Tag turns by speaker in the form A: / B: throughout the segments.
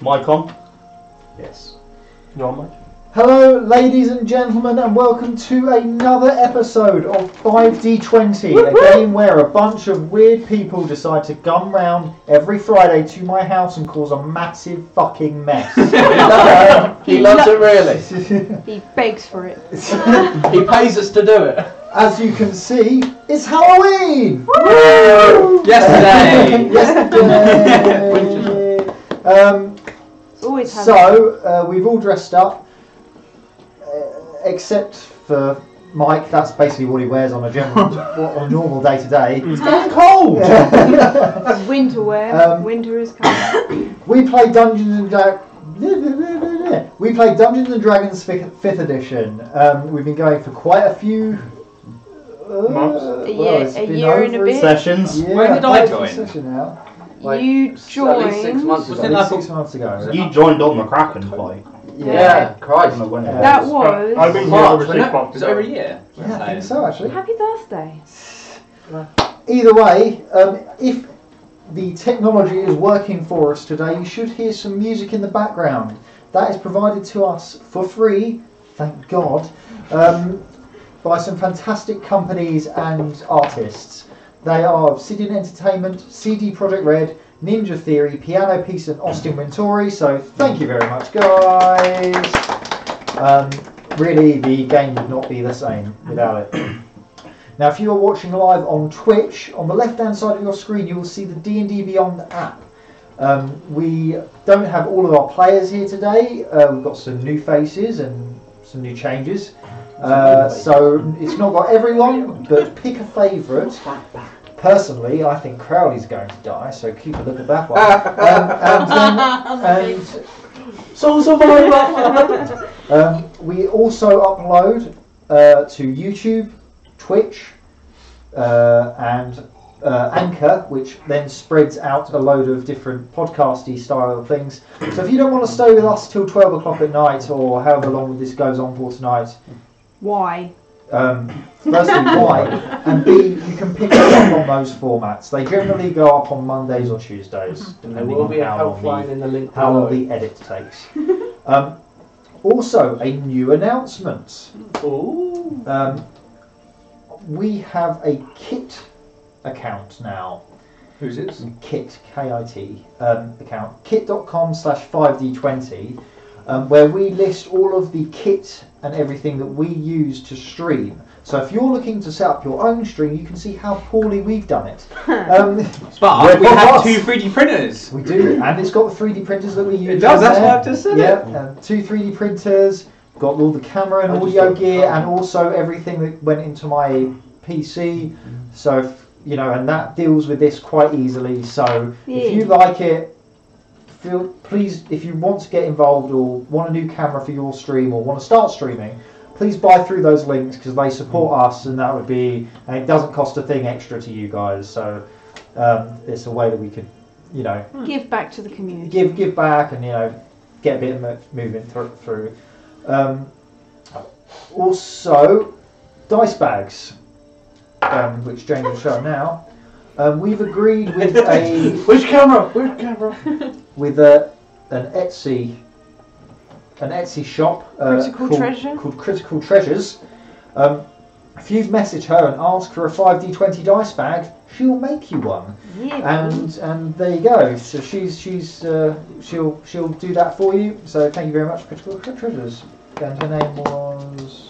A: Mic on?
B: Yes.
A: You're on, mate?
B: Hello, ladies and gentlemen, and welcome to another episode of 5D20, a game where a bunch of weird people decide to come round every Friday to my house and cause a massive fucking mess. Um,
C: He loves it really.
D: He begs for it.
C: He pays us to do it.
B: As you can see, it's Halloween!
C: Yesterday.
B: Yesterday! um,
D: It's always happening.
B: So uh, we've all dressed up, uh, except for Mike. That's basically what he wears on a general, what- on a normal day to day.
A: It's getting cold!
D: It's winter wear.
B: Um,
D: winter is coming.
B: We play Dungeons and Dragons. We play Dungeons and Dragons fi- Fifth Edition. Um, we've been going for quite a few. Uh,
A: Months?
B: well,
D: A year-
B: it's
D: a
B: been
D: year and a
B: over
D: bit.
A: Sessions.
B: Yeah,
C: When did I
B: quite a
C: join?
B: session now. Like,
D: you
C: at
D: joined.
C: least six months
B: It's
C: Wasn't it
B: like
C: like
B: six
C: a-
B: months ago.
A: You joined on the Kraken fight.
C: Yeah.
D: Yeah.
A: I
C: Christ.
A: don't know when it
D: That
A: was.
D: was.
A: I've been-
C: March,
A: Yeah,
C: wasn't
A: six
C: it?
A: months.
C: Was it over a year?
B: Yeah, I think so actually.
D: Happy birthday.
B: Either way, um, if the technology is working for us today, you should hear some music in the background. That is provided to us for free, thank God, um, by some fantastic companies and artists. They are Obsidian Entertainment, CD Projekt Red, Ninja Theory, Piano Piece, and Austin Wintory. So thank you very much, guys. Um, really, the game would not be the same without it. Now, if you are watching live on Twitch, on the left-hand side of your screen, you will see the D&D Beyond app. Um, we don't have all of our players here today. Uh, we've got some new faces and some new changes. Uh, so it's not got everyone, but pick a favourite. Personally, I think Crowley's going to die, so keep a look at that one. Um, and then, and
A: Soul Survivor!
B: um, we also upload uh, to YouTube, Twitch, uh, and uh, Anchor, which then spreads out a load of different podcasty style things. So if you don't want to stay with us till 12 o'clock at night or however long this goes on for tonight,
D: Why?
B: um, firstly, why? And B, you can pick us up on those formats. They generally go up on Mondays or Tuesdays.
C: There
B: depending
C: will
B: on
C: be a
B: how long the-
C: helpline in the link
B: how
C: below.
B: long the edit takes. um, also, a new announcement.
C: Ooh.
B: Um, we have a Kit account now.
C: Who's it?
B: Kit, K-I-T, um, account. Kit.com slash 5D20, um, where we list all of the kit and everything that we use to stream. So if you're looking to set up your own stream, you can see how poorly we've done it. Um,
C: But we
B: We're
C: have
B: boss.
C: two 3D printers.
B: We do, and it's got the 3D printers that we use.
C: does,
B: on
C: that's
B: there.
C: why I've just said
B: yeah, um, two 3D printers, got all the camera and
C: I just
B: audio
C: thought- oh.
B: gear, and also everything that went into my PC. So, if, you know, and that deals with this quite easily. So, if you
D: Yeah.
B: like it, feel please, if you want to get involved or want a new camera for your stream or want to start streaming, please buy through those links because they support
C: Mm.
B: us, and that would be, and it doesn't cost a thing extra to you guys. So, um, it's a way that we could, you know
D: Give back to the community.
B: give give back and you know get a bit of mo- movement thr- through. Um, also, dice bags, um, which Jane will show now. Um, we've agreed with a
C: Which camera? Which camera?
B: with a an Etsy an Etsy shop uh,
D: Critical
B: called,
D: Treasure?
B: called Critical Treasures. Um, if you message her and ask for a five d twenty dice bag, she'll make you one
D: Yeah.
B: and and there you go. So she's she's uh, she'll she'll do that for you. So thank you very much, Critical Treasures. And her name was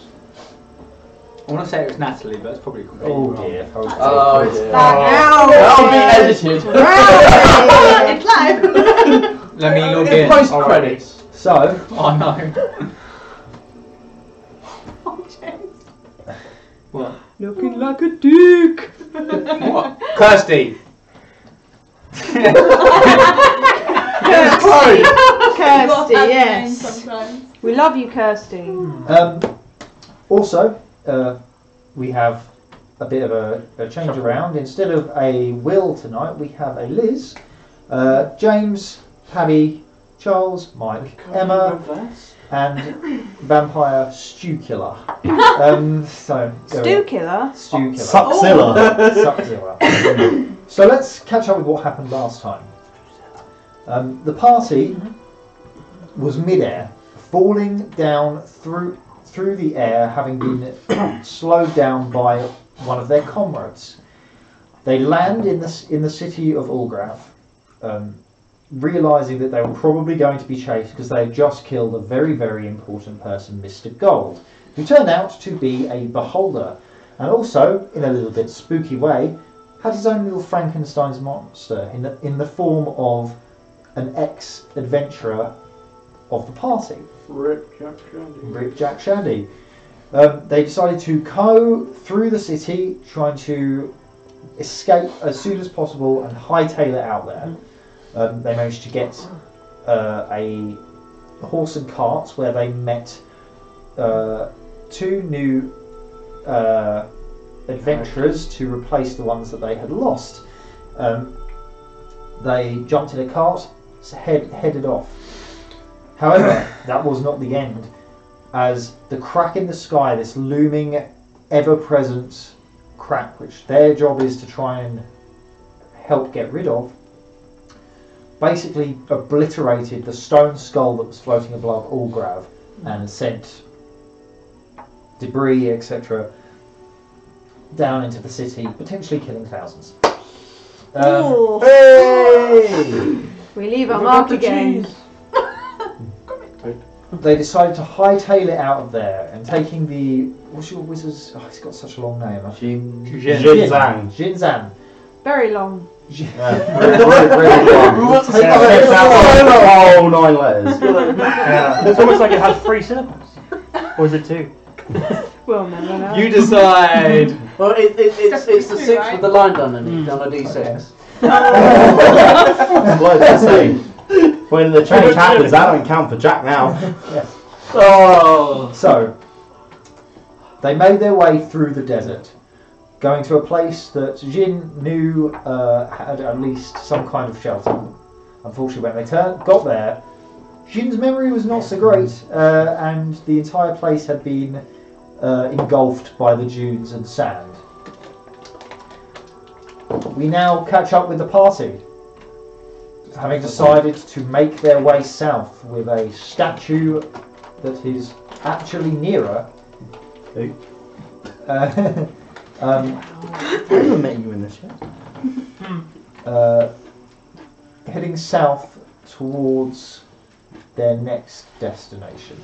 C: I want to say it was Natalie, but it's probably completely
B: oh
C: wrong.
B: dear.
C: Oh,
B: Oh,
C: yeah.
D: That'll it's live.
C: Let me log
A: It's
C: in.
A: post
C: Alright.
A: credits.
B: So
C: Oh no. what?
D: Looking like a duke.
C: What? Kirsty.
D: Kirsty, yes. We love you, Kirsty.
B: um, also uh, we have a bit of a, a change around. Instead of a Will tonight, we have a Liz, uh, James, Paddy, Charles, Mike, Emma, and Vampire Stew Killer. Um, so
D: Stew killer.
B: Stew Killer.
A: Suckzilla.
B: Sub-Zero. so let's catch up with what happened last time. Um, the party was midair, falling down through through the air, having been slowed down by one of their comrades. They land in the c- in the city of Ulgrav, um, realizing that they were probably going to be chased because they had just killed a very very important person, Mister Gold, who turned out to be a beholder, and also in a little bit spooky way. Had his own little Frankenstein's monster in the, in the form of an ex adventurer of the party,
E: Rip Jack Shandy.
B: Rip Jack Shandy. Um, they decided to go through the city, trying to escape as soon as possible and hightail it out there. Um, they managed to get uh, a horse and cart where they met uh, two new uh, adventurers to replace the ones that they had lost. Um, they jumped in a cart, s- head, headed off. However, that was not the end, as the crack in the sky, this looming, ever present crack, which their job is to try and help get rid of, basically obliterated the stone skull that was floating above Allgrav and sent debris, etc., down into the city, potentially killing thousands. Um,
C: Oh.
D: Ooh,
A: Hey!
D: we leave our mark again.
B: They decided to hightail it out of there and taking the what's your wizard's? Oh, he's got such a long name. I-
E: Jim.
C: Jin.
A: Jin Zhang.
B: Jin Zan.
D: Very long.
B: Jin-
A: Yeah.
B: Very, very, very long.
E: What's
A: Yeah,
B: Take
A: that's
B: that
A: the whole Oh, nine letters.
E: It's almost like it had three syllables. Or is it two?
D: Well, no, no, no.
C: You decide.
E: Well, it, it, it's, it's the
D: Two,
E: six
D: right?
E: with the line down underneath, on a d6.
A: Blows the same. When the change happens, that don't count for Jack now.
E: Oh!
B: So they made their way through the desert, going to a place that Jin knew uh, had at least some kind of shelter. Unfortunately, when they turned, got there, Jin's memory was not so great, uh, and the entire place had been uh, engulfed by the dunes and sand. We now catch up with the party, having decided to make their way south with a statue that is actually nearer.
A: Who?
B: Uh, um,
A: I've never met you in this yet.
B: uh, heading south towards their next destination.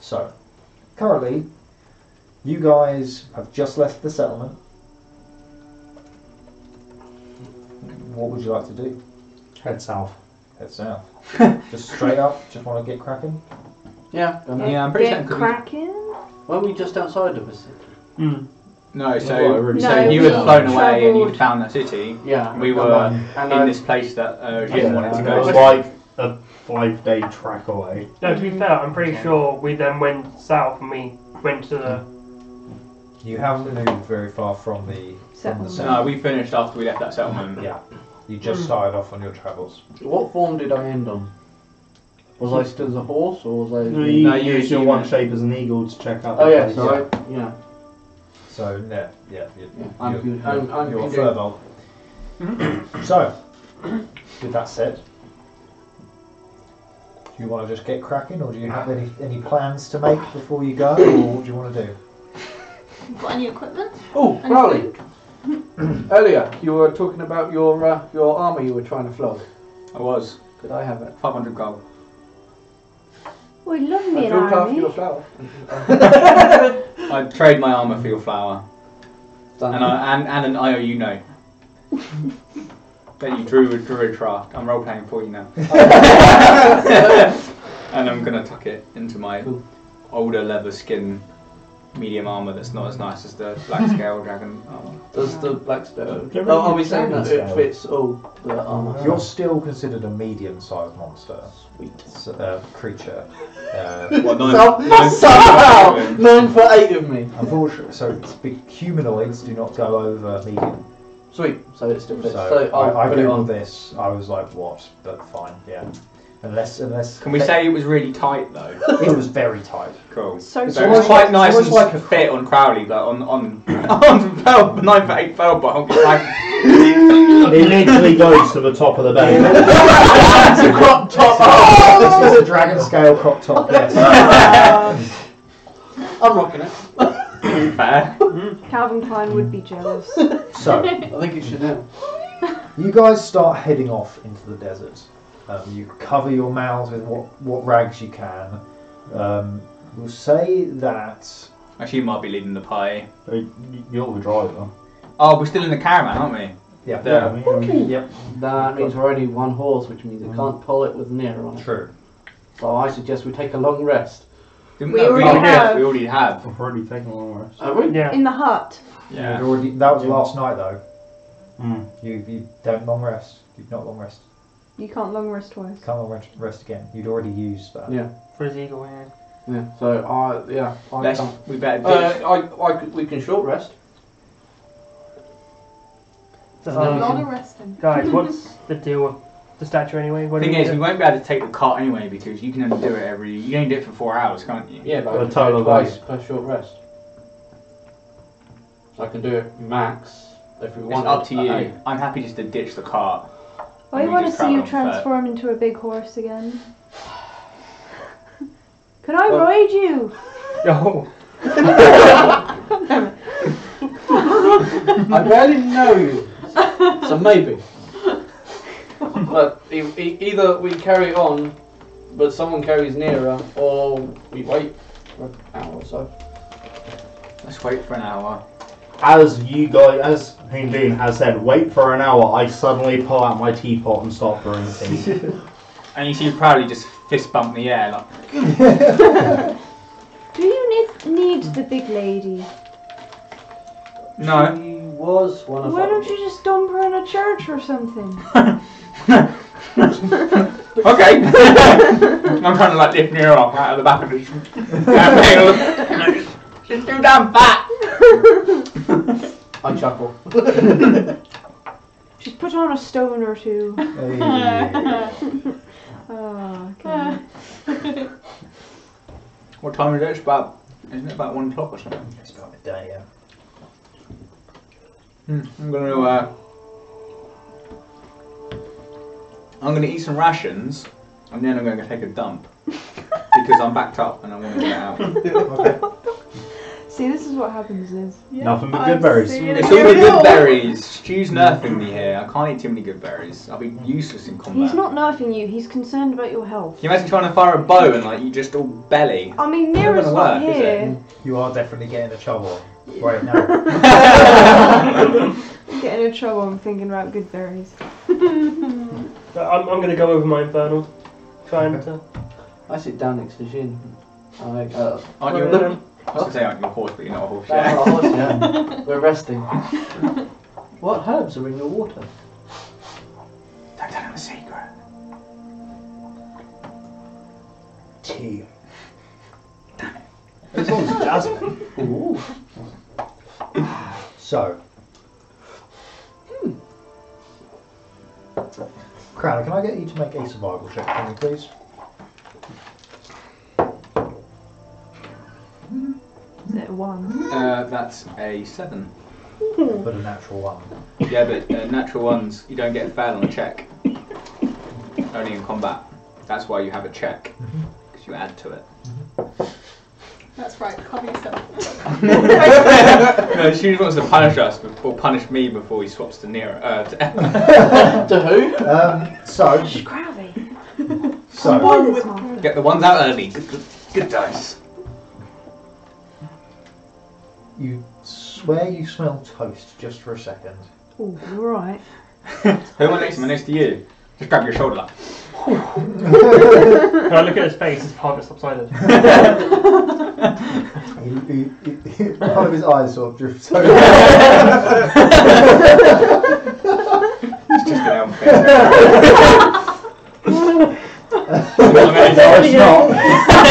B: So, currently, you guys have just left the settlement. What would you like to do?
A: Head south.
B: Head south. just straight up. Just want to get cracking.
E: Yeah.
C: Yeah, I'm pretty
D: Get
C: certain. we-
D: cracking.
E: Weren't we just outside of the city?
C: No,
B: Oh,
E: Well, I
C: so,
E: already
C: so
D: said
C: you
D: we
C: had flown away and you
D: travelled-
C: found that city.
E: Yeah.
C: We were
E: And I- and I-
C: in this place that uh, Jin wanted to
A: Yeah, it
C: go
A: was
C: to.
A: like a five day track away.
F: No, to be fair, I'm pretty sure we then went south and we went to the.
B: You haven't moved very far from the from the
D: Settlement.
C: No, we finished after we left that settlement.
B: Yeah. You just
F: Mm.
B: started off on your travels.
E: What form did I end on? Was I still as a horse or was I.
A: No, you
C: No, you
A: use your
C: human.
A: one shape as an eagle to check out.
E: Oh,
A: the
E: yeah,
A: place.
E: so I. Yeah.
B: So no, yeah, you're,
E: Yeah, I'm
B: you're,
E: good. I'm- I'm
B: you're
E: good.
B: fertile. so, with that said, do you want to just get cracking, or do you have any any plans to make before you go, or what do you want to do?
D: Got any equipment?
E: Oh, Crowley! Earlier, you were talking about your uh, your armour you were trying to flog.
C: I was.
E: Could I have it?
C: 500 gold.
D: We love me
E: I
D: an
E: dropped after your
D: army.
E: flower.
C: I trade my armour for your flower.
E: Done.
C: And, I, and, and an IOU note. that you drew, a- drew a draft. I'm role playing for you now. and I'm going to tuck it into my
E: Cool.
C: older leather skin medium armour that's not as nice as the black scale dragon armour.
E: Does the black stone?
A: Give
E: Oh,
A: me
E: are we saying
A: the
E: that it
A: stone.
E: fits all the armour?
B: You're still considered a medium-sized monster
E: Sweet.
B: s- uh, creature. Uh,
C: What, nine-
E: So,
C: nine-
E: somehow, nine for eight of me.
B: unfortunately, so it's big- humanoids do not go over medium.
E: Sweet. So it still
B: So,
E: fits. So, I'll
B: I, I
E: put it on.
B: googled this. I was like, what? But fine, yeah. Unless, unless
C: Can we say it was really tight though?
B: it was very tight?
C: Cool.
D: So
B: It's
C: So it
B: almost
C: was quite
B: like-
C: nice
B: it's
C: and
B: almost
C: like
B: like
C: a
B: a-
C: fit on Crowley, but on on on Bell, nine for eight Bell, but on
A: It literally goes to the top of the bed.
E: It's a crop top.
C: Oh!
B: the dragon scale crop top. Yes.
E: I'm rocking it.
C: Fair.
D: Calvin Klein would be jealous.
B: So.
E: I think it's Chanel.
B: You guys start heading off into the desert. Um, you cover your mouths with what, what rags you can. Um, we'll say that.
C: Actually, you might be leading the party.
A: You're the driver.
C: Oh, we're still in the caravan, aren't we?
B: Yeah.
C: Yeah.
A: I mean, um,
B: Yep.
E: That means we're only one horse, which means we can't pull it with an ear on it.
B: True.
E: So I suggest we take a long rest.
C: Didn't
D: We
C: that-
D: already
C: oh, yes,
D: have.
C: We already have.
A: I've already taken a long rest.
E: Are we?
F: Yeah.
D: In the hut.
B: You'd
C: Yeah. Hmm.
B: Already, that was last night though.
A: Mm.
B: You you don't long rest. You've not long rest.
D: You can't long rest twice.
B: Can't long rest, rest again. You'd already used that.
E: Yeah.
F: For his eagle hand.
E: Yeah. So I yeah. I
C: Let's,
E: can't-
C: we better do
E: Uh, I, I could- we can short rest.
F: Um,
G: resting.
F: Guys, what's the deal with the statue anyway? What
C: The
F: do
C: thing
F: we
C: is,
F: do?
C: we won't be able to take the cart anyway because you can only do it every. You can only do it for four hours, can't you?
E: Yeah, but
A: Well,
E: I can
A: total
E: do
A: of
E: it twice per short rest. So I can do it max if we
C: It's
E: want.
C: up to
E: at
C: you.
E: eight.
C: I'm happy just to ditch the cart.
D: I
C: We
D: want to
C: just
D: see
C: travel
D: you
C: fast.
D: transform into a big horse again. Could I
E: Well-
D: ride you?
F: Oh,
E: I barely know you, so maybe. But e- e- either we carry on, but someone carries nearer, or we wait for an hour or so.
C: Let's wait for an hour.
A: As you guys, as Hindin has said, wait for an hour, I suddenly pull out my teapot and start brewing tea.
C: And you see, probably just fist bump the air like.
D: Do you need, need the big lady?
C: No.
E: She was one of
D: Why
E: our-
D: don't you just dump her in a church or something?
C: Okay. I'm trying to like lift Nero off out of the back of the campaign. She's too damn fat.
E: I chuckle.
D: Just put on a stone or two.
B: Hey.
D: Oh,
G: Uh,
D: God.
C: What time is it? It's about isn't it about one o'clock or something?
B: it's about midday. Yeah.
C: Hmm, I'm gonna uh, I'm gonna eat some rations and then I'm gonna take a dump because I'm backed up and I want to get out.
B: Okay.
D: See, this is what happens is.
G: yeah,
A: Nothing but
G: I've
A: good berries.
G: seen it.
C: It's all the
G: Here we go.
C: good berries. Stew's nerfing me here. I can't eat too many good berries. I'll be useless in combat.
D: He's not nerfing you, he's concerned about your health.
C: Can you imagine trying to fire a bow and like you just all belly?
D: I mean,
C: It's not
D: Mira's
C: gonna
D: not
C: work, is it?
D: here.
B: You are definitely getting a chub on right now.
D: I'm getting in trouble, I'm thinking about good berries.
F: But I'm, I'm going to go over my infernal. Trying to.
E: I sit down next to Jin. I make uh,
C: Aren't you?
F: Well, um,
C: I was gonna say aren't you a horse, but you're not a horse. Yeah.
E: that's our horse, yeah. We're resting. What herbs are in your water?
C: Don't tell him a secret.
A: tea. This one's jasmine.
E: Ooh.
B: So. Crown, can I get you to make a survival check for me, please?
D: Is it one?
C: Uh, that's a seven.
B: But a natural one.
C: Yeah, but uh, natural ones you don't get fail on a check. Only in combat. That's why you have a check
B: Mm-hmm.
C: because you add to it.
G: That's right, cover yourself.
C: No, she wants to punish us bef- or punish me before he swaps to Nero. Uh, to
E: to who?
B: Um, so,
D: Shh, Crowley.
B: so
D: Why this one?
C: get the ones out early. Good, good, good dice.
B: you swear you smell toast just for a second.
D: Oh, you're right.
C: Who am I next to? Am I next to you? Just grab your shoulder. Like.
F: Can I look at his face? His partner's upside down.
B: He, he, he- part of his eyes sort of drifts over.
C: It's just an outfit. I'm gonna-
A: No, it's not.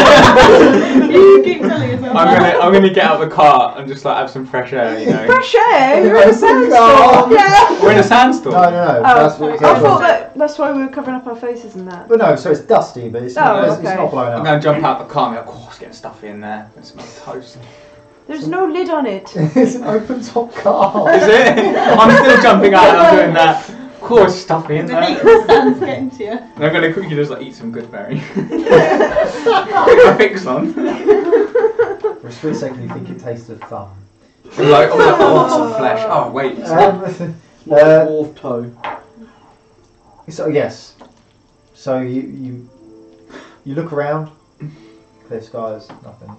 G: you keep telling yourself.
C: I'm gonna, I'm gonna get out of the car and just like have some fresh air, you know.
D: Fresh air? You're in a
B: No.
D: sandstorm! Yeah!
C: We're in a sandstorm.
B: No, no, no. that's
D: Oh,
B: what, that's
D: I
G: okay.
B: what-
D: thought that that's why we were covering up our faces and that.
B: but no, so it's dusty, but it's,
D: Oh,
B: not, it's, it's
D: okay.
B: not blown
C: I'm
B: out.
C: gonna jump out the car and be like, oh, it's getting stuffy in there. It smells toast.
D: There's no lid on it.
B: it's an open top car.
C: Is it? I'm still jumping out and I'm doing that. course, stuff in
G: The heat stands getting to you.
C: I'm gonna quickly just like eat some good berry. I fix on.
H: For a split second, you think it tastes of thumb.
C: I'm like, oh, that wants some flesh. Oh wait.
B: Um,
E: Like
B: Uh,
E: a dwarf toe.
B: so yes, so you you you look around, clear skies, nothing,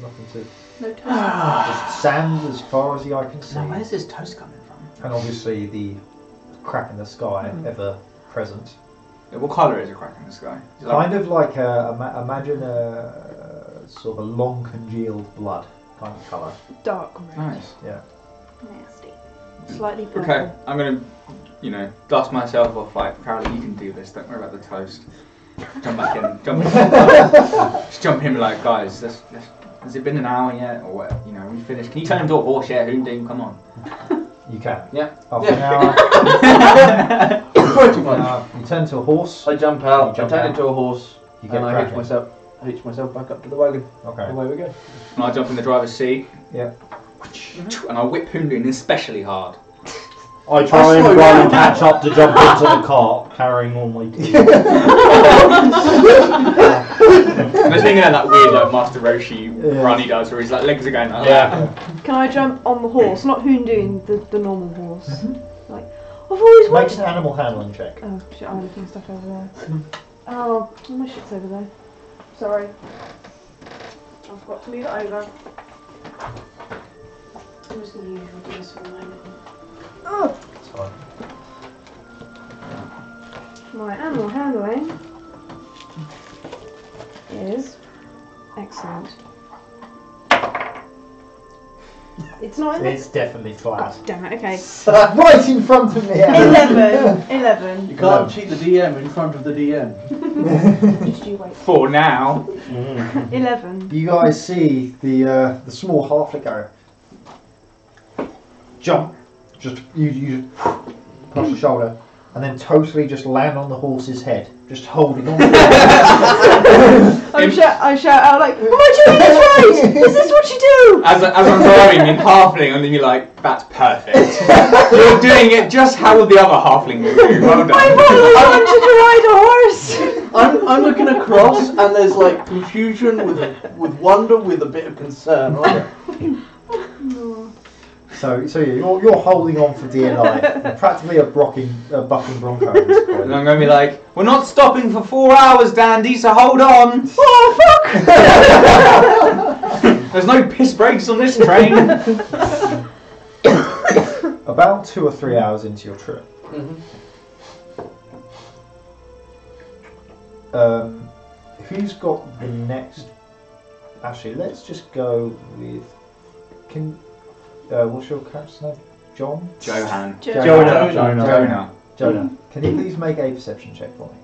B: nothing to
G: No time.
B: just sand as far as the eye can see,
C: Now,
B: and
C: where's this toast coming from?
B: obviously the crack in the sky ever present.
C: Yeah, what colour is a crack in the sky? Is it like-
B: Kind of like a, ima- imagine a sort of a long congealed blood kind of colour.
D: Dark red.
C: nice.
D: Nasty. Slightly purple.
C: Okay, I'm gonna, you know, dust myself off. Like Crowley, you can do this. Don't worry about the toast. Jump back in. Jump. just jump in. be Like guys, that's, that's, has it been an hour yet, or what? You know, are we finished? Can you turn into a horse yet, Hoonding? Come on.
B: You can.
E: Yeah.
B: After an hour,
E: Pretty much.
B: uh, you turn to a horse.
E: I jump out,
B: You jump
E: I turn
B: out.
E: into a horse,
B: You get
E: and I hitch
B: cracking.
E: myself, hitch myself back up to the wagon.
B: Okay.
E: Away we go.
C: And I jump in the driver's seat.
B: Yeah.
C: And I whip Hoonding especially hard.
A: I try
E: slow
A: and run
E: down.
A: and catch up to jump into the cart, carrying all my teeth.
C: I'm just thinking of that weird like Master Roshi
B: Yeah.
C: run he does, where his like legs are going like that.
A: Yeah.
D: Can I jump on the horse? Not Hoondoon, the, the normal horse. Like, I've always
B: Make
D: wanted.
B: an animal handling check.
D: Oh shit, I'm looking stuff over there. Oh, my shit's over there. Sorry. I've got to move it over. I'm just going to use this for a moment. Oh!
B: It's fine.
D: My animal handling is excellent. It's not in the.
H: It's definitely flat.
D: Damn it, okay.
B: right in front of me. Adam.
D: 11. 11.
E: You
B: No.
E: can't cheat the DM in front of the DM.
D: Did you wait?
C: For now,
D: 11.
B: You guys see the uh, the small halfling go jump, just you you just push the shoulder, and then totally just land on the horse's head, just holding on.
D: I shout, I shout out like, "Oh am I doing this right? Is this what you do?
C: as, I- as I'm driving in halfling, I'm gonna be like, that's perfect. You're doing it just how the other halfling would do. Well
D: I
C: done.
D: wanted to ride a horse.
E: I'm, I'm looking across and there's like confusion with with wonder with a bit of concern. Right?
B: So, so yeah, you're, you're holding on for dear life, You're practically a brocking, a bucking bronco at this
C: And
B: point.
C: I'm gonna be like, we're not stopping for four hours, Dandy, so hold on.
D: Oh fuck!
C: Oh, There's no piss brakes on this train.
B: About two or three hours into your trip, um, who's got the next? Actually, let's just go with. Can uh, what's your character's name? John.
C: Johan.
B: Jonah.
E: Jonah.
C: Jonah.
B: Jonah. Can you please make a perception check for me?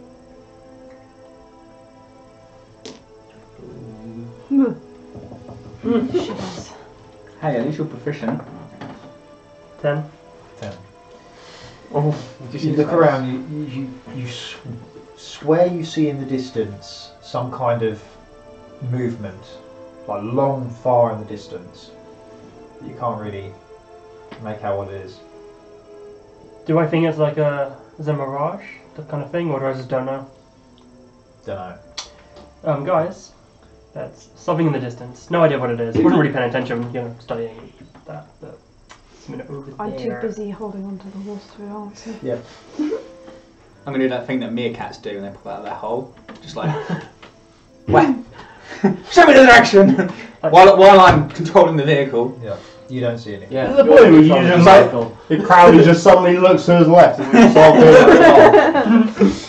C: Hey, at least you're proficient.
F: Ten.
E: Oh,
B: You look around. You you you, you s- swear you see in the distance some kind of movement, like long far in the distance. You can't really make out what it is.
F: Do I think it's like a is a mirage, that kind of thing, or do I just don't know?
B: Don't know.
F: Um, guys, that's something in the distance. No idea what it is. wasn't really paying attention, you know, studying that. But it's a minute over
D: I'm too
F: there.
D: busy holding onto the horse to answer.
C: I'm gonna do that thing that meerkats do when they pop out of their hole. Just like, where? Show me the direction! while, while I'm controlling the vehicle.
B: Yeah, you don't see anything.
E: Yeah.
A: The blue, you just like- The Crowley just suddenly looks to his left and we start doing it.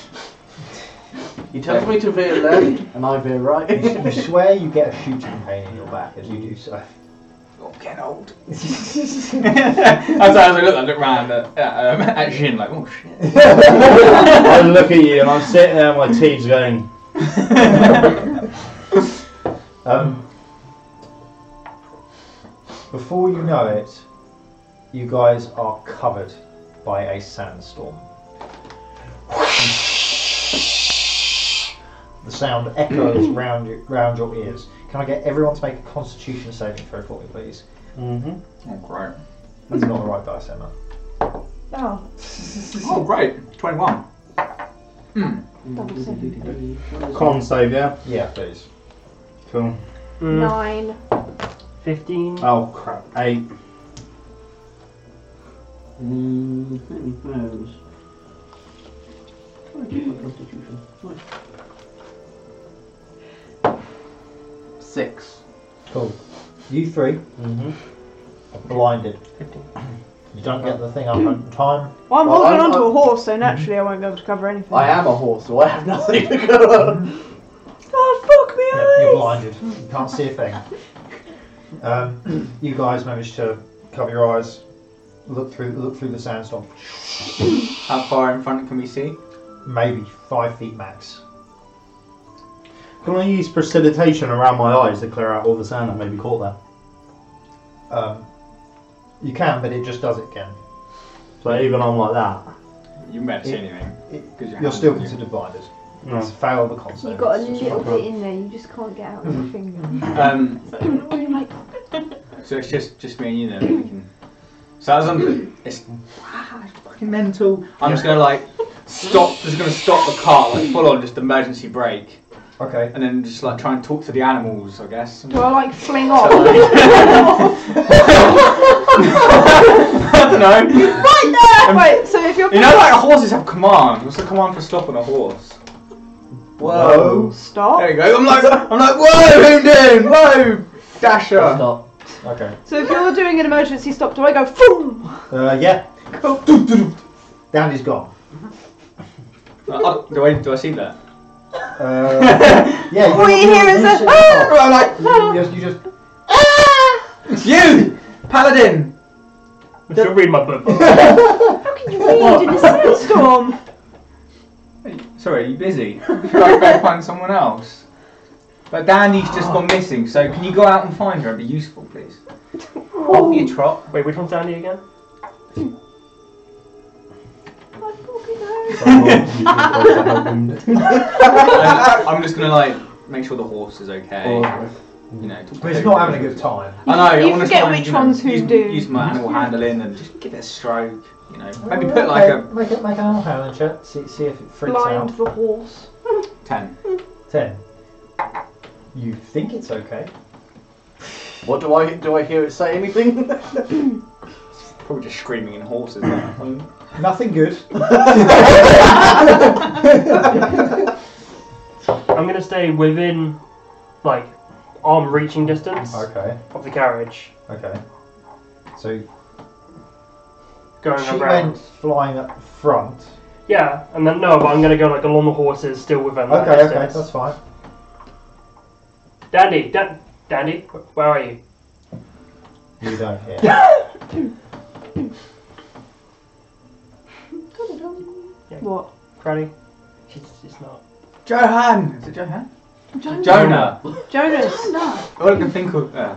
E: He tells me to veer left and I veer right.
B: You s- you swear you get a shooting pain in your back as you do so.
C: Oh, I'm getting old. as, I- as I look, I look round at, at, um, at Jin, like, oh shit.
A: I look at you and I'm sitting there, my teeth's going.
C: Oh,
B: Um, before you know it, you guys are covered by a sandstorm. The sound echoes round your, round your ears. Can I get everyone to make a constitution saving throw for me, please?
A: Mm-hmm.
C: Oh, great.
B: That's not the right dice, Emma.
D: Oh,
C: Oh, great. 21. Hmm.
D: double seven.
A: Con save, yeah?
B: Yeah, please.
A: Cool.
F: Mm,
D: Nine.
F: 15.
A: Oh crap. Eight.
E: Mm, maybe fails. Try to keep my constitution. Right.
C: Six.
B: Cool. You three
A: Mm-hmm.
B: are blinded. You don't get the thing up in time.
D: Well, I'm
E: Well,
D: holding
E: I'm-
D: onto
E: I'm-
D: a horse, so naturally I won't be able to cover anything.
E: I am a horse, so I have nothing to cover.
D: Oh, fuck me,
B: Yeah, you're
D: eyes!
B: blinded. You can't see a thing. Um, you guys manage to cover your eyes, look through look through the sandstorm.
C: How far in front can we see?
B: Maybe five feet max.
A: Can I use precipitation around my eyes to clear out all the sand that may be caught there?
B: Um, you can, but it just does it again.
A: So even on like that.
C: You might see
B: It-
C: anything.
B: it-
C: 'cause your
B: You're
C: hand's
B: still
C: on you.
B: considered blinded. It's
A: No.
B: fail the concept.
I: You got a
B: It's
I: little
B: fine.
I: bit in there, you just can't get out of your finger.
C: Um,
I: Really like,
C: so it's just just me and you then. We can... So as I'm, it's ah, it's fucking mental. I'm just gonna like stop. Just gonna stop the car, like full on, just emergency brake,
B: Okay.
C: and then just like try and talk to the animals, I guess.
D: Do I like fling
C: So,
D: off?
C: like- I don't know. Um,
D: Wait, so if you're
C: You know, like horses have command. What's the command for stopping a horse?
B: Whoa.
C: There
D: stop,
C: you go. I'm like, I'm like, whoa, Hoondin, whoa, Dasher.
B: Stop. Okay.
D: so if you're doing an emergency stop, do I go boom?
B: Uh, yeah.
D: Cool.
B: Dandy's gone.
C: Uh, oh, do I do I see that?
B: Uh, yeah.
D: All you hear is a
B: you,
D: ah!
B: just, you just
D: ah!
C: It's you, Paladin.
F: Don't read my book.
D: How can you read in a sandstorm?
C: Hey, Sorry, are you busy? Should I go find someone else? But Danny's just gone missing, so can you go out and find her and be useful, please? Off you trot.
F: Wait, which one's Dandy again?
D: My fucking nose.
C: I'm, I'm just gonna like make sure the horse is okay. You know, talk to
B: But it's
C: her.
B: not having a good time.
C: I know.
D: You
C: I wanna
D: forget
C: try and,
D: which
C: you know,
D: ones who
C: use,
D: do.
C: Use my animal handling and just give it a stroke. You know, maybe put like a
B: make it make an animal handling check. See, see if it freaks
D: Blind
B: out.
D: the horse.
C: ten.
B: Ten. You think it's okay?
E: What do I do? I hear it say anything?
C: Probably just screaming in horses. like, um,
B: Nothing good.
F: I'm gonna stay within, like, arm reaching distance
B: Okay.
F: of the carriage,
B: Okay. So
F: going
B: she
F: around.
B: went flying up front.
F: Yeah, and then no, but I'm gonna go like along the horses, still within that
B: Okay. Okay.
F: distance.
B: That's fine.
F: Dandy, Dan- Dandy, wh- where are you?
B: You don't hear.
D: What?
F: Cranny? She's, she's not.
C: Johan. Is it Johan?
I: Jonah.
C: Jonah.
D: Jonas.
C: All I can think of. Uh,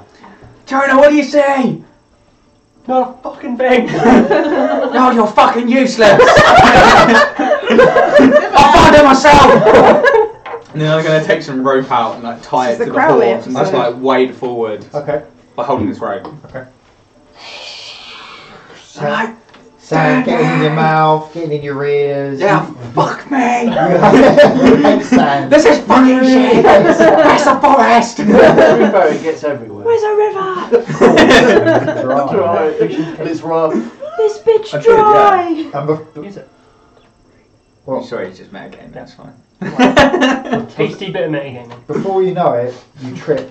C: Jonah, what do you say?
F: Not a fucking thing.
C: No, you're fucking useless. I found it myself. And then I'm gonna take some rope out and like
D: This
C: tie it
D: is
C: to
D: the
C: the
D: Crowley
C: horse and just
D: episode.
C: like wade forward
B: Okay.
C: by holding this rope.
B: Sound, sound getting in your mouth, getting in your ears.
C: Yeah, fuck me.
B: You hate sound.
C: This is fucking shit. That's a forest.
E: River, it gets everywhere.
D: Where's a river?
B: Dry.
E: Dry, and it's rough.
D: This
C: I
D: bitch
C: did, yeah.
D: dry.
B: And bef-
F: Use it.
C: I'm sorry, it's just metagame. That's fine.
F: Tasty bit of metagaming.
B: before you know it, you trip.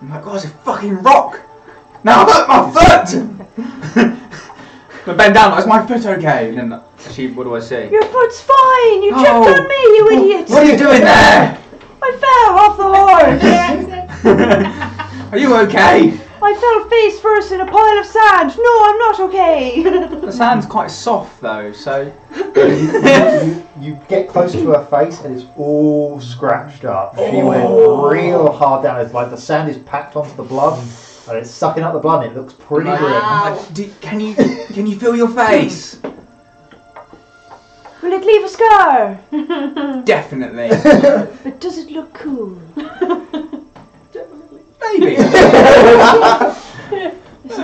C: I'm like, oh, it's a fucking rock. Now I've hurt my foot. I bend down. like, Is my foot okay? And then she, what do I say?
D: Your foot's fine. You tripped
C: No.
D: on me, you idiot.
C: Oh. What are you doing there?
D: I fell off the horse.
C: Are you okay?
D: I fell face first in a pile of sand. No, I'm not okay.
C: The sand's quite soft though, so
B: you, you get close to her face and it's all scratched up. She went real hard down. It's like the sand is packed onto the blood and it's sucking up the blood and it looks pretty grim.
C: I'm like, "Do- can you can you feel your face?
D: Will it leave a scar?
C: Definitely,
D: But does it look cool?
C: maybe.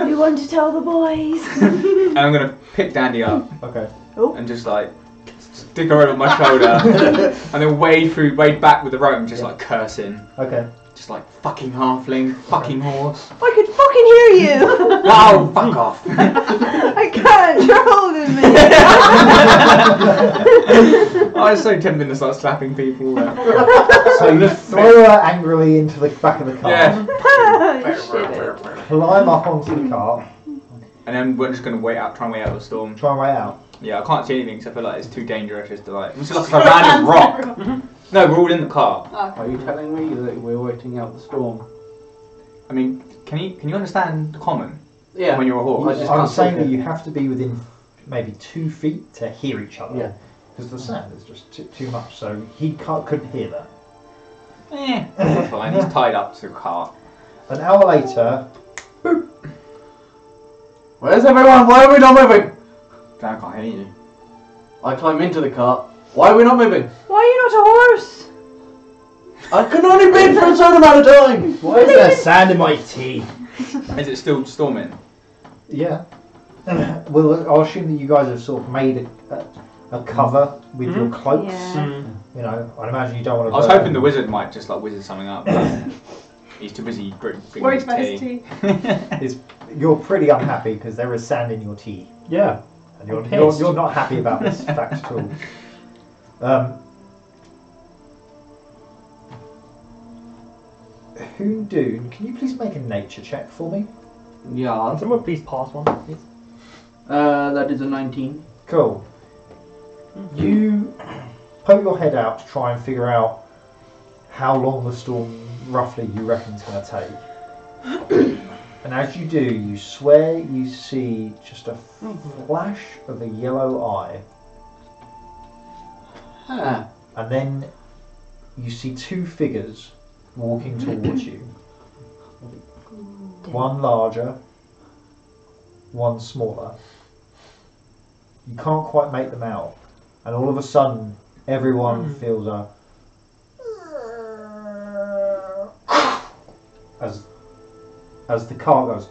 I: You want to tell the boys?
C: And I'm gonna pick Dandy up
B: Okay.
C: and just like stick her over my shoulder and then wade through, wade back with the rope, and just like cursing.
B: Okay.
C: Just like fucking halfling, fucking horse.
D: I could fucking hear you.
C: Oh, fuck off.
D: I can't. You're holding me.
C: I was so tempted to start slapping people. uh,
B: So you throw her angrily into the back of the car.
C: yeah.
B: Climb up onto the car.
C: And then we're just gonna wait out, try and wait out the storm.
B: Try and way out.
C: Yeah, I can't see anything except I feel like it's too dangerous just to like. It's just like a random rock. No, we're all in the car.
E: Are you telling me that we're waiting out the storm?
C: I mean, can you can you understand the common
E: Yeah.
C: when you're a
E: I
C: horse?
E: just
B: I'm
E: can't
B: saying
E: see
B: that
E: it.
B: you have to be within maybe two feet to hear each other.
E: Yeah.
B: Because the sound is just too, too much, so he can't, couldn't hear that.
C: Eh, it's fine. He's tied up to the car.
B: An hour later,
E: Where's everyone? Why are we not moving?
C: Dan, I can't hear you.
E: I climb into the cart. Why are we not moving?
D: Why are you not a horse?
E: I can only bid for a certain amount of time.
A: Why is there sand in my tea?
C: Is it still storming?
B: yeah. well, I'll assume that you guys have sort of made a, a, a cover with your cloaks.
I: Yeah.
B: You know, I'd imagine you don't want
C: I
B: to.
C: was hoping the wizard might just like wizard something up. but He's too busy br- drinking
G: Worried
C: his
G: about his
C: tea.
G: tea.
B: You're pretty unhappy because there is sand in your tea,
A: Yeah.
B: and you're,
A: I'm
B: you're,
A: pissed.
B: you're not happy about this fact at all. Um, Hoondoon, can you please make a nature check for me?
E: Yeah.
F: Someone please pass one, please.
E: Uh, that is a 19.
B: Cool. You poke your head out to try and figure out how long the storm roughly you reckon it's going to take. and as you do, you swear you see just a flash of a yellow eye,
E: Huh.
B: and then you see two figures walking towards you. One larger, one smaller. You can't quite make them out. And all of a sudden, everyone feels a. As, as the car goes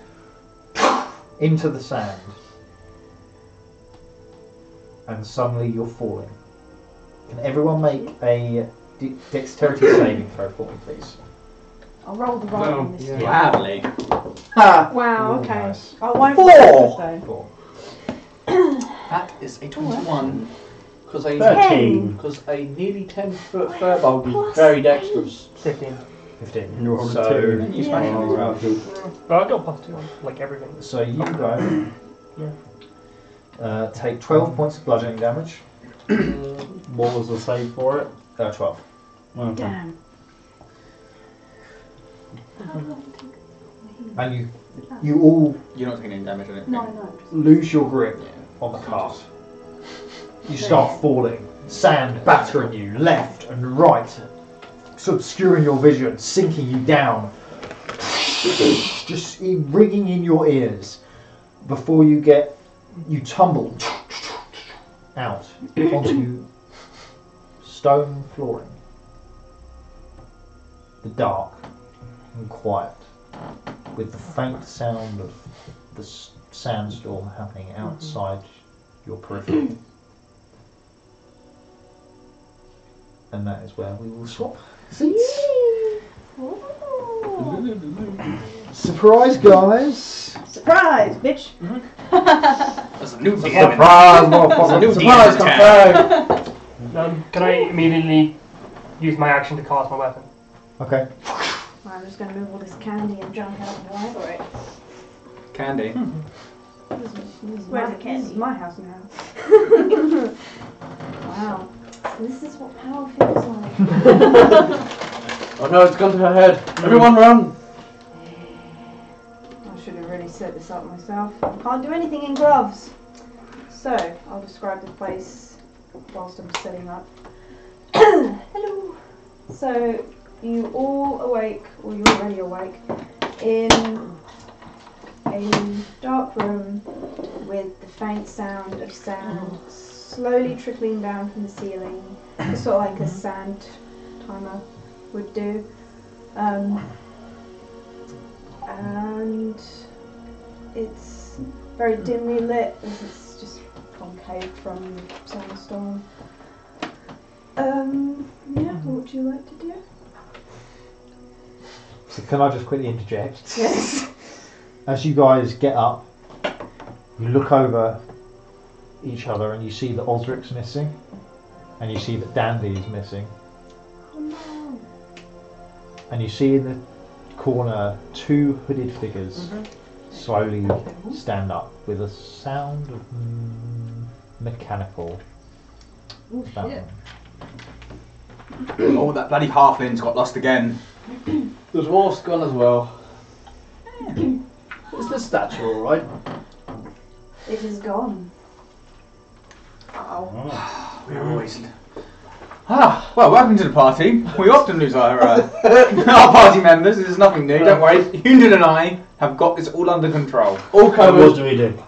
B: into the sand. And suddenly you're falling. Can everyone make a de- dexterity saving throw for me, please?
I: I'll roll the roll on this.
E: Oh, Yeah.
C: Gladly.
D: Wow.
B: Ooh,
D: Okay.
B: nice.
D: I won't.
C: Four.
D: roll this, though.
B: Cool.
E: That is a 21. Because I,
A: Thirteen.
E: because a nearly 10 foot furbolg is very dexterous.
F: 15.
B: 15.
A: You rolled a
B: So-
A: two.
C: You smash him as well.
F: But I got plus two on, like, everything.
B: So you guys
F: Yeah.
B: uh, take 12 points of bludgeoning damage.
A: What was the save for it?
B: Uh, 12.
A: Okay.
I: Damn.
B: And you you all
C: You're not taking any damage on it.
I: No, no.
B: lose your grip on the cart. You start falling. Sand battering you left and right. It's obscuring your vision, sinking you down. Just i- ringing in your ears before you get. You tumble out onto stone flooring. The dark and quiet, with the faint sound of the s- sandstorm happening outside your periphery. and that is where we will swap seats. Surprise, guys!
G: Surprise, bitch.
C: That's a new DM.
B: Surprise, motherfucker!
C: New
B: Surprise,
C: DM
B: confirmed!
F: Um, can I immediately use my action to cast my weapon?
B: Okay.
I: I'm just gonna move all this candy and junk out of the way.
G: Sorry.
C: Candy.
I: This is- this is
G: Where's
I: my-
G: the candy?
I: This is my house now. wow. This is what power feels like.
E: Oh no, it's gone to her head.
A: Mm.
E: Everyone run!
D: I should have really set this up myself. I can't do anything in gloves. So, I'll describe the place whilst I'm setting up. Hello! So, you all awake, or you're already awake, in a dark room with the faint sound of sound slowly trickling down from the ceiling, sort of like a sand timer would do. Um, and It's very dimly lit as it's just concave from sandstorm. Um, yeah, what would you like to do?
B: So can I just quickly interject?
D: Yes.
B: As you guys get up, you look over each other and you see that Osric's missing, and you see that Dandy is missing,
D: Oh no.
B: and you see in the corner two hooded figures
G: Mm-hmm.
B: slowly stand up with a sound of mm, mechanical.
G: Oh,
B: about
G: shit.
B: them.
C: Oh, that bloody halfling's got lost again.
E: The dwarf's gone as well.
A: Is the statue alright?
D: It is gone.
G: Oh.
C: We're always. Ah, well, welcome to the party. We often lose our uh, our party members. This is nothing new. Don't worry. Hundred and I have got this all under control.
E: All
A: And what
E: covered.
A: do we do?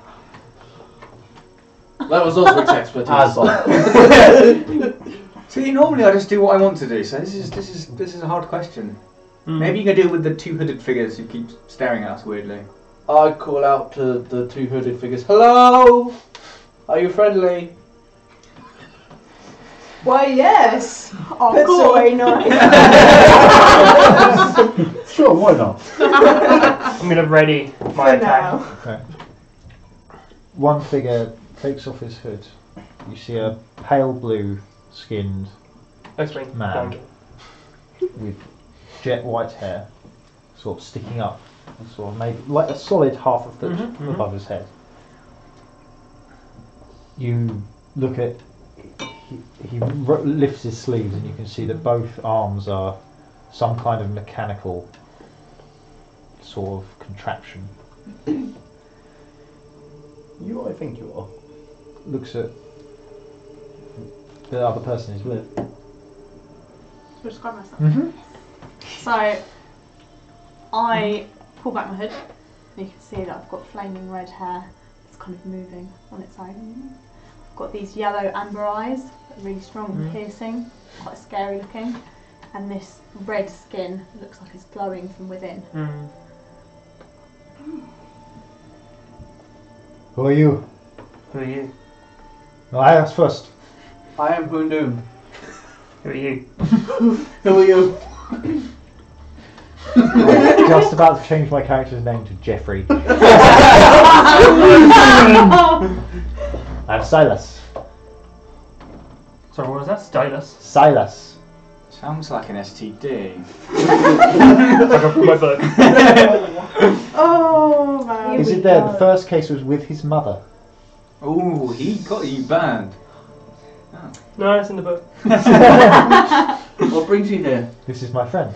E: That was Osric's expertise.
A: As I
C: See, normally I just do what I want to do. So this is this is this is a hard question.
E: Hmm.
F: Mm.
C: Maybe you can deal with the two hooded figures who keep staring at us weirdly.
E: I call out to the two hooded figures. Hello. Are you friendly?
D: Why, yes! Of
G: That's
D: course!
G: away
B: Sure, why not?
F: I'm gonna ready my
D: For
F: attack.
D: now.
B: One figure takes off his hood. You see a pale blue skinned
F: X-wing.
B: Man.
F: Donkey.
B: with jet white hair, sort of sticking up, and sort of maybe like a solid half a foot
F: Mhm, mhm.
B: above his head. You look at he, he r- lifts his sleeves, and you can see that both arms are some kind of mechanical sort of contraption.
A: You, I think you are.
B: Looks at the other person he's with.
G: Should I describe myself?
B: Mhm.
G: So, I pull back my hood, and you can see that I've got flaming red hair. It's kind of moving on its own. I've got these yellow amber eyes, that are really strong and piercing, quite scary looking. And this red skin that looks like it's glowing from within.
F: Mm.
B: Who are you?
F: Who are you?
B: No, I asked first.
E: I am Boondoon.
F: Who are you?
E: Who are you?
B: Just about to change my character's name to Jeffrey. I'm Silas.
F: Sorry, what was that? Stylus.
B: Silas.
C: Sounds like an STD.
F: my book.
G: Oh man.
B: Is it there? The first case was with his mother.
C: Oh, he got you banned.
F: No, it's in the book.
E: What brings you here?
B: This is my friend.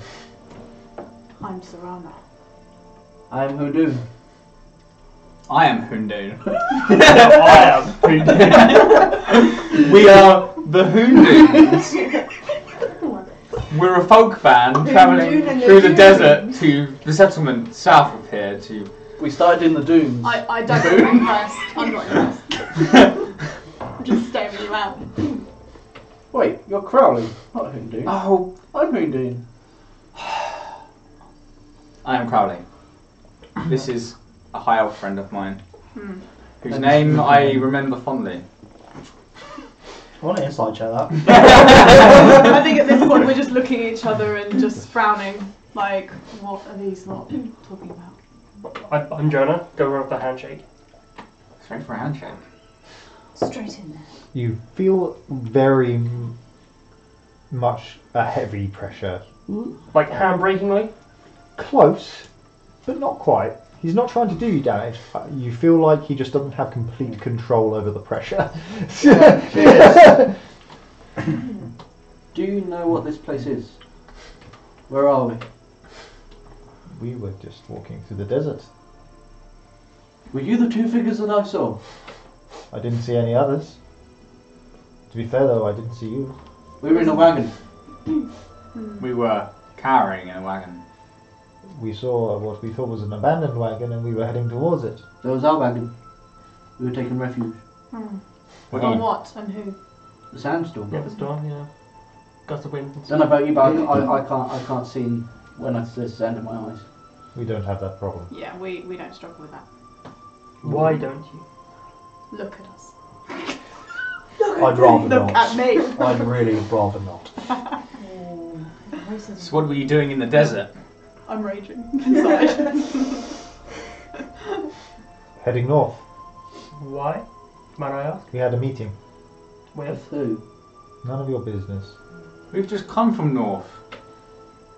G: I'm Sarana.
E: I am Hoodoo.
C: I am Hundu.
F: I am.
C: we are the Hunduns. We're a folk band travelling
G: Hundun and
C: through the
G: Hundun.
C: desert to the settlement south of here to
E: We started in the Dunes.
G: I, I don't know I'm impressed. I'm not impressed. I'm just staring you out.
E: Wait, you're Crowley, not Hoodoo.
C: Oh,
E: I'm Hoodoo.
C: I am Crowley. This is a high elf friend of mine,
G: Hmm.
C: whose name I remember fondly.
A: I want an inside check that.
G: I think at this point we're just looking at each other and just frowning, like, what are these lot talking about?
F: I, I'm Jonah. Go run up the handshake.
C: Straight for a handshake.
I: Straight in there.
B: You feel very m- much a heavy pressure.
F: Like handbrakingly.
B: Close, but not quite. He's not trying to do you damage. Uh, You feel like he just doesn't have complete control over the pressure.
E: Do you know what this place is? Where are we?
B: we were just walking through the desert.
E: Were you the two figures that I saw?
B: I didn't see any others. To be fair though, I didn't see you.
E: We were in a wagon.
C: We were cowering in a wagon.
B: We saw what we thought was an abandoned wagon and we were heading towards it.
E: There was our wagon. We were taking refuge.
C: What
G: On
C: do
G: what and who?
E: The sandstorm.
F: Yeah, the storm. Yeah. Gusts of wind. and
E: Don't know about you, but I, I, I can't. I can't see when I see the sand in my eyes.
B: We don't have that problem.
G: Yeah, we, we don't struggle with that.
F: Why don't you?
G: Look at us.
A: I'd rather
G: Look
A: not.
G: at me.
A: I'd really rather not.
C: So what were you doing in the desert?
G: I'm raging inside.
B: Heading north.
F: Why? Might I ask?
B: We had a meeting.
F: With?
E: Who?
B: None of your business.
C: We've just come from north.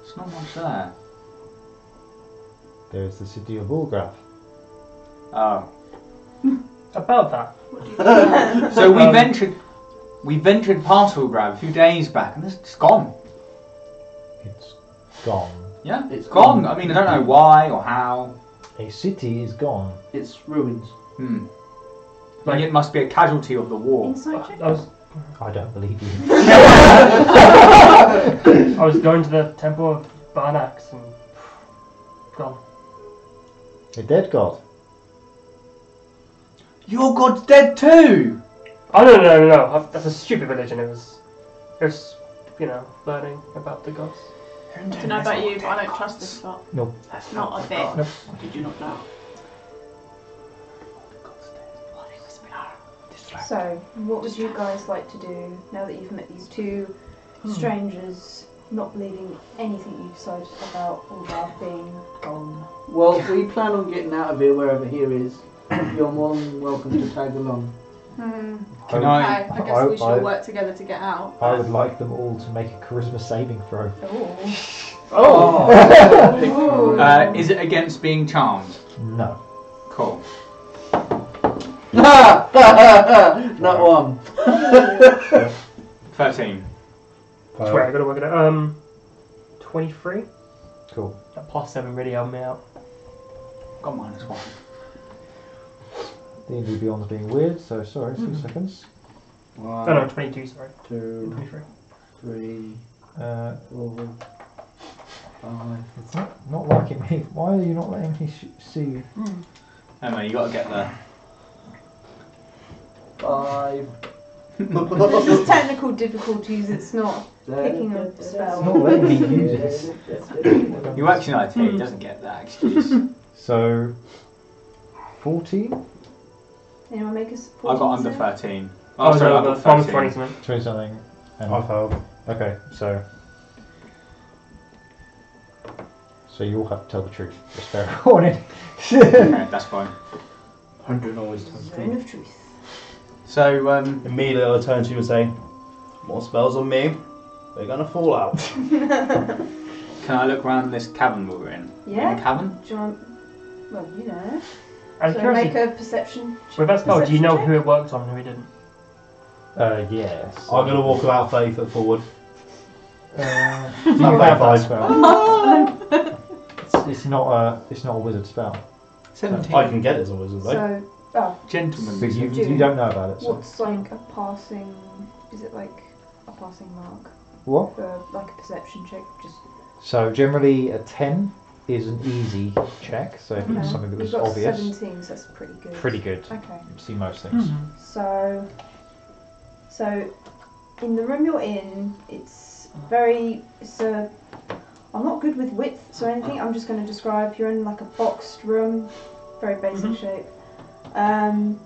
C: It's not much there.
B: There is the city of Ulgraf.
C: Oh.
F: About that.
C: So we
F: Um,
C: ventured we ventured past Ulgrav a few days back and it's, it's gone.
B: It's gone.
C: Yeah? It's
E: It's
C: gone.
E: gone.
C: I mean I don't know why or how.
B: A city is gone.
E: It's ruins.
C: Hmm. Like it must be a casualty of the war.
I: Inside check.
F: I was,
B: I don't believe you.
F: I was going to the temple of Barnax and gone.
B: a dead god.
C: Your god's dead too!
F: Oh no no no no! no. That's a stupid religion. It was, it was, you know, learning about the gods.
G: don't know about you, but I don't trust this lot.
B: No.
G: That's not a bit.
F: No.
E: Did you not know?
D: So, what would you guys like to do now that you've met these two Hmm. strangers, not believing anything you've said about Ulgar being gone?
E: Well, we plan on getting out of here wherever here is. You're more than welcome to tag along.
G: Hmm.
C: Can
B: I,
G: Okay, I guess we should
B: I-
G: all work together to get out.
B: I would like them all to make a charisma saving throw.
D: Oh,
C: Oh. uh, is it against being charmed?
B: No.
C: Cool.
E: Not one.
C: 13.
F: Wait, I gotta work it out. Um, twenty-three.
B: Cool.
F: That plus seven really helped me out.
C: Got minus one.
B: The Indie Beyond's being weird, so sorry, 2
A: Hmm.
B: seconds.
E: One,
A: Uh,
F: Oh no, twenty-two. Sorry,
E: two,
F: twenty-three.
E: three,
B: Uh,
E: four, five.
B: it's not, not liking me. Why are you not letting me sh- see you?
C: Emma, you gotta get there.
E: Five.
D: this is technical difficulties. It's not picking a
B: It's
D: spell.
B: not letting me use it.
C: You work in IT,
F: Hmm.
C: he doesn't get that excuse.
B: So, 14?
D: Anyone make a
C: I
D: support?
C: got under 13.
F: Oh,
C: Oh, sorry, I
F: no,
C: got
F: the farm's
C: 13.
F: twenty something.
B: 20 something. and-
J: failed.
B: Okay, so. So you all have to tell the truth. Just fair warning.
C: Okay, that's fine.
E: Hundred always times
D: Zone of truth.
C: So, um,
A: Immediately I turn to you and say, More spells on me, we're gonna fall out.
C: can I look around this cavern we were in? In
D: Yeah.
C: the cavern?
D: Do you want? Well, you know.
F: And
D: So make
F: curiosity,
D: a perception.
F: with that spell, do you
D: perception
F: know
D: check?
F: who it worked on and who it didn't?
B: Uh, yes.
A: I'm gonna walk about 30 foot forward.
B: Uh,
A: You
B: not
A: have
B: a
A: that.
B: spell. it's, it's not a it's not a wizard spell.
A: I can get it as a wizard, though.
D: So, oh,
C: Gentlemen.
B: But you,
D: do.
B: you don't know about it. So.
D: what's like a passing? Is it like a passing mark
B: What?
D: for like a perception check? Just
B: So generally a ten is an easy check. So if
D: Okay.
B: it's something that
D: We've
B: was
D: Mm-hmm. got
B: obvious,
D: 17, so that's pretty good.
B: pretty good.
D: Okay,
B: You see most things.
D: so so in the room you're in, it's very it's a. I'm not good with width or anything. I'm just going to describe. You're in like a boxed room, very basic shape. Um,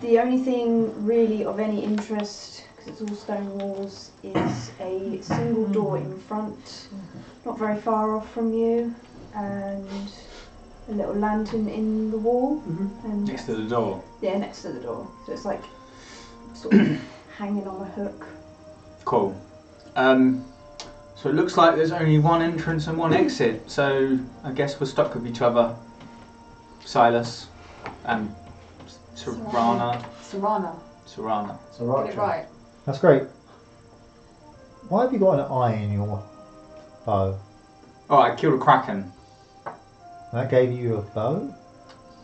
D: the only thing really of any interest, because it's all stone walls, is a single door in front, not very far off from you, and a little lantern in the wall. And
C: Next to the door.
D: yeah, next to the door. So it's like sort of hanging on a hook.
C: Cool. Um, so it looks like there's only one entrance and one exit. So I guess we're stuck with each other. Silas and Sarana.
G: Serana,
C: Sarana.
G: get it right.
B: That's great. Why have you got an eye in your bow?
C: Oh, I killed a kraken.
B: That gave you a bow.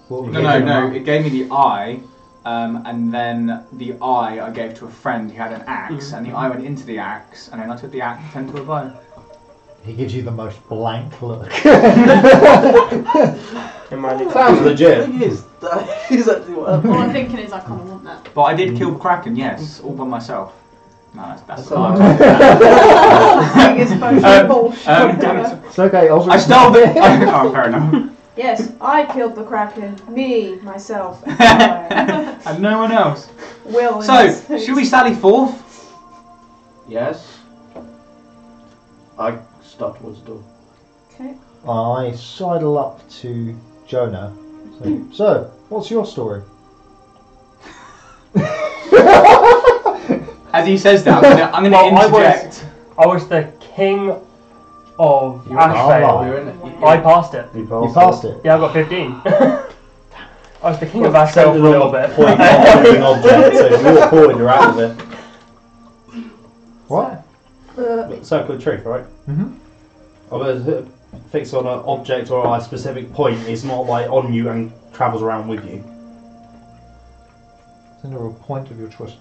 B: What
C: No,
B: was
C: no,
B: it?
C: no. It gave me the eye, um, and then the eye I gave to a friend who had an ax and the eye went into the axe, and then I took the axe and turned to a bow.
B: He gives you the most blank look.
F: In my league.
A: Sounds legit.
E: thing is, that is actually what happened.
G: All I'm thinking is I kind of want that.
C: But I did kill the kraken, yes, all by myself. No, that's, Mm. that's a
E: all
C: lie.
D: Biggest bunch of bullshit
C: um,
D: ever.
C: damn it.
B: It's okay. Osric-
C: I stole the. oh, fair enough.
D: Yes, I killed the kraken. Me, myself, and I.
C: and no one else.
D: Will. in
C: So,
D: this case.
C: should we sally forth?
E: Yes. I start towards the door.
D: Okay.
B: I sidle up to Jonah. So, so what's your story?
C: As he says that, I'm gonna, I'm gonna
F: Well, I was-
C: interject.
F: I was the king of
E: You
B: are.
F: Ashvale.
E: We're in it.
F: I passed it.
A: You
B: You passed it.
F: Yeah, I got 15. I was the king of
A: Well,
F: Ashvale for a
A: straight
F: little
A: to the
F: bit.
A: Point not moving object, so if you walk forward, you're out of it.
B: What?
A: But circle of truth, right?
B: Mhm.
A: I was uh, fixed on an object or a specific point. It's not like on you and travels around with you.
B: It's another point of your choice.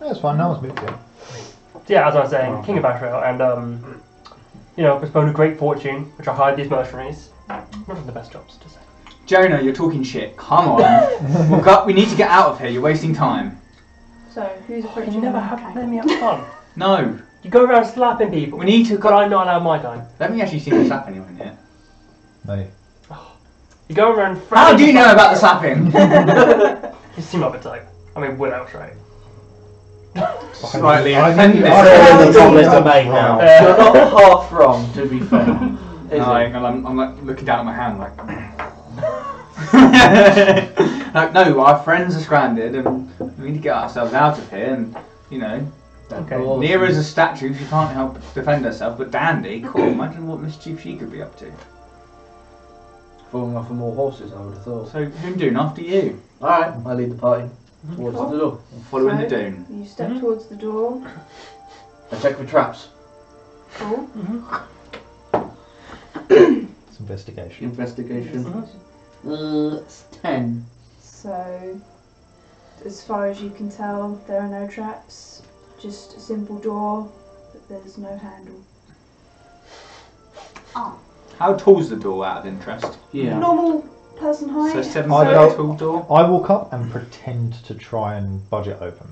B: That's fine. No one's moved yet.
F: Yeah, as I was saying, King of Ashrael, and um, you know, postponed a great fortune, which I hired these mercenaries. Not of the best jobs to say.
C: Jonah, you're talking shit. Come on. We've got, we need to get out of here. You're wasting time.
D: So, who's
F: But
D: approaching?
F: you never
D: me?
F: have let me have fun.
C: No.
F: You go around slapping people.
C: We need to
F: But
C: go.
F: I'm not allowed my time.
C: Let me actually see the slap anyone here.
B: No.
F: You go around.
C: How do you know about the slapping?
F: You seem like the type. I mean, Will outright.
C: Slightly
B: I think-
C: offended.
B: I
C: No,
A: All
B: think-
A: the dollars are made now.
F: Uh,
E: You're not half wrong, to be fair. Is it?
C: like, and I'm, I'm like looking down at my hand like. like no, our friends are stranded and we need to get ourselves out of here and you know.
F: Okay.
E: Well,
C: Nero's a statue, she can't help defend herself, but Dandy, cool, imagine what mischief she could be up to.
E: Falling off of more horses, I would have thought.
C: So Hundoon, after you.
E: Alright, I lead the party towards the door.
C: Following
D: Right.
C: the Dune.
D: You step
C: Mm-hmm.
D: towards the door.
E: I check for traps.
D: Cool.
B: It's investigation.
E: Investigation. Uh, it's 10.
D: So, as far as you can tell, there are no traps. Just a simple door, but there's no handle.
C: How tall's the door out of interest?
E: Yeah.
D: Normal person height.
C: So seven
B: I go-
C: foot tall door?
B: I walk up and pretend to try and budge it open.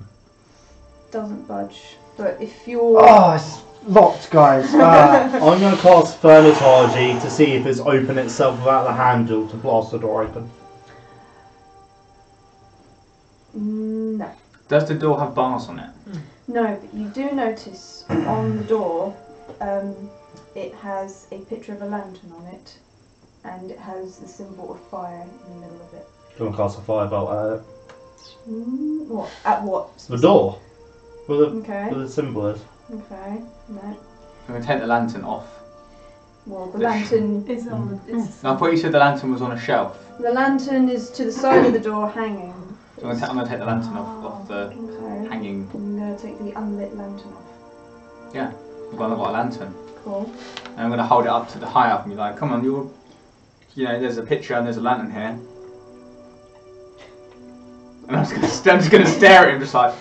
D: doesn't budge. But if you're
B: Oh, it's locked, guys. Ah.
A: I'm going to cast Thaumaturgy to see if it's open itself without the handle to blast the door open.
D: Mm, no,
C: Does the door have bars on it?
D: no, but you do notice on the door, um, it has a picture of a lantern on it, and it has the symbol of fire in the middle of it.
A: Going to cast a firebolt at it.
D: Mm, what? At what?
A: uh, the door. With the,
D: Okay.
A: with the symbol is.
D: Okay. No.
C: I'm gonna take the lantern off.
D: Well, the
C: The sh-
D: lantern.
G: Is on the. Is,
C: I thought you said the lantern was on a shelf.
D: The lantern is to the side of the door, hanging.
C: So I'm gonna, ta- I'm gonna take the lantern off, off
A: Uh,
C: the
D: Okay.
C: hanging.
D: I'm gonna take the unlit lantern off.
C: I've got I've got a lantern.
D: Cool.
C: And I'm gonna hold it up to the high up and be like, come on, you're. You know, there's a picture and there's a lantern here. And I'm just gonna, st- I'm just gonna stare at him, just like,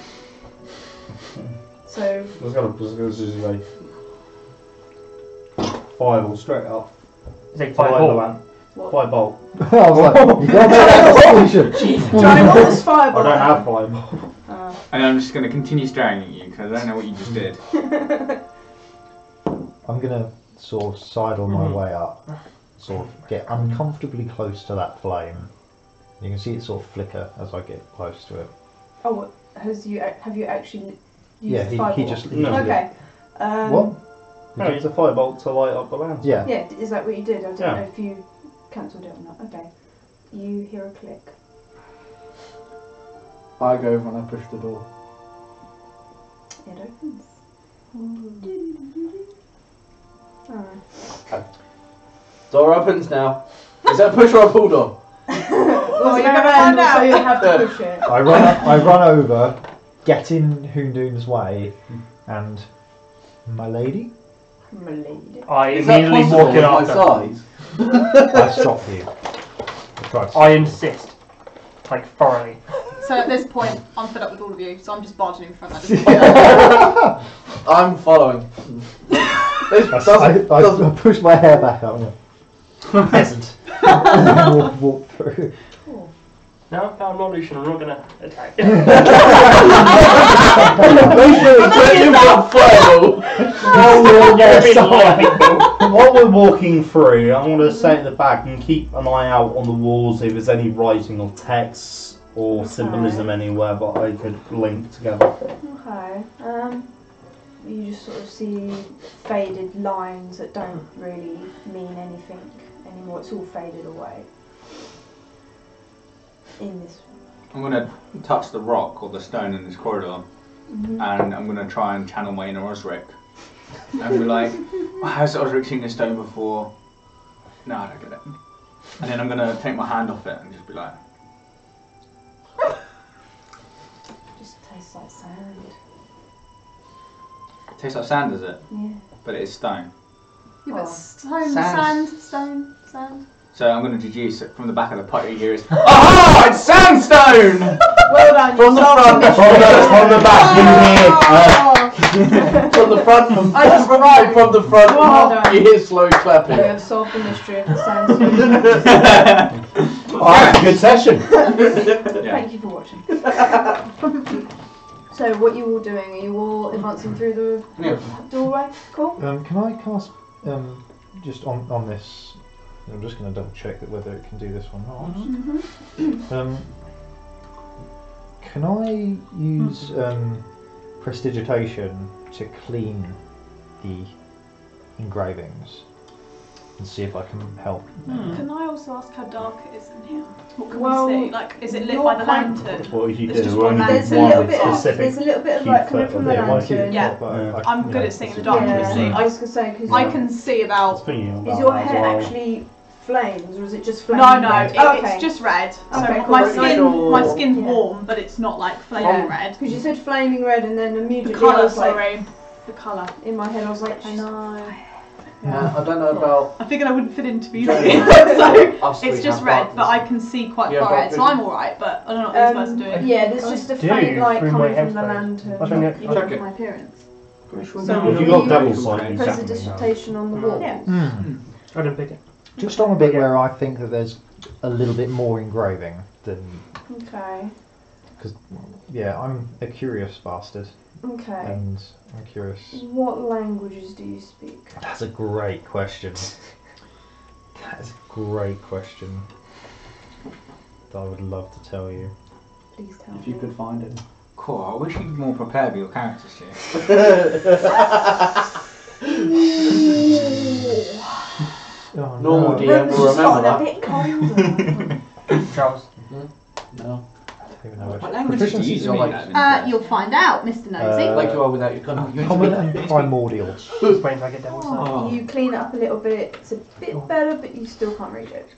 D: So
A: It's going to just like. Fireball straight up.
F: It's a
A: Fireball.
F: fireball.
A: Fireball.
B: I was like, you got that explanation.
D: Johnny, what was
A: Oh,
D: fireball?
A: I don't have fireball.
D: Oh.
C: and I'm just gonna continue staring at you because I don't know what you just did.
B: I'm gonna sort of sidle my
D: Mm-hmm.
F: Mhm.
B: way up, sort of get uncomfortably close to that flame. You can see it sort of flicker as I get close to it.
D: Oh, what- has you ac- have you actually used
B: yeah,
D: the
B: he,
D: fireball?
B: he just. He
A: No.
B: just-
D: Okay. Um,
B: What?
A: No, use a firebolt to light up the lantern.
B: Yeah.
D: Yeah, d- is that what you did? I don't
A: Yeah.
D: know if you cancelled it or not. Okay. You hear a click.
E: I go over and I push the door.
D: It opens. Oh.
E: Door opens now. Is that a push or a pull door?
D: Well,
G: you're gonna find
D: so you have to push it.
B: I run. I run over, get in Hundoon's way,
D: Hmm.
B: and my lady,
D: Malady.
F: I
E: Is that
F: immediately
E: possible
F: walk in
E: with my
F: after.
E: size?
B: I stop you. I try to
F: I insist, like thoroughly.
G: so at this point, I'm fed up with all of you, so I'm just barging in front. I just
E: I'm following. this
B: I,
E: doesn't,
B: I- I
E: doesn't
B: push my hair back out. yeah. Peasant. walk, walk through.
F: No, no, I'm not Lucian. I'm not gonna attack.
E: Make sure it's not fireball. Roll
A: we're
J: Yeah,
A: walking-
J: sorry.
A: While we're walking through, I want to stay at the back and keep an eye out on the walls if there's any writing or texts or symbolism anywhere that I could link together.
D: Okay. Um, you just sort of see faded lines that don't really mean anything anymore. It's all faded away. In this.
C: I'm gonna touch the rock or the stone in this corridor, and I'm gonna try and channel my inner Osric. And be like, oh, "Has Osric seen this stone before?" No, I don't get it. And then I'm gonna take my hand off it and just be like,
D: Just tastes like sand.
C: "It tastes like sand, does it?
D: Yeah.
C: But it is stone."
G: Yeah,
D: Oh.
G: but stone,
C: Sand.
G: sand, stone, sand.
C: So I'm gonna deduce it from the back of the pot you hear is, "Aha! It's sandstone!"
G: Well done.
E: From the front,
A: From the, from the back, you hear.
D: Oh,
A: Uh,
E: from the front, from,
G: I just
E: from, right from the front.
D: Well done.
E: You hear slow clapping.
D: We have solved the mystery of the sand.
A: ah, good session.
C: yeah.
D: Thank you for watching. so what you all doing? Are you all advancing through the
E: Yeah.
D: doorway? Cool.
B: Um, can I cast um, just on on this? I'm just going to double check that whether it can do this or not.
G: Mm-hmm.
B: Um, can I use
G: Mm-hmm.
B: um, prestidigitation to clean the engravings and see if I can help?
G: Can I also ask how dark it is in here? What can
D: Well,
G: we see? Like, is it lit
D: you're
G: by the
D: quite-
G: lantern?
A: What would you
G: It's just
A: do? We're
G: one
A: only
G: man.
A: doing
D: There's a
A: one
D: little
A: with
D: bit of
A: specific.
D: there's a little bit of
A: key
D: light coming
A: clip
D: from
A: on
D: the
A: there.
B: why keep
D: lantern.
B: it
G: Yeah.
B: up? I- uh, I-
G: I'm
B: you
G: good
B: know,
G: at seeing in the
B: it's-
G: dark,
D: Yeah,
G: obviously.
D: I was gonna say because
G: I can see
A: I was
G: about.
A: thinking about
D: Is your
A: that as
D: hair
A: well.
D: actually flames, or is it just flames?
G: No, no, it,
D: okay.
G: it's just red. So
D: Okay, cool.
G: my
D: It's
G: skin,
E: not-
G: my skin's
D: Yeah.
G: warm, but it's not like
D: Yeah.
G: flaming red.
D: because you said flaming red, and then
G: The
D: immediately I
G: colour,
D: was like,
G: sorry, the colour.
D: in my head, I was like,
G: I know.
E: Yeah, I don't know about.
G: I figured I wouldn't fit into beauty, so
E: Us three
G: it's just
E: have
G: red. But I
E: darkness.
G: can see quite
E: Yeah,
G: far ahead, so
E: dark
G: I'm all right. But I don't know what these
D: Um,
G: guys are doing.
D: yeah, there's just a
F: do
D: faint light
F: through my
D: coming from the
F: headspace. I
D: lantern.
F: think that-
G: You
C: Okay.
G: don't like my appearance.
D: Which will
F: So-
D: be
A: If you got double sight, you
D: press a
A: definitely have.
D: dissertation on the wall.
G: Yeah.
B: Hmm.
F: I didn't pick it.
B: Just on a bit where I think that there's a little bit more engraving than
D: Okay.
B: Yeah, I'm a curious bastard,
D: Okay.
B: and I'm curious.
D: What languages do you speak?
B: That's a great question. That's a great question. That I would love to tell you.
D: Please tell
E: If you
D: me.
E: could find it.
C: Cool. I wish you'd more prepare for your characters here.
B: Oh,
E: Normal
B: no.
E: DM will remember
D: just gotten
E: that.
D: a bit colder.
F: Charles.
E: No.
B: I don't even know which-
C: What languages do you
B: Proficiencies are
C: speak?
B: like-
C: out of
G: Uh,
C: interest?
G: you'll find out, Mr. Nosey.
B: Uh,
E: Like you are without your gun.
B: Common and primordial.
F: Explains I get devil's side.
C: Oh.
D: you clean it up a little bit. It's a bit better, but you still can't read it.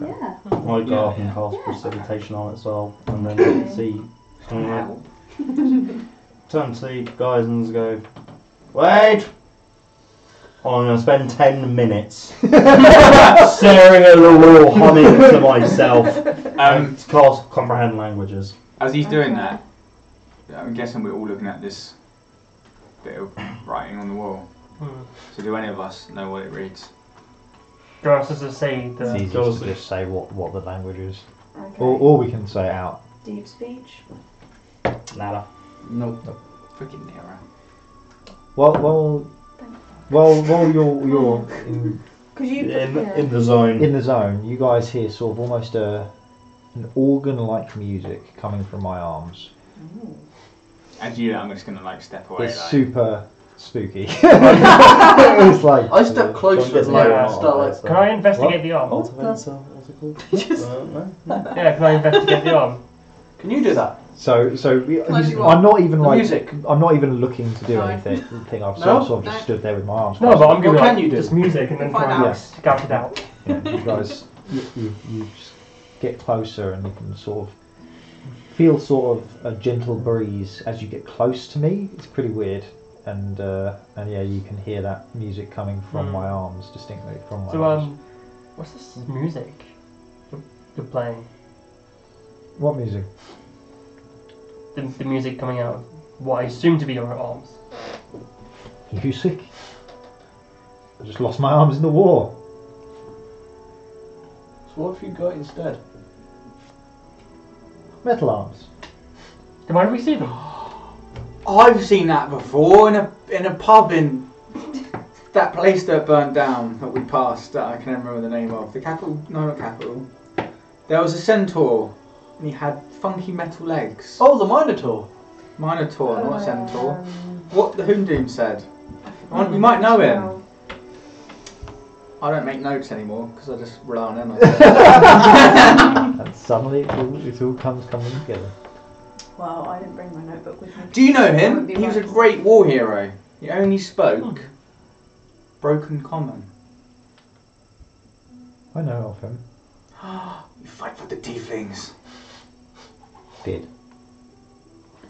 G: yeah.
A: I go up and cast precipitation on it as well, and then see. and then Turn to the guys and just go, wait! I'm gonna spend 10 minutes staring at the wall, humming to myself,
C: Um,
A: and cast comprehend languages.
C: As he's doing
D: Okay.
C: that, I'm guessing we're all looking at this bit of writing on the wall.
F: Hmm.
C: So do any of us know what it reads?
F: Jonas does it say
B: It's
F: the.
B: easy to just say what, what the language is.
D: Okay.
E: Oh.
B: Or, or we can say it out.
D: Deep speech.
A: Nada.
E: Nope.
C: Freaking Nero.
B: Well, well, well, well, you're, you're in,
D: Because you.
A: In,
D: yeah.
A: in the zone.
B: in the zone. You guys hear sort of almost a, an organ-like music coming from my arms.
C: As you, I'm just gonna like step away.
B: It's
C: like,
B: super spooky. it was like
E: I step closer and like,
F: Yeah.
E: start like.
F: Can I investigate the arm?
A: What's it called? Uh, no?
F: Yeah, can I investigate the arm?
E: Can you do that?
B: so so. we-
G: Close you
B: I'm not even
E: The
B: like
E: music.
B: I'm not even looking to do
G: No.
B: anything. Thing I've
E: No?
B: sort of just
G: No.
B: stood there with my arms.
F: No, but I'm gonna
E: What
F: like,
E: can you do?
F: just music and then
G: Find
F: try and
B: out.
F: scout it out.
B: crossed. Yeah, you guys, you, you, you just get closer and you can sort of feel sort of a gentle breeze as you get close to me. It's pretty weird. And uh, and yeah, you can hear that music coming from
F: Hmm.
B: my arms distinctly from my
F: So
B: arms.
F: um, what's this music you're- you're playing?
B: What music?
F: The, the music coming out of what I assume to be your arms.
B: Music. I just lost my arms in the war.
E: So what have you got instead?
B: Metal arms.
F: Do you mind if we see them?
E: I've seen that before in a in a pub in
C: that place that burned down that we passed that I can remember the name of. The capital? No, not capital. There was a centaur, and he had funky metal legs.
E: Oh, the Minotaur.
C: Minotaur, not centaur.
D: Um,
C: What the Hoondoom said. I want- You might know him. I don't make notes anymore because I just rely on him. I guess.
B: And suddenly it all, it all comes coming together.
D: Well, I didn't bring my notebook with me.
C: Do you know him?
D: Wouldn't be
C: He was a
D: nice.
C: great war hero. He only spoke broken common.
B: I know of him.
C: You fight for the tieflings.
B: Did.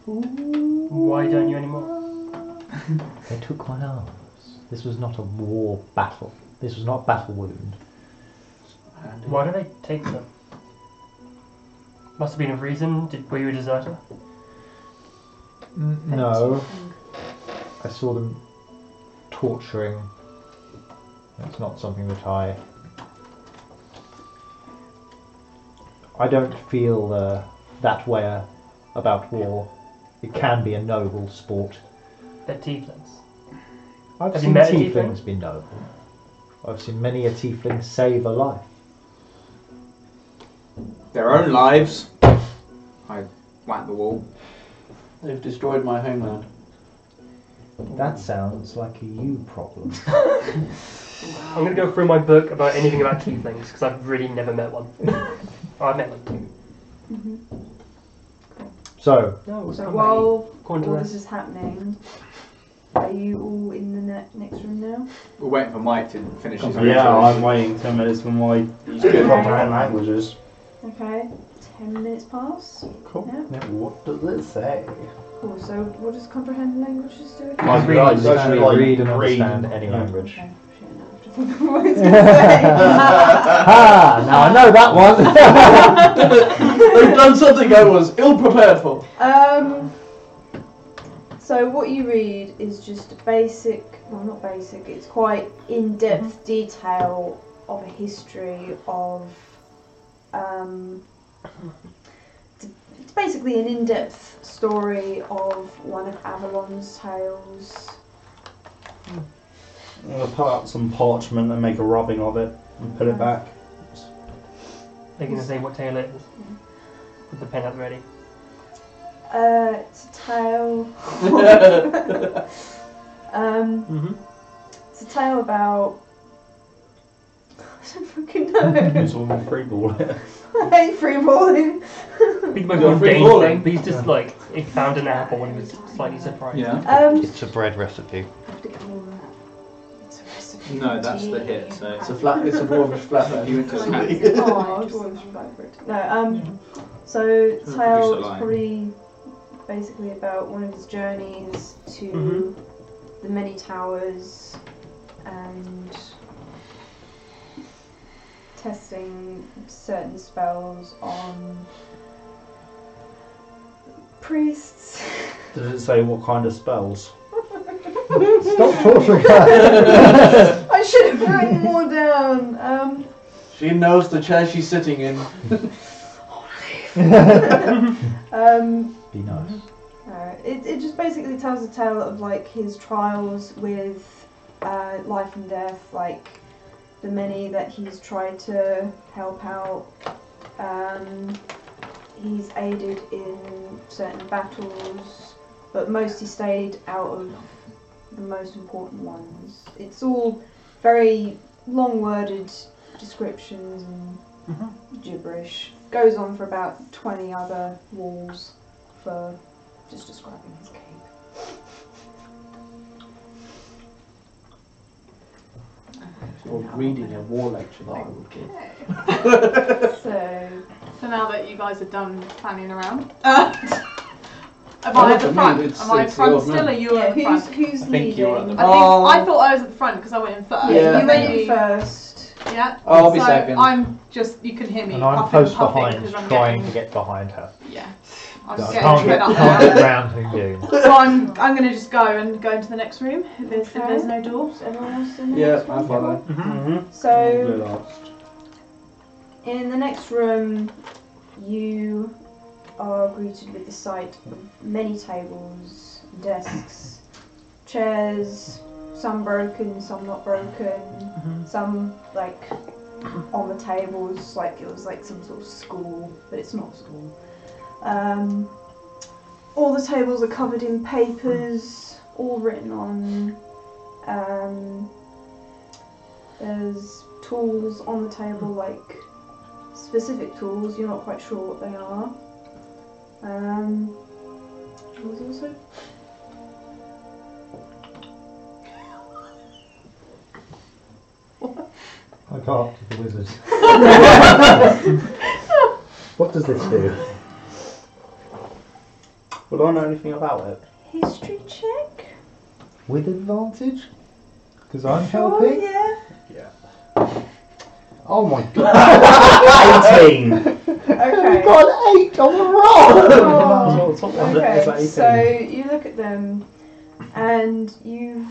F: Why don't you anymore?
B: They took my arms. This was not a war battle. This was not battle wound.
F: Why do they take them? Must have been a reason. Did, were you a deserter?
B: N- No.
F: Mm.
B: I saw them torturing. That's not something that I. I don't feel uh, that way uh, about war. It can be a noble sport.
F: They're tieflings.
B: I've
F: Have you
B: seen
F: met a
B: tieflings be noble. I've seen many a tiefling save a life.
C: Their own lives. I whack the wall.
E: They've destroyed my homeland.
B: That sounds like a you problem.
F: I'm gonna go through my book about anything about tieflings because I've really never met one. oh, I've met like two.
B: so,
F: No,
D: Mm-hmm. So while
F: According
D: all
F: to
D: this
F: this.
D: is happening, are you all in the ne- next room now?
C: We're waiting for Mike to finish his
A: Yeah, I'm
C: ritual.
A: waiting 10 minutes for my
D: good.
A: comprehend languages.
D: Okay, ten minutes pass.
A: Cool.
D: Yeah.
A: Now, what does it say?
D: Cool. So what does comprehend languages do? again?
A: Like,
F: Read.
A: I
B: I
A: literally,
B: can
A: like,
B: read and understand
A: read.
B: any
A: Yeah.
B: language.
D: Okay. Shit, now I have to think of what it's gonna say.
B: Ah, now I know that one.
E: They've done something I was ill prepared for.
D: Um, so what you read is just basic, well not basic, it's quite in-depth detail of a history of, um, it's it's basically an in-depth story of one of Avalon's tales.
A: I'm going to pull out some parchment and make a rubbing of it and put it back.
F: They're gonna say what tale it is. With the pen up ready.
D: Uh, it's a tale, um,
F: Mm-hmm.
D: it's a tale about, I don't fucking know,
A: It's all in free ball.
D: I hate freeballing.
F: Be the most
E: You're
F: mundane
E: free-balling.
F: thing. But he's just like he found an apple when he was slightly surprised.
C: Yeah.
D: Um,
B: a bread recipe.
D: have to get all that. It's a recipe.
C: No, that's the hit. So
E: It's a flat. It's a dwarvish flatbread.
C: you into a
D: oh, dwarves favourite. No, um, so
C: Produce
D: Tale
C: a
D: is
C: line.
D: probably basically about one of his journeys to
C: Mm-hmm.
D: the many towers and testing certain spells on priests.
A: Does it say what kind of spells?
B: Stop torturing her.
D: I should have written more down. Um,
E: She knows the chair she's sitting in.
D: Um,
B: Be nice.
D: no, Uh, it, it just basically tells a tale of like his trials with uh, life and death, like the many that he's tried to help out. Um, he's aided in certain battles, but most he stayed out of the most important ones. It's all very long worded descriptions and gibberish. Goes on for about 20 other walls for just describing his cape.
E: Or reading a war lecture that I would give.
D: So,
G: So now that you guys are done planning around, am
E: Well,
G: I
E: look
G: at
E: at
G: the
E: me,
G: front?
E: it's-
G: am I at
E: it's the
G: the front
E: old
G: still?
E: man.
G: Are you
D: yeah,
G: at the front?
D: who's, who's
E: I think you're at
D: leading?
E: the-
G: I, think,
E: Oh.
G: I thought I was at the front because I went in first.
D: Yeah, you went
G: Maybe-
D: in first.
G: Yeah.
E: Oh, I'll be
G: so
E: second.
G: I'm just. You can hear me.
B: And I'm
G: puffing,
B: close
G: puffing
B: behind,
G: 'cause I'm
B: trying
G: getting,
B: to get behind her.
G: Yeah. I'm
B: But
G: just
B: I
G: getting
B: can't
G: fed
B: get,
G: up.
B: can't get round to you.
G: so I'm. I'm going to just go and go into the next room if there's, if there's no door.
D: Is everyone else in the
E: Yeah,
D: next
E: I
D: one?
E: follow.
A: Mm-hmm.
D: So, in the next room, you are greeted with the sight of many tables, desks, chairs, some broken, some not broken, some like on the tables, like it was like some sort of school, but it's not school. Um, all the tables are covered in papers, all written on. Um, there's tools on the table, like specific tools, you're not quite sure what they are. Um, there was also
B: I can't to the wizard. what does this do?
A: Would I know anything about it?
D: history check.
B: With advantage? Because I'm
D: Oh
B: helping?
D: yeah.
B: Oh my god.
A: 18!
D: Okay.
B: got an 8 on the roll!
D: Oh.
A: It's like
D: Okay,
A: 18.
D: so you look at them, and you've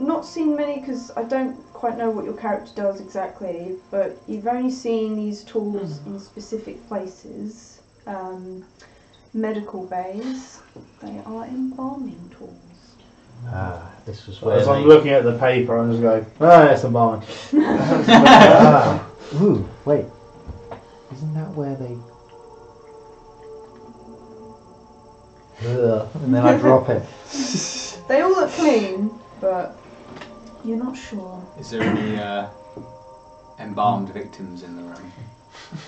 D: not seen many because I don't quite know what your character does exactly, but you've only seen these tools in specific places. Um, medical bays, they are embalming tools.
B: Ah, this was where.
A: As I'm
B: they-
A: looking at the paper, I'm just going, oh, it's a barn.
B: ah. Ooh, wait. Isn't that where they. Ugh, and then I drop it.
D: They all look clean, but you're not sure.
C: Is there any uh, embalmed victims in the room?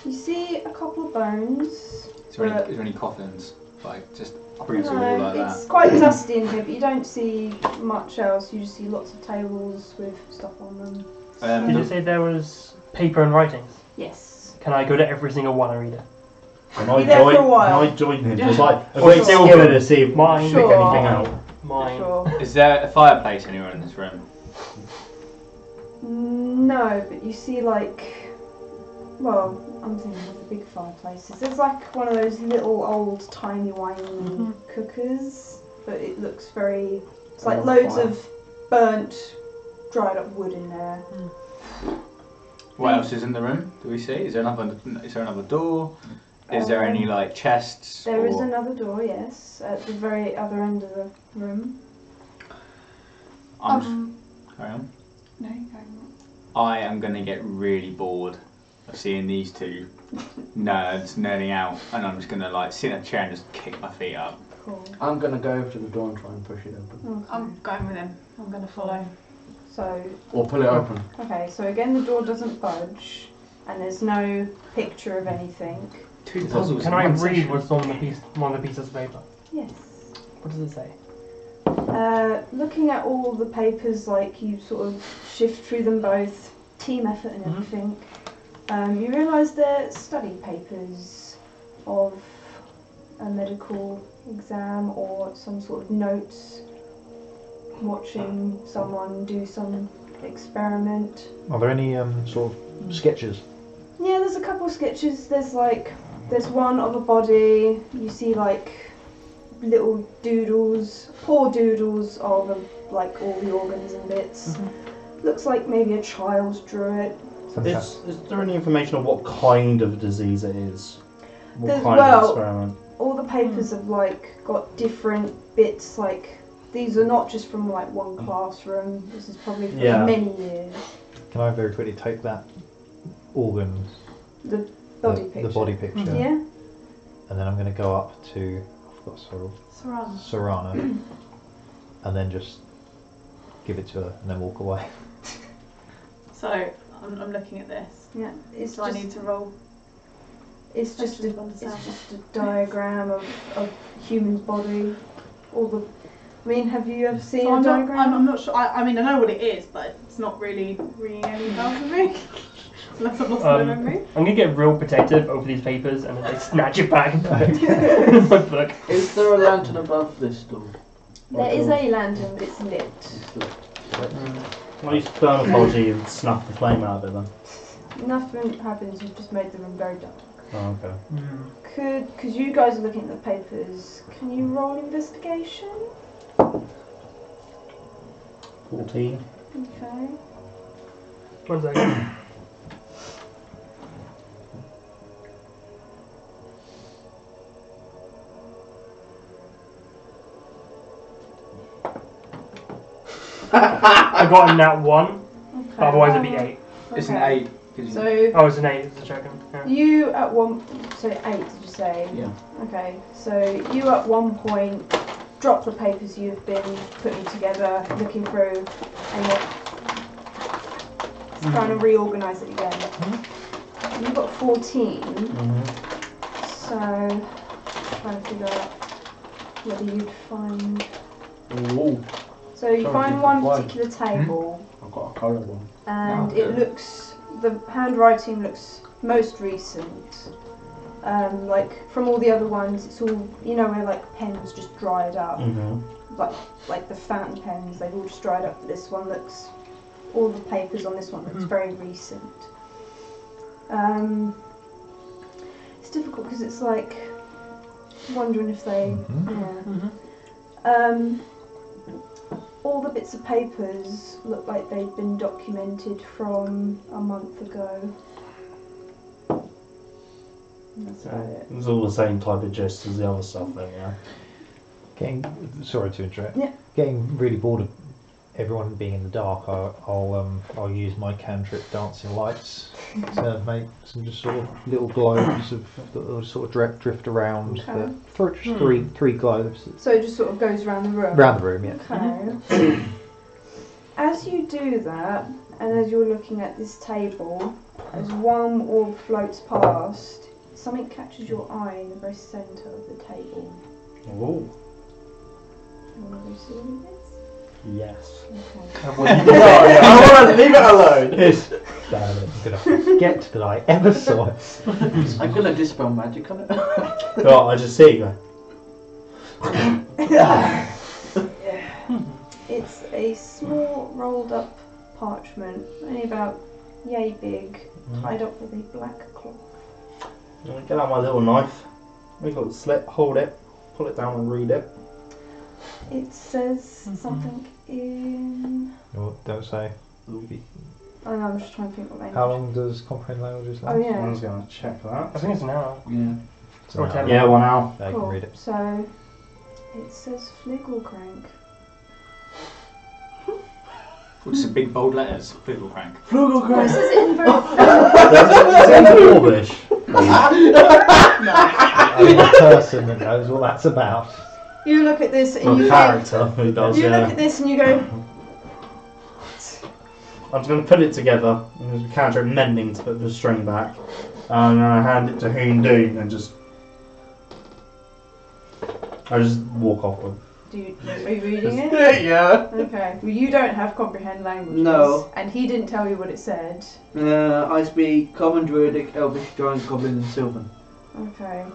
D: You see a couple of bones.
C: Is there any,
D: Uh,
C: is there any coffins? Like just brutally like
D: it's
C: that?
D: quite dusty in here, but you don't see much else. You just see lots of tables with stuff on them.
C: Um,
F: Did you say there was paper and writings?
D: Yes.
F: Can I go to every single one and read it?
A: Can I
D: Be there for
A: join,
D: a while.
A: Can I join him? It's like a
D: Sure.
A: great skill going to see if
F: Mine.
A: mine pick
D: Sure.
A: anything out.
F: Mine.
D: Sure.
C: Is there a fireplace anywhere in this room?
D: No, but you see like, well, I'm thinking of the big fireplaces. There's like one of those little old tiny wine cookers, but it looks very. It's like
C: Oh,
D: loads
C: fire.
D: of burnt, dried up wood in there.
C: What else is in the room? Do we see? Is there another? Is there another door? Is there any
D: Um,
C: like chests?
D: There is
C: or-
D: another door, yes, at the very other end of the room.
C: I'm just-
G: Um,
C: carry on.
G: no, go on.
C: I am gonna get really bored of seeing these two nerds nerding out, and I'm just gonna like sit in a chair and just kick my feet up.
D: Cool.
E: I'm gonna go over to the door and try and push it open.
D: Okay.
G: I'm going with him. I'm going to follow.
D: so
E: Or pull it open.
D: Okay, so again, the door doesn't budge, and there's no picture of anything.
C: Two puzzles.
F: Can
C: in
F: I
C: one
F: read
C: session.
F: what's on the piece on the pieces of paper?
D: Yes.
F: What does it say?
D: Uh, looking at all the papers, like you sort of shift through them both, team effort and
F: Mhm.
D: everything, um, you realise they're study papers of a medical exam or some sort of notes, watching someone do some experiment.
B: Are there any um, sort of sketches?
D: Yeah, there's a couple of sketches. There's like, there's one of a body. You see like little doodles, poor doodles of um, like all the organs and bits.
G: Mm-hmm.
D: Looks like maybe a child drew it.
A: Is, is there any information on what kind of disease it is? What
D: There's-
A: kind
D: well-
A: of experiment?
D: All the papers
G: Mm.
D: have like got different bits. Like these are not just from like one
G: Mm.
D: classroom. This is probably from
A: Yeah.
D: many years.
B: Can I very quickly take that organ,
D: The body
B: the,
D: picture. Mm-hmm.
B: the body picture,
D: Yeah.
B: and then I'm going to go up to I've got Sor-
G: Saran.
B: Sorana, and then just give it to her, and then walk away.
G: So, I'm, I'm looking at this.
D: Yeah. It's
G: So I
D: just
G: need to roll.
D: It's just a,
G: Especially when it's out.
D: it's just a diagram of, of human body. All the, I mean, have you ever seen
G: So I'm,
D: a
G: not,
D: diagram?
G: I'm, I'm not sure. I, I mean, I know what it is, but it's not really ringing any bells with me. Unless I've lost my
F: Um,
G: memory.
F: I'm gonna get real protective over these papers and then I snatch it back and put it in my book.
E: Is there a lantern above this door?
D: there is a lantern, but it's lit.
E: It's lit.
A: Well, I use thermophagy and snuff the flame out of it then.
D: Nothing happens. You've just made the room very dark.
A: Oh, okay.
F: Mm.
D: Could, because you guys are looking at the papers, can you roll investigation?
A: 14.
D: Okay.
F: One second. I got a nat one,
D: Okay.
F: but otherwise it'd be eight.
C: It's an
D: Okay.
C: eight. 'cause you-
D: So
F: Oh, it's an eight. It's a second. Yeah.
D: You at one, so eight did you say?
C: Yeah.
D: Okay, so you at one point drop the papers you've been putting together, looking through, and you're trying
E: Mm-hmm.
D: to reorganise it again. You've got 14, so trying to figure out whether you'd find.
E: Ooh,
D: So you
E: Sorry,
D: find
E: you
D: one
E: why?
D: particular table.
E: I've got a coloured one.
D: and
C: Oh,
D: it
C: okay.
D: looks the handwriting looks most recent. Um, like from all the other ones, it's all you know where like pens just dried up,
A: Mm-hmm.
D: like like the fountain pens, they've all just dried up. But this one looks, all the papers on this one looks very recent. Um, it's difficult because it's like wondering if they, yeah. Um, all the bits of papers look like they've been documented from a month ago. That's about it.
A: It's all the same type of gist as the other stuff, then, yeah.
B: Getting sorry to interrupt.
D: Yeah.
B: Getting really bored of everyone being in the dark. I, I'll um I'll use my cantrip dancing lights to make some just sort of little globes of that will sort of drift, drift around.
D: Okay. Hmm.
B: The, for just three three globes
D: So it just sort of goes around the room.
B: around the room. Yeah.
D: Okay. as you do that, and as you're looking at this table, as one orb floats past, something catches your eye in the very centre of the table.
A: Ooh.
D: You want to go see what it is?
A: Yes.
D: Okay.
E: I want to leave it alone.
A: Yes.
B: Did I forget that I ever saw it?
E: I'm gonna dispel magic on it.
A: Oh, I just see it going.
D: It's a small rolled up parchment, only about yay big,
B: Mm-hmm.
D: tied up with a black cloth.
A: Get out my little knife. We got slip, hold it, pull it down and read it.
D: It says
B: Mm-hmm.
D: something in.
B: No, don't say.
D: I know, I'm just trying to think what language.
B: How long does comprehend languages last?
D: Oh yeah.
A: Someone's going to check
F: I
A: that.
F: think it's an hour.
C: Yeah.
B: It's an
F: Or
B: hour.
F: ten.
A: Yeah, one hour.
B: They
D: Cool.
B: can read it.
D: So it says Fligelkrank.
C: Which is big bold letters. Fiddle crank.
D: This is it in very
A: That's Orbish.
B: I'm the person that knows what that's about.
D: You look at this and
A: Or
D: you think,
A: character who does,
D: you look
A: yeah.
D: at this and you go,
A: I'm just going to put it together. and There's a counter mending to put the string back. And I hand it to Hoondoon and just. I just walk off with
D: do you, are you reading it?
E: yeah.
D: Okay. Well, you don't have comprehend languages.
E: No.
D: And he didn't tell you what it said.
E: Uh, I speak common, druidic, elvish, giant, goblin, and sylvan.
D: Okay.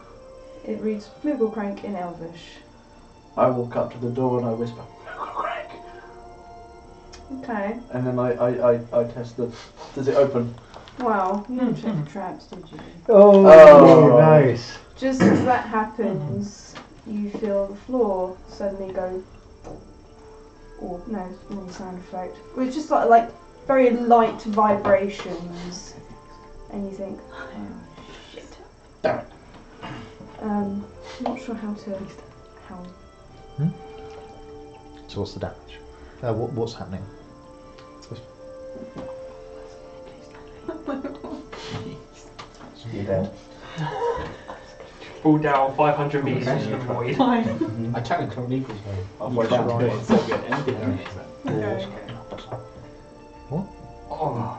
D: It reads Flugelkrank in Elvish.
E: I walk up to the door and I whisper, "Craig,"
D: Okay.
E: and then I, I, I, I test the. Does it open?
D: Well, you didn't check the traps, did you?
B: Oh,
E: Oh.
B: nice.
D: Just as that happens, you feel the floor suddenly go. Or no, it's not a sound effect. It was just like, like very light vibrations, and you think, oh, shit.
E: Damn it.
D: Um, I'm not sure how to how
B: So what's the damage? Uh, what, what's happening?
A: you there.
F: Fall down 500 meters
C: Okay.
F: into the void.
G: Fine.
C: I challenge on equals though. Halfway
B: That's
C: down.
B: right.
C: It's not good. Anything.
D: Okay.
C: Oh.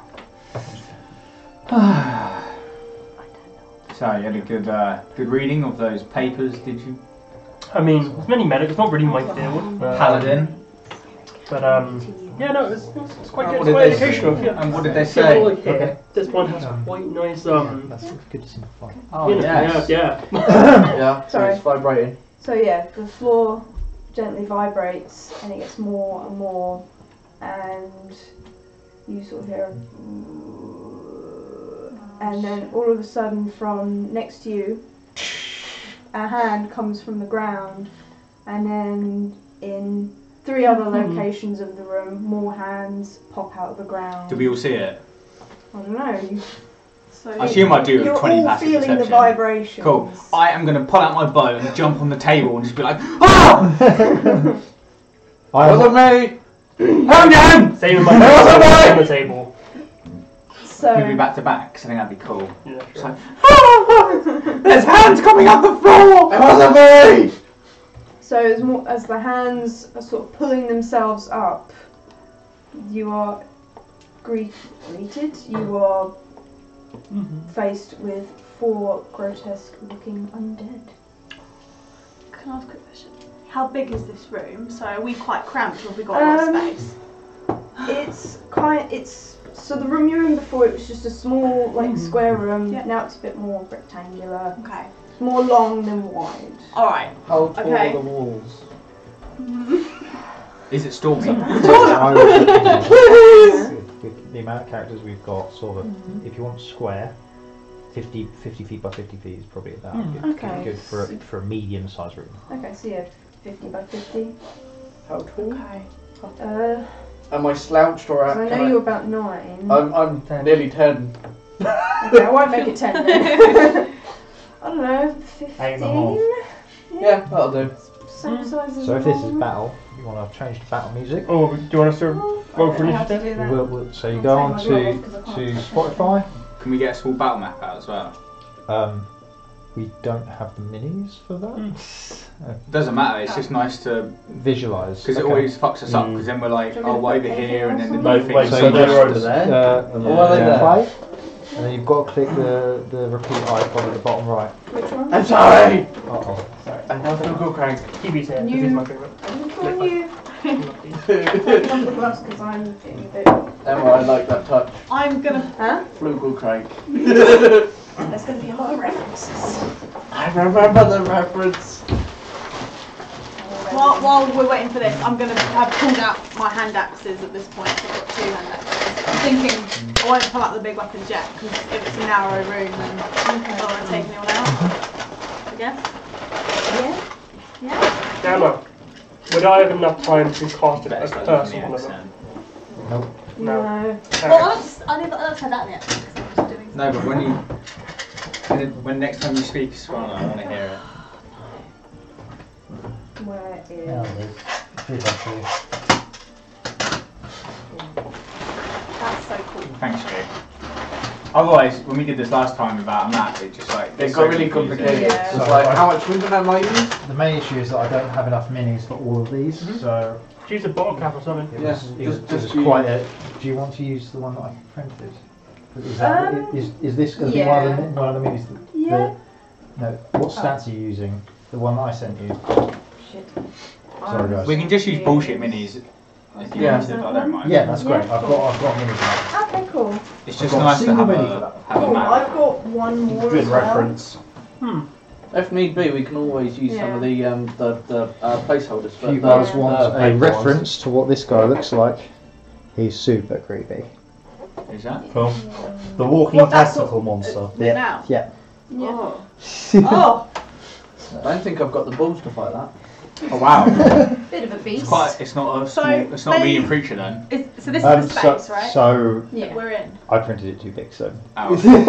C: So you had a good, uh, good reading of those papers, did you?
F: I mean, it's many medic. It's not really my field. but-
A: Uh,
C: Paladin.
F: But um, yeah, no, it's, it's quite
C: And
F: good.
C: what did
F: It's quite
C: they
F: educational.
C: say?
F: Yeah.
C: And what did they
F: Yeah, well,
C: say?
F: look here. This one has quite nice um.
B: That's good to simplify.
C: Oh
F: you know,
C: yes.
F: Yeah, yeah.
E: Yeah. So
D: Sorry.
E: it's vibrating.
D: So yeah, the floor gently vibrates and it gets more and more, and you sort of hear, a and then all of a sudden, from next to you, a hand comes from the ground, and then in three other
C: Hmm.
D: locations of the room, more hands pop out of the ground.
C: Did we all see it?
D: I don't know. You,
G: So
C: I assume I do. with
D: you're
C: 20
D: all
C: passive
D: feeling the
C: perception.
D: vibrations.
C: Cool. I am going to pull out my bow and jump on the table and just be like, ah!
B: I,
E: Wasn't me.
F: Oh no! Saving my on the table.
C: We'd be
D: So,
C: back to back, so I think that'd be cool.
F: Yeah,
C: It's
F: sure.
C: like, there's hands coming out the floor! It
D: so as, more, as the hands are sort of pulling themselves up, you are gre- greeted. You are
B: Mm-hmm.
D: faced with four grotesque-looking undead.
G: Can I ask a quick question? How big is this room? So are we quite cramped or have we got a lot
D: Um,
G: of space?
D: It's kind. It's so the room you were in before. It was just a small, like,
B: Mm-hmm.
D: square room.
G: Yeah.
D: Now it's a bit more rectangular,
G: Okay.
D: more long than wide.
G: Alright.
B: How tall
G: Okay.
B: are the walls?
C: Is it stormy?
B: I was thinking
G: Please!
B: with- with the amount of characters we've got, sort of, if you want square, 50, 50 feet by 50 feet is probably about good,
D: Okay.
B: good for, a, for a medium sized room.
D: Okay, so yeah, fifty by fifty.
E: How tall?
G: Okay.
D: Uh,
E: Am I slouched or
D: 'cause
E: am
D: I know you're about nine.
B: Uh,
E: I'm, I'm nearly ten.
D: okay, I won't make it ten. Then. I don't know,
A: Eight and a
D: fifteen.
A: half.
E: Yeah, that'll do.
D: Same size as
B: So if this is
D: mine.
B: battle, you want to change the battle music.
F: Oh, do you want us to roll for initiative?
B: We will- we'll- so you go on to, to Spotify.
C: Can we get a small battle map out as well?
B: Um, we don't have the minis for that.
C: Doesn't matter, it's just nice to.
B: Visualize.
C: Because it always fucks us up, because then we're like,
D: Do you
C: oh,
D: want to
C: we're over
D: put
C: here, and then the
D: anything
C: new
A: else
C: thing.
A: on? Wait, so they're over there?
B: Uh,
A: And
E: Well,
A: then-
E: they there?
B: play, and then you've got to click the, the repeat icon at the bottom right.
D: Which one?
E: I'm sorry.
B: Uh-oh.
E: I now feel good, Crank.
F: Kiwi's here. This
D: You-
F: is my favourite.
D: Can you put on the gloves because I'm getting a bit.
E: Emma, I like that touch.
G: I'm gonna
D: Huh?
E: Flugel Crank.
D: There's going to be a lot of references.
E: I remember the reference.
G: while, while we're waiting for this, I'm gonna have pulled out my hand axes at this point. I've got two hand axes. I'm thinking I won't pull out the big weapons yet because if it's a narrow room, then I don't want to take anyone out. I guess.
D: Yeah.
G: Yeah.
F: Gamma, would I have enough time to cast it
C: Better
F: as
C: start
F: person?
C: using the
F: one of them?
C: accent.
F: No.
D: No.
G: Well, I don't, I never, I don't say that yet. 'cause I'm just doing-
C: No, but when you. when it- When next time you speak, it's fine, I want to hear it.
D: Where is?
G: That's so cool.
C: Thanks, Jake. Otherwise, when we did this last time without a map, it just like.
E: It
C: it's
E: got
C: so
E: really
C: confusing.
E: complicated.
D: Yeah.
E: It's like, how much movement am I using?
B: The main issue is that I don't have enough minis for all of these, so
F: Choose a bottle cap or something.
B: It
E: Yeah,
B: was, it
E: just-
B: was- it
E: just
B: was
E: you-
B: quite a. Do you want to use the one that I printed? Is, that,
D: Um,
B: is, is this going to be one of the
D: yeah.
B: one of the minis? That,
D: Yeah.
B: The, no. What stats are you using? The one that I sent you.
D: Shit.
B: Sorry, guys.
C: We can just use bullshit minis if you
E: Yeah.
C: want to, but I don't mind.
B: Yeah, that's great.
D: Yeah,
B: I've got I've got minis.
D: Okay, cool.
C: It's just
B: I've got a
C: nice to
B: single
C: have
B: mini for
C: a,
B: that.
C: have a
D: Cool.
C: map.
D: Oh, I've got one more.
A: Good
D: as well.
A: reference.
F: Hmm.
E: If need be, we can always use some of the um, the, the uh, placeholders.
B: If you
E: but
B: guys
E: the-
A: Uh,
B: want
E: the
B: a
E: paper ones.
B: reference to what this guy looks like, he's super creepy.
C: Is that?
A: Cool. The walking
G: Well, that's
A: testicle monster.
B: Yeah.
G: Now.
D: Yeah.
E: Oh,
G: Oh.
E: I don't think I've got the balls to fight that.
C: Oh wow.
D: Bit of a beast.
C: It's quite. It's not a.
G: So,
C: Small, it's not a
G: they-
C: medium creature then.
G: Is, so this
B: Um,
G: is the
B: so,
G: space, right?
B: so
G: that we're in.
B: I printed it too big, so
C: Ow.
D: I was going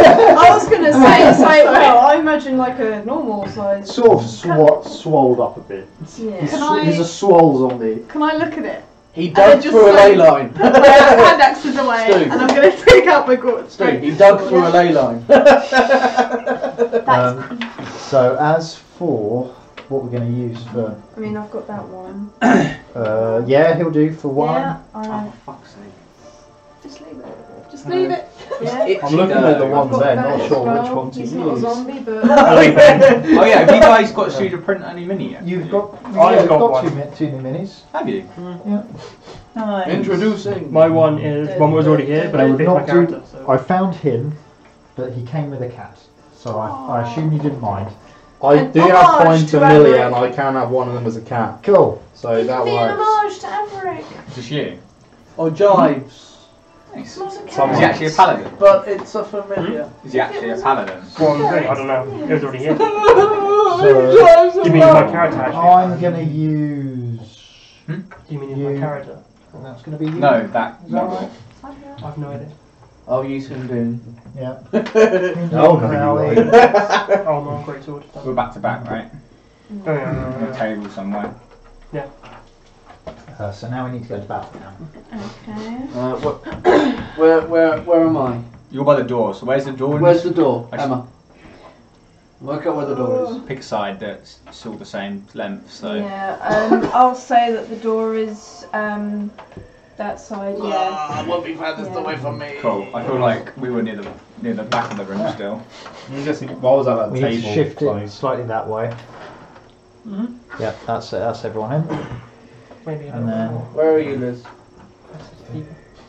D: to say, so, well, I imagine like a normal size.
B: sort of swa- swolled up a bit.
D: Yeah.
G: Can I-
B: He's a swole zombie.
G: Can I look at it?
E: He
G: then
E: dug
G: just
E: through a
G: say-
E: ley line.
G: My hand axe is away,
E: Stu.
G: and I'm going to take out my gauntlet.
E: Steve, he dug through a ley line.
G: That's
B: Um, so as for what we're going to use for.
D: I mean, I've got that one.
B: Uh, yeah, he'll do for one.
D: Yeah. I
C: Oh, fuck's sake.
D: just leave it.
G: just leave it.
B: um,
D: Yeah.
A: I'm looking at the ones there,
D: that
A: not
D: as
A: sure
D: well.
A: which one to
D: He's
A: use.
D: not a zombie, but
C: Oh yeah. Have you guys got a studio print any mini yet?
B: You've got, you've
F: I've got
B: got
F: one.
B: two, mi- two new minis.
C: Have you?
B: Yeah.
C: Nice.
E: Introducing.
F: My one is one that was already here, but I
B: Did
F: picked
B: not
F: my
B: do-
F: character. So.
B: I found him, but he came with a cat, so I, I assume you didn't mind.
D: An
K: I do
D: homage
K: have points
D: to
K: to Millie,
D: Emmerich.
K: and I can have one of them as a cat,
B: Cool.
K: so that
D: be
K: works.
D: an homage to Averick.
C: Just you.
E: Oh, Jives.
C: Thanks.
D: Not a cat.
C: Is he actually a paladin?
E: But it's a familiar.
C: Is he actually a paladin?
F: One thing, I don't know. It was already here.
B: So
F: Do you mean my character actually?
B: I'm gonna use.
F: Do you mean my
B: you-
F: character?
B: And that's gonna be you.
C: No, that model.
F: I've no idea.
E: I'll use him doing.
B: Yeah.
A: No, no, you
B: Crowley.
F: Oh, my great sword. Oh,
C: We're back to back, right?
F: yeah, yeah,
C: On a
F: yeah.
C: table somewhere.
B: her, so now we need to go to battle now.
G: Okay.
E: Uh, wh- where, where, where am I?
C: You're by the door, so where's the door?
E: Where's the door,
C: I just-
E: Emma? Work out where the door is.
C: Pick a side that's still the same length, so.
D: Yeah, um, I'll say that the door is um, that side, yeah.
E: Ah, won't be far
D: Yeah.
E: from me.
C: Cool. I feel like we were near the near the back of the room still.
A: I'm guessing what was that
B: We
A: table?
B: need to shift it
A: close?
B: slightly that way. Yep, that's it. That's everyone in.
F: Maybe. I
B: And
F: don't
B: then-
F: know.
E: Where are you, Liz?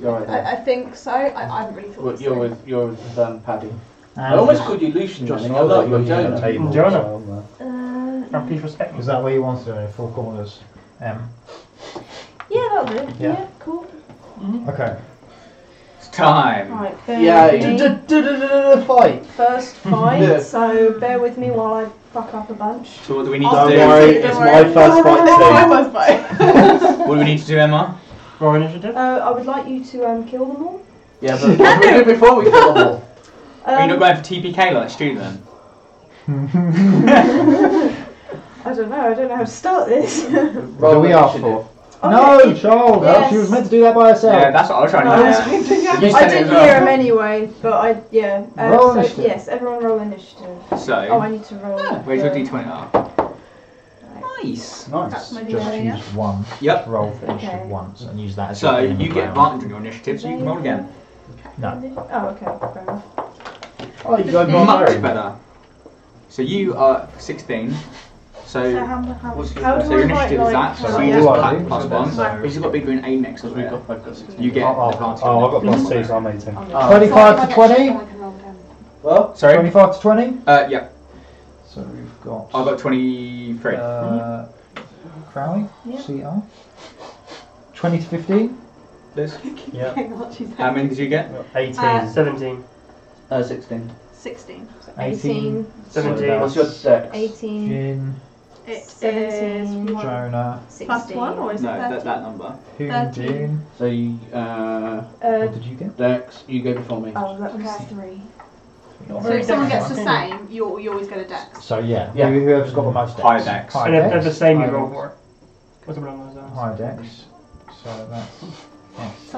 E: You're right. there.
G: I, I think so. I, I haven't really thought
E: Well,
G: this
E: you're
G: through.
E: with you're with um, Paddy. I
B: And
E: almost called you Lucian.
B: Just
E: Just I thought you were
A: Yeah,
E: Jonah.
A: table.
F: Jonah.
A: so, um, uh,
D: Uh,
F: Now, please respect me.
B: Is that where you want to do it? Four corners. M.
D: yeah, that'll do.
B: Yeah.
D: Yeah, cool.
B: Okay.
C: It's time.
D: Right, bear
E: Yeah.
D: with me.
B: Fight.
D: First fight,
E: Yeah.
D: so bear with me while I fuck up a bunch.
C: So what do we need
A: Don't
C: to do?
A: worry, it's my first
G: I
A: fight too.
G: was like,
C: What do we need to do, Emma?
F: Roll initiative.
D: Uh, I would like you to um, kill them all.
E: Yeah, but what we did before we got the ball.
C: Are you
D: Um,
C: not going for TPK like Stu then?
D: I don't know, I don't know how to start this.
B: What do we ask
E: initiative.
B: for? No, child.
D: Yes.
B: She was meant to do that by herself.
C: Yeah, that's what I was trying to
D: No.
C: ask. You
D: I
C: said it
D: didn't
C: as well.
D: hear him anyway, but I, yeah. Um,
B: Roll
D: so,
B: initiative.
D: Yes, everyone roll initiative. Oh,
C: So,
D: I need to roll. Uh,
C: where's your
D: the-
C: D20 up? Nice.
B: Nice.
G: That's my
B: Just
G: idea.
B: use one.
C: Yep.
B: Just roll for initiative
D: Okay.
B: once and use that as
C: So
B: your minimum
C: you get
B: round.
C: advantage on your initiative, so you can roll again.
D: Oh, okay. Fair enough.
B: Oh, you got
C: Much
B: advantage.
C: better. So you are 16.
G: so
C: So
G: how, how
E: What's your
D: How
C: so
D: do
C: your
D: I
C: initiative
D: write,
C: is that.
D: like,
C: So
B: how
C: you
B: I-
C: just
B: Yeah.
C: pack plus
B: Yeah.
C: one.
B: So-
C: Because you've got big green A next to
E: We've
C: it.
E: got I've got six.
C: You get
B: Oh, oh,
C: advantage.
A: Oh, I've got
C: on
A: plus
C: it.
A: two, so I'm 18.
G: Ah,
E: Oh.
B: Twenty-five to twenty.
E: Well,
C: Sorry.
B: Twenty-five to twenty.
C: Uh, yeah.
B: So we've got.
C: I got 23.
B: Uh, Crowley,
D: Yeah.
B: CR. 20 to 15.
C: Liz,
A: Yeah.
G: Hang on, what she
C: how
G: said.
C: many did you get?
A: 18.
G: Uh,
F: Seventeen.
E: uh, sixteen.
G: 16.
D: So
B: 18.
D: 18,
F: Seventeen.
B: So
E: What's your dex?
D: 18,
B: Jin,
G: It is
D: 17.
G: one.
B: Jonah,
D: 16.
G: Plus one, or is
C: No,
G: it 13?
C: that, that number.
B: Hoon,
G: Thirteen.
B: Jin.
E: So you, uh,
D: Uh,
B: What did you get?
E: dex, you go before me.
D: oh, that was
G: Okay.
D: three.
B: Not
G: So
B: very
G: if someone
B: good.
G: gets the same, you're, you always get a dex.
B: So yeah,
E: Yeah.
B: who- whoever's got the most decks.
C: High decks.
F: And if they're the same, you
B: High
F: roll
B: decks.
F: for it. What's the problem with those?
B: High decks. So that's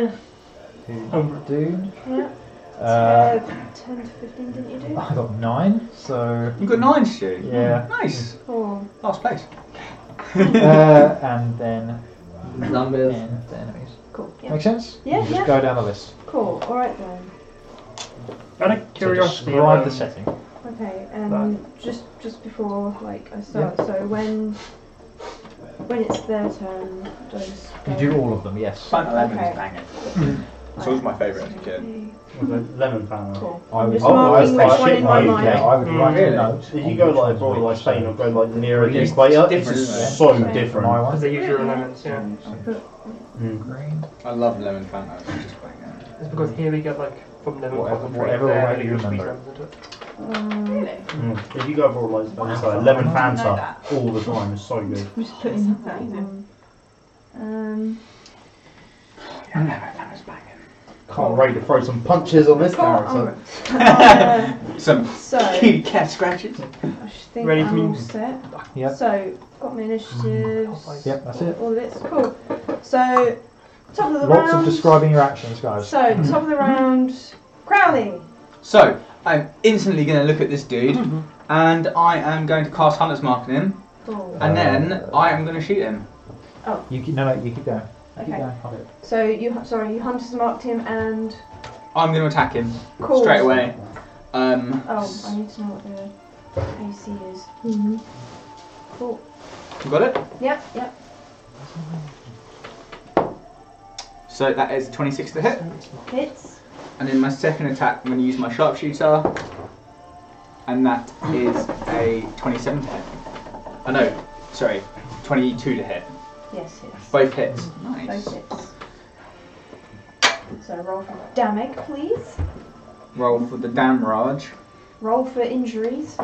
B: L.
F: Over.
B: Hoon, Dune.
D: Yeah.
B: Uh,
D: Uh, 10 to 15, didn't you do?
B: I got 9, so
C: You got 9, Stu.
B: yeah.
C: Nice.
D: Four.
C: Last place.
B: uh, and then
E: Numbers.
B: and the enemies.
D: Cool. Yeah,
B: Make sense?
D: Yeah,
B: Just
D: yeah.
B: go down the list.
D: cool. Alright then.
F: Out of
B: So
F: curiosity,
B: describe the
F: um,
B: setting.
D: Okay, um, just just before like I start, so when when it's their turn, do I just
B: You
D: go-
B: do all of them, yes.
C: Fun lemon
D: Okay.
C: is banging. It's always my favourite as a kid.
A: With a lemon fan. on it.
D: Cool.
B: I
D: would- just marking which one in my mind.
B: Yeah, I would
F: Mm.
B: write
C: Really?
B: a note.
A: If you go like abroad, like Spain, or go like nearer the
C: It's
A: equator, it's
C: different, isn't it?
A: so
D: Yeah.
A: different.
B: My
F: Because
B: one.
F: they use your elements, yeah.
A: Mm.
B: Green.
C: I love lemon Fanta. It's just banging.
F: It's because here we get like from them
B: Whatever-
F: concentrate
B: whatever
F: there,
B: way
F: they
B: you
F: usually
B: remember.
F: transmit it.
D: Um,
G: Really?
A: Mm. If you go abroad, like Spain, it's like lemon
G: I didn't know
A: Fanta
G: that.
A: all the time. It's so good.
D: I'm just putting
G: It's
D: that
G: not easy.
D: on. Um,
A: Can't wait to throw some punches on this
D: cool,
A: character.
D: I'm-
C: Some
D: uh, oh, so
C: kitty cat scratches.
D: I should think
F: Ready for
D: I'm all
F: me?
D: set.
B: Yep.
D: So got my
G: um,
D: initiatives.
B: Mm. Yep, that's it.
D: All this cool. So top of the
B: Lots of
D: round.
B: describing your actions, guys.
D: So top of the round, Crowley.
C: So, I'm instantly going to look at this dude,
D: Mm-hmm.
C: and I am going to cast Hunter's Mark on him,
D: Cool.
C: and then
B: Uh,
C: I am going to shoot him.
B: You keep, no, no, you keep going. You keep
D: Okay.
B: going. Hold it.
D: So you sorry you hunters marked him and
C: I'm going to attack him
D: cool.
C: straight away. Um,
D: Oh, I need to know what the AC is. Cool.
C: you got it?
D: Yep, yep.
C: So that is 26 to hit.
D: Hits.
C: And then my second attack, I'm going to use my sharpshooter. And that is a 27 to hit. Oh no, sorry, 22 to hit.
D: Yes, hits.
C: Both hits.
D: Both
C: Nice.
D: hits. So roll for damage, please.
C: Roll for the damage.
D: Roll for injuries.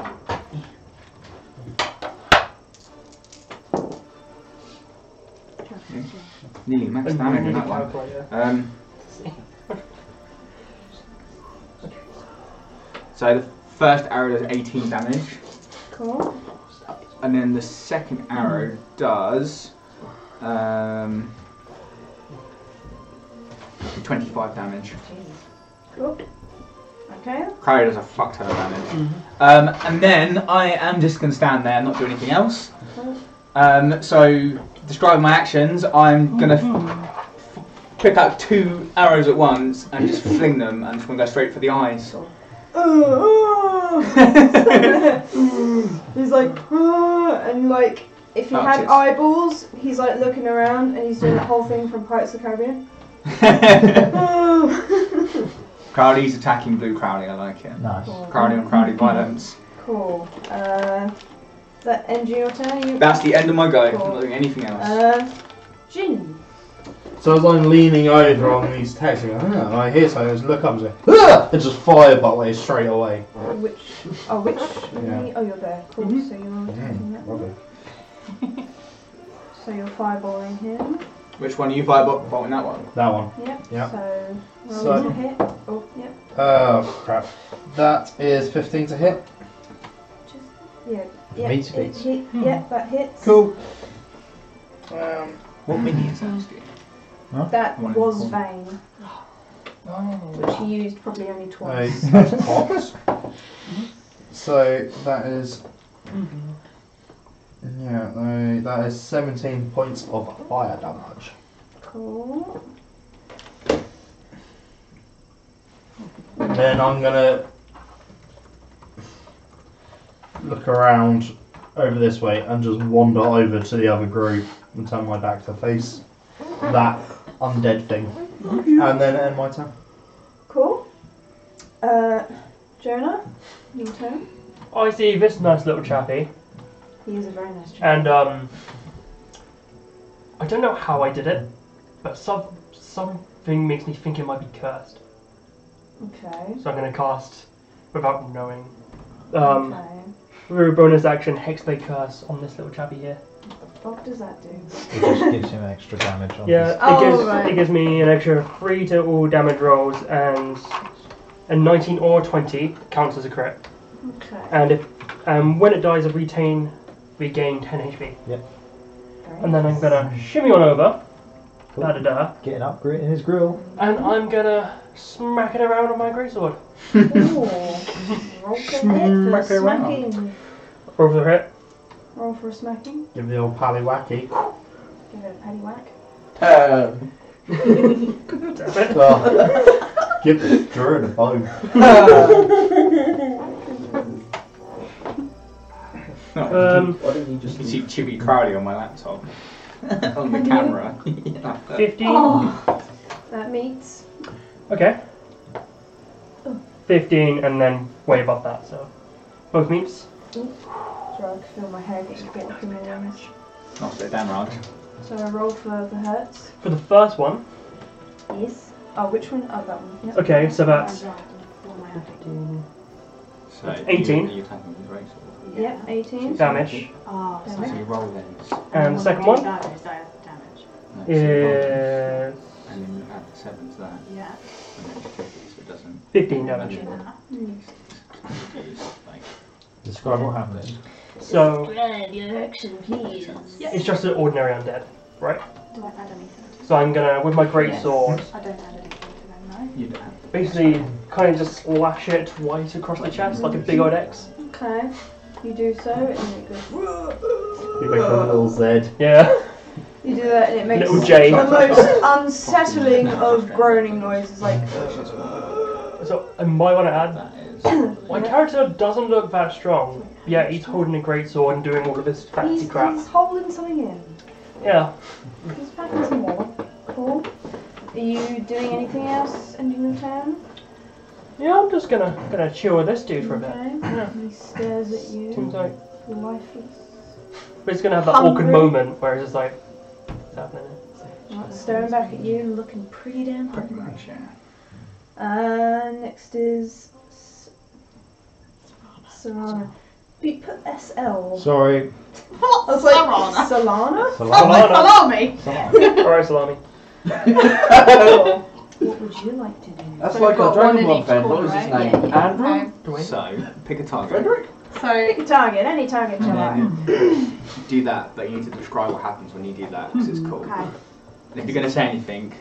C: Nearly max
F: Oh,
C: damage on that
F: Mm-hmm.
C: one. Um, so the first arrow does 18 damage.
D: Cool.
C: And then the second arrow does Um, 25 damage.
D: Jesus. Cool. Okay.
C: Cryo does a fuck ton of damage. Um, and then I am just going to stand there and not do anything else. Um, so, describing my actions, I'm going to f- pick out two arrows at once and just fling them and just want to go straight for the eyes.
D: he's like, "Ah," and like, if he
C: Oh,
D: had
C: jeez.
D: eyeballs, he's like looking around and he's doing the whole thing from Pirates of the Caribbean.
C: Crowley's attacking Blue Crowley, I like it.
J: Nice.
C: Crowley on Crowley violence.
D: cool. Uh, is that end of your turn? You-
C: That's the end of my go. I'm not doing anything else.
D: Uh, Jin.
A: So as I'm leaning over on these texts, I, go, "Ah," I hear something, I just look up and say,
B: Ah! And just fireball it straight away.
D: Which? Oh, which?
A: Yeah. Mm-hmm.
D: Oh, you're there. Cool. So you're attacking that one.
A: "Lovely."
D: So you're fireballing him.
C: Which one are you firebolting that one?
A: That one.
D: Yep.
A: Yeah.
D: So roll
A: So-
D: to hit. Oh, yep.
A: Oh crap. That is 15 to hit.
D: Yeah. Yeah.
B: Meat
D: it
B: bits.
D: hit- yeah, that hits.
A: Cool. Um,
C: What mini is that? Steve?
D: That
C: One in
D: was
C: the
D: Vane, which he used probably only
A: I
D: twice.
A: popped. So that is- Yeah, no, that is 17 points of fire damage.
D: Cool.
A: Then I'm gonna look around over this way and just wander over to the other group and turn my back to face that undead thing. And then end my turn.
D: Cool. Uh, Jonah, your turn.
F: I see this nice little chappy,
D: He is a very nice chap.
F: and um, I don't know how I did it, but some something makes me think it might be cursed.
D: Okay.
F: So I'm gonna cast without knowing. Um,
D: okay.
F: We're a bonus action Hexblade Curse on this little chappy here.
D: What does that do?
B: It just gives him extra damage on
F: Yeah, it,
D: Oh,
F: gives,
D: right.
F: it gives me an extra 3 to all damage rolls, and a 19 or 20 counts as a crit.
D: Okay.
F: And if um, when it dies, I retain, regain 10 HP.
D: Very
F: And then I'm
D: nice.
F: gonna shimmy on over,
B: Cool.
F: da da da,
B: his getting up in his grill.
F: and I'm gonna smack it around with my greatsword.
D: Ooh. Roll for a hit for
C: Smack it around.
D: smacking.
F: Roll for the hit.
D: Roll for a smacking.
A: Give the old pally wacky.
D: Give it a paddy whack.
E: Um,
A: Oh, give the druid a bone.
F: Um,
E: why didn't you
C: You
E: just
C: can see Chibi Crowley on my laptop. on the camera. Yeah.
F: 15.
D: Oh. That meets.
F: Okay. 15, and then way above that, so. Both meets.
D: Drug. Feel my hair getting bit up in my ears.
C: Not a bit damn right.
D: So I roll for the hurts.
F: For the first one,
D: Yes. Oh, which one? Oh, that one. Yep.
F: okay, so that's
C: So you-
F: 18.
C: you attack with the greatsword.
D: Yep. 18.
F: damage.
G: Oh,
C: So you roll those.
F: And the second one
G: Damage, damage.
C: No, so you roll them.
F: is
C: And then you add the seven to that.
G: Yeah.
C: And then you fifty, so it doesn't.
F: 15 damage.
G: Yeah.
C: it's like-
B: Describe what happened.
F: So
I: Describe your action, please.
F: it's just an ordinary undead, right?
G: Do I add anything to
F: So I'm gonna, with my great sword,
G: I don't add anything to them,
C: You don't have
F: basically kind of just slash it twice across the chest like a big old X.
D: Okay. You do so, and it goes.
A: You make a little Z.
F: Yeah.
D: You do that, and it makes
F: Little J.
D: the most unsettling of groaning noises. Like,
F: So I might want to add,
C: that is.
F: my character doesn't look that strong. Yeah, he's holding a great sword and doing all of this fancy
D: he's,
F: crap.
D: he's holding something in.
F: Yeah.
D: He's packing some more. Cool. Are you doing anything else in your turn?
F: Yeah, I'm just gonna gonna chill with this dude for a bit.
D: Okay. He stares at you,
F: Seems like
D: lifeless.
F: but he's gonna have that awkward
D: Hungry.
F: moment where it's just like, what's happening?
D: Right, staring back at you, looking pretty damn
C: Pretty
D: hungry.
C: much, yeah.
D: Uh, next is S- Solana. But you put SL.
B: Sorry.
D: I was like, Solana?
G: Oh,
F: Solana.
G: Salami!
F: Alright, salami.
D: What would you like to do?
K: That's like our Dragon Ball fan. What was his name? Andrew?
C: So, pick a target.
K: Frederick?
G: So
D: Pick a target, any target, shall I?
C: And then do that, but you need to describe what happens when you do that because it's cool.
G: Okay.
C: And if you're going to say anything,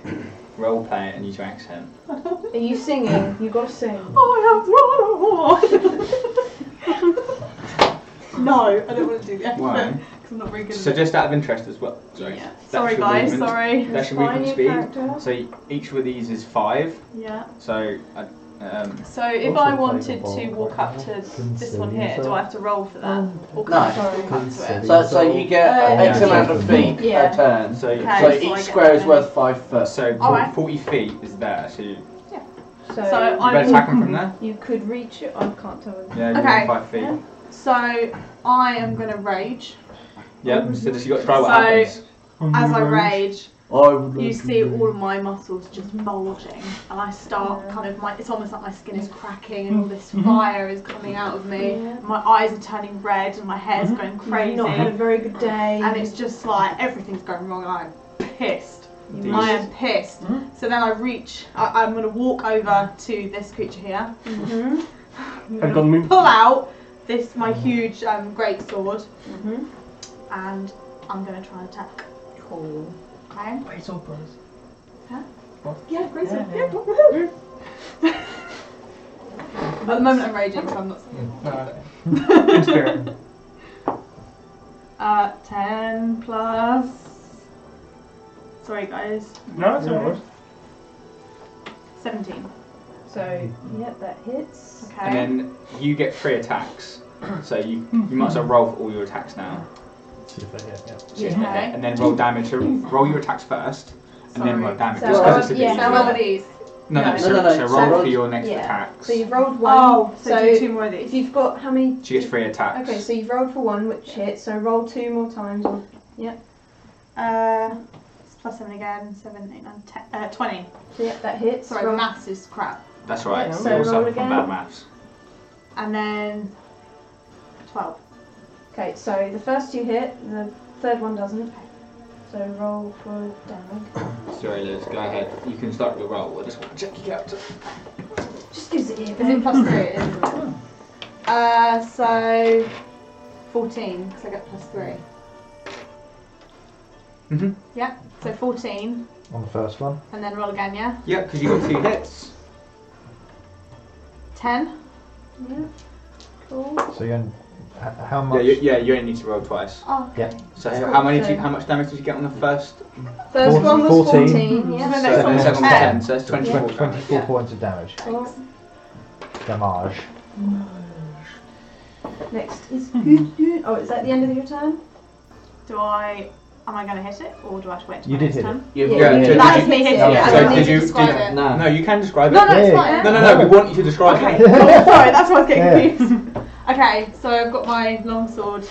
C: role play it and use your accent.
D: Are you singing? You gotta sing.
G: Oh, I have one No, I don't want to do that.
C: Why?
G: Because I'm not very good
C: So
G: at it.
C: just out of interest as well. Sorry.
G: Yeah.
C: That's
G: Sorry,
C: your
G: guys.
C: movement.
G: Sorry.
C: That's your
D: Find
C: movement
D: your
C: speed.
D: character.
C: So each of these is five.
G: Yeah.
C: So I- um,
G: So if
A: Also
G: I
A: play
G: wanted
A: the ball.
G: to walk up to this one here, do I have to roll for that? Or can
E: No.
G: I just walk up to it?
E: So, so you get
G: Uh,
E: X
G: yeah.
E: amount of feet
G: Yeah.
E: per turn. So,
C: so
E: so
G: Okay. so I
E: each
G: get
E: square is
G: that.
E: worth five foot.
C: so
G: All right.
C: forty feet is there. So you, you
D: So,
G: So I-
C: better attack them from there.
D: you could reach it. I can't tell. whether-
C: Yeah. you're
G: Okay.
C: Five feet.
D: Yeah.
G: So I am going to rage.
C: Yeah. So just you got to try what
G: So-
C: happens.
G: As I rage,
E: I would
G: you see all of my muscles just bulging, and I start kind of my. It's almost like my skin is cracking, and all this
D: Mm-hmm.
G: fire is coming out of me.
D: Yeah.
G: My eyes are turning red, and my hair's going
D: You've
G: crazy,
D: Mm-hmm. not had a very good day.
G: and it's just like everything's going wrong. And I'm pissed.
D: You Mm-hmm.
C: These-
G: I
D: might-
G: am pissed. So then I reach. I, I'm going to walk over to this creature here.
D: Mhm.
G: I'm gonna
F: I've got the
D: Mm-hmm.
F: move.
G: pull out this my huge um, great sword,
D: Mhm.
G: and I'm going to try and attack.
D: Cool.
G: Okay.
F: Wait, all brothers.
G: Yeah, great
F: sword. Yeah,
G: At the moment I'm raging, so I'm not.
F: No. In spirit.
G: Uh, ten plus. Sorry guys,
F: No, that's all right.
G: seventeen.
D: So, yep, that hits.
G: Okay.
C: And then you get three attacks. So you you
D: Mm-hmm.
C: might as well roll for all your attacks now.
D: Yeah.
G: Okay.
C: And then roll damage. So roll your attacks first. And then roll damage.
D: So
C: Just 'cause it's a
D: roll- uh, yeah,
C: bit
G: So
C: easier.
G: how about these?
C: No, no,
G: No,
C: so,
E: no, no,
C: so
E: so
C: roll
E: roll-
C: for your next
D: yeah.
C: attacks.
D: So you've rolled one.
G: Oh, so, do two more of
D: if
G: these.
D: you've got how many?
C: she gets three attacks.
D: Okay, so you've rolled for one, which hit. So roll two more times. Or,
G: Uh, it's plus seven again. Seven, eight, nine, ten. Uh, twenty.
D: so yep, that hits.
G: Sorry,
D: roll,
G: the maths is crap.
C: That's right.
D: Yeah,
C: we
D: so
C: all
D: roll
C: suffer from
D: again.
C: bad maths.
G: And then twelve.
D: Okay, so the first two hit, the third one doesn't. So roll for damage.
C: Sorry, Liz. Go ahead. You can start your roll. I just want to check you out.
D: Just gives it here.
G: Is it plus three? Isn't it? Uh, so fourteen. Because I get plus three.
C: Mhm.
G: Yeah. So fourteen,
B: On the first one.
G: and then roll again. Yeah.
C: Yeah, because you got two hits.
G: Ten.
D: Cool.
B: So you're in, h- how
C: Yeah,
B: much?
C: you, yeah, you only need to roll twice.
G: Oh.
B: Yeah.
C: So
D: Yeah.
C: how many? Did you, how much damage did you get on the first?
D: First
B: Fourteen.
D: one was
B: Fourteen.
D: fourteen. yeah.
G: And
C: So
G: then
C: the
G: next
C: second
G: one was
C: was
G: ten.
C: ten. So that's
B: Twen-
C: twenty-four.
B: 24
G: Yeah.
B: points of damage.
D: Cool.
B: Damage.
D: Next is oh, is that the end of your turn?
G: Do I? Am I going to hit it, or do I have to wait? till
B: You
G: my
B: did
G: next
B: hit
G: turn?
E: You've
D: Yeah,
C: Yeah,
E: got-
C: did you-
G: That is me hitting
D: Yeah,
G: it. I
C: so
G: don't need
C: did
G: to
C: you-
G: describe
C: did-
G: it.
E: Nah.
C: No, you can describe
G: No,
C: it.
G: no, it's
B: Yeah.
G: fine.
C: No, no, no. We want you to describe
G: Okay,
C: it.
G: oh, sorry, that's why I was getting
B: Yeah.
G: confused. Okay, so I've got my longsword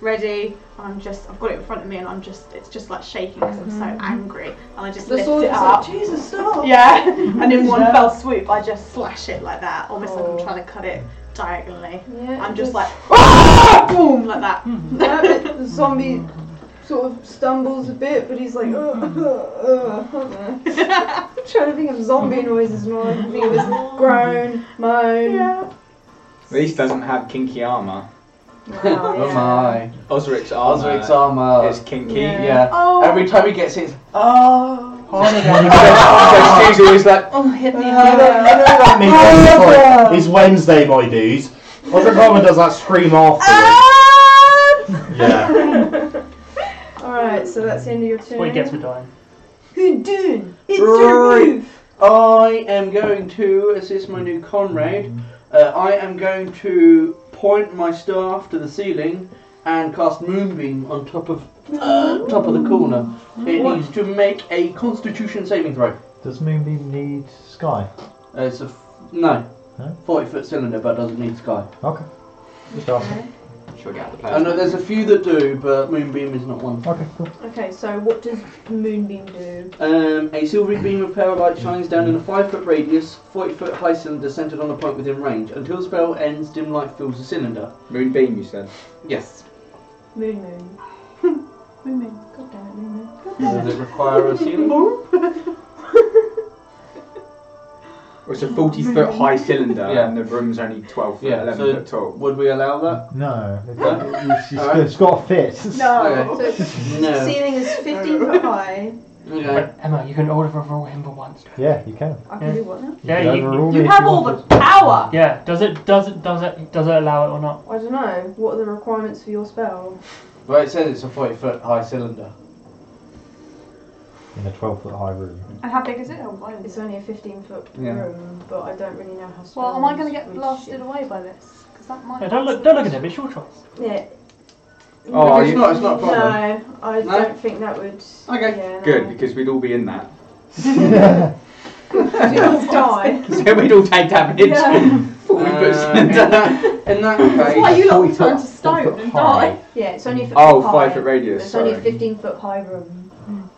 G: ready, and I'm just, I've got it in front of me, and I'm just, it's just like shaking because I'm so angry, and I just
D: The
G: lift
D: sword
G: it
D: is
G: up.
D: like Jesus stop.
G: yeah, and in one fell swoop, I just slash it like that, almost like
D: Oh.
G: I'm trying to cut it diagonally.
D: Yeah,
G: I'm
D: it
G: just
D: just-
G: like, "Ah!" boom, like that.
D: Yeah, but the zombie sort of stumbles a bit, but he's like, uh, uh, uh, uh. I'm trying to think of zombie noises, and all I can think of is groan, moan.
G: Yeah.
C: Reese doesn't have kinky armor.
D: Wow,
E: Oh
D: yeah.
E: my.
C: Osric's armor.
E: Osric's armor.
C: It's kinky.
D: Yeah.
E: Yeah.
G: Oh.
E: Every time he gets his
C: So she's always like,
D: Oh, hit me.
A: that means it's Wednesday, my dudes. What's the problem does that scream afterwards? yeah.
D: Alright, so that's the end of your turn.
F: What he gets for dying.
D: Good doing? It's your
E: Right.
D: move.
E: I am going to assist my new comrade. Uh, I am going to point my staff to the ceiling and cast Moonbeam on top of uh, top of the corner. It needs to make a Constitution saving throw.
B: Does Moonbeam need sky?
E: Uh, it's a f- no,
B: No?
E: forty foot cylinder, but doesn't need sky.
B: Okay. Just asking.
C: she'll get the
E: I know there's a few that do, but Moonbeam is not one.
B: Okay, cool.
D: Okay, so what does Moonbeam do?
E: Um, a silvery beam of pale light shines down in a 5 foot radius, 40 foot high cylinder centered on a point within range. Until the spell ends, dim light fills the cylinder.
C: Moonbeam, you said.
E: Yes.
D: Moon Moon.
G: Moon, moon.
D: God damn it, Moon Moon.
E: Does it require a ceiling?
C: It's a 40 foot high cylinder,
E: Yeah.
C: and the room's only 12 foot,
E: Yeah,
C: 11
E: so-
C: foot tall.
E: Would we allow that?
B: No,
E: No?
B: it's, it's,
E: Alright.
B: it's got to fit.
D: No.
E: Okay.
D: So it's- the
E: No.
D: ceiling is 15 foot high.
E: Okay.
F: But Emma, you can order for him for once.
B: Yeah, you can.
D: I can do what now?
F: Yeah,
B: can
F: you-
B: overrule me
G: You
B: if
G: have
B: you
G: all
B: want
G: the power.
F: Yeah, does it does it does it does it allow it or not?
D: I don't know. What are the requirements for your spell?
E: Well, it says it's a 40 foot high cylinder.
B: to. In a 12 foot high room.
G: And how big is it? Oh, why is
D: It's
G: it?
D: only a 15 foot
C: Yeah.
D: room, but I don't really know how spells.
G: Well, am I going to get
D: reach
G: blasted
D: it.
G: away by this? Because that might.
F: Yeah, don't look don't look at him. It's your choice.
D: Yeah.
C: Oh,
D: No,
C: it's not- it's not a
D: No, I
E: No?
D: don't think that would.
C: Okay.
D: Yeah, no.
C: Good, because we'd all be in that.
D: We'd all die.
C: so we'd all take damage.
D: Yeah.
C: Before we put
E: Uh,
C: cylinder
E: in that- in that
G: That's why
E: case,
G: you lot
B: 40
G: have turned to
B: foot-
G: stone
B: 40
G: and
B: foot high.
G: die.
D: Yeah, it's only a 15
C: Oh,
D: foot
C: five
D: high.
C: foot radius.
D: It's only a
C: Sorry.
D: 15 foot high room.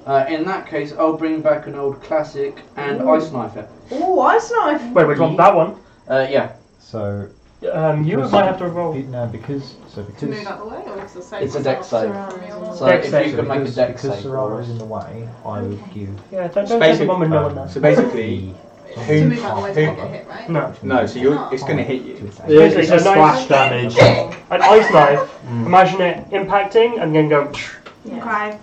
E: uh, in that case, I'll bring back an old classic and ice knife it.
D: Oh, ice knife.
F: Wait, which one? That one.
E: Uh, yeah,
B: So,
F: Um, you might have to roll.
B: be- no, because. So
L: To move
B: because.
L: out the way, or it's the same?
E: it's a deck save.
D: Surrounds.
E: So
F: Dex
E: if
F: save.
E: you can make a
B: because-
E: deck
B: because
E: save for
B: Sarara's
E: us.
B: in the way, I would give.
F: Yeah, don't,
C: So
F: don't take the
C: basic-
F: one with no one there.
C: So basically,
L: To
C: who-
L: move out the way to not get hit, right?
F: No.
C: no, so you're, it's going to hit you.
A: Yeah, it's
F: Basically,
A: just
F: a nice-
A: splash damage.
F: An ice knife. Imagine it impacting and then go.
D: Yeah.
L: Okay.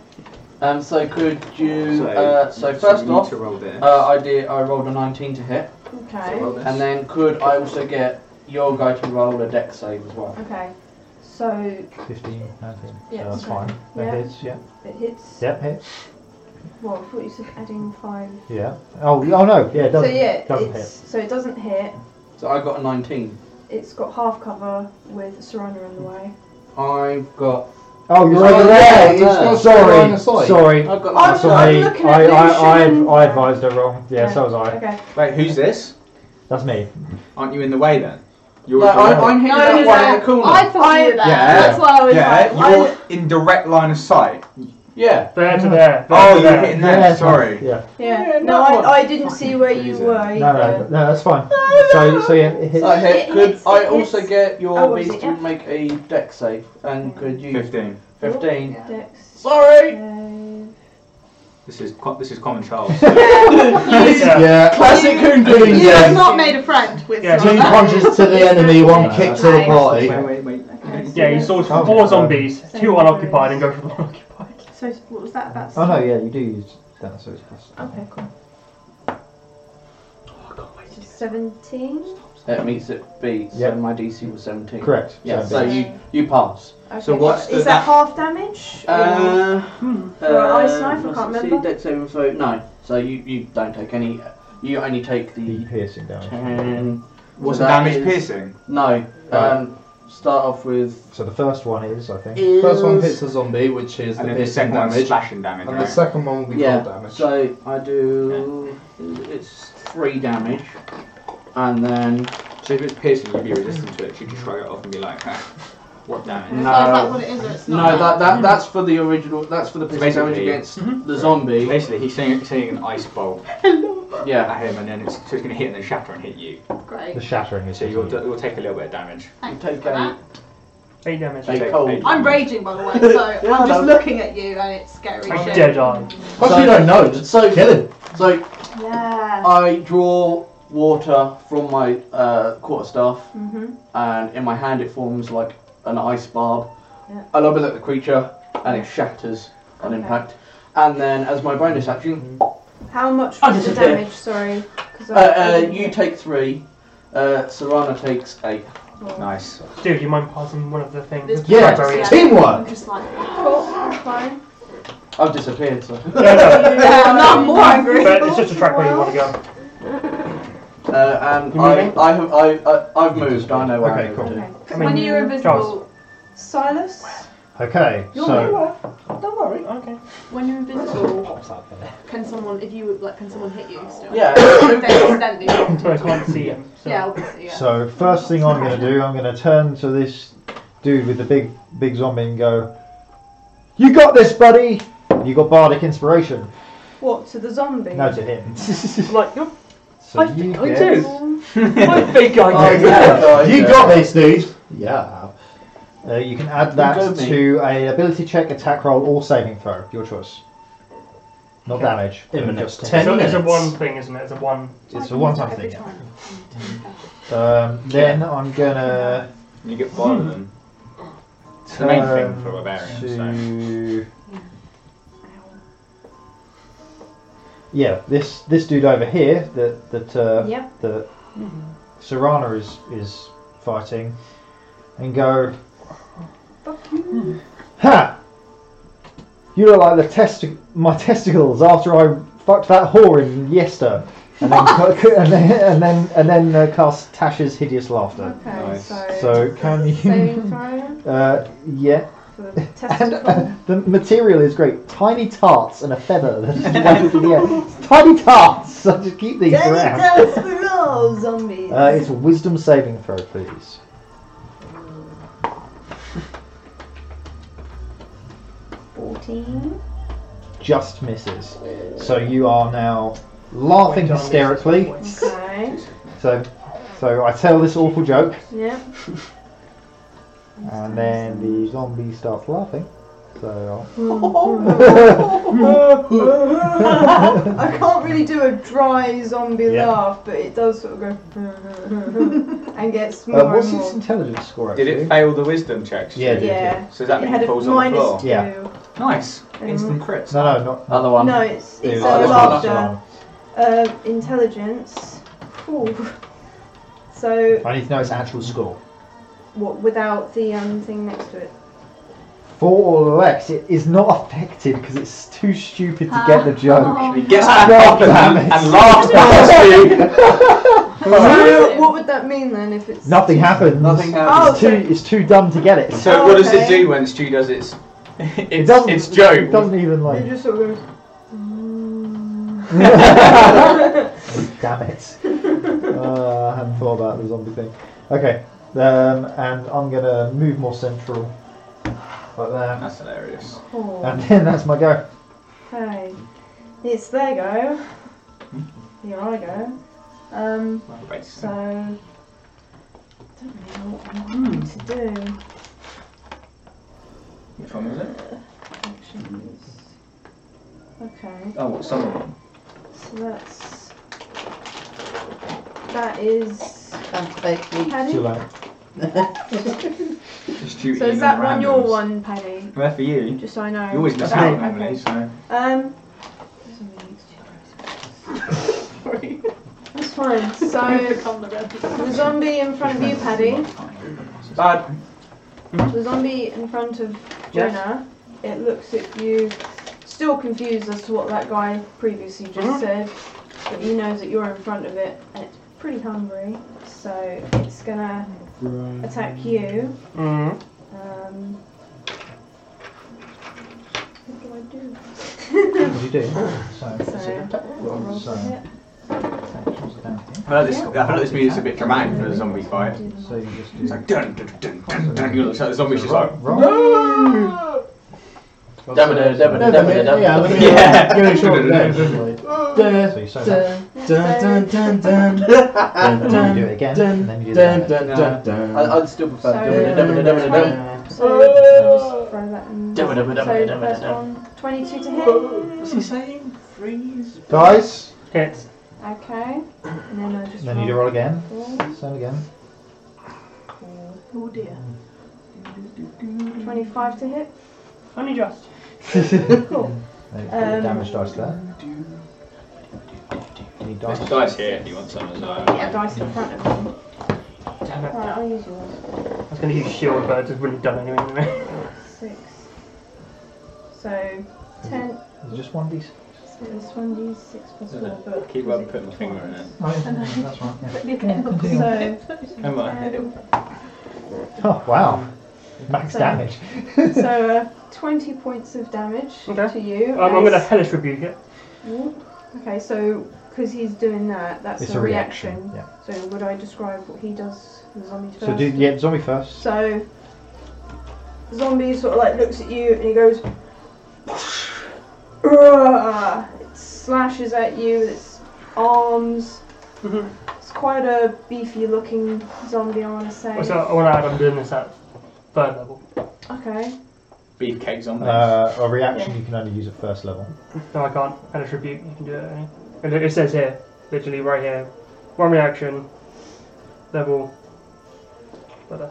E: Um, so could you? Uh, so first
C: you need
E: off,
C: to roll this.
E: uh, I did. I rolled a 19 to hit,
C: So roll
D: Okay.
C: this.
E: and then could I also get your guy to roll a deck save as well?
D: Okay. So
B: 15, 19.
D: Yeah,
B: so that's
D: okay.
B: fine. That
D: Yeah.
B: hits, yeah.
D: it hits.
B: Yep, hits.
D: Well, I thought you said adding five.
B: Yeah. Oh, oh no, yeah, it
D: So
B: does.
D: yeah,
B: doesn't
D: it's, so it doesn't hit.
E: So I got a 19.
D: It's got half cover with Serana in the way.
E: I've got.
B: Oh, you're
E: Oh,
B: over there!
E: yeah, it's not
B: sorry,
K: line of sight.
B: sorry.
E: I've
D: I'm
E: got.
B: That's on me.
D: looking at
B: Oh, I, I, I,
D: Lucian.
B: I advised her wrong. Yeah, so was I.
D: Okay.
C: Wait, who's this?
B: That's me.
C: Aren't you in the way then? You're
E: No, I,
C: the
E: I'm hitting
L: No,
E: that
L: he's
E: one in the
L: there.
E: corner.
L: I thought you were there.
C: Yeah.
L: That's why I was
C: yeah,
L: like,
C: you're in direct line of sight.
E: Yeah.
F: There to there. there
C: Oh,
F: to
C: you're
F: there.
C: hitting there.
B: Yeah,
C: sorry.
B: Yeah.
D: Yeah.
E: Yeah,
D: no,
E: that one.
D: I, I didn't see where you
C: Freezing.
D: were
B: No,
D: either.
B: no, no, that's fine. So, so yeah, it hits.
E: So I hit.
D: It
E: Could
D: hits,
E: I
D: it
E: also
D: hits.
E: get your
D: Oh, what is
E: beast
D: it,
E: to
D: yeah?
E: make a deck save? And could you?
C: 15.
E: 15.
D: Dex.
E: Sorry.
D: save.
C: This is co- this is common Charles.
F: Yeah.
K: Yeah.
E: Classic Coon
K: You
L: you
K: Yeah.
L: have not made a friend with
F: Yeah,
K: Two
L: someone.
K: punches to the enemy, one
D: Okay.
K: kick to the
L: Okay.
K: party.
C: wait, wait, wait.
D: Okay. so
F: Yeah, you
D: that's-
F: saw four
B: Oh, yeah.
F: zombies,
D: So
F: two
D: you
F: unoccupied,
D: lose.
F: and go for one occupied.
G: So what was that about?
B: Oh no, yeah, you do use that, so it's plus.
D: Okay, cool. So 17.
E: That means it beats.
B: Yeah.
E: So my DC was 17.
B: Correct.
E: Yeah.
B: so
E: So you you pass.
D: Okay.
C: So what's the-
D: is that,
C: that-
D: half damage? or-
E: Uh,
D: For an ice knife, I
E: must
D: can't
E: succeed
D: remember.
E: Dex saving throw. No. So you you don't take any. You only take
B: the
E: the
B: piercing damage.
E: ten.
C: Was
E: So
C: the
E: that
C: damage
E: is-
C: piercing?
E: No. Um. Start off with.
B: So the first one is, I think.
K: First one
E: is-
K: hits a zombie, which is the
C: And then the
K: piercing
C: second one's
K: damage.
C: slashing damage.
K: And the
C: right?
K: second one will be
E: Yeah.
K: cold damage.
E: So I do. It's three damage, and then
C: So if it's piercing, you'd be resistant to it. She'd just shrug it off and be like, "Huh, what damage?
L: So is that what it is, or it's not?
E: no. That, that that's for the original. That's for the piercing damage
C: Basically-
E: against the zombie.
C: Basically, he's saying, he's saying an ice bolt
E: Yeah.
C: at him, and then it's, so it's going to hit and then shatter and hit you.
L: Great.
B: The shattering is.
C: So you'll,
B: hitting you.
C: you'll take a little bit of damage.
E: You
L: Thanks
E: take
L: for that.
E: a,
F: Eight damage.
E: a
C: Take
E: cold.
C: eight.
L: I'm raging, by the way, so
E: Yeah,
L: I'm
E: no.
L: just looking at you and it's scary
F: I'm
L: shit.
F: dead on.
K: Plus,
E: So-
K: you don't know, just
E: So
K: kill him.
E: so
D: yeah.
E: I draw water from my uh, quarterstaff,
D: Mhm.
E: and in my hand it forms like an ice barb.
D: Yeah.
E: I lob it at the creature, and it shatters on
D: Okay.
E: impact. And then, as my bonus action,
D: How much
E: I
D: was the
E: disappear.
D: damage? Sorry. 'cause
E: uh,
D: I- I
E: uh,
D: didn't
E: you
D: get-
E: take three. Uh, Serana takes eight.
D: well,
C: Nice.
F: Dude, you mind passing one of the things?
L: This-
K: Yeah,
F: Sorry.
L: Yeah.
K: teamwork.
L: I'm just like,
D: Cool. That's fine.
E: I've disappeared. So.
F: No, no,
L: yeah, I'm not more angry.
F: but it's just a track where you want to go.
E: Uh, and
F: You
E: I,
F: moving?
E: I have I, I I've moved. I know where
B: Okay,
E: I moved
B: cool.
E: to.
D: Okay.
F: I
L: when
F: mean,
L: you're
F: Charles.
L: invisible,
D: Silas.
B: Okay,
D: You're
B: so
E: Don't worry.
F: Okay.
L: when you're invisible, can someone, if you, like, can someone hit you still?
E: Yeah.
L: If they accidentally knocked
F: But I
L: you.
F: can't see him. So.
L: Yeah, obviously, yeah.
B: so first thing I'm going to do, I'm going to turn to this dude with the big big zombie and go, "You got this, buddy. You got bardic inspiration."
D: What? To the zombie.
B: No, to him.
F: Like, you're,
B: So
F: I
B: you
F: think I
B: get-
F: do. I think
E: Oh,
F: I do.
E: yeah, guys,
B: you
E: yeah.
B: got this, dude. Yeah. Uh, you can add that
E: got me.
B: to a ability check, attack roll, or saving throw. Your choice. Not damage.
A: Imminent.
B: Just
A: Ten
F: so it's a
A: minutes.
F: one thing, isn't it? It's a one.
B: It's a one-time thing. Um, then I'm gonna.
C: You get bored of them. It's the main thing for a barbarian,
B: so. Yeah, this this dude over here that that uh,
D: Yep. Mm-hmm.
B: that Serana is is fighting, and go. Ha! You look like the testi- my testicles after I fucked that whore in Yester, and then and then and then, and then uh, cast Tasha's hideous laughter.
D: Okay, so.
B: So can
D: Saving
B: you?
D: throw
B: Uh, yeah.
D: for the
B: And
D: testicle.
B: uh, the material is great. Tiny tarts and a feather that just waves through the air. Tiny tarts! I just keep these
D: Daddy
B: around.
D: does for love, zombies.
B: Uh, it's a wisdom saving throw, please.
D: Fourteen.
B: Just misses. So you are now laughing hysterically.
D: Okay.
B: So, so I tell this awful joke,
D: Yep.
B: and then the zombie starts laughing. So uh,
D: I can't really do a dry zombie
B: Yeah.
D: laugh, but it does sort of go and gets
B: uh,
D: more
B: what's
D: and
B: its
D: more.
B: intelligence score?
C: Did it
B: actually?
C: fail the wisdom check?
B: Yeah, it did,
D: Yeah.
C: So that
D: it
C: means
D: had
C: it
D: a
C: falls on the
D: minus Um,
C: floor.
D: two.
B: Yeah.
C: Nice. Instant crit.
B: No, no, not
K: Other one.
D: No, it's
K: Yeah,
D: it's
K: that
D: uh,
K: was
B: not
D: laughter. Uh, intelligence. Ooh. So
B: I need to know its actual score.
D: what? Without the um thing next to it.
B: Four or less, it is not affected because it's too stupid to get the
L: Oh,
B: joke.
C: He gets back
B: God
C: up
B: damn
C: and,
B: it.
C: and laughs past you.
D: So what would that mean then if it's Oh,
B: Nothing happens.
K: Nothing
D: happens.
B: It's too, it's too dumb to get it.
C: So
D: Oh,
C: what does it
D: okay.
C: do when Stu does its
B: It
C: its,
B: doesn't.
C: its
B: It
C: joke?
B: doesn't even
D: It
B: like.
D: just sort of goes. mm,
B: Damn it. Uh, I hadn't thought about the zombie thing. Okay, um, and I'm gonna move more central, like that,
C: That's hilarious.
D: Oh,
B: and then that's my go.
D: okay. It's there go. Here I go. Um. So,
C: Basically.
D: I don't really know what I
C: Hmm.
D: want to do.
C: Which one was it?
D: Actions. Okay,
C: Oh, what, some of them.
D: so that's. That is.
B: Too
D: Penny?
B: late.
C: Just Stu
L: So is
C: eating
L: that one your
C: randoms.
L: one, Penny?
C: Well, for you.
L: Just so I know.
C: You always miss
D: Okay,
C: out normally,
D: okay.
C: so.
D: Um,
L: Sorry.
D: that's fine. So,
L: become the red.
D: the zombie in front of you, Paddy.
C: Bad.
D: The zombie in front of Jonah. It looks at you, still confused as to what that guy previously
L: Uh-huh.
D: just said, but he knows that you're in front of it and it's pretty hungry, so it's gonna attack you.
F: Mm.
D: Um, what do
B: What do you do? So,
D: I do? so, roll
B: so,
D: to hit.
C: Well, this, I feel like this music's a bit dramatic for the zombie fight.
B: so you just do.
C: It's like dun dun dun dun dun. You look at the zombie's just like.
B: Roll.
E: Debiter, debiter,
B: No,
E: debiter,
B: but-
E: debiter.
B: yeah, let me-
C: Yeah.
B: give it a short bit, actually. So you say that.
K: Dun, dun, dun, dun.
B: And then you do it again, and then you do
K: Dun,
B: that.
K: dun, dun, dun.
E: I, I'd still prefer.
D: So-
E: Debiter, debiter, debiter, debiter.
D: So, just throw that in.
E: Debiter, debiter,
D: So,
E: debiter,
D: first
E: debiter.
D: one, 22 to hit.
K: What's he saying? Freeze.
B: Dice.
F: Hits.
D: Okay. And then I just
B: And then you do
D: roll.
B: roll again.
D: Cool,
B: Same again.
D: cool.
L: Oh dear.
D: 25 to hit.
F: Only just.
D: Cool.
B: Then you put the
D: Um,
B: damage dice there. Any dice?
C: There's a dice here if you want some as
D: Um, Yeah,
C: well.
D: dice in front of him.
F: Damn it.
D: Right, I'll use yours.
F: I was going to use shield, but it just wouldn't have done anything anyway.
D: Six. So, 10.
B: Is it just one d6?
D: So, this one, d 6 plus 4. But
C: Keep on putting my finger in it.
B: That's right. yeah.
D: So, uh,
C: Come on.
B: Oh wow. Max
D: So-
B: damage.
D: so uh, 20 points of damage
F: Okay.
D: to you.
F: Um, I'm going to
D: as-
F: hellish rebuke it.
D: Okay, so because he's doing that, that's
B: It's
D: a,
B: a
D: reaction.
B: reaction, yeah.
D: So would I describe what he does to the zombie first?
B: So do yeah, zombie first.
D: So, zombie sort of like looks at you and he goes, "Rah!" it slashes at you with its arms.
F: Mhm.
D: It's quite a beefy looking zombie, I want to say.
F: So I want to add, I'm doing this at third level.
D: Okay.
C: beefcakes on there.
J: Uh, a reaction you can only use at first level.
F: No, I can't. At a tribute, you can do it. at any- and It it says here, literally right here, one reaction, level. But uh,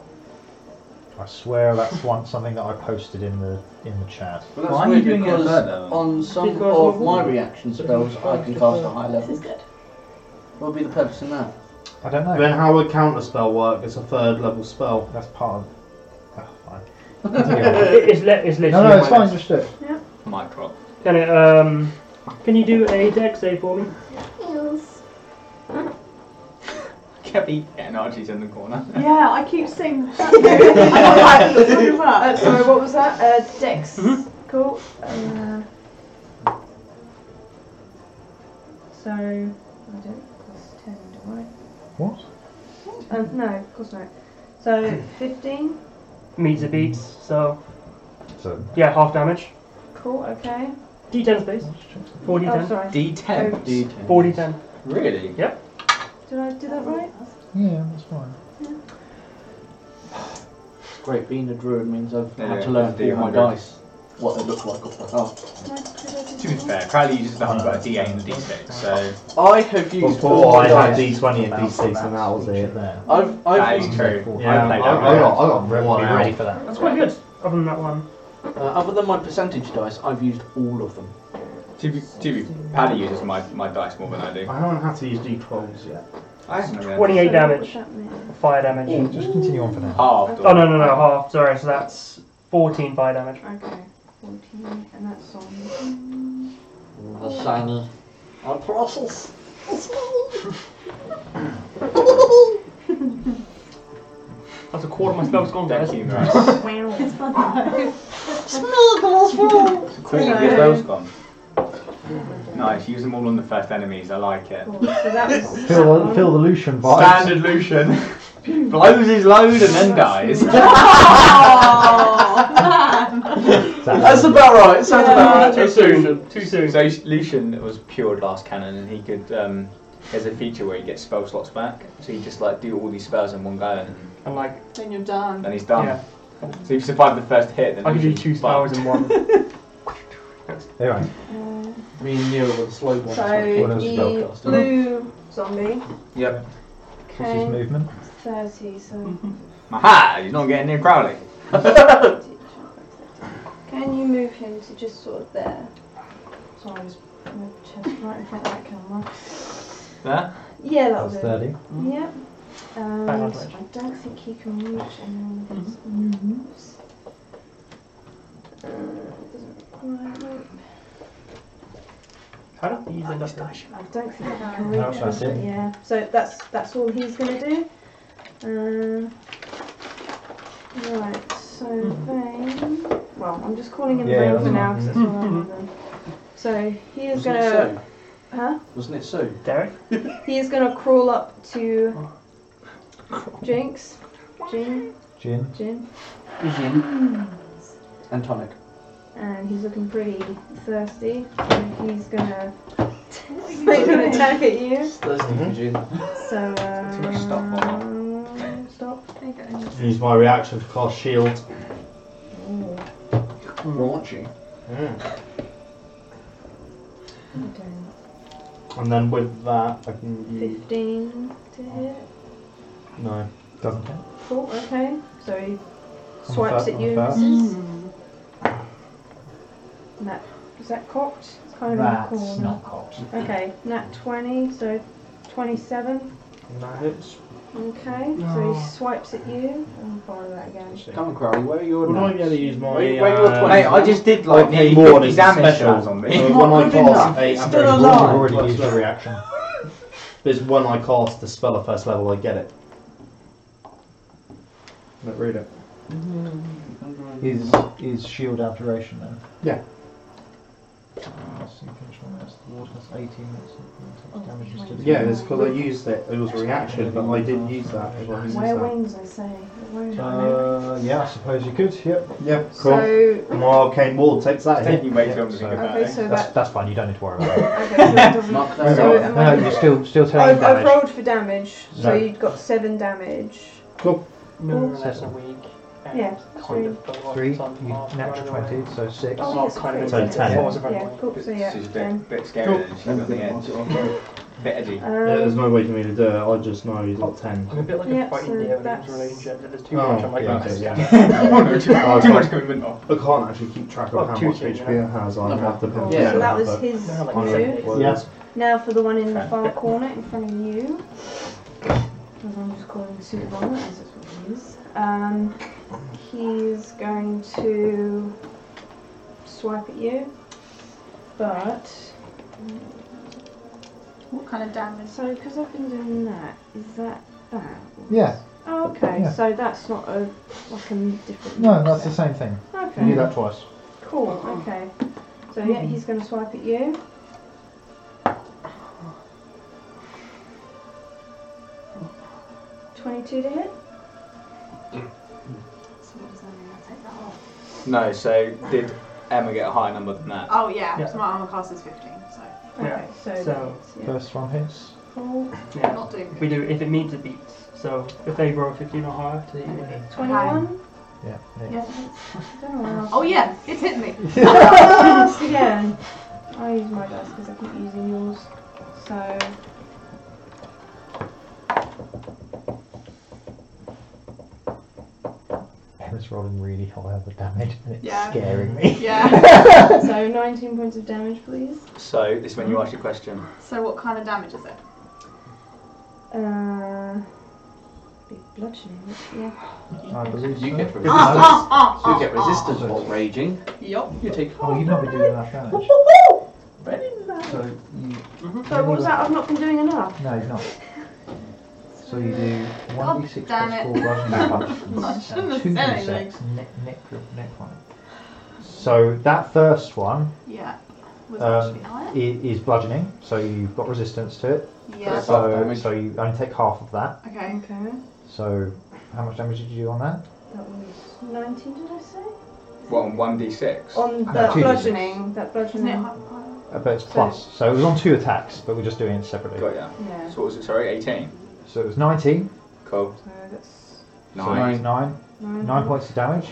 J: I swear that's one something that I posted in the in the chat.
E: Well, that's weird because on some
J: Because
E: of
J: we've
E: my
J: all-
E: reaction spells, I can cast at high level. This is good. What would be the purpose in that?
J: I don't know.
A: Then how would counter spell work? It's a third level spell.
J: That's part of. Oh, fine. Uh,
F: it- it's, le- it's literally.
J: No, no, it's
F: my
J: fine.
F: next-
J: Just do it.
C: My prop.
F: Can it? Um, can you do a dex save for me?
C: Kept eating energies in the corner.
G: Yeah, I keep seeing that. I'm like, what is
D: Uh,
G: that?
D: sorry, what was that? Uh, Dex. Cool. Uh, so, I don't. Plus 10, do I?
J: What?
D: Uh, no, of course not. So, 15.
F: Meets it beats. So
J: So
F: yeah, half damage.
D: Cool, okay.
F: D10 please. Four
D: Oh,
F: D10.
D: sorry.
C: D10.
E: D10.
F: Four D10.
C: Really?
D: Did I do that right?
J: yeah, that's fine.
E: Great being a druid means I've
C: Yeah,
E: had to learn
C: D100.
E: all my dice, what they look like off by heart.
D: Did I, did I do
C: To be fair, Crowley uses the hundred D8 and D6, so
E: I have used all
A: Before I
E: my
A: had
E: dice.
A: D20 and D6, and that was it.
J: There.
E: I've,
C: that
E: I've
C: is
E: used,
C: true.
A: Yeah, I,
C: played
A: I,
C: that
A: I got, I got
J: Re-
A: one
J: Be ready
A: out.
J: for that.
F: That's quite good. Other than that one.
E: uh, other than my percentage dice, I've used all of them.
C: To be, to be, Paddy uses my, my dice more than I do.
A: I haven't had to use D12s yet.
C: I haven't really.
D: So what
F: Twenty-eight damage.
D: would that mean?
F: Fire damage.
J: Oh, Just continue on for now.
C: Halved.
F: Oh no no no half. Sorry. So that's fourteen fire damage.
D: Okay, 14, and that's on.
E: The shiny. I'm precious.
F: That's a quarter of my spell's gone, guys.
C: Thank you, guys.
G: It's fun though.
C: Cool, yeah, those gone. Nice, use them all on the first enemies, I like it.
D: Cool, so that was.
J: Feel
D: that
J: the, feel the Lucian vibes.
C: Standard Lucian. Blows his load and then dies.
D: Oh.
E: That's about right. It sounds about right.
F: Too soon. Too soon.
C: So Lucian was pure glass cannon, and he could. Um, there's a feature where he gets spell slots back, so he just like do all these spells in one go, and
F: And like
G: Then you're done.
C: then he's done.
F: Yeah.
C: So if you survive the first hit, then
F: I could do
C: Lucian's
F: two
C: fucked.
F: spells in one.
J: Anyway,
E: Me and Neil were the slow ones.
D: So,
J: What is
D: the
E: spellcasting?
D: blue zombie.
C: Yep.
J: what's his
D: Okay,
J: movement?
D: 30, so.
C: Aha! He's not getting near Crowley.
D: Can you move him to just sort of there? Sorry, I just moved chest right in front of that camera.
C: There.
D: Yeah, that
J: That
D: was
J: was
D: it.
J: 30.
D: Yeah. And
F: Bang
D: I
F: on touch.
D: don't think he can reach anyone with his
J: Mm-hmm.
D: moves. Uh, doesn't require it.
F: How do these end up? there?
D: I don't think he can
J: No,
D: reach
J: that's
D: him,
J: it.
D: Yeah. So that's that's all he's gonna do. Uh, right. So Vane. Well, I'm just calling him Vane
J: Yeah, that's
D: for
J: fine.
D: now because that's all I know then. So he is
E: Wasn't it
D: gonna.
E: Sue?
D: Huh?
E: Wasn't it Sue?
F: Derek.
D: He is gonna crawl up to Jinx. Jin.
J: Gin.
D: Jin.
F: Is in.
E: And tonic.
D: And he's looking pretty thirsty. So he's gonna make an attack at you.
E: Thirsty for gin.
D: So uh,
C: Too much stuff on
D: Stop.
A: Use my reaction to cast shield.
E: Raunchy.
A: Mm.
D: Okay.
A: Hmm. And then with that, I can use.
D: 15 to hit.
A: No.
J: Doesn't count.
D: Cool, okay. So he
J: the
D: swipes
J: fir-
D: at
J: on the
D: you and
J: first.
D: misses. Nat, is that cocked? It's kind of in the
J: That's
D: corner.
J: not cocked.
D: Okay, nat 20, so 27.
A: And that hits.
D: Okay, so
F: No.
A: Ah.
D: he swipes at you. I'll borrow that again.
E: Come on, Crowley, where are your
A: Would I
E: nuts?
A: be able to use my.
E: Wait, wait, you're
A: uh,
E: 20.
C: Mate, I just did like
A: Okay,
C: nearly
A: more
C: 50
A: is
C: damage
A: special.
C: spells on
A: Uh,
C: me.
E: Not
A: when I
E: good
A: cast
E: enough.
A: a
E: Still
A: average
J: You've
E: alive.
A: one,
J: already used your reaction.
A: this when I cast the spell at first level, I get it. But read it.
J: Is is shield alteration then?
A: Yeah.
B: Ah,
J: Let's see, finish one minutes. The water has 18 minutes.
G: Oh,
J: of damage instead of-
A: Yeah, it's because I used it. It was a reaction, but I did use that. If I used
D: Wear
A: that.
D: wings, I say. Wear wings.
J: Uh, yeah, I suppose you could. Yep.
A: Yep, cool.
D: So,
A: my arcane ward takes that hit.
C: Taking way too long to think
J: Yeah,
C: about
D: okay,
C: it.
D: so
J: That's,
D: that.
J: that's fine. You don't need to worry about it.
D: Okay, so it doesn't.
E: Knock
D: So
E: that off.
D: am I-
J: no, you're still still taking
D: I've, I've
J: damage.
D: rolled for damage, so
J: No.
D: you got 7 damage.
F: No, that's a weak.
D: Yeah.
F: Kind of, but like,
B: Three,
F: some
B: you
F: half
B: natural
F: running away.
B: 20, so six.
D: Oh,
F: Not
D: yes,
F: kind of
D: great.
A: So
F: intense,
A: ten.
F: I was running
D: Yeah,
F: away.
D: cool. So yeah,
C: She's a
D: ten.
C: bit, bit scary than she's on the edge. bit edgy.
A: Yeah, there's
D: Um,
A: no way for me to do it. I just know he's got ten.
F: I'm a bit like
D: Yeah,
F: a fight
D: so
F: in the
D: that's-
F: relationship. If there's too
A: Oh,
F: much, I'm like,
A: yeah,
F: "Oh,
A: okay,
F: yeah."
A: yeah.
C: No, too, too much commitment off.
A: I can't actually keep track of
F: Well,
A: how
F: two
A: much
F: change,
A: HP
F: you know.
A: it has. I have to
D: cool.
A: pinpoint
E: Yeah.
D: So that was
A: but-
D: his
F: No, like
A: I know
D: move.
A: what it
B: Yeah.
A: is.
D: Now for the one in the
C: Okay.
D: far corner in front of you. As I'm just calling him Super Bomber, as that's what he is. Um, he's going to swipe at you, but
G: What kind of damage?
D: so because I've been doing that, is that that?
B: Yeah,
D: Oh, okay,
B: Yeah.
D: so that's not a like a different.
B: no, that's the same thing.
D: Okay.
B: You Hmm. do
G: Mm-hmm.
B: that twice.
D: Cool. Okay. So yeah, he's going to swipe at you. Twenty-two to hit.
G: So what does that mean? I take that off.
C: No, so did Emma get a higher number than that?
G: Oh yeah,
F: Yeah.
G: so my armor class is 15, so
D: Okay.
F: Yeah.
D: So.
F: So-
D: yeah.
B: First one hits.
D: Cool.
F: Yeah.
G: not doing
F: We
G: good.
F: do if it meets it beats. So if they roll 15 or higher, to hit you.
G: Okay.
D: Twenty-one.
B: Yeah. yeah.
G: Yes, it is.
D: Don't know.
G: Oh yeah, it's hit me.
D: Dice again. I use my dice because I keep using yours. So.
B: Emma's rolling really high on the damage, and it's
G: Yeah.
B: scaring me.
G: Yeah.
D: So 19 points of damage, please.
C: So this is when you ask your question.
G: So what kind of damage is it?
D: Uh. Big bludgeoning. Yeah.
B: I believe
E: You
B: so.
E: get resistance.
G: Ah, ah,
E: you
G: ah,
E: get
G: ah,
E: resistance while raging.
G: ah. Yup.
E: You take
B: Oh, you've not been doing enough damage. So you.
G: Mm-hmm.
D: So what was that? I've not been doing enough.
B: No, you've not. So you do
G: God
B: one d six
G: damn
B: plus
G: it.
B: four bludgeoning
G: I
B: damage and
G: shouldn't have
B: two
G: said
B: d
G: anything.
B: six neck neck neck one. So that first one
G: Yeah. Was
B: Um,
G: actually higher?
B: i- is bludgeoning, so you've got resistance to it.
G: Yeah.
C: Half
B: So
C: damage.
B: so you only take half of that.
G: Okay.
D: Okay.
B: So how much damage did you do on that?
D: That was 19, did I say?
C: What on one d six?
D: On
B: No,
D: that
B: two digits.
D: bludgeoning. That
G: Isn't it
D: bludgeoning.
G: high-
B: Uh,
G: higher?
B: but it's plus. So it was on two attacks, but we're just doing it separately.
C: Got ya.
D: Yeah.
C: So what was it? Sorry, eighteen.
B: So it was 19.
C: Cool.
D: So that's
B: So nine,
C: Nine.
B: nine,
G: Mm-hmm.
D: nine.
B: nine points of damage.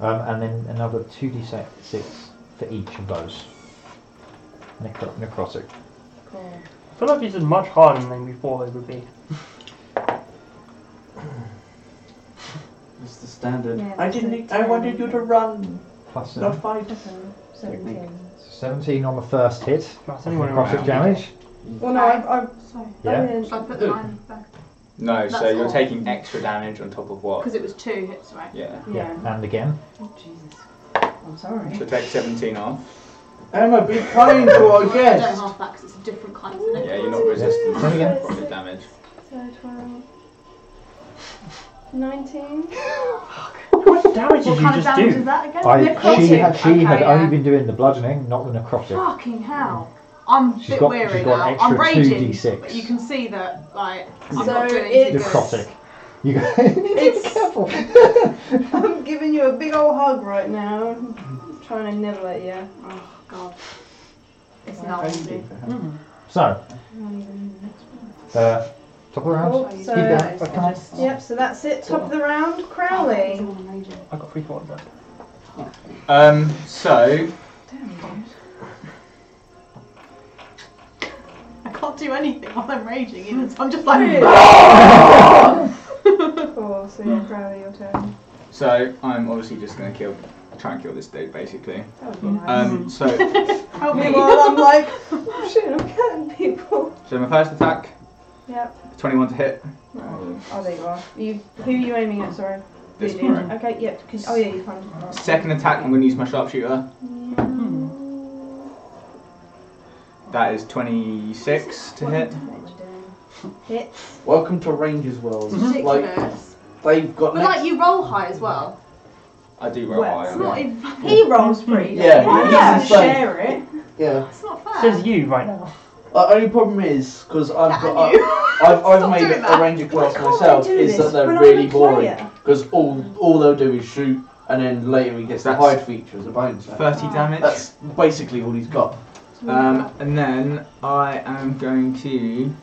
B: Um, and then another 2d6 for each of those. Necro- necrotic.
D: Cool.
F: I feel like this is much harder than we thought it would be.
M: It's the standard.
D: Yeah,
M: I didn't.
D: it's a
M: I
D: ten.
M: wanted you to run,
B: Plus
M: not
B: seven.
M: fight.
D: So 17.
B: 17 on the first hit.
F: That's anyone
B: Necrotic
F: around.
B: damage.
D: Well, no, I've. I've
G: Sorry.
D: I
B: Yeah.
D: didn't-
G: Should I put the nine back?
C: No, so
G: That's
C: you're
G: all.
C: taking extra damage on top of what?
G: Because it was two hits, right?
C: Yeah.
D: yeah.
B: And again.
D: Oh, Jesus. I'm sorry.
C: So take seventeen off.
M: Emma, be kind to our
G: I don't
M: guest.
G: half that because it's a different kind, isn't it?
C: Yeah, you're not resistant
B: Come again.
C: to the damage.
D: So 12. 19.
F: What damage did
G: What
F: you
G: kind of
F: just
G: damage
F: do?
G: is that again?
B: I,
G: Necrotic.
B: she had, she
G: Okay,
B: had
G: yeah. Oh,
B: only been doing the bludgeoning, not the necrotic.
G: Fucking hell. I'm a
B: She's
G: bit
B: got-
G: weary
B: she's got
G: now.
B: an
G: I'm
B: extra
G: raging.
B: 2d6.
G: But you can see that, like, I'm
D: So
G: not doing
D: it's-
G: anything good.
B: Necrotic. You go. Be careful.
D: I'm giving you a big old hug right now. I'm trying to nibble at you.
G: Oh, God. It's not easy.
B: So, uh, top of the round.
A: Oh,
D: Cool.
B: Keep
D: Oh, So,
B: that. Come on.
D: yep, so that's it. Top of the round, Crowley.
F: I got three quarters left.
C: Um. So
G: I can't do anything while I'm raging either, so I'm just like.
D: Cool, so yeah, Crowley, your turn.
C: so I'm obviously just gonna kill, try and kill this dude basically.
D: That would be nice.
C: Um. So
G: Help me.
D: Meanwhile, I'm like, shit, I'm killing people.
C: so my first attack,
D: Yep.
C: twenty one to hit.
D: Oh, there you are. You, who are you aiming at? Sorry.
C: This
D: You do.
C: one.
D: Okay, yep. Can, oh, yeah, you can.
C: Second attack, I'm gonna use my sharpshooter. That is twenty six to hit.
D: Hits.
E: Welcome to Rangers World. Like
G: Ridiculous.
E: they've got
G: But like
E: next.
G: you roll high as well.
C: I do roll
D: Well,
C: higher.
G: It's not even.
D: He rolls free.
E: Yeah,
D: doesn't he?
E: Yeah. he's insane.
D: share it.
E: Yeah.
G: It's not
D: Ah.
G: fair.
F: Says you right now.
E: Our only problem is because I've
G: That
E: got
G: and you.
E: I- I've, I've
G: Stop
E: made
G: doing
E: it
G: that.
E: a Ranger class
D: can't I
E: myself
D: do this
E: is that
D: when
E: they're
D: I'm
E: really
D: a
E: boring
D: player?
E: because all all they'll do is shoot and then later he gets the
C: That's-
E: hide feature as a bonus. action.
C: Thirty damage.
E: That's basically all he's got.
C: Um, and then I am going to.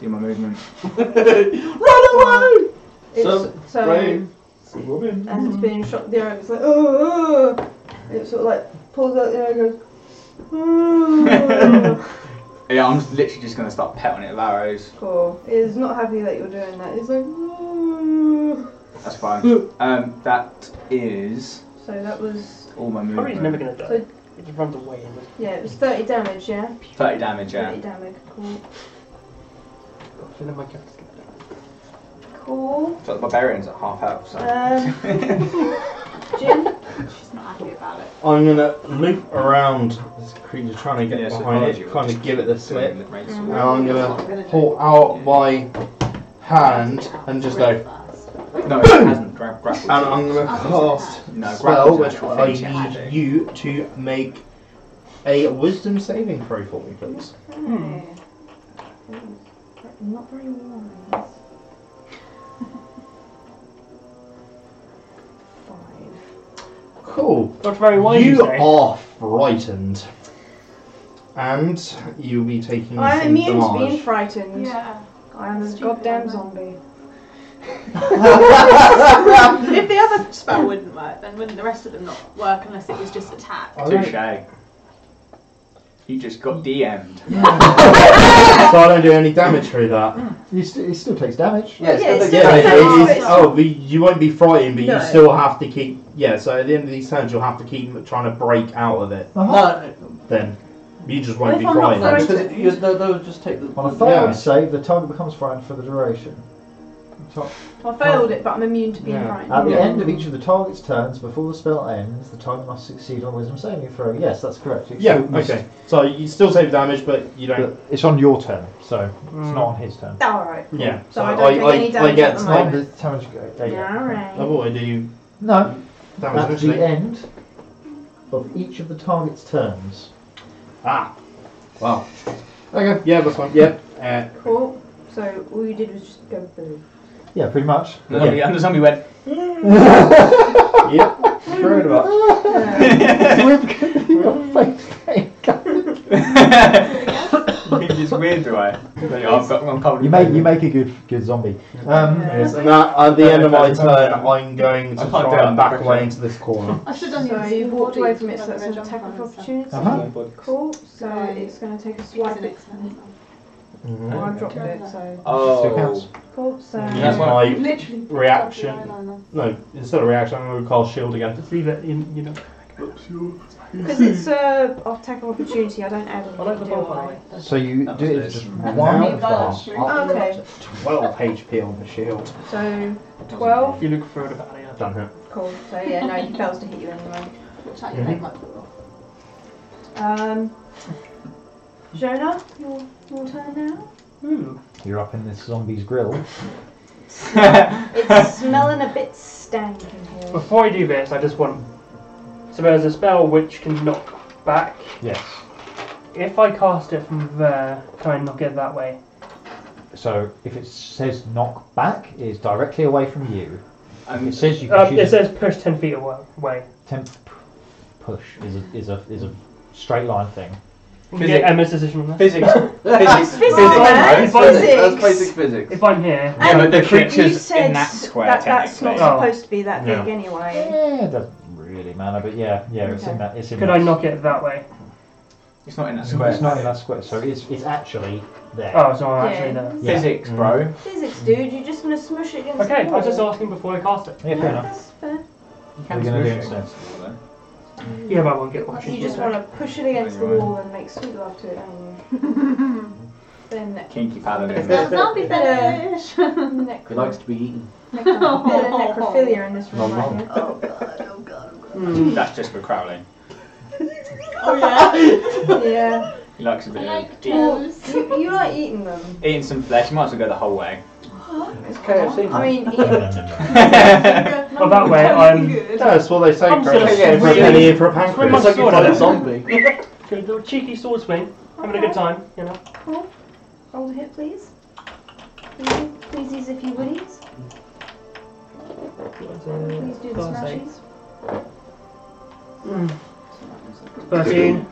C: do my movement.
E: Run away!
D: It's- so- and it's being shot. The arrow is like, oh, oh. It sort of like pulls out the arrow, and goes, oh.
C: Yeah, I'm just literally just gonna start pelting it with arrows.
D: cool. It is not happy that you're doing that. It's like, oh.
C: That's fine. um, that is
D: So that was,
C: all my
F: Probably
C: movement.
F: never gonna die.
D: So-
F: It just runs away. And just,
D: yeah, it was 30 damage, yeah?
C: Thirty damage. Yeah.
D: 30 damage, cool.
F: and then my character's gonna die.
D: Cool.
C: So the barbarian's at half health. So.
D: Uh, Um, Jim?
G: She's not happy about it.
A: I'm gonna loop around this creature, trying to get
C: Yeah, so
A: behind
C: you
A: it,
C: were
A: trying to
C: just
A: give it the
C: doing
A: slip.
C: the race.
A: And I'm
G: I'm gonna
A: gonna
G: do-
A: pull out my hand and just
G: Really
A: go.
G: fast.
C: No, it hasn't. Gra- grappled.
A: And I'm gonna cast
C: no,
A: spell,
C: grappled.
A: which
C: is
A: I
C: actually magic.
A: need you to make a wisdom saving throw for me, please.
B: Hmm.
D: Okay. Not very wise. Five.
A: Cool.
F: Not very wise.
A: You
F: say.
A: are frightened. And you'll be taking
D: I'm
A: some
D: immune to
A: damage.
D: being frightened.
G: Yeah.
D: I'm a
G: Stupid
D: goddamn
G: woman.
D: zombie.
G: if the other spell wouldn't work, then wouldn't the rest of them not work unless it was just attack?
C: Touche. You just got DM'd.
A: so I don't do any damage through that.
B: You st- it still takes damage.
E: Yeah, it's
D: Yeah,
E: got
D: it's
E: the-
A: Yeah,
D: Yeah,
A: it
D: so
A: is-
D: it's-
A: oh, but you won't be frightened, but
D: No.
A: you still have to keep. Yeah, so at the end of these turns, you'll have to keep trying to break out of it.
M: Uh-huh.
E: No,
A: Then you just won't
D: If
A: be
D: I'm not
A: frightened.
E: no, because it, you, no, they'll just take the.
B: On a failed
A: Yeah.
B: save, the target becomes frightened for the duration. Top-
D: I failed it, but I'm immune to being
A: Yeah.
D: frightened.
B: At the end of each of the target's turns, before the spell ends, the target must succeed on a wisdom saving throw. Yes, that's correct. It's
A: yeah,
B: still missed.
A: okay. So you still save damage, but you don't.
B: But it's on your turn, so
A: Mm.
B: it's not on his turn.
D: Alright.
A: yeah.
D: So I don't take any damage
A: I get
D: at the
A: to-
D: moment.
B: Time the damage go. uh, There you go.
A: Oh,
D: Alright.
A: what I do
B: No,
A: damage
B: that's the
A: initially.
B: end of each of the target's turns.
A: Ah. Wow. Okay. Yeah, that's fine. Yeah. Uh,
D: Cool. So all you did was just go boo.
B: Yeah, pretty much.
C: The zombie, And the zombie went.
A: yeah. Screwed about.
D: Yeah.
B: You've got face paint.
C: it's weird, do I? Like, I've got, I'm covered.
B: you
C: in
B: make
C: blue.
B: you make a good good zombie. Um,
A: Yes, and that, at the end of my turn, I'm going
C: I
A: to
C: can't do it,
A: try
C: I'm
A: and back
C: pressing.
A: away into this corner.
N: I should have
D: So
N: done
D: you walked away from it, so that's an attack of opportunity.
B: Uh-huh.
D: Cool. So it's going to take a swipe at.
A: Mhm.
D: Well, I dropped it, so.
B: Still counts.
C: Oh.
D: Cool. So.
A: That's
C: Yeah.
A: my
N: Literally.
A: reaction. No, instead of reaction, I'm going to call shield again.
F: Just leave it in, you know.
D: Because it's a attack of opportunity, I don't add anything.
E: I like the
D: do
E: ball, by
D: I?
E: the way.
B: So you
C: That
B: do
C: was
B: it
C: nice.
B: just
A: And
B: one
A: now
B: of
A: the
B: them.
D: Okay,
A: 12 HP on the shield.
D: so 12.
F: You look further about it.
A: Done hit.
D: Cool. So yeah, no, he fails to hit you anyway. Um, Jonah, your, your turn now.
F: Ooh.
B: You're up in this zombie's grill.
D: It's smelling a bit stank in here.
F: Before I do this, I just want. So there's a spell which can knock back.
B: Yes.
F: If I cast it from there, can I knock it that way?
B: So if it says knock back, it is directly away from you. If
C: I'm
B: it says you can
F: Um,
B: choose
F: it
B: a
F: says push 10 feet awa- away.
B: temp push is a is a is a straight line thing.
F: You
C: Physic-
F: get Emma's decision on that.
C: physics. Physics.
D: Physics,
F: man,
C: It's
F: physics.
E: That's basic physics.
F: If I'm here,
C: Yeah, but the
D: you
C: creature's
D: said
C: in that square.
D: that that's not
C: technically.
F: Oh.
D: supposed to be that big
A: Yeah.
D: anyway.
B: Yeah, it doesn't really matter, but yeah, yeah, it's in that. It's in.
F: could
B: that-
F: I knock it that way?
C: It's not in that square.
B: It's not in that square, so it's it's actually there.
F: Oh, it's not actually
D: Yeah.
F: there.
B: Yeah. Mm.
C: Physics, bro.
D: Physics, dude, you're just gonna smush it against
F: Okay, I
D: the
F: was
D: wall.
F: just asking before I cast it.
B: Yeah, fair enough.
D: That's fair.
C: You
B: What are you gonna do instead?
F: Yeah, but I won't get what
D: You just want to push it against the wall and make sweet love to it, don't you? then neck.
C: Kinky paladin.
G: Zombie fetish.
D: neck-
E: He likes to be eaten.
D: neck- bit of necrophilia in this room right
A: Not
D: here.
G: Oh god, oh god, oh god.
C: That's just for Crowley.
G: Oh yeah.
D: Yeah.
C: He likes a bit of
D: uh, You, you like eating them.
C: eating some flesh. You might as well go the whole way.
E: It's KFC.
D: I mean, eating
F: Well, that way I'm.
A: That's what they say.
F: I'm
A: Chris.
F: sorry,
A: For a
F: yeah,
A: penny in for a
F: Bring my
A: pancreas.
F: sword out.
E: a zombie.
F: Good little cheeky sword swing, having a good time, you know.
D: Cool. Roll the hit, please. Please, please, if you woodies. Please do the smashies.
F: Mm. Thirteen.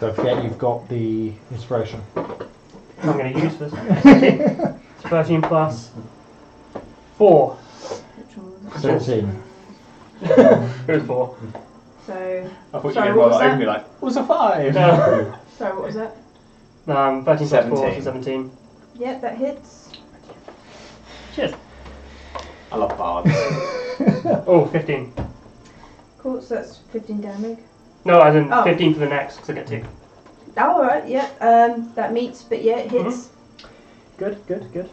B: Don't forget, you've got the inspiration.
F: I'm going to use this. It's 13 plus 4.
A: Thirteen.
F: Here's 4.
D: So,
C: I thought
D: Sorry,
C: you were
D: what was
C: going to
D: that?
C: over me like, it was a five.
F: No,
D: sorry, what was that?
F: no um, 13 plus 4
C: Seventeen.
F: so 17.
D: Yep, that hits.
F: Cheers.
C: I love bards.
F: Oh, 15.
D: Cool, so that's 15 damage.
F: No, as in
D: Oh.
F: 15 for the next, because I get 2.
D: Oh, alright, yeah, um, that meets, but yeah, it
F: Uh-huh.
D: hits.
F: Good, good, good.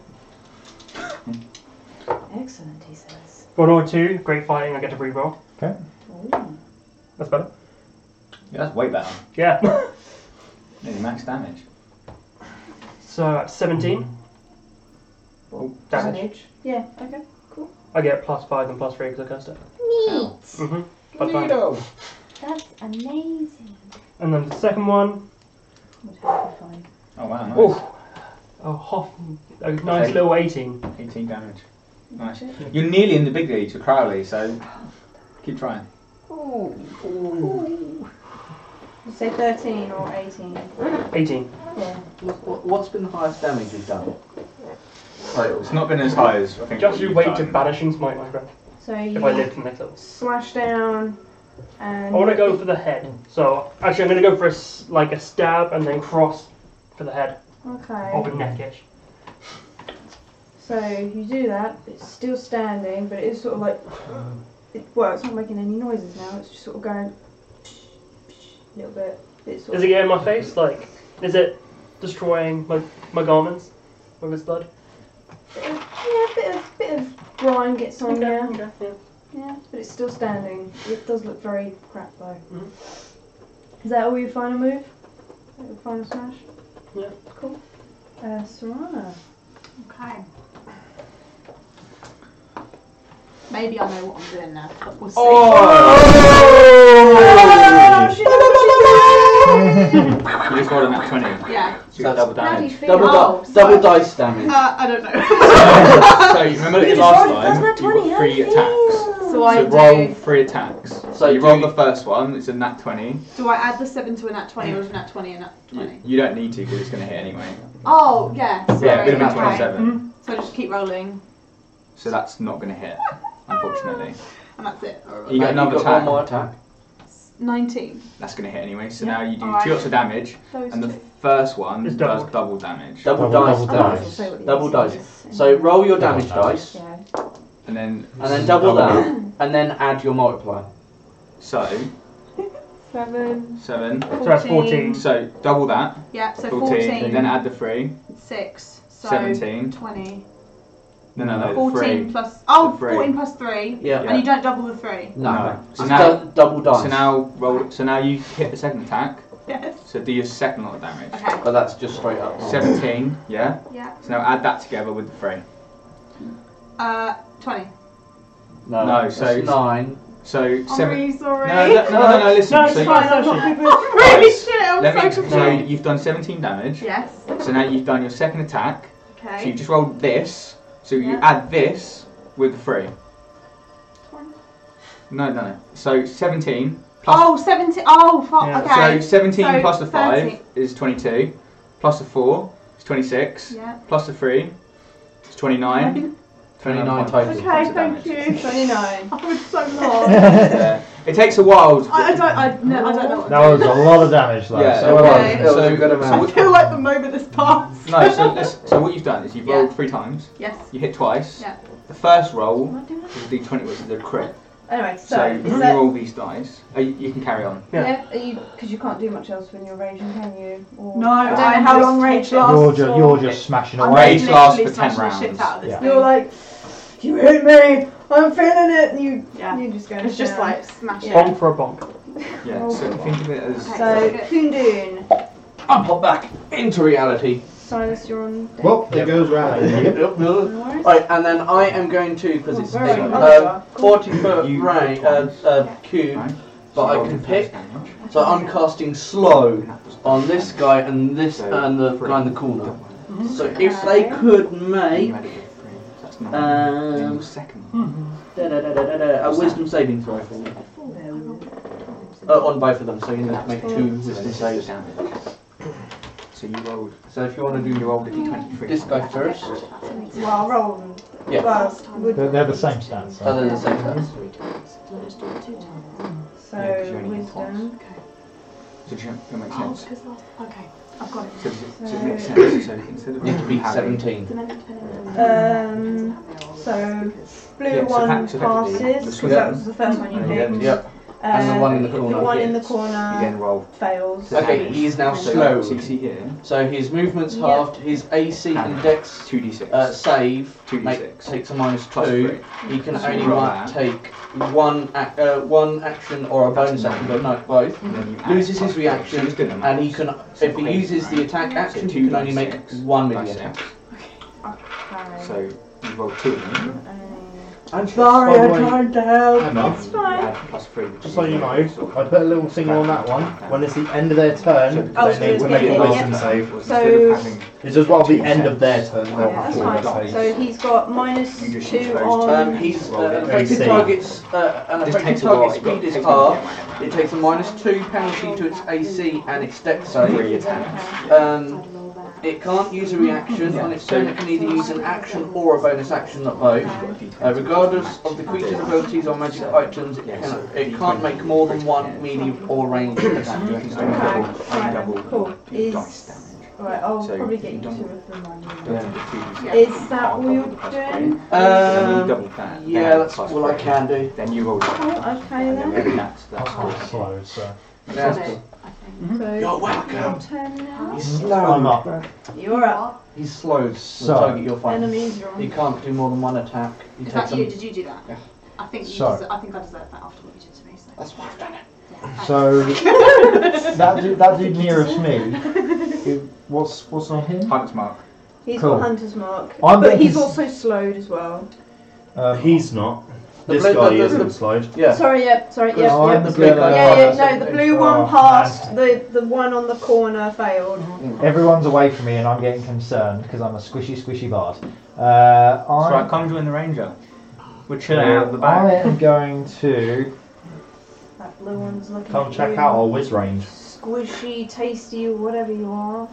D: Excellent, he says.
F: 1 or 2, great fighting, I get to reroll.
D: Ooh.
F: That's better.
C: yeah, that's way better.
F: Yeah.
C: Nearly max damage.
F: So, at 17
C: Oh,
F: damage.
D: Yeah, okay, cool.
F: I get plus 5 and plus 3 because I cast it.
C: ow.
F: Mm-hmm. Plus 5.
I: That's amazing.
F: And then the second one.
D: Would have to find.
C: Oh wow, nice.
F: Oh, oh Hoff, a nice
C: Okay.
F: little 18.
C: 18 damage. Nice. You're nearly in the big league to Crowley, so keep trying.
D: You say 13 or 18.
F: 18.
D: Yeah.
E: Look, what- What's been the highest damage you've done?
C: It's not been as high as I think.
F: Just
C: you
F: you wait to banishing smite, my friend.
D: So
F: If I
D: you
F: live to the next level.
D: slash down
F: I
D: and.
F: want to go for the head. So, actually, I'm going to go for a, s- like a stab and then cross for the head. Of
D: Okay,
F: a neckish.
D: so you do that, it's still standing, but it is sort of like. It, well, it's not making any noises now, it's just sort of going. A little bit. It's sort
F: Is
D: of
F: it getting in my face? Like, is it destroying my, my garments with its blood?
D: Yeah, a bit of bit of brine gets on there. Yeah, but it's still standing. It does look very crap though.
F: Mhm.
D: Is that all your final move? Is that Your final smash?
F: Yeah.
D: Cool. Uh, Serana.
G: Okay. Maybe I know what I'm doing now, but we'll see.
B: Oh.
C: You just rolled a nat 20.
G: Yeah.
C: So you got double
I: How do you
C: damage.
I: feel?
E: Double,
G: Oh,
E: di- double
G: sorry.
E: dice damage.
G: Uh, I don't know.
C: so you remember that your last time you got three attacks.
G: so I
C: So
G: do.
C: roll three attacks. So
E: So
C: you
E: do
C: roll
E: you-
C: the first one, it's a nat 20.
G: Do I add the seven to a nat twenty or is a nat twenty a nat
C: You,
G: twenty?
C: you don't need to because it's going to hit anyway.
G: Oh yeah. Sorry.
C: Yeah, it would have
G: okay.
C: been 27.
G: So I just keep rolling,
C: So that's not going to hit, unfortunately.
G: and that's it. All right.
C: You get
E: Right,
C: another
E: you've got
C: attack.
E: one more attack.
G: Nineteen.
C: That's going to hit anyway. So
G: Yeah.
C: now you do
G: Alright.
C: two lots of damage,
G: Those
C: and the
G: two.
C: first one
F: It's
C: does
F: doubled.
C: double damage.
E: Double,
A: Double-
E: dice
A: double
D: might as well
E: damage.
D: say Oh, what the
E: Double
D: answer
E: dice.
D: is.
E: So roll your
A: Double
E: damage dice,
D: Yeah.
C: And then,
E: and then double that, and then add your multiplier.
C: so,
G: Seven.
C: seven.
F: So that's 14.
C: So double that,
G: Yeah. So
C: 14,
G: fourteen.
C: then add the three,
G: Six. So
C: 17.
G: Twenty.
C: No, no, no, the
G: 14
C: three.
G: plus. Oh,
C: The three.
G: 14 plus 3.
E: Yeah.
C: Yeah.
G: And you don't double the 3.
E: No.
C: No. So
E: Just
C: now-
E: dou- double dice.
C: So now roll. So now you hit the second attack.
G: Yes.
C: So do your second lot of damage.
G: Okay.
E: But that's just straight up.
C: 17, yeah.
G: Yeah.
C: So now add that together with the three.
G: Uh, 20.
E: No.
C: No,
E: that's
C: so-
E: nine.
C: So
G: I'm
C: seven.
G: really sorry.
C: No, no, no, no, no, listen.
F: No, it's
C: so you-
F: fine, that's fine.
G: I'm really shit. I'm
C: let
G: so
C: me,
G: confused.
C: so you've done 17 damage.
G: Yes.
C: So now you've done your second attack. So you
G: Okay.
C: just rolled this. So you
G: Yeah.
C: add this with the three. No, no, no. So 17 plus
G: Oh, 17. Oh, fuck.
F: Yeah.
G: Okay.
C: So 17
G: So
C: plus the 5
G: 30.
C: is 22, plus the 4 is 26,
G: Yeah.
C: plus the 3 is 29.
E: 29 total.
G: Okay, thank you.
D: 29.
G: I was so lost.
C: Yeah. It takes a while to.
G: I, I don't. I, no, I don't know. What
A: That was a lot of damage, though.
C: yeah,
A: So,
E: it was-
G: Okay.
E: it was a good
C: so
E: amount.
G: I feel like the moment has passed.
C: No, so, this, so what you've done is you've
G: Yeah.
C: rolled three times,
G: Yes.
C: you hit twice.
G: Yeah.
C: The first roll
D: Am I doing that?
C: is a d20, which is a crit.
D: Anyway, so,
C: So,
D: is
C: you
D: that.
C: roll these dice. Oh, you, you can carry on.
D: Yeah, are you because you can't do much else when you're raging, can you? Or,
G: No,
D: I don't
G: I'm
D: know how
G: just
D: long rage
G: taking-
D: lasts.
B: You're just, you're just smashing
G: I'm
B: away.
C: Rage lasts
G: literally
C: for 10
G: smashing the
C: rounds.
G: shit out of this
B: Yeah.
G: thing.
D: You're like, you hit me. I'm feeling it. And you
G: Yeah.
D: you just go.
G: It's just
D: down.
G: like smashing.
D: Yeah.
F: Bonk for a bonk.
C: Yeah, so think of it as.
G: Okay.
D: So Kundun,
E: I pop back into reality.
D: Silas, you're on. Deck.
B: Well, it goes round.
E: Right, and then I am going to because it's
D: Very
E: thing,
D: well
E: um,
D: done.
E: forty foot
C: You-
E: ray uh, uh, cube,
C: Right.
E: but
C: So
E: I
C: roll
E: can
C: the
E: pick.
C: first damage.
E: So I'm casting slow on this guy and this
C: So,
E: and the
C: three.
E: guy in the corner. So if they could make
C: You added it with three, so that's nine. Then
E: um,
C: your second.
B: Um,
E: da, da, da, da, da, da, a wisdom saving throw for me uh, on both of them, so you need to make two wisdom
C: This is
E: saves.
C: the damage. So you rolled.
E: So if you want to do your old d23, this guy first.
D: Well, I'll roll them.
E: Yeah.
D: Well, would-
B: They're, they're the same stats.
E: Other than Oh, the same stats.
D: So,
C: Yeah, 'cause you only need
D: wisdom.
C: So do you, that makes
L: Oh,
C: sense.
L: because last. Okay, I've got it.
C: So does it, does it make sense? So consider
E: You have to beat 17.
L: Then I have to put it in the-
D: Um, so, blue
C: Yeah, so
D: one
C: that- so that would be-
D: passes, because
C: just
D: that
E: yeah.
D: was the first one you
C: Yeah.
D: picked.
E: Yep. And the
D: Uh,
E: one in the corner.
D: The one in the
E: hits.
C: You then
D: corner
C: roll.
D: fails.
C: So
E: Okay,
C: that
E: he is now
C: so
E: slowed.
C: So you see here,
E: So his movement's
D: Yeah.
E: halved, his AC and Dex
C: two d six.
E: uh, save
C: 2d6.
E: make, takes a minus
C: Plus
E: two.
C: three.
E: He can
C: So you
E: only
C: roll
E: mark,
C: that.
E: take one ac- uh, one action or a
C: That's
E: bonus
C: nine.
E: action, but no, both.
C: And then you add
E: Loses
C: plus
E: his
C: three. So
E: reaction,
C: you're just doing the
E: and he
C: maths.
E: can.
C: So
E: If he
C: eight,
E: uses the
C: right?
E: attack
C: So
E: action,
C: two
E: he can only make
C: d6
E: one
C: plus
E: million
C: six.
E: attacks.
D: Okay.
C: So you roll two of them.
K: I'm sorry,
E: By the
K: I
E: way-
K: tried to help.
A: Hang on.
D: It's
C: You
D: fine.
C: add plus three. which
A: Just
C: is
A: so you know, I
C: sort of-
A: put a little thing on that one. When it's the end of their turn,
D: Oh,
A: they need
D: so
A: to make a
D: it's
A: wisdom
D: yeah.
A: save.
C: So
D: So-
C: instead of having
A: It's just while the end of their turn,
C: oh,
D: Yeah,
A: they'll have
D: that's
A: to
C: four
A: make a
D: fine.
A: save.
D: So he's got minus
C: You just use
D: two
C: those
E: Um,
D: on.
E: he's
C: Roll
E: uh,
C: it.
E: affected
A: Save.
E: targets. Uh, an
C: This
E: affected
C: takes a while,
E: target
C: it's got-
E: speed is
C: takes a while to get
E: halved.
C: my head around.
E: It takes a minus two penalty to its AC and its Dex
C: Three
E: save.
C: attacks.
E: Um, It can't use a reaction
C: Yeah.
E: on its turn. It can either use an action or a bonus action, not both. Uh, regardless of the creature's abilities or magic items, it, can, it can't make more than one medium or range attack.
D: right,
C: double
D: cool.
C: your
D: Is-
C: dice damage.
D: Right, I'll
C: So
D: probably get
C: you
D: you two
C: don't-
D: of them on you.
C: Don't have to do this.
D: Is that
C: I'll
D: all
C: double
D: you're
C: the plus
D: doing?
C: three. And then you
E: Um,
C: double that. then
E: yeah,
C: add
E: that's
C: plus
E: all I
C: three.
E: can do.
C: Then you roll that.
D: Oh, okay
C: And
D: then.
C: then that's that's all.
G: Oh.
B: That's slow, so.
E: That's
L: Got it,
E: cool.
L: I think.
D: So
E: You're
D: your
E: welcome.
D: turn now.
E: He's
B: I'm
E: slow.
B: up.
D: You're up.
E: He's slow. So the
B: So-
E: target you're fighting.
D: Enemies are
E: He
D: on.
E: can't do more than one attack. He
L: Is
E: takes
L: that
E: a-
L: you? Did you do that?
E: Yeah.
L: I think you.
B: So-
L: Deserve, I think I deserve that after what you did to me. So.
E: That's why I've done it.
L: Yeah,
B: So that dude, that dude nearest me. who- What's what's on him?
C: Hunt's mark.
D: He's
B: Cool.
D: got Hunter's Mark.
B: I'm
D: but
B: gonna
D: he's
B: cons-
D: also slowed as well.
B: Um,
A: He's not.
E: The
A: This
E: blue-
A: guy
E: the- the-
A: isn't slide.
E: Yeah.
D: Sorry, yep, sorry, yep.
B: I'm
D: yep.
B: gonna-
E: the blue guy.
D: Yeah,
E: Oh,
D: yeah, no, the blue
B: oh,
D: one
B: man.
D: passed, the, the one on the corner failed.
B: Everyone's away from me, and I'm getting concerned because I'm a squishy, swishy bard. Uh,
C: So I
B: I'm,
C: conjure in the ranger. We're chilling out of the
B: I
C: back.
B: am going to.
D: That blue one's looking
A: Come
D: at
A: check
D: you.
A: out our whiz range.
D: Squishy, tasty, whatever you are.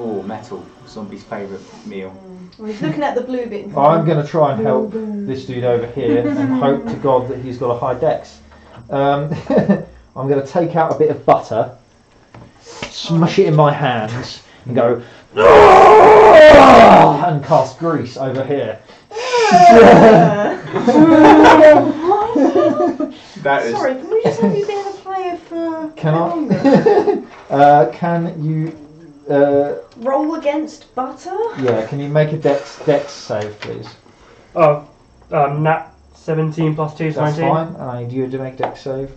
C: Oh, metal. Zombie's favourite meal.
D: Well, he's looking at the blue bit. and
B: I'm going to try and help this dude over here, and hope to God that he's got a high dex. Um, I'm going to take out a bit of butter, smush it in my hands, and go "Ah!" and cast grease over here.
C: That is.
D: Sorry, can we just have you been a player for
B: Can
D: how
B: I-
D: long?
B: Uh, can you? Uh,
D: Roll against butter?
B: yeah, can you make a dex dex save, please?
F: Oh, um, nat 17 plus 2 is
B: That's
F: 19.
B: fine. I need you to make dex save.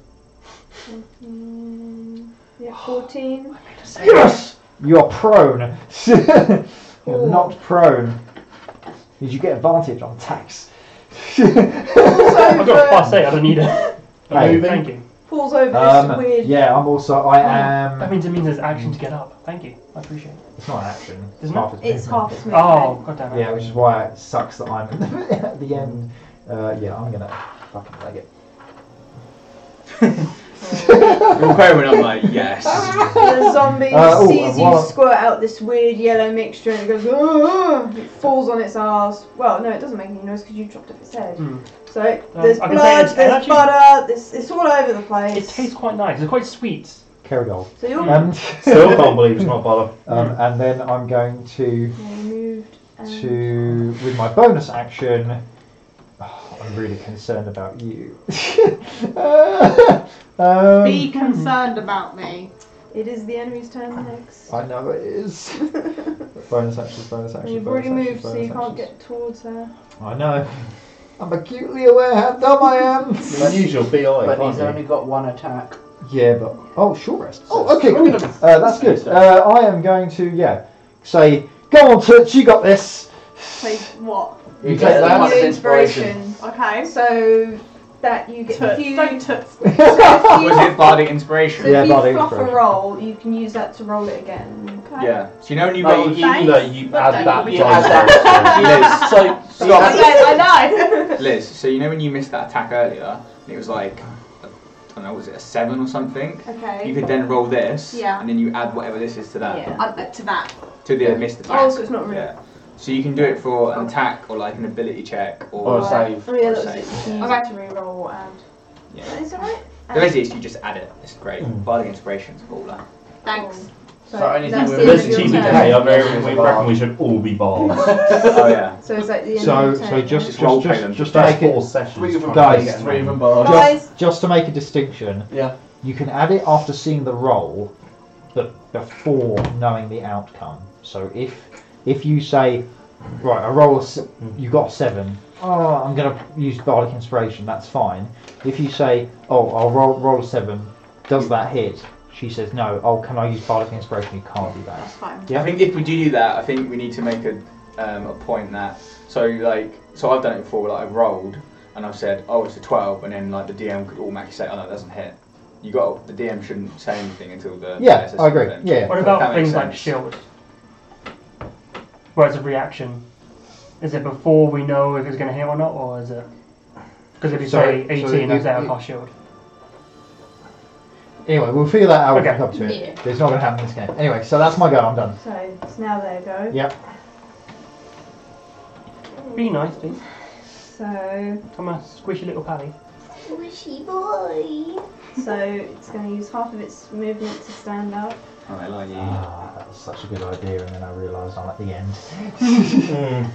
D: Mm, yeah, 14.
B: Yes! You are prone. You're not prone. Did you get advantage on tax?
F: I've got plus 8, I don't need it.
B: Hey.
F: Thank you.
D: Pulls over this
B: um,
D: weird.
B: yeah, I'm also. I
F: that
B: am.
F: means it means there's action to get up. Thank you. I appreciate it.
B: It's not an action.
F: Isn't
B: half its
D: It's half
B: movement.
D: its movement.
F: Oh, god damn it.
B: Yeah, which is why it sucks that I'm at the end. Uh, yeah, I'm gonna fucking leg it.
C: You're going, I'm like, yes.
D: The zombie
B: Uh, oh,
D: sees
B: and
D: you
B: while-
D: squirt out this weird yellow mixture and it goes, "Ugh," it falls on its arse. Well, no, it doesn't make any noise because you dropped it its head.
F: Hmm.
D: So there's
F: I can say
D: blood,
F: it's- it
D: there's
F: actually-
D: butter, there's, it's all over the place.
F: It tastes quite nice. It's quite sweet.
B: Kerrigal.
D: so you're
B: Um,
A: Still can't believe it's not butter.
B: um, and then I'm going to
D: yeah, you moved. And
B: to with my bonus action. Oh, I'm really concerned about you. um,
L: Be concerned about me.
D: It is the enemy's turn next.
B: I know it is. bonus actions, bonus actions.
D: You've
B: bonus
D: already
B: actions,
D: moved, so
B: bonus
D: you can't
B: actions.
D: get towards her.
B: I know. I'm acutely aware how dumb I am.
A: You use your BI,
E: But
A: can't
E: he's
A: you?
E: only got one attack.
B: yeah, but oh, short rest. Oh, okay, cool. Uh, that's good. Uh, I am going to yeah say, go on, Toots, you got this.
L: So what?
E: You
B: You
E: get
B: take
E: that
B: that.
E: much
D: Your
E: inspiration.
L: Okay.
D: So that you get
L: Toots.
D: huge.
L: Don't toots.
C: Was it bardic inspiration?
D: So
B: Yeah,
D: if you
B: bardic
D: fluff a
B: inspiration.
D: roll, you can use that to roll it again.
L: Okay.
C: Yeah. So you know when Oh, you
E: No,
C: roll.
E: you-
A: No, you add that.
E: You
A: dice
E: add
A: roll to it.
E: Yes, so, so
D: Oh,
L: I know.
C: Liz, so you know when you missed that attack earlier, and it was like a I don't know, was it a seven or something?
G: Okay.
C: You could then roll this,
G: Yeah.
C: and then you add whatever this is to that.
G: Uh, uh, to that.
C: To the missed attack.
G: Oh, so it's not really-
C: Yeah. So you can do it for an attack or like an ability check or,
B: Or a save.
D: Oh, yeah,
C: or a
D: that was
C: save.
D: it.
C: Yeah.
D: I've had to reroll
L: um,
D: and.
C: Yeah.
D: Is it right?
C: The rest is you just add it. It's great. Bardic inspiration's cool. Like.
G: Thanks.
D: So,
C: anything
D: that's
C: with-
D: the end
A: This
D: of your
A: TBK,
D: turn.
A: I very, we reckon we should all be bards.
C: oh yeah.
D: So is that the end
J: So,
D: of your
J: so
D: turn?
J: just,
C: Just
J: just,
C: roll
J: just,
C: payment.
J: just
A: That's
J: to make
A: four
J: it,
A: sessions.
E: of them
J: Guys,
E: bards.
A: three
E: Three of them bards.
D: Guys.
J: just, just to make a distinction,
E: Yeah.
J: you can add it after seeing the roll, but before knowing the outcome. So if if you say, right, I roll, a se- you got a seven. Oh, I'm gonna use bardic inspiration. That's fine. If you say, oh, I'll roll roll a seven. Does that hit? She says no. Oh, can I use bardic inspiration? You can't do that.
G: That's fine.
C: I think if we do do that, I think we need to make a, um, a point that so like so I've done it before. Like I've rolled and I've said, oh, it's a twelve, and then like the DM could automatically say, oh no, it doesn't hit. You got the DM shouldn't say anything until the
J: Yeah,
C: SS
J: I agree.
C: then.
J: Yeah.
F: What
C: That
F: about
C: makes
F: things like
C: sense.
F: shield? Whereas a reaction, is it before we know if it's going to hit or not, or is it? Because if you
J: So-
F: say
J: so
F: 18,
J: you-
F: I say I
J: you-
F: can't shield.
J: Anyway, we'll figure that out when we
F: Okay.
J: come to it. It's not gonna happen this game. Anyway, so that's my go. I'm done.
D: So it's now their go.
J: Yep.
F: Be nice, please.
D: So
F: I'm a squishy little pally.
I: Wishy boy.
D: so it's going to use half of its movement to stand up.
C: Oh, I like you.
J: Ah, that was such a good idea, and then I realised I'm at the end.
E: Yeah,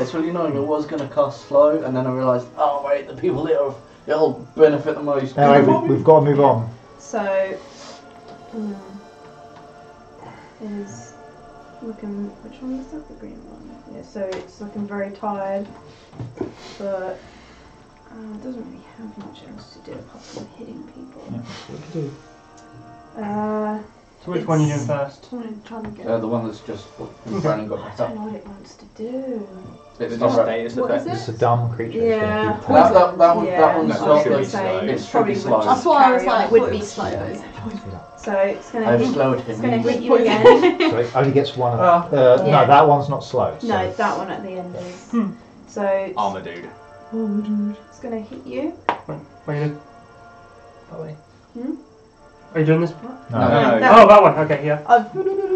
E: it's really annoying. I was going to cast slow, and then I realised, oh wait, the people that are, that'll benefit the most.
J: Anyway, we, we've got to move on.
D: So hmm, is looking. Which one is that? The green one. Yeah. So it's looking very tired, but uh, it doesn't really have much else to do apart from hitting people. Uh,
F: So which one are you doing first?
G: Do you want to try and get
E: Uh, the one that's just Brandon got
D: I
C: Uh,
E: back
D: don't
E: up.
D: know what it wants to do.
C: It's
E: It's
C: just
E: not right.
C: status
G: What
C: effect.
G: is it?
J: It's a dumb creature. it's gonna
D: Yeah.
J: keep
E: That, that, that, one, that
D: Yeah,
E: one's
C: No,
D: I was
E: not
C: should
D: gonna
C: be
E: the.
D: say,
C: slow.
D: it
C: It should
D: probably
C: be
D: would
C: slow.
D: just
G: That's why I was
D: carry on.
G: like, would be slow though.
D: So it's gonna
E: I've
D: hit.
E: slowed him.
D: It's gonna hit you
G: What is
D: again.
G: it?
J: So it only gets one. Of,
E: Ah.
J: uh,
D: Yeah.
J: No, that one's not slow. So.
D: No, that one at the end is. So
C: Armor dude.
D: it's gonna hit you.
F: What are you doing? That way.
D: Hmm?
F: Are you doing this?
J: No.
C: No, no.
D: That-
F: Oh, that one. Okay, yeah.
D: I've-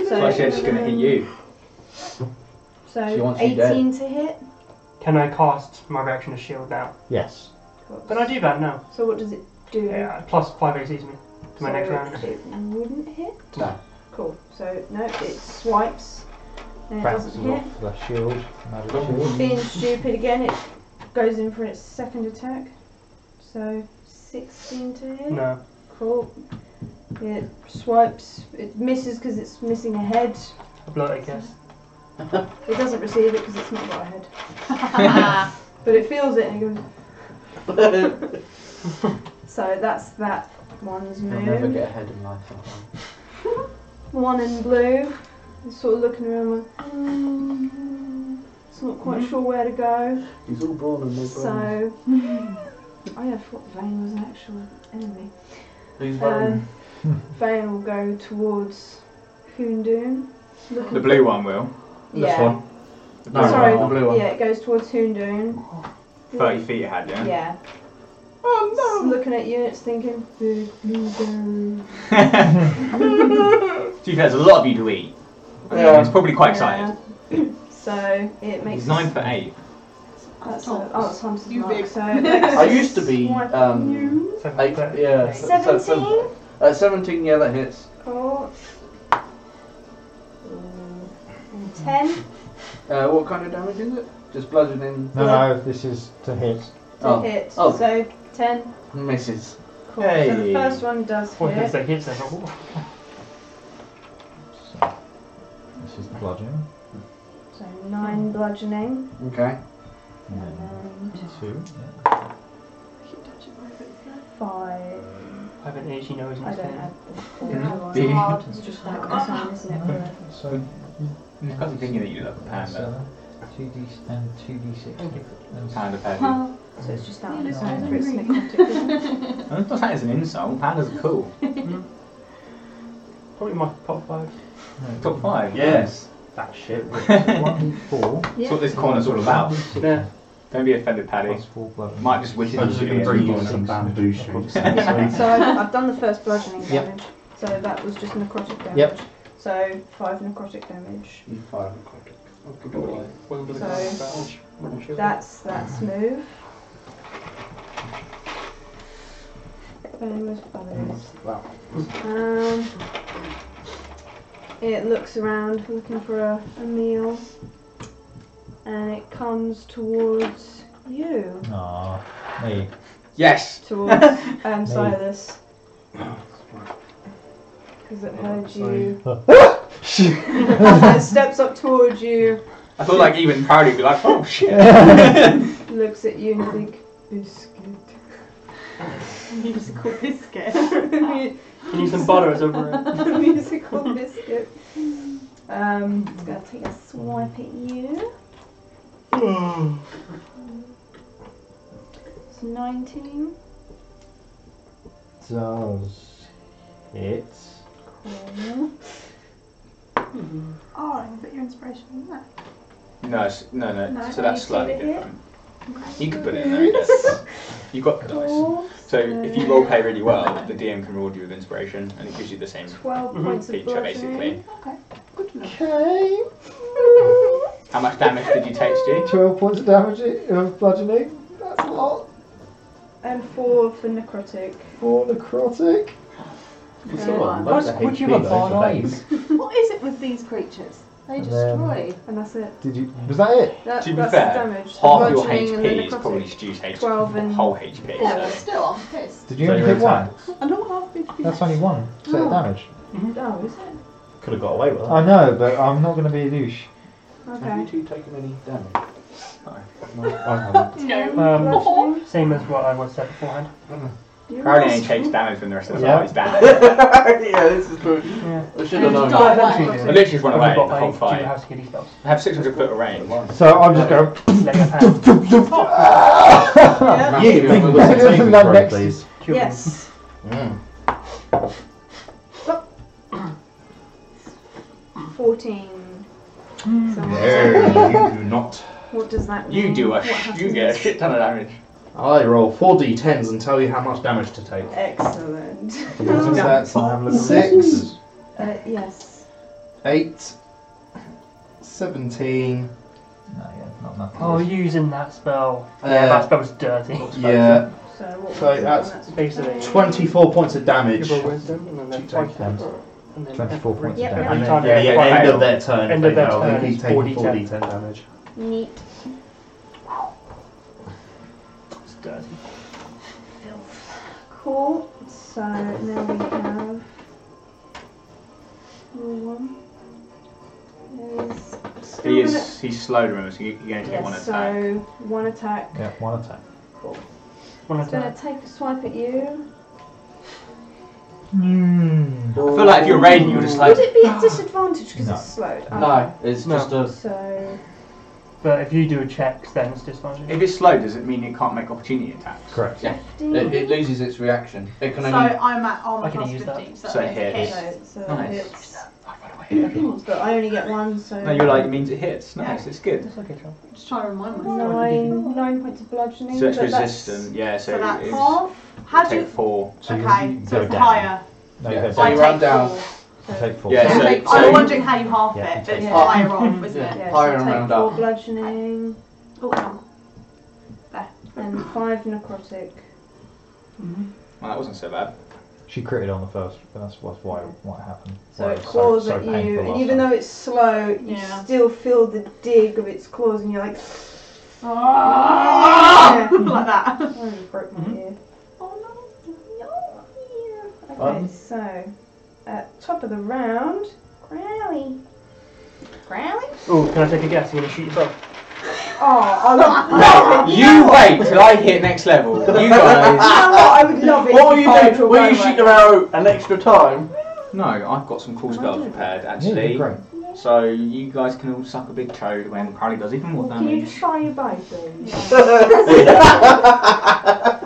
C: So I said she's
D: so
C: gonna hit you.
E: She
D: so
E: wants you dead.
D: 18 to hit.
F: Can I cast my reaction to shield now?
J: Yes.
F: Can I do that now?
D: So what does it do?
F: Yeah, plus five ACs me to my
D: so
F: next round.
D: It wouldn't hit.
E: No.
D: Cool. So no, it swipes. No, it
J: Bounces
D: doesn't hit.
J: off the shield. magic shield.
D: Being stupid again, it goes in for its second attack. So 16 to hit.
F: No.
D: Cool. It swipes. It misses because it's missing a head.
F: I blow it, I guess.
D: It doesn't receive it because it's not got a head. But it feels it and it goes. So that's that one's
E: You'll never
D: move.
E: get ahead in life. I think.
D: One in blue. is sort of looking around like, um, it's not quite sure where to go.
E: He's all brawn and no brains.
D: So, um, I have thought Vane was an actual enemy.
E: Who's voting?
D: Um, Vane will go towards Hoondoom. Looking
C: The blue one will.
D: Yeah.
C: The
E: No,
D: Sorry.
E: the blue one.
D: Yeah, it goes towards Hoondoom.
C: Thirty feet ahead, yeah.
D: Yeah. Oh no! It's looking at you and it's thinking, "Big blue girl."
C: Two there's a lot of you to eat.
E: Yeah.
C: It's probably quite excited.
D: Yeah. So it makes
C: He's nine for eight.
D: That's a, oh, it's Hunter's
L: You
D: mark,
L: big-
D: so it makes
E: I used to be,
D: swipe
E: um,
D: you.
F: Seven,
E: Eight,
F: but-
E: yeah. so- so- so-
D: 17?
E: uh, 17, yeah, that hits.
D: Cool. Mm, and 10
E: Uh, what kind of damage is it? Just bludgeoning
J: No, no, this is to hit.
D: to
E: Oh.
D: hit.
E: Oh.
D: So 10.
E: misses.
D: Cool. So the
E: Hey.
D: first one does
F: Well, if
D: hit.
F: it hits, then oh,
J: So, this is the bludgeon.
D: So 9 bludgeoning.
E: Okay.
J: And then
D: And
J: two. yeah.
D: 5.
F: I haven't actually noticed.
D: I don't have the four other
C: Yeah.
D: one. hard. It's just like this one, isn't it? for-
J: So,
C: He's got me thinking that you look a panda.
J: two d and two d six.
F: Thank you.
C: Panda panda.
D: So it's just that
L: You
D: one.
L: look
D: that's
L: so
D: going for its
L: angry.
D: necrotic, isn't it?
C: I'm not saying it's an insult. Pandas are cool.
F: Probably my top five.
C: Top five.
E: Yes.
A: That shit.
C: That's
J: One d four.
C: what this corner's all about.
F: Yeah.
C: Don't be offended, Paddy. Might just wish it
A: I'm just
C: was
A: going to
C: easier.
A: bring you some bamboo shoots.
D: Yeah, so I've, I've done the first bludgeoning
A: Yep.
D: damage. So that was just necrotic damage.
A: Yep.
D: So five necrotic damage.
E: Five
D: So that's that's move. Um, where's Paladin's?
J: Wow.
D: Um, it looks around looking for a, a meal, and it comes towards you,
J: Aww. Me.
C: Yes.
D: towards um,
J: Me.
D: Silas, because it heard you. it steps up towards you,
C: I feel like even Parody would be like, oh shit.
D: looks at you, and you think biscuit.
G: Musical biscuit.
F: Can you some butter? It's over it.
D: musical biscuit. Um, it's gonna take a swipe at you. It's 19.
B: Does it?
D: Cool.
L: Oh, I can put your inspiration in there.
C: No, s- no, no.
L: No,
C: so that's
L: you
C: slightly
L: did it.
C: different. You could put it in there. I guess. You got the dice. So if you role play really well, the DM can reward you with inspiration, and it gives you the same
D: 12
F: Mhm.
D: points of
C: feature Mm-hmm. basically.
D: bludgeoning.
L: Okay, good to know.
J: Okay.
C: How much damage did you take, Stu?
J: 12 points of damage of bludgeoning. That's a lot.
D: Oh. And 4 for necrotic.
J: For necrotic.
B: would you have bad eyes?
G: what is it with these creatures? They
J: And
G: destroy.
D: And that's it.
J: Did you? Was that it?
D: That,
C: To be
D: that's
C: fair,
D: the damage. The
C: Half your
D: bludgeoning and the
C: HP is
D: necrotic.
C: probably Stu's HP.
D: 12 and-
C: Whole HP.
G: Yeah, but
C: So.
G: still, I'm pissed.
J: Did you only hit one?
G: I don't have big feet.
J: That's only one set of damage.
D: Oh, is it?
A: Could have got away with
J: I
A: that.
J: know, but I'm not going to be a douche.
E: Have you
D: Okay.
E: two taken any damage?
L: No.
F: Um, same as what I was said beforehand.
C: Parody only takes damage when the rest of us
J: Yeah.
C: are always down.
E: yeah, this is true. I should have known.
L: Dive
F: Eventually,
L: away.
C: I literally just run away
F: I've got
C: the whole
F: like two
C: fight.
F: house kitty spells.
C: I have 600 foot of range.
J: So I'm just going.
F: Lego hand.
D: Yeah.
A: You make a wisdom saving
J: Like
A: throw,
J: next-
A: please.
D: Yes.
A: Mm.
D: 14. So
J: Mm.
D: what does that mean?
A: No, you do not.
D: What does that mean?
C: You do a
D: What
C: sh- you
D: happens?
C: get a shit ton of damage.
A: I roll four d10s and tell you how much damage to take.
D: Excellent.
J: That's
A: Six,
D: Uh, yes.
A: eight, seventeen.
J: No, yeah, not enough.
F: Oh, using that spell.
A: Uh,
F: yeah, that spell's dirty.
A: Yeah,
D: So what
A: So
D: was it?
A: that's
F: Basically,
A: twenty-four points of damage.
F: give her wisdom and then
A: Two
F: twice
A: times.
F: that. And then
J: 24 points
D: Yep.
J: of damage.
A: And then,
F: Target
A: yeah, yeah,
F: fire.
A: end of their turn.
F: End
A: if
F: of
A: they
F: their
A: fail,
F: turn
A: He's
F: is
A: taking
F: 4d10.
A: 4d10 damage.
D: Neat.
F: It's dirty.
D: Cool. So now we have rule one. There's still
C: He is he's slow, remember, so you- you're going to
D: gonna-
C: take one
D: Yes,
C: attack.
D: so one attack.
J: Yeah, one attack.
D: Cool.
F: One
D: It's gonna
F: attack.
D: take a swipe at you.
J: Mm.
C: I feel like if you're raiding, you're just like,
D: Would it be a disadvantage because
J: No.
D: it's slowed?
E: No, it's
F: No.
E: just a.
D: So
F: But if you do a check, then it's disadvantage.
C: if it's slow, does it mean it can't make opportunity attacks?
J: Correct.
E: It, it loses its reaction. It can
L: So
E: only.
L: I'm at armor
F: I could've
L: class
F: used that.
L: 15, so
C: So
L: that means it
C: hit.
L: hits.
D: so, so
C: Nice.
D: it's
C: Fuck, what do I hear?
D: but I only get one, so
C: No, you're like, it means it hits. Nice, it's good.
F: It's okay, John.
L: Just trying to remind myself.
D: nine nine points of bludgeoning.
C: So it's
D: but that's-
C: resistant, yeah, so,
L: So that's
C: it's
L: half. How do
C: take
L: you.
C: four.
J: So you-
L: Okay,
J: you
L: so
J: go
L: it's
J: down.
L: higher.
J: No,
E: Yeah,
J: you go
E: so
L: I
E: you
J: down.
L: take
E: run down.
L: four.
J: You take four.
C: Yeah,
L: I
C: so-
L: take-
C: so-
L: I'm wondering how you half
J: Yeah,
L: it, but it's
D: yeah.
L: higher on, wasn't it?
D: Yeah,
E: Higher
D: so
E: and
D: take
E: round
D: four
E: up.
D: bludgeoning
L: Oh, no.
D: and five necrotic.
C: Well, that wasn't so bad.
J: She critted on the first, and that's what's why what happened.
D: So
J: why
D: it claws
J: so
D: at you,
J: painful
D: and
J: last
D: even
J: time.
D: though it's slow, you
L: Yeah.
D: still feel the dig of its claws, and you're like,
L: Ah! like that.
D: oh, you broke
E: Mm-hmm.
D: my ear.
L: Oh
D: Okay, so at top of the round, Crowley. Crowley?
F: Oh, can I take a guess? You're gonna shoot yourself.
D: Oh, I would love it.
C: You wait till I hit next level. You guys.
D: You know what? I would love it.
E: What
D: if
E: will you
D: fired to
E: do?
D: a
E: Will you
D: runway.
E: shoot your arrow an extra time?
C: No, I've got some cool spells prepared
J: Yeah,
C: actually.
J: great.
C: So you guys can all suck a big toad when Crowley does even more
D: Can you
C: damage.
D: just fire your bow, please?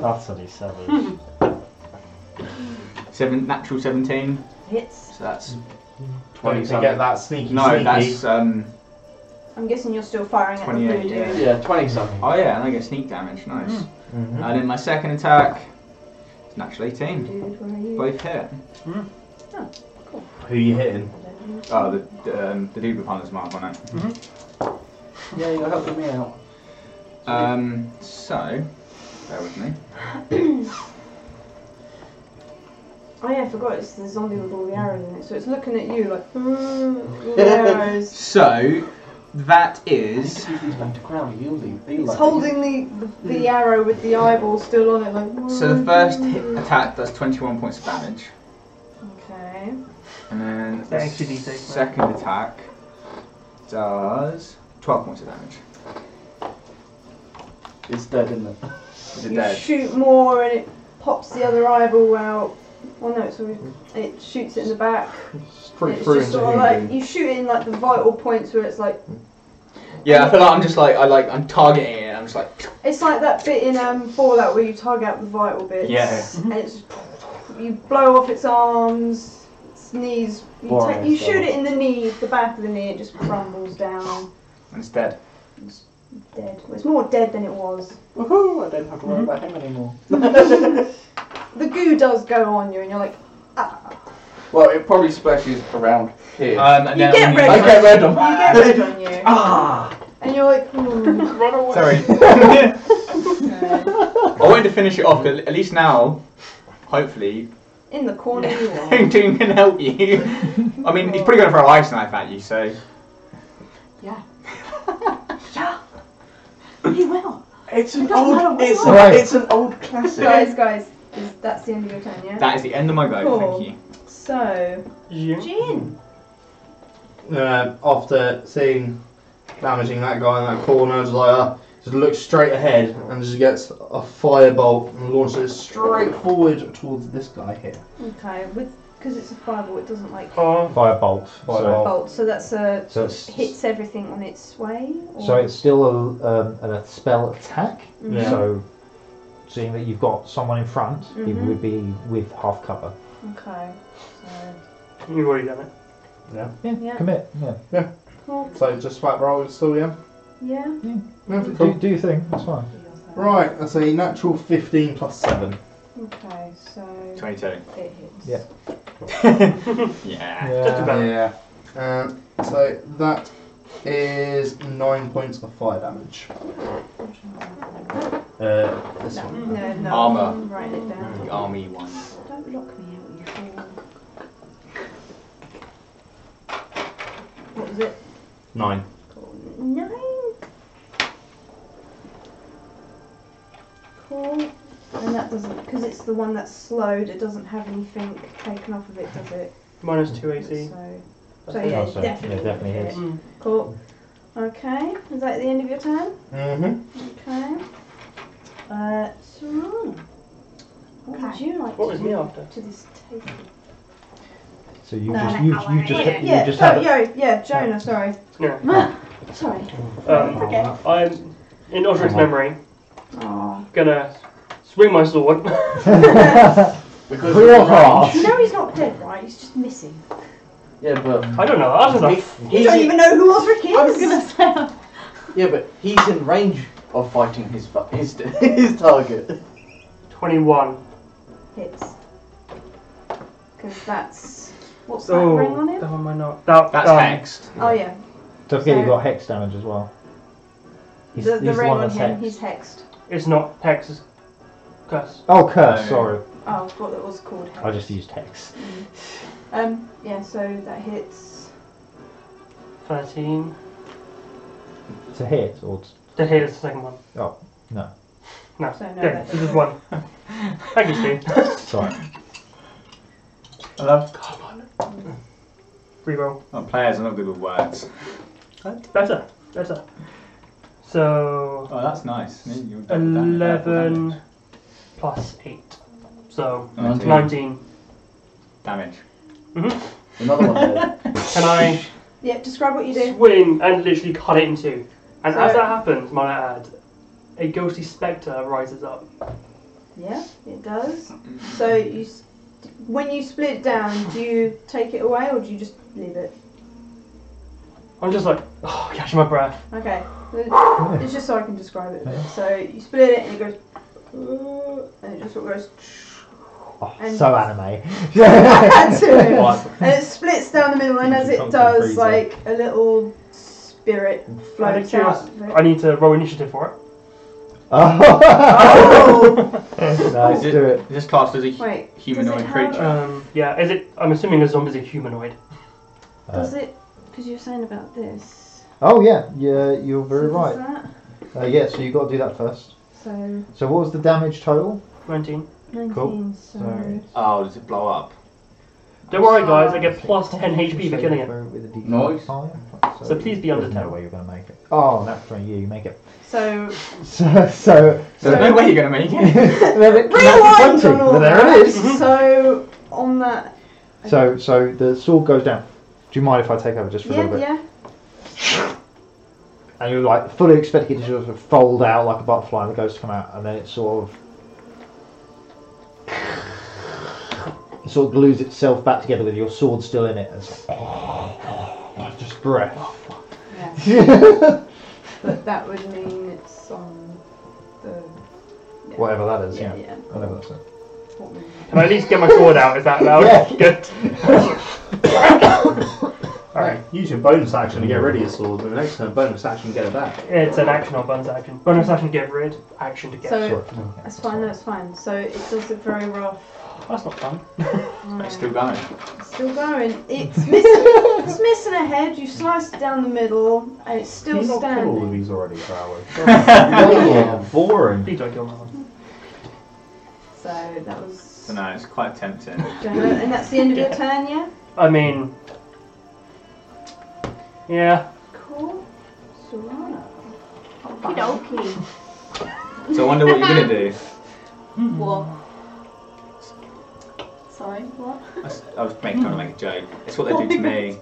J: Utterly savage.
C: Seven natural seventeen.
D: Hits.
C: So that's
A: Don't
C: twenty
A: you get
C: something.
A: that sneaky
C: No,
A: sneaky?
C: that's um
D: I'm guessing you're still firing at the
C: 28,
D: blue dude.
E: Yeah, 20 something.
C: Oh yeah, and I get sneak damage. Nice.
E: Mm-hmm.
A: Mhm.
C: And then my second attack, it's natural 18.
D: Dude, where are you?
C: Both hit.
A: Who you hitting?
C: Oh, the um, the dude with Hunter's mark on it.
E: Yeah, you're helping me out.
C: Um, so, bear with me.
D: Oh yeah, I forgot it's the zombie with all the arrows in it, so it's looking at you like "Mm, all the arrows.
C: So, that is
E: Take these back to ground, you'll leave.
D: It's holding the, the, the arrow with the eyeball still on it like "Mm."
C: Hmm. so the first hit attack does 21 points of damage,
D: "Hmm." Okay.
C: and then the
F: That actually needs eight, right?
C: second attack does 12 points of damage.
E: It's dead, isn't it?
C: Is it
D: You
C: dead?
D: shoot more and it pops the other eyeball out. Well no, it's always, it shoots it in the back.
B: Straight
D: it's
B: through
D: just
B: into
D: sort of
B: him,
D: like
B: dude.
D: you shoot in like the vital points where it's like
C: Yeah, I feel like I'm just like I like I'm targeting it. And I'm just like
D: It's like that bit in um, Fallout where you tug out the vital bits.
C: Yeah.
D: And it's
E: Mm-hmm.
D: you blow off its arms, its knees. You, ta-
E: Boring
D: you
E: stuff.
D: shoot it in the knee, the back of the knee. It just crumbles down,
C: and it's dead.
D: dead. Well, it's more dead than it was.
E: Woohoo! I don't have to worry about him anymore.
D: The goo does go on you, and you're like,
E: Well, it probably splashes around here.
C: Um, and
D: you get
C: then I'm
D: red.
E: I
D: on-
E: get red on-
D: You get red on you. And you're like, "Hmm." Uh,
E: Run away.
C: Sorry. I wanted to finish it off, 'cause at least now, hopefully,
D: in the corner you are.
C: Doom can help you. I mean, he's probably going to throw an ice knife at you, so.
L: He will.
E: It's
L: It
E: an
L: doesn't matter
E: old,
L: what
E: it's,
L: you
B: are.
E: a, it's an old classic.
D: guys, guys, is, that's the end of your turn, yeah.
C: That is the end of my go,
D: Cool.
C: thank you.
D: So,
F: You?
D: Jin.
A: Uh, after seeing damaging that guy in that corner, just like uh, just looks straight ahead and just gets a firebolt and launches it straight forward towards this guy here.
D: Okay, with because it's a fireball, it doesn't like
F: Oh,
B: Firebolt. Firebolt.
D: bolt. So that's a
B: So it's,
D: hits everything on its way. Or?
B: so it's still a, um, a spell attack.
D: Mhm.
B: So seeing that you've got someone in front, it
D: Mhm.
B: would be with half cover.
D: Okay. So
F: you've already done it.
B: Yeah,
D: Yeah.
B: commit. Yeah.
D: cool.
A: So just flat roll it's still yeah.
D: Yeah.
B: Do, do your thing. That's fine.
A: Right, that's a natural 15 plus 7.
D: Okay, so
C: 22.
D: it hits.
B: Yeah.
C: Yeah.
F: Just about.
A: Yeah. Um, so that is 9 points of fire damage. Uh, this
D: No,
A: one.
D: no, no.
C: Armour.
D: I'm writing it down.
C: The army one.
D: Don't lock me out, you fool. What was it?
A: 9.
D: called? Nine. Cool. And that doesn't, because it's the one that's slowed. It doesn't have anything taken off of it, does it?
F: Minus 2 AC.
D: So, so yeah,
B: Oh, so, yeah,
D: definitely.
B: definitely hits.
F: Mm.
D: Cool. Okay. Is that the end of your turn?
A: Mm-hmm.
D: Okay. Uh, Sarana, what would
L: Okay.
D: you like
F: What
D: to
F: was
D: do
F: me after?
D: to this table?
B: So you
L: No,
B: just
L: no,
B: you
L: don't
B: you
L: worry.
B: just
L: Yeah,
B: hit,
D: Yeah,
B: you just
D: oh,
B: have
D: yeah, yeah, Jonah, sorry.
F: No.
D: Sorry.
F: Um,
L: Forget.
F: I'm, in Osric's memory,
C: Oh.
F: gonna swing my sword.
E: Because
B: Hoo-ha.
E: of the range.
D: You know he's not dead, right? He's just missing.
E: Yeah, but
F: I don't know, I don't know.
E: he-
D: You don't
E: he's,
D: even know who Osric is!
L: I was gonna say.
E: yeah, but he's in range of fighting his fu- his his target.
F: 21.
D: Hits. Because that's. What's
F: Oh,
D: that ring on him?
F: that one might not. That,
C: That's
F: um,
C: hexed.
D: Oh, yeah.
B: Don't forget you
D: So-
B: got hex damage as well. He's,
D: the the
B: he's
D: ring
B: one
D: on
B: that's
D: him,
B: hexed.
D: he's hexed.
F: It's not hex, it's curse.
B: Oh, curse.
C: No.
B: Sorry,
D: Oh, I thought that was called hex.
B: I just used hex.
D: Um, yeah, so that hits.
F: 13.
B: To hit or t-
F: The hit is the second one.
B: oh no,
F: No,
D: So no,
F: yeah,
D: that
F: this is one. Thank you, Steve.
B: sorry.
E: Hello.
F: Reroll.
C: Oh, players are not good with words.
F: Better, better. So,
C: Oh, that's nice. Yeah, you double down on that.
F: 11 plus 8. So,
C: Nineteen.
F: 19.
C: Damage.
E: Another one. There.
F: Can I
D: Yeah, describe what you do.
F: swing and literally cut it in two? And as
D: So-
F: that happens, might I add, a ghostly spectre rises up.
D: Yeah, it does. So you, s- when you split it down, do you take it away or do you just leave it?
F: I'm just like, oh, catching my breath.
D: Okay. the- It's just so I can describe it a bit. So you split it and it goes, uh, and it just sort of goes. and
B: Oh, So anime.
D: That's it. And it splits down the middle, and as it
F: Something
D: does,
F: freezer.
D: like a little spirit
F: Out of
D: floats out.
F: curiosity, I need to roll initiative for it.
D: Oh.
C: Is it- is this classed as a hu-
D: Wait,
C: humanoid creature?
F: Um, yeah, is it? I'm assuming a zombie is a humanoid.
B: Uh.
D: Does it? Because you're saying about this.
B: Oh yeah, yeah, you're very
D: So
B: right.
D: does that?
B: Uh, yeah, so you've got to do that first.
D: So
B: So what was the damage total?
F: 19.
D: 19.
B: Cool.
D: So
C: Oh, does it blow up?
F: Don't worry, guys. I get plus 10 HP for killing it.
B: With a D
C: Nice.
B: five. Oh,
F: So please be under
B: There's no
F: 10.
B: way you're gonna make it. Oh, that's right. Yeah, you make it.
D: so
B: So, so
C: So there's no way you're gonna make it.
D: rewind
B: That's
D: on all
B: Well, there it
D: that.
B: is.
D: So on that.
B: So, so the sword goes down. Do you mind if I take over just for a
D: Yeah,
B: little bit?
D: yeah.
B: And you're like fully expecting it to sort of fold out like a butterfly, and the ghost to come out, and then it sort of it sort of glues itself back together with your sword still in it. and It's like, just breath.
D: Yeah. But that would mean it's on the. Yeah.
B: Whatever that is,
D: Yeah,
B: yeah.
D: yeah.
B: Whatever that's it.
D: What would-
F: Can I at least get my sword out? Is that allowed?
B: Yeah.
F: Good.
A: Alright, use your bonus action to get rid of your sword, and the next turn, bonus action, get it back.
F: It's an action or bonus action. Bonus action to get rid, action to get.
D: So-
B: Sorry.
D: That's fine, that's fine. So it does a very rough.
F: That's not fun.
C: It's still going.
D: Still going. It's missing. it's missing a head. You slice it down the middle, and it's still
A: He's not killed all
D: standing.
A: of these already for hours.
B: Yeah.
A: Boring.
F: Please don't kill my one.
D: So that was.
C: So no, it's quite tempting.
D: Jonah, and that's the end of your turn, yeah.
F: I mean, yeah.
D: Cool. Serana.
G: Okie dokie.
C: So I wonder what you're gonna do.
G: What? Sorry, what?
C: I was, I was making, trying to make a joke. It's what they do to me.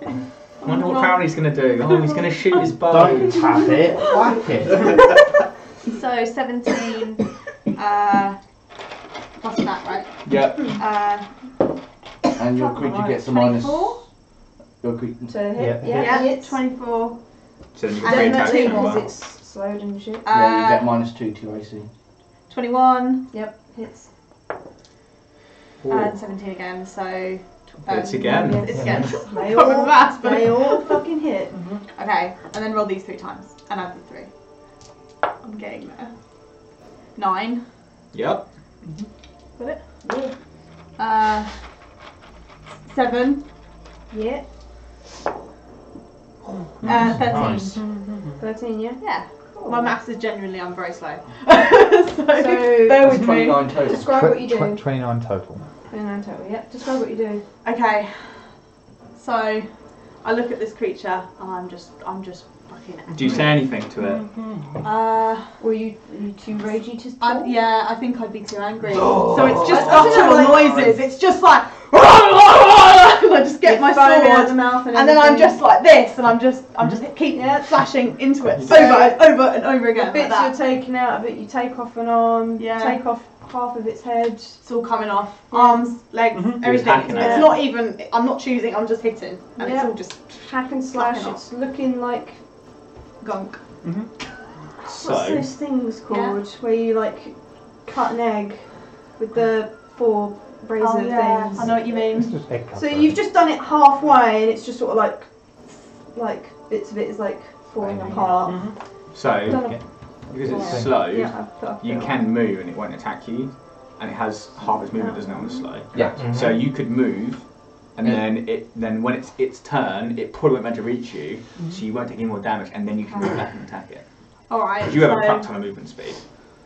C: I wonder what Crowley's gonna do. Oh, he's gonna shoot his bow.
A: Don't tap it, whack it.
G: So 17 uh, plus that, right?
C: Yep.
G: Uh,
E: And your
G: Fuck,
E: creature
G: alright.
E: gets a minus.
G: 24?
E: Your creature.
D: To hit.
B: Yeah.
D: Yeah.
G: yeah,
D: hit.
G: 24.
C: So then you
G: And
C: can create
G: then
D: Definitely
C: action
G: two
D: because
C: number.
D: it's slowed and shit.
E: yeah, you
G: Uh,
E: get minus two to your AC.
G: 21
D: Yep. Hits.
G: and 17 again, so.
C: It's again.
G: Yes, it's again.
D: They
G: Probably
D: all,
G: maths, but-
D: they all fucking hit.
G: Okay, and then roll these three times and add the three. I'm getting there. Nine.
C: Yep.
G: Uh, seven.
D: Yeah.
G: Uh, 13.
A: Nice.
D: Thirteen. Yeah.
G: Yeah.
D: Cool.
G: My maths is genuinely, I'm very slow. so, bear
E: That's
G: with me.
E: 29 total.
D: Describe what you
B: Tw-
D: do.
B: tw- 29 total.
D: 29 total, yeah. Describe what you do.
G: Okay. So, I look at this creature and I'm just, I'm just fucking.
C: Do you say anything to it?
G: Uh,
D: Were you, you too ragey to
G: I'm, yeah, I think I'd be too angry. So it's just
D: I don't know,
G: utter
D: like-
G: noises. It's just like, and I just get my
D: out the
G: sword.
D: mouth and,
G: And then I'm
D: everything.
G: just like this, and I'm just, I'm just
C: Mm-hmm.
G: keep slashing into it
D: So-
G: over and over and over
D: The
G: again. like
D: bits
G: that.
D: you're taking out of it, you take off an arm,
G: Yeah.
D: take off half of its head.
G: It's all coming off. Arms, legs, everything. It's,
C: Mm-hmm. hacking
D: at it.
G: it's not even. I'm not choosing. I'm just hitting, and
D: Yeah.
G: it's all just
D: Hack and slash,
G: Fucking
D: it's looking like.
G: gunk. Mm.
D: What's
C: So
D: those things called? Where you like cut an egg with the four razor things.
G: Oh, I know what you mean.
B: It's just egg
D: So
B: cutlery.
D: you've just done it halfway and it's just sort of like. Like, bits of it is like falling apart.
C: so
D: Done
C: because
D: Yeah.
C: it's
D: a-
C: slow,
D: yeah, I've put up
C: you
D: there.
C: can move and it won't attack you, and it has half its movement doesn't it on the slow.
E: Yeah.
G: Mm-hmm.
C: So you could move, and then it then when it's its turn, it probably won't meant to reach you,
G: Mm-hmm.
C: so you won't take any more damage, and then you can go back and attack it.
G: All right.
C: 'Cause you have a crap
G: so,
C: ton of movement speed.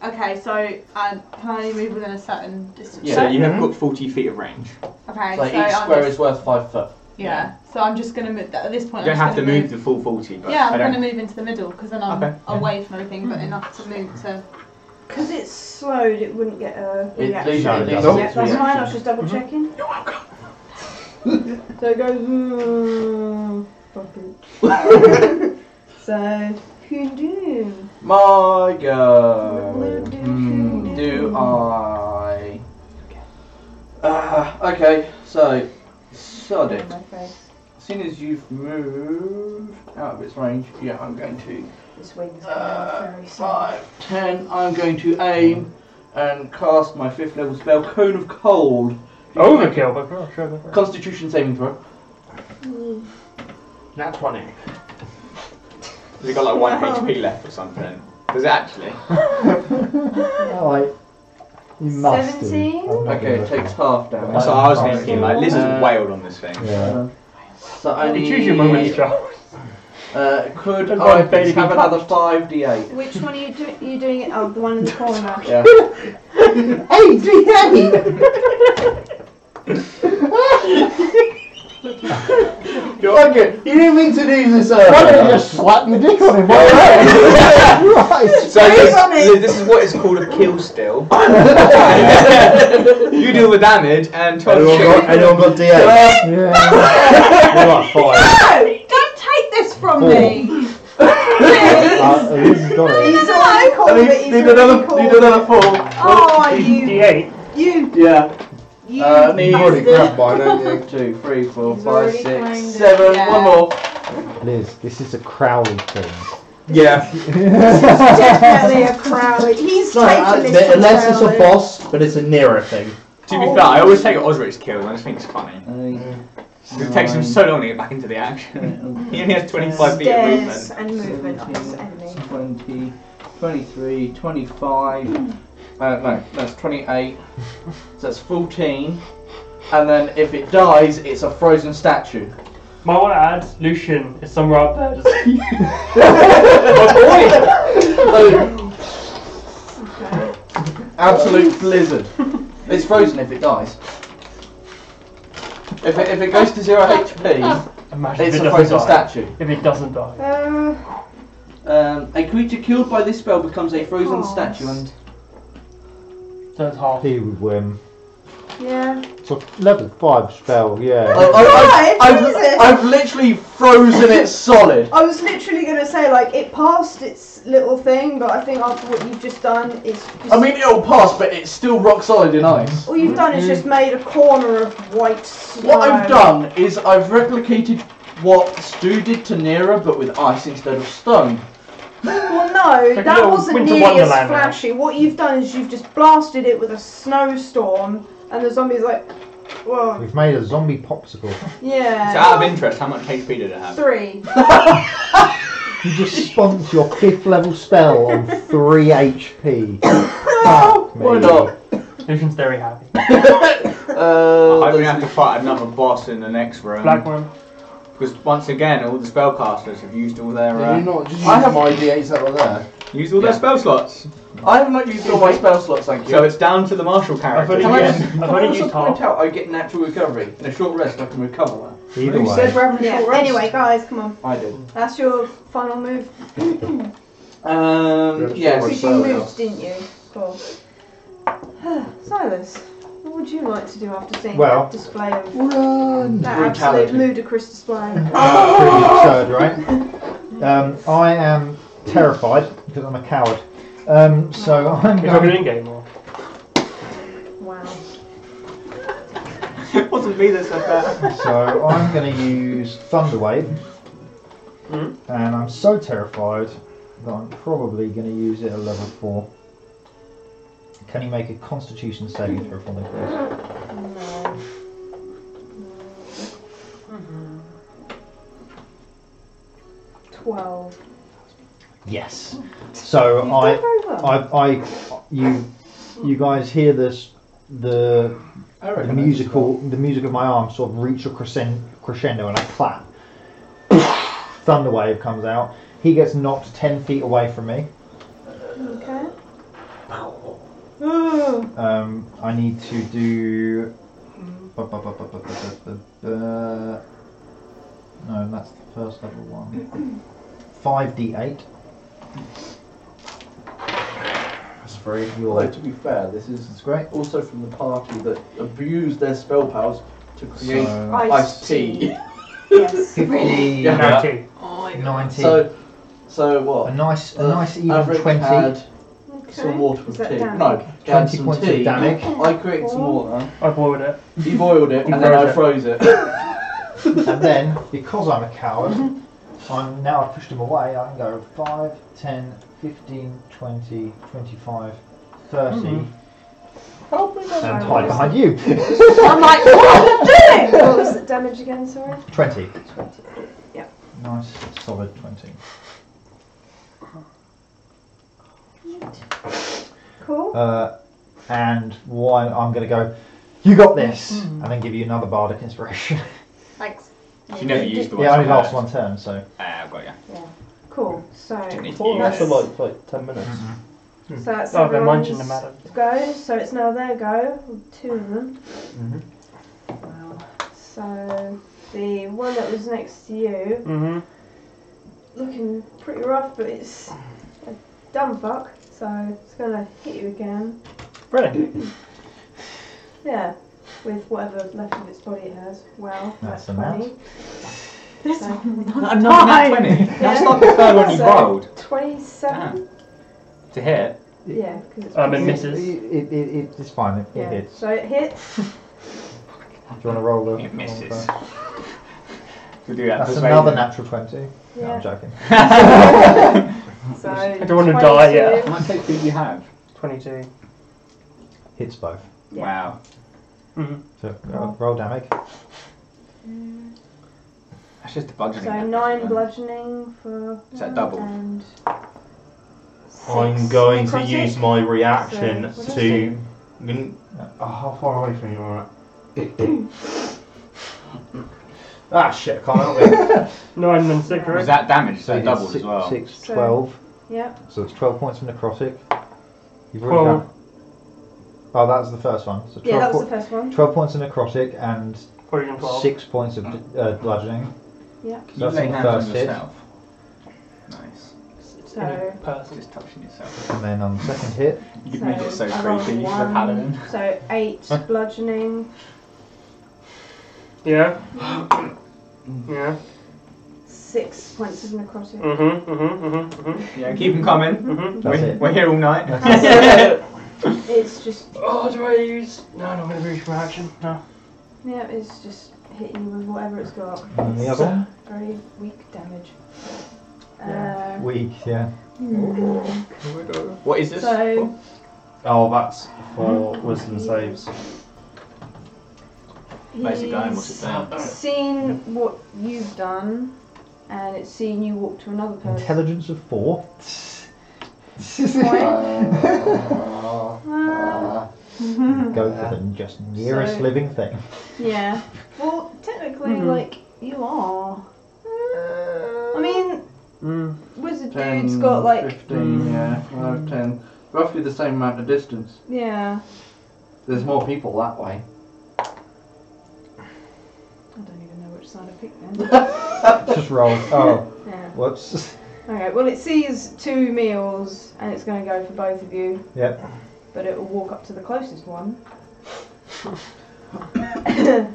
G: okay, so um, can I only move within a certain distance?
C: So
E: Yeah.
C: you have got 40 feet of range.
G: Okay,
E: So
G: so
E: each
G: I'm
E: square
G: just,
E: is worth five foot.
G: yeah. So I'm just gonna move. At this point,
C: You don't
G: I'm
C: have
G: just
C: to
G: gonna
C: move the full 40, but
G: Yeah,
C: I
G: I'm
C: don't.
G: gonna move into the middle because then I'm
C: Okay.
G: away from everything, but enough to move to.
D: Because it's slowed, it wouldn't get a
E: It
D: reaction.
E: Oh, loses-
B: No,
E: it
B: it
E: loses
B: doesn't.
D: Yeah,
E: its
D: that's fine. I was
E: reaction.
D: just double checking. You're welcome. so it goes. Uh, fuck it. so who do?
E: My
D: Who
E: go.
D: do?
E: Hmm, do I? Uh, okay, so Sodic.
D: My face.
E: soon as you've moved out of its range, yeah, I'm going to.
D: This wing's going
E: Uh,
D: down very soon.
E: Five, ten. I'm going to aim and cast my fifth level spell, Cone of Cold.
F: Overkill, but oh, sure, go for it.
E: Constitution saving throw.
O: Nat 20.
E: Has it got like one HP left or something? Does it actually?
C: Like, you must. do.
D: 17?
C: I'm not
E: Okay,
C: gonna-
E: it takes half damage.
C: That's
E: So
C: what
E: I was thinking, like, Liz has Uh, wailed on this thing.
C: Yeah.
E: So I
F: You
E: need,
F: choose your moments, Charles.
E: Uh, could
F: And
E: I
F: one baby
E: please have
F: be
E: another 5d8?
D: Which one are you, do- you doing it? Oh, the one in the corner.
E: Yeah.
C: Hey, three hey!
E: okay.
C: You didn't mean to do this earlier. Why don't you just slap your dick on him? Why right.
E: So this, Liz, this is what is called a kill still. you deal the damage and
C: Uh,
A: Anyone got,
E: 12
A: anyone got
B: Uh,
A: DA?
C: Yeah.
A: Alright, five.
G: No! Don't take this from
A: Four.
G: me!
F: Oh.
C: Uh, Elise has got it.
D: He's already cool, but he's
E: Need
D: already
E: another,
D: cool.
E: need another 4.
D: Oh, you,
F: D8.
D: you,
E: Yeah.
D: you.
E: Uh, need
D: bastard.
A: Already grabbed mine, haven't you?
E: Two, three, four,
D: He's
E: five,
D: already
E: six,
D: claimed it.
E: seven.
G: Yeah.
E: One more.
B: Liz, this is a Crowley thing.
E: Yeah.
D: Definitely a Crowley. He's taking this from
A: unless it's
D: Crowley.
A: a boss, but it's a nearer thing.
E: To be fair, I always take Osric's kill, and I just think it's funny. It takes him so long to get back into the action. he only has 25 feet of
D: Stairs
E: movement.
D: and movement on this enemy.
E: 20, 23, 25. Uh, no, that's 28. So that's 14. And then if it dies, it's a frozen statue.
F: Might want to add, Lucian is somewhere up there. Just
E: Absolute blizzard. It's frozen if it dies. If it, if it goes to 0 HP,
F: imagine
E: it's
F: if it
E: a
F: doesn't
E: frozen
F: die.
E: statue.
F: If it doesn't die.
D: Uh,
E: Um, a creature killed by this spell becomes a frozen
D: Aw.
E: statue and
F: So it's half.
B: He would win.
D: yeah.
B: It's a level 5 spell, yeah.
E: I, I,
D: Five?
E: I, have
D: Jesus.
E: Oh, I've literally frozen it solid.
D: I was literally going to say, like, it passed its little thing, but I think after what you've just done, it's just.
E: I mean, it'll pass, but it's still rock solid in ice.
D: all you've done is just made a corner of white snow.
E: Mm. What I've done is I've replicated what Stu did to Nera, but with ice instead of stone.
D: Well, no,
F: Like a
D: that
F: little
D: wasn't
F: Winter
D: nearly as
F: Wonderland now.
D: flashy. What you've done is you've just blasted it with a snowstorm, and the zombie's like, well,
B: We've made a zombie popsicle.
D: yeah.
E: of interest, how much HP did it have?
D: Three.
B: You just spunk your 5th level spell on 3 HP.
E: Why not?
F: Lucian's very happy.
E: Uh, I'm gonna have to fight another boss in the next room.
F: Black one.
E: Because once again, all the spellcasters have used all their
A: Did you not just use
E: I have-
A: my D8s that were there?
E: used all their spell slots. I have not used all my spell slots, thank you. So it's down to the martial
F: I've
E: character.
F: only
E: Can I just-
F: used, I've
E: Can I
F: only
E: also
F: used
E: point
F: half.
E: out I get natural recovery? In a short rest, I can recover that.
B: Either
E: Who said
B: way.
E: we're having a
D: Yeah.
E: short rest?
D: Anyway, guys, come on.
E: I did.
D: That's your final move.
A: We're having a
E: Um,
A: short
E: yes.
A: rest.
D: Because you
A: so, yeah.
D: moved, didn't you? Cool. Silas, what would you like to do after seeing
B: Well-
D: that display of
B: Run!
D: that absolute
E: Brutality.
D: ludicrous display?
B: Absurd, right? Um, I am terrified because I'm a coward. Um, so I'm
F: We're talking
B: going.
F: in game or?
D: wow.
E: it wasn't me that said that.
B: So I'm going to use Thunderwave,
F: Mhm.
B: and I'm so terrified that I'm probably going to use it at level four. Can you make a Constitution saving throw for me, please?
D: No. Twelve.
B: Yes. So
D: You've
B: I,
D: done very well.
B: I, I, you, you guys hear this, the the musical, the music of my arm sort of reach a crescendo, crescendo and I clap. Thunderwave comes out. He gets knocked ten feet away from me.
D: Okay. Ooh.
B: Um, I need to do. bu- bu- bu- bu- bu- bu- bu- bu- bu- No, that's the first level one. 5d8. That's free.
E: Although
B: Your,
E: to be fair, this is
B: that's great.
E: also from the party that abused their spell powers to create
B: So,
D: Iced
E: iced tea.
D: Yes.
B: 50,
E: Yeah.
F: No, two.
L: Oh,
B: ninety.
E: So, so what?
B: a nice, a
E: Uh,
B: nice even
E: Average
B: 20.
E: had some
D: Okay.
E: water
D: Is
E: with
D: that
E: tea.
D: damage?
E: No, he had
B: 20
E: some
B: points of
E: tea.
B: damage.
E: I created some
D: Oh.
E: water.
F: I boiled it.
E: You boiled it
F: You
E: and then I froze
F: froze
E: it.
B: and then, because I'm a coward,
E: Mm-hmm.
B: I'm now I've pushed him away, I can go 5, 10, 15, 20, 25, 30,
E: Mm-hmm.
B: and hide behind you.
D: I'm like, what are you doing? What was the damage again, sorry?
B: 20.
D: 20. Yeah.
B: Nice, solid 20.
D: Cool.
B: Uh, and why I'm going to go, you got this,
D: Mm.
B: and then give you another bardic inspiration.
G: Thanks.
C: You never used the one.
B: yeah, I only last one turn, so.
C: Ah, I've got you.
D: Cool. So
C: Didn't
A: Well, that's
D: that's-
A: for like like ten minutes.
B: Mm-hmm.
D: So that's
F: Oh, they're munching
D: everyone's
F: them out of-
D: Go. So it's now their go. Two of them.
F: Mm-hmm.
B: Mhm.
D: Wow. So the one that was next to you,
F: Mm-hmm.
D: looking pretty rough, but it's a dumb fuck. So it's gonna hit you again.
F: Really?
D: Yeah. With whatever left of its body it has. Wow.
B: That's
D: That's,
B: a nat.
D: funny.
G: This
D: So-
G: one.
C: Another nat 20. That's not the third one you
D: So-
C: rolled.
F: Ah.
D: Twenty-seven.
C: To hit.
D: Yeah, because it's.
F: Um, it
B: It-
F: misses.
B: It, it, it- it's fine, it,
D: yeah.
B: it hits.
D: So it hits.
B: Do you want to roll the.
C: It misses.
B: roll
C: To do that
B: the- That's
C: persuasion.
B: another natural 20. No,
D: Yeah.
B: I'm joking.
D: So
F: I don't wanna die yet.
D: 22.
C: How much HP do you have?
F: 22.
B: Hits both.
D: Yeah.
C: Wow.
B: So
D: Oh.
B: roll, roll damage.
C: That's just the bludgeoning.
D: So
C: damage,
D: nine
C: man.
D: bludgeoning for.
C: Is that
D: one
C: double?
D: And
A: I'm
D: six
A: going
D: necrotic.
A: to use my reaction
D: So, what
A: to. Mm, oh, how far away from you are Ah shit, I can't help it.
F: 9 and 6,
C: Was
F: right?
C: that damage? So
B: you
C: it
B: did
C: doubled
B: six,
C: as well.
B: six,
D: So-
B: 12.
D: Yep.
B: So it's 12 points of necrotic. You've
F: Twelve.
B: already done. Oh, that was the first one. So 12,
D: Yeah, that was
B: po-
D: the first one.
B: 12 points of necrotic and
F: 14 and 12.
B: 6 points of uh, bludgeoning.
D: Yeah.
C: Can
B: So
C: you
B: that's
C: lay
B: on the
C: hands on
B: first hit.
C: yourself? Nice.
F: It's any
D: So.
F: person.
C: Just touching yourself.
B: And then on the second hit,
C: You could make it so
D: I rolled
C: creepy. The
D: one,
C: paladin.
D: So eight bludgeoning,
F: Yeah. Yeah.
D: six points of necrotic.
F: Mm-hmm, mm-hmm, mm-hmm, mm-hmm,
C: Yeah, keep them coming.
F: mm-hmm.
B: that's
C: we're,
B: it.
C: we're here all night.
D: It's just
F: oh, do I use... No, I'm not going to reach my action. No.
D: yeah, it's just hitting you with whatever it's got.
B: And the other?
D: Very weak damage. Uh,
B: Weak, yeah.
C: What is this?
D: hmm. so
A: Oh, that's for
D: Hmm?
A: wisdom saves.
C: Basic iron, what's
D: he's-
C: it down?
D: seen what you've done, and it's seen you walk to another person.
B: Intelligence of 4.
D: Uh,
B: Go for the just nearest
D: So-
B: living thing.
D: yeah. Well, technically, like you are. I mean,
E: Mm,
D: wizard
E: 10,
D: dude's got like
E: 15,
B: Mm.
E: yeah, 5, 10. Roughly the same amount of distance.
D: yeah.
E: There's more people that way.
D: I don't even know which side I picked then.
B: Just roll. Oh,
D: yeah.
B: whoops.
D: Okay. Well, it sees two meals and it's going to go for both of you,
B: Yep.
D: but it will walk up to the closest one.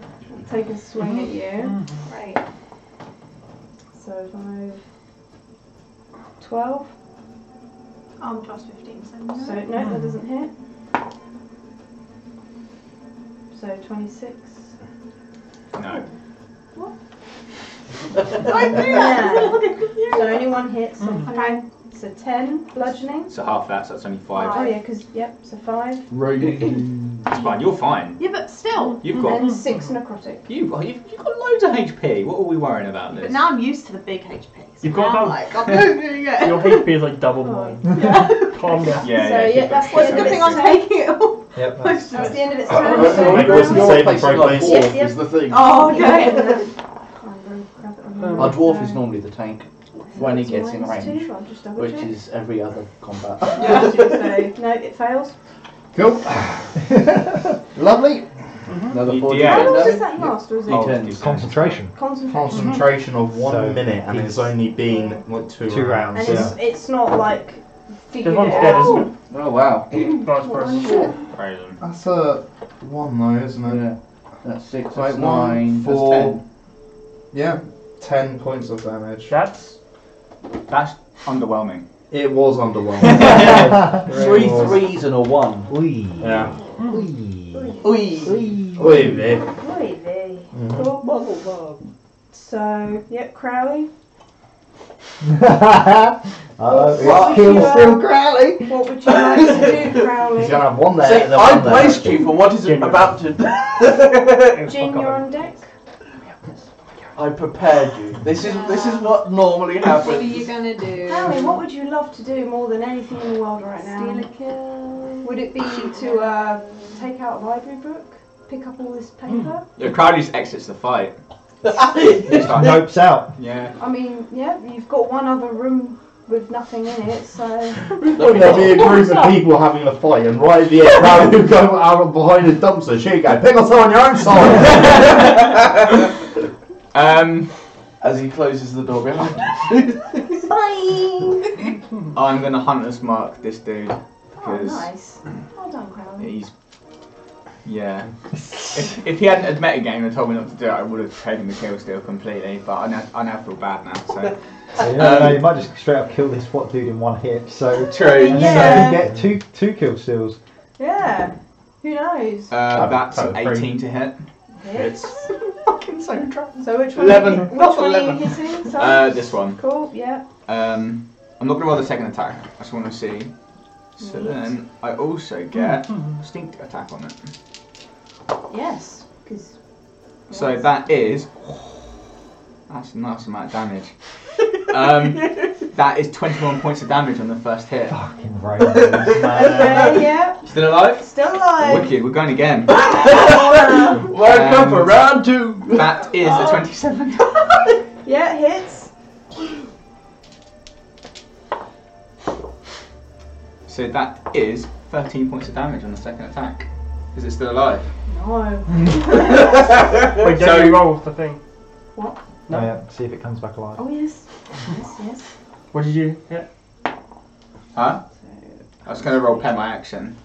D: Take a swing at you.
G: Great.
D: So five. 12,
G: I'm plus 15, so no.
D: so no,
E: Hmm.
D: that doesn't hit. So 26.
C: No.
D: Yeah. so only one hit, so
E: Hmm.
G: Okay.
D: So 10 bludgeoning.
C: So half that, so that's only five.
D: Oh, yeah, because, yep, so 5.
C: That's fine, you're fine.
G: Yeah, but still.
C: You've got.
D: And 6 necrotic.
C: You, well, you've, you've got loads of HP. What are we worrying about this?
G: But now I'm used to the big HP. So
F: You've got
G: now I'm
F: both.
G: like, I'm not doing it.
F: Your HP is like double
D: Oh,
F: mine. Calm down.
C: Yeah,
D: So,
C: yeah.
D: yeah,
C: keep
D: that's
C: it-
D: what
G: It's a
C: keep
G: good
C: it-
G: thing I'm taking it all.
B: Yep. that's-
G: Most
D: That's
G: of
D: the
G: it.
D: end of its
E: Uh,
D: turn.
E: uh,
D: so-
E: uh,
A: Make wisdom
E: Your
A: saving
E: place
A: throw,
E: is
A: please.
D: like- Yep, yep.
E: is the thing.
G: Oh,
D: Yeah.
G: okay.
D: I'm gonna grab it on
E: Um,
D: my-
E: Our
F: Our
E: Our dwarf
D: so-
E: is normally the tank,
D: so
E: when he
D: it's
E: gets in
D: minus
E: range,
D: two, I'll just double
E: which
D: check.
E: is every other combat.
D: Yeah, so, no, it fails.
B: Cool. Lovely.
E: Another
C: You-
E: 40
C: yeah.
D: How long does
E: damage.
D: that last? Or is it
C: Oh,
E: Ten.
C: it's-
B: Concentration.
D: concentration?
A: Concentration of one
B: So,
A: minute, and it's
B: he's-
A: only been like two,
B: Two rounds.
D: And
B: Yeah.
D: it's, it's not like figured
F: There's
D: it
F: one dead,
D: out.
F: isn't
E: Oh wow.
F: it? Nice person.
C: Crazy.
A: That's a one though, isn't it?
E: Yeah. That's six,
A: Right,
E: that's
A: one,
E: nine, that's
A: four.
E: ten.
A: Yeah. Ten points of damage.
F: That's
C: That's underwhelming.
A: It was underwhelming.
E: Three threes and a one.
B: Wee.
A: yeah.
B: Wee.
E: Oi.
B: Wee.
A: Oi, mate.
D: Oy vey.
C: Mm.
A: Mhm.
D: Cool. So, yep, Crowley.
J: Uh,
D: What
J: it's
D: would
J: Kill
D: you, uh,
J: Still Crowley.
D: What would you like to do, Crowley?
A: He's gonna have one there.
E: See,
A: then
E: I
A: one there.
E: placed you for what is
F: Genuine.
E: about to.
D: Jin, you're on deck.
E: I prepared you. This is this is what normally
L: What are you
E: happens.
L: gonna do?
D: Crowley, what would you love to do more than anything in the world right
L: Steal a
D: now?
L: kill.
D: Would it be to uh, take out a library book, pick up all this paper?
C: Yeah, Crowley just exits the fight.
J: Nopes out.
C: Yeah.
D: I mean, yeah, you've got one other room with nothing in it, so.
A: Look, there'll be a group of people having a fight, and right at the end, now you go out of behind a dumpster. She go, pick us on your own side.
C: Um,
E: As he closes the door behind him.
D: Bye!
C: I'm gonna hunter's mark this dude
D: Oh,
C: because
D: nice. Well done, Crowley.
C: he's. Yeah. if, if he hadn't had met a game and told me not to do it, I would have taken the kill still completely. But I now, I now feel bad now. So uh,
J: You never know, you might just straight up kill this what dude in one hit. So
C: true.
J: and
D: Yeah.
J: then you get two two kill steals.
D: Yeah. Who knows?
C: Uh, that's
A: Oh, sorry.
C: 18 to hit.
D: Hits.
C: Fucking so drunk.
D: So which one?
E: Eleven.
D: Are you, which
E: Not
D: one
E: eleven.
D: are you hitting? Sorry.
C: Uh, this one.
D: cool. Yeah.
C: Um, I'm not gonna roll the second attack. I just want to see. So then I also get sneak attack on it.
D: Yes. Because.
C: So that is. That's a nice amount of damage. Um, that is 21 points of damage on the first hit.
J: Fucking right.
D: Okay. Yeah.
C: Still alive?
D: Still alive.
C: Wicked, we're going again.
E: Welcome
C: Um,
E: for round two.
C: That is a 27.
D: Yeah. Hits.
C: So that is 13 points of damage on the second attack. Is it still alive?
D: No.
F: Wait, don't
C: So-
F: you roll the thing?
J: No, yeah, see if it comes back alive.
D: Oh yes. Yes. Yes.
F: What did you hit?
C: Huh? I was going to roll pen my action.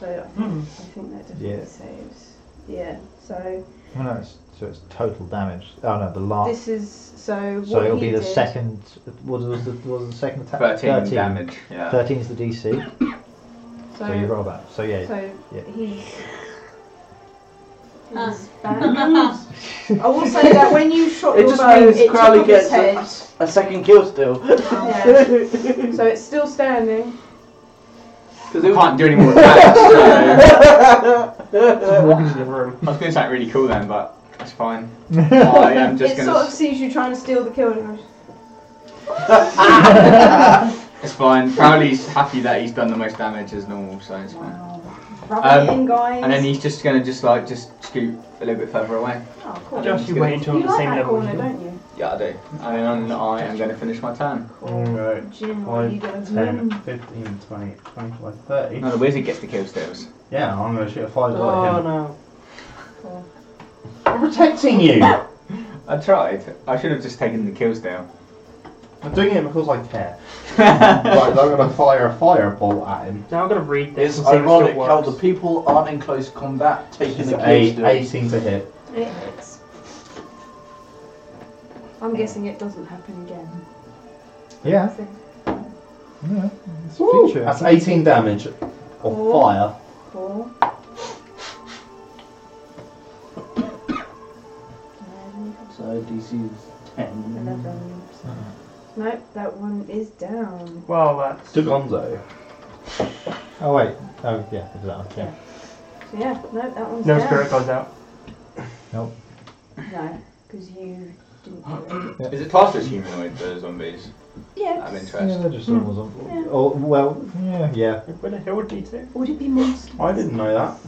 D: So I think,
F: Hmm.
D: I think that definitely
J: Yeah.
D: saves. Yeah. So
J: Oh, no, it's, so it's total damage. Oh no, the last.
D: this is so. What
J: so it'll
D: he
J: be the
D: did-
J: second. What was the, what was the second attack?
C: 13, damage. Yeah.
J: 13 is the DC. So you
D: So.
J: roll that. So yeah.
D: So
J: Yeah.
D: he.
G: Ah.
D: He's bad. I will say that when you shot
E: It
D: your
E: just
D: bow,
E: means
D: it
E: Crowley
D: took off his
E: gets
D: head.
E: a, a second kill still.
D: Yeah. So it's still standing.
E: Because
C: I
E: it was
C: can't do any more attacks. so-
F: Just walk into the room.
C: I was going to say something really cool then, but that's fine. I am just
D: it
C: going to.
D: sort of sees you trying to steal the kill. And goes,
C: It's fine. Crowley's happy that he's done the most damage as normal, so it's fine.
D: Rub
C: Um,
D: it in, guys.
C: And then he's just gonna just like just scoot a little bit further away.
D: oh, cool.
F: Just you wait until
D: you
F: on the
D: like
F: same
D: that
F: level.
D: corner,
F: as you.
D: don't you?
C: Yeah, I do. And then I am gonna finish my turn.
D: Cool. Jim, what are you doing?
A: 10, 15, 20, 25, 30.
C: No, the wizard gets the kill steals.
A: Yeah, I'm gonna shoot a fireball at
E: Oh
A: him.
E: no.
A: I'm protecting you!
C: I tried. I should have just taken the kill steal.
A: I'm doing it because I care. Right, I'm gonna fire a fireball at him.
F: Now I'm gonna read
E: It's
F: this and see if it
E: ironic
F: still
E: how the
F: works.
E: people aren't in close combat taking
A: It's
E: the
A: a,
E: kill still.
A: 18 to hit.
D: It hits. I'm guessing it doesn't happen again.
J: Yeah.
D: So-
J: yeah. It's
A: Woo,
J: future.
A: That's 18 damage of
E: Oh.
D: Cool.
A: fire.
D: Four.
E: So DC is
F: Mm-hmm.
E: 10.
D: Eleven. Nope, that one is down.
F: Well, uh, that's
A: To Gonzo.
J: Oh wait. Oh yeah. It's that one. Yeah.
D: So yeah, nope, that one's
F: no
D: down.
F: spirit goes out.
D: No, because you didn't do it.
C: Is it classed as humanoid the zombies?
D: Yeah.
C: I'm
J: Yeah,
C: interested.
J: they're just normal zombies. Or Oh, well, yeah, yeah.
F: It would it would be too.
D: Would it be monster?
A: I didn't know that.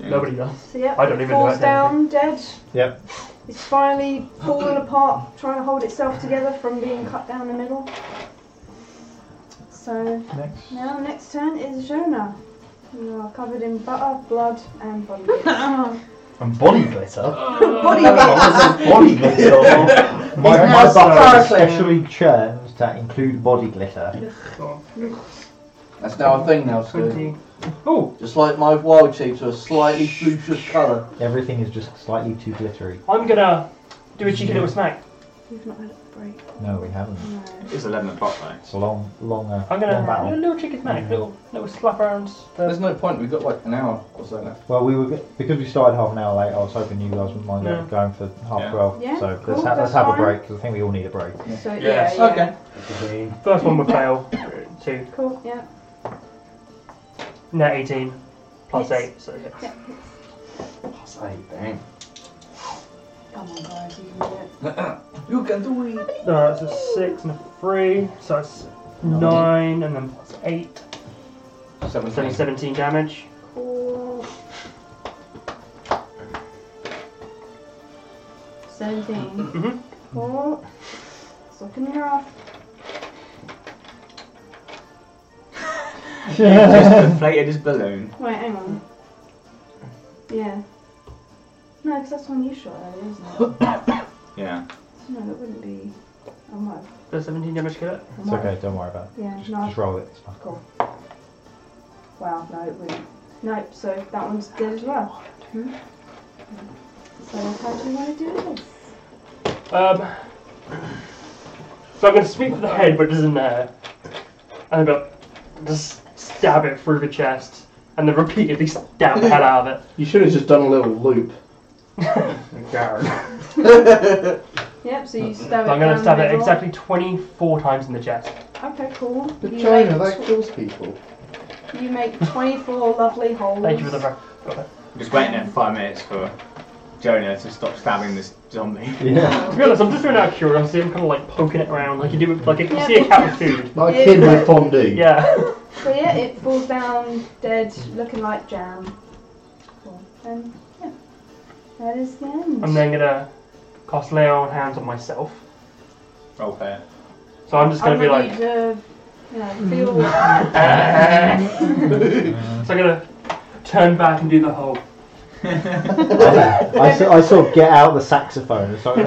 F: Nobody does.
D: So yeah,
F: I don't
D: it
F: even know
D: falls
F: that
D: down dead.
J: Yep.
D: It's finally falling apart, trying to hold itself together from being cut down the middle. So
J: Next.
D: now next turn is Jonah. You are covered in butter, blood, and body. heat.
A: And body glitter. What
D: body
A: is a body glitter? He's
J: My, my
A: now
J: butter is
A: sarcastic.
J: specially churned to include body glitter.
E: That's now a thing now, Scooby.
F: Twenty. Oh,
E: Just like my wild chiefs are slightly fuchsia's colour.
J: Everything is just slightly too glittery.
F: I'm gonna do a cheeky little smack.
D: You've not had it break.
B: No, we haven't.
D: No.
C: It's 11 o'clock though.
B: It's a long, long, uh,
F: I'm gonna
B: long
F: have a
B: battle.
F: little chicken manic, little little slap around the.
C: There's no point, we've got like an hour or so left.
B: Well, we were g- because we started half an hour late. I was hoping you guys wouldn't mind
F: Yeah.
B: going for half
C: Yeah.
B: twelve.
D: Yeah,
B: so
D: cool,
B: let's, ha-
D: that's
B: let's have a
D: fine.
B: break because I think we all need a break.
D: So
C: Yes.
D: yeah, yeah.
C: Okay.
A: Green.
F: First one would fail. Two.
D: Cool. Yeah.
F: Net 18. Plus
D: Hits.
F: 8, so yeah.
D: Yeah.
A: Plus eight, dang.
D: Come on, guys, you can do it.
C: You can do it.
F: No, it's a 6 and a 3, so it's 9 and then plus 8. So only
C: 17.
F: 17 damage.
D: Cool. Seventeen.
F: Mm-hmm.
D: Cool. It's looking rough.
C: Just deflated his balloon.
D: Wait, hang on. Yeah. No, because that's when you shot earlier, isn't it?
C: Yeah.
D: No, it wouldn't be. I might. have-
F: Does 17 damage kill
D: I
F: it?
B: It's
D: might have-
B: okay. Don't worry about it.
D: Yeah,
B: Just,
D: no.
B: just roll it. It's fine.
D: Wow, no, it wouldn't. Nope, so that one's dead as well. Hmm? So, how do you want to do this?
F: Um, so I'm going to sweep for the head, but it doesn't there. And I'm going to just stab it through the chest. And then repeatedly stab the hell out of it.
E: You should have just done a little loop.
D: Yep, so you stab it.
F: So I'm going
D: down
F: to stab
D: the
F: it
D: middle.
F: exactly 24 times in the chest.
D: Okay, cool.
K: The
D: You
K: China,
D: make
K: that kills people.
D: tw- You make 24 lovely holes.
F: Thank you for the ref. Got it.
C: Just waiting there for five minutes for Jonah to stop stabbing this zombie.
B: Yeah.
F: To be honest, I'm just doing it out of curiosity. I'm kind of like poking it around, like you do, with- like if you see a cat with food.
K: My
D: Yeah.
K: kid with fondue.
F: Yeah.
D: So, yeah, it falls down dead, looking like jam. Cool. And, yeah. That is the end.
F: I'm then gonna cast lay on hands on myself.
C: Roll fair.
F: So I'm just gonna
D: I
F: be
D: want
F: like,
D: you to, you know, feel.
F: so I'm gonna turn back and do the whole.
B: I, saw, I sort of get out the saxophone. It's like,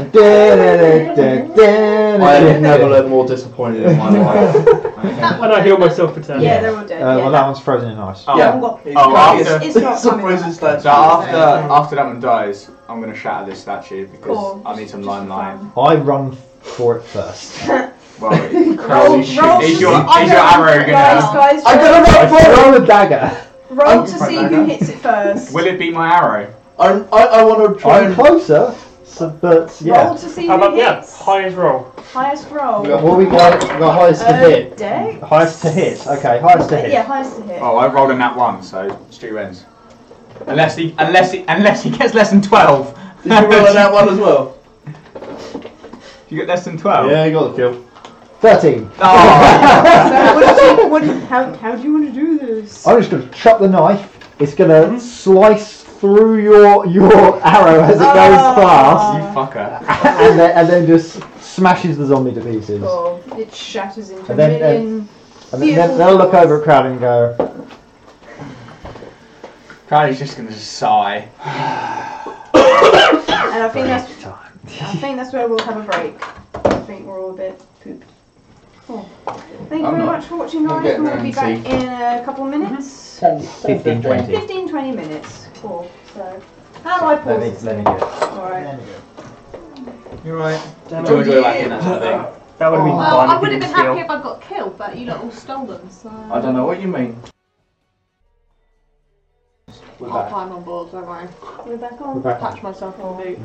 B: I
E: I have never looked more disappointed in my life.
C: Okay.
F: When I heal myself for turn.
D: Yeah, they're all dead.
B: Uh,
D: yeah.
B: well, that one's frozen in ice.
C: Oh,
D: yeah, I've got-
C: Oh,
D: it's,
C: after,
D: it's not coming back.
C: so after, after that one dies, I'm going to shatter this statue because
D: Cool.
C: I need some
D: Just for fun.
C: limelight.
B: I run for it first.
C: Well,
D: Roll, roll,
E: Holy shit.
C: is
D: to-
C: your,
D: I
C: is
D: don't-
C: your arrow
D: Guys,
C: going to...
D: guys,
E: I
D: roll,
E: got a roll for it!
B: Roll a dagger.
D: roll to see who hits it first.
C: Will it be my arrow?
E: I'm, I, I want to try
B: I'm
E: and.
B: closer, so, but
D: Roll
B: yeah.
D: to see
F: How
D: who
F: about yeah?
D: hits.
F: Highest roll.
D: Highest roll.
B: We got- What we got? We got highest to
D: Uh,
B: hit.
D: deck?
B: Highest to hit. Okay, highest to
D: Uh, Yeah,
B: hit.
D: highest to hit.
C: Oh, I rolled a nat one, so Stu wins. Unless he, unless he, unless he gets less than twelve.
E: Did you roll on that one as well?
C: You get less than twelve.
K: Yeah, you got the kill.
B: Thirteen.
C: Oh,
D: So what do you, what do you- how, how do you want to do this?
B: I'm just gonna chop the knife. It's gonna slice through your your arrow as it goes
D: Ah.
B: past,
C: you fucker.
B: and then and then just smashes the zombie to pieces.
D: Oh, it shatters into
B: And then, uh,
D: a million.
B: And then they'll- they'll look over at Crowd and go,
C: Crowley's just gonna sigh.
D: and I think that's I think that's where we'll have a break. I think we're all a bit pooped. Cool. Thank you
K: I'm
D: very
K: not.
D: much for watching,
K: I'm
D: guys.
K: getting
D: We'll be back
K: antsy.
D: in a couple of
B: Mm-hmm.
D: minutes.
B: 15, 20.
D: 15, 20 minutes. Cool. So, how do I
B: Let
D: pause
B: me,
D: this
B: let me
D: thing?
B: do it.
D: Alright.
B: Let me do it.
C: You're right.
F: Damn
C: Join
F: it.
C: go back in. That's the thing.
F: That would have been
G: Well,
F: fun.
G: I
F: if you
G: would have been
F: didn't
G: happy
F: steal.
G: if I got killed, but you lot all stole them, so.
E: I don't know what you mean. With
G: I'll
E: that.
G: climb on board, don't worry.
D: We're back on.
B: We're back on.
G: Patch myself on the boot.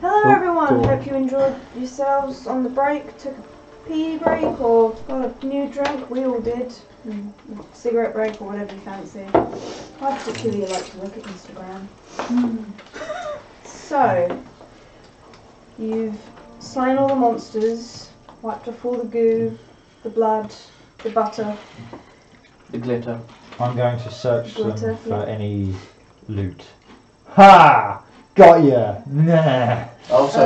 D: Hello
B: Cool.
D: everyone,
B: Cool.
D: hope you enjoyed yourselves on the break, took a pee break or got a new drink, we all did. Mm, a Cigarette break or whatever you fancy. I particularly like to look at Instagram. So, you've slain all the monsters, wiped off all the goo, the blood, the butter,
E: The glitter.
B: I'm going to search
D: Glitter,
B: them for
D: yeah.
B: any loot. Ha! Got ya! Nah.
E: I'll search
D: Uh,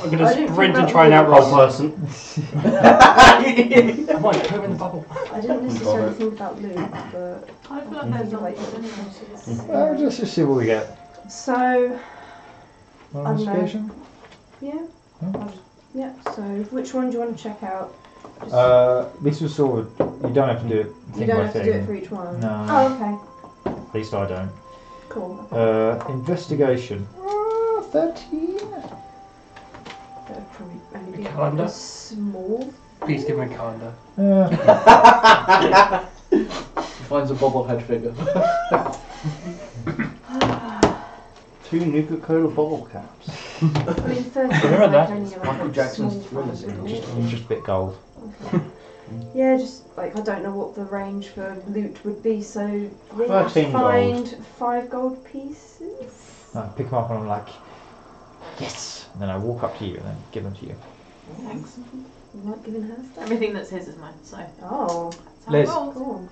F: I'm
D: I didn't
F: gonna
D: think
F: sprint and
D: about
F: try and
D: the-
A: Wrong
F: outroll
A: person.
F: her. I might put him in the bubble.
D: I didn't necessarily think about loot, but I
G: I feel like there's
D: feel like
G: zombies anyway.
E: Mm-hmm.
B: Well,
D: it's-
B: just, just see what we get.
D: So,
B: Well,
D: I don't know.
B: Investigation?
D: yeah.
B: Hmm.
D: I'll just- Yeah, so which one do you want to check out? Just-
B: Uh, this was sort of. You don't have to do it thing
D: You don't
B: by
D: have
B: thing.
D: to do it for each one.
B: No.
D: Oh, okay.
B: At least I don't.
D: Cool.
B: Uh, investigation. Uh, 13?
D: That would probably only
F: A calendar?
D: Small.
F: Please give him a calendar.
E: He finds a bobblehead figure.
A: Two Nuka Cola bottle caps.
D: I mean, 30
F: Remember that?
D: Michael
B: Jackson's Thriller series.
A: Just a bit gold.
D: Yeah, just like I don't know what the range for loot would be, so I think
A: 13
D: I'd
A: gold.
D: find five gold pieces.
B: I pick them up and I'm like, yes. And then I walk up to you and then give them to you.
G: Thanks.
D: I'm not giving her stuff.
G: Everything that's his is mine, so.
D: Oh,
G: That's how
C: Liz.
G: it rolls.
D: cool.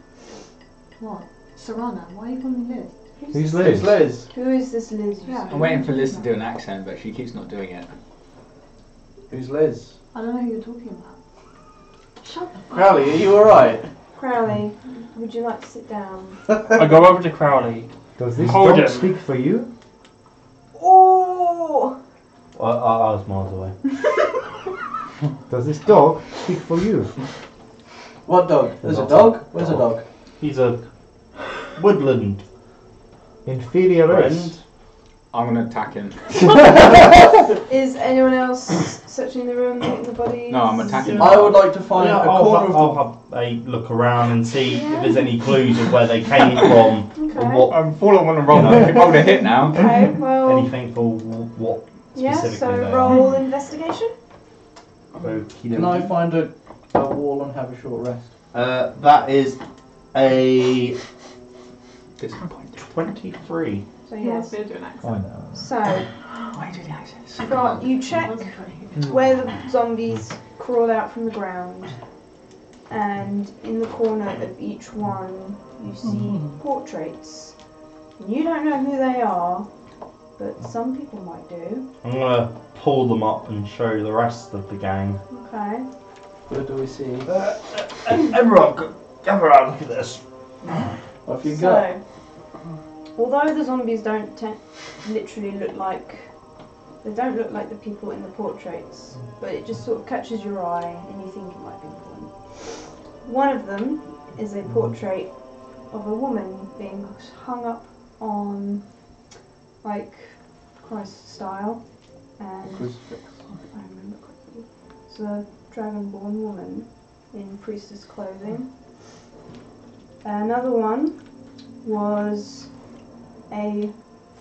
G: What? Serana, why are you calling me Liz?
B: Who's Liz?
E: Liz.
D: Who is this Liz? you
G: Yeah.
D: say?
C: I'm waiting for Liz to do an accent, but she keeps not doing it.
E: Who's Liz?
G: I don't know who you're talking about. Shut the fuck
E: Crowley, are you alright?
D: Crowley, would you like to sit down?
F: I go over to Crowley.
B: Does this
F: Hold
B: dog
F: him.
B: speak for you?
D: Oh!
A: I, I, I was miles away.
B: Does this dog speak for you?
E: What dog? There's a
A: Dog.
E: dog? Where's a
A: Dog.
E: dog?
A: He's a woodland
B: Inferior
A: friend.
B: race.
C: I'm gonna attack him.
D: Is anyone else searching the room, looking the bodies?
C: No, I'm attacking.
E: I would like to find
A: Yeah,
E: a
A: I'll,
E: corner
A: I'll
E: of
A: have a look around and see if there's any clues of where they came from, or
D: Okay.
A: what
C: I'm full on one roll. I rolled a hit now.
D: Okay, well,
A: anything for wh- what
D: yeah,
A: specifically
D: so
A: they
D: roll investigation.
A: are. Okey
E: the. Can I
A: dokey.
E: find a, a wall and have a short rest?
A: Uh, that is a
C: Disappointed.
A: 23.
D: So,
L: He wants
D: yes.
L: me to do an accent.
B: I know.
D: So,
C: Why do the accents?
D: got, you check where the zombies crawl out from the ground, and in the corner of each one, you see portraits. You don't know who they are, but some people might do.
A: I'm gonna pull them up and show the rest of the gang.
D: Okay.
E: What do we see?
A: Everyone, go- gather around, look at this.
E: What have you got?
D: So, although the zombies don't te- literally look like they don't look like the people in the portraits, but it just sort of catches your eye and you think it might be important. One of them is a portrait of a woman being hung up on like Christ style, and if I remember correctly, it's a dragonborn woman in priestess clothing. Another one was a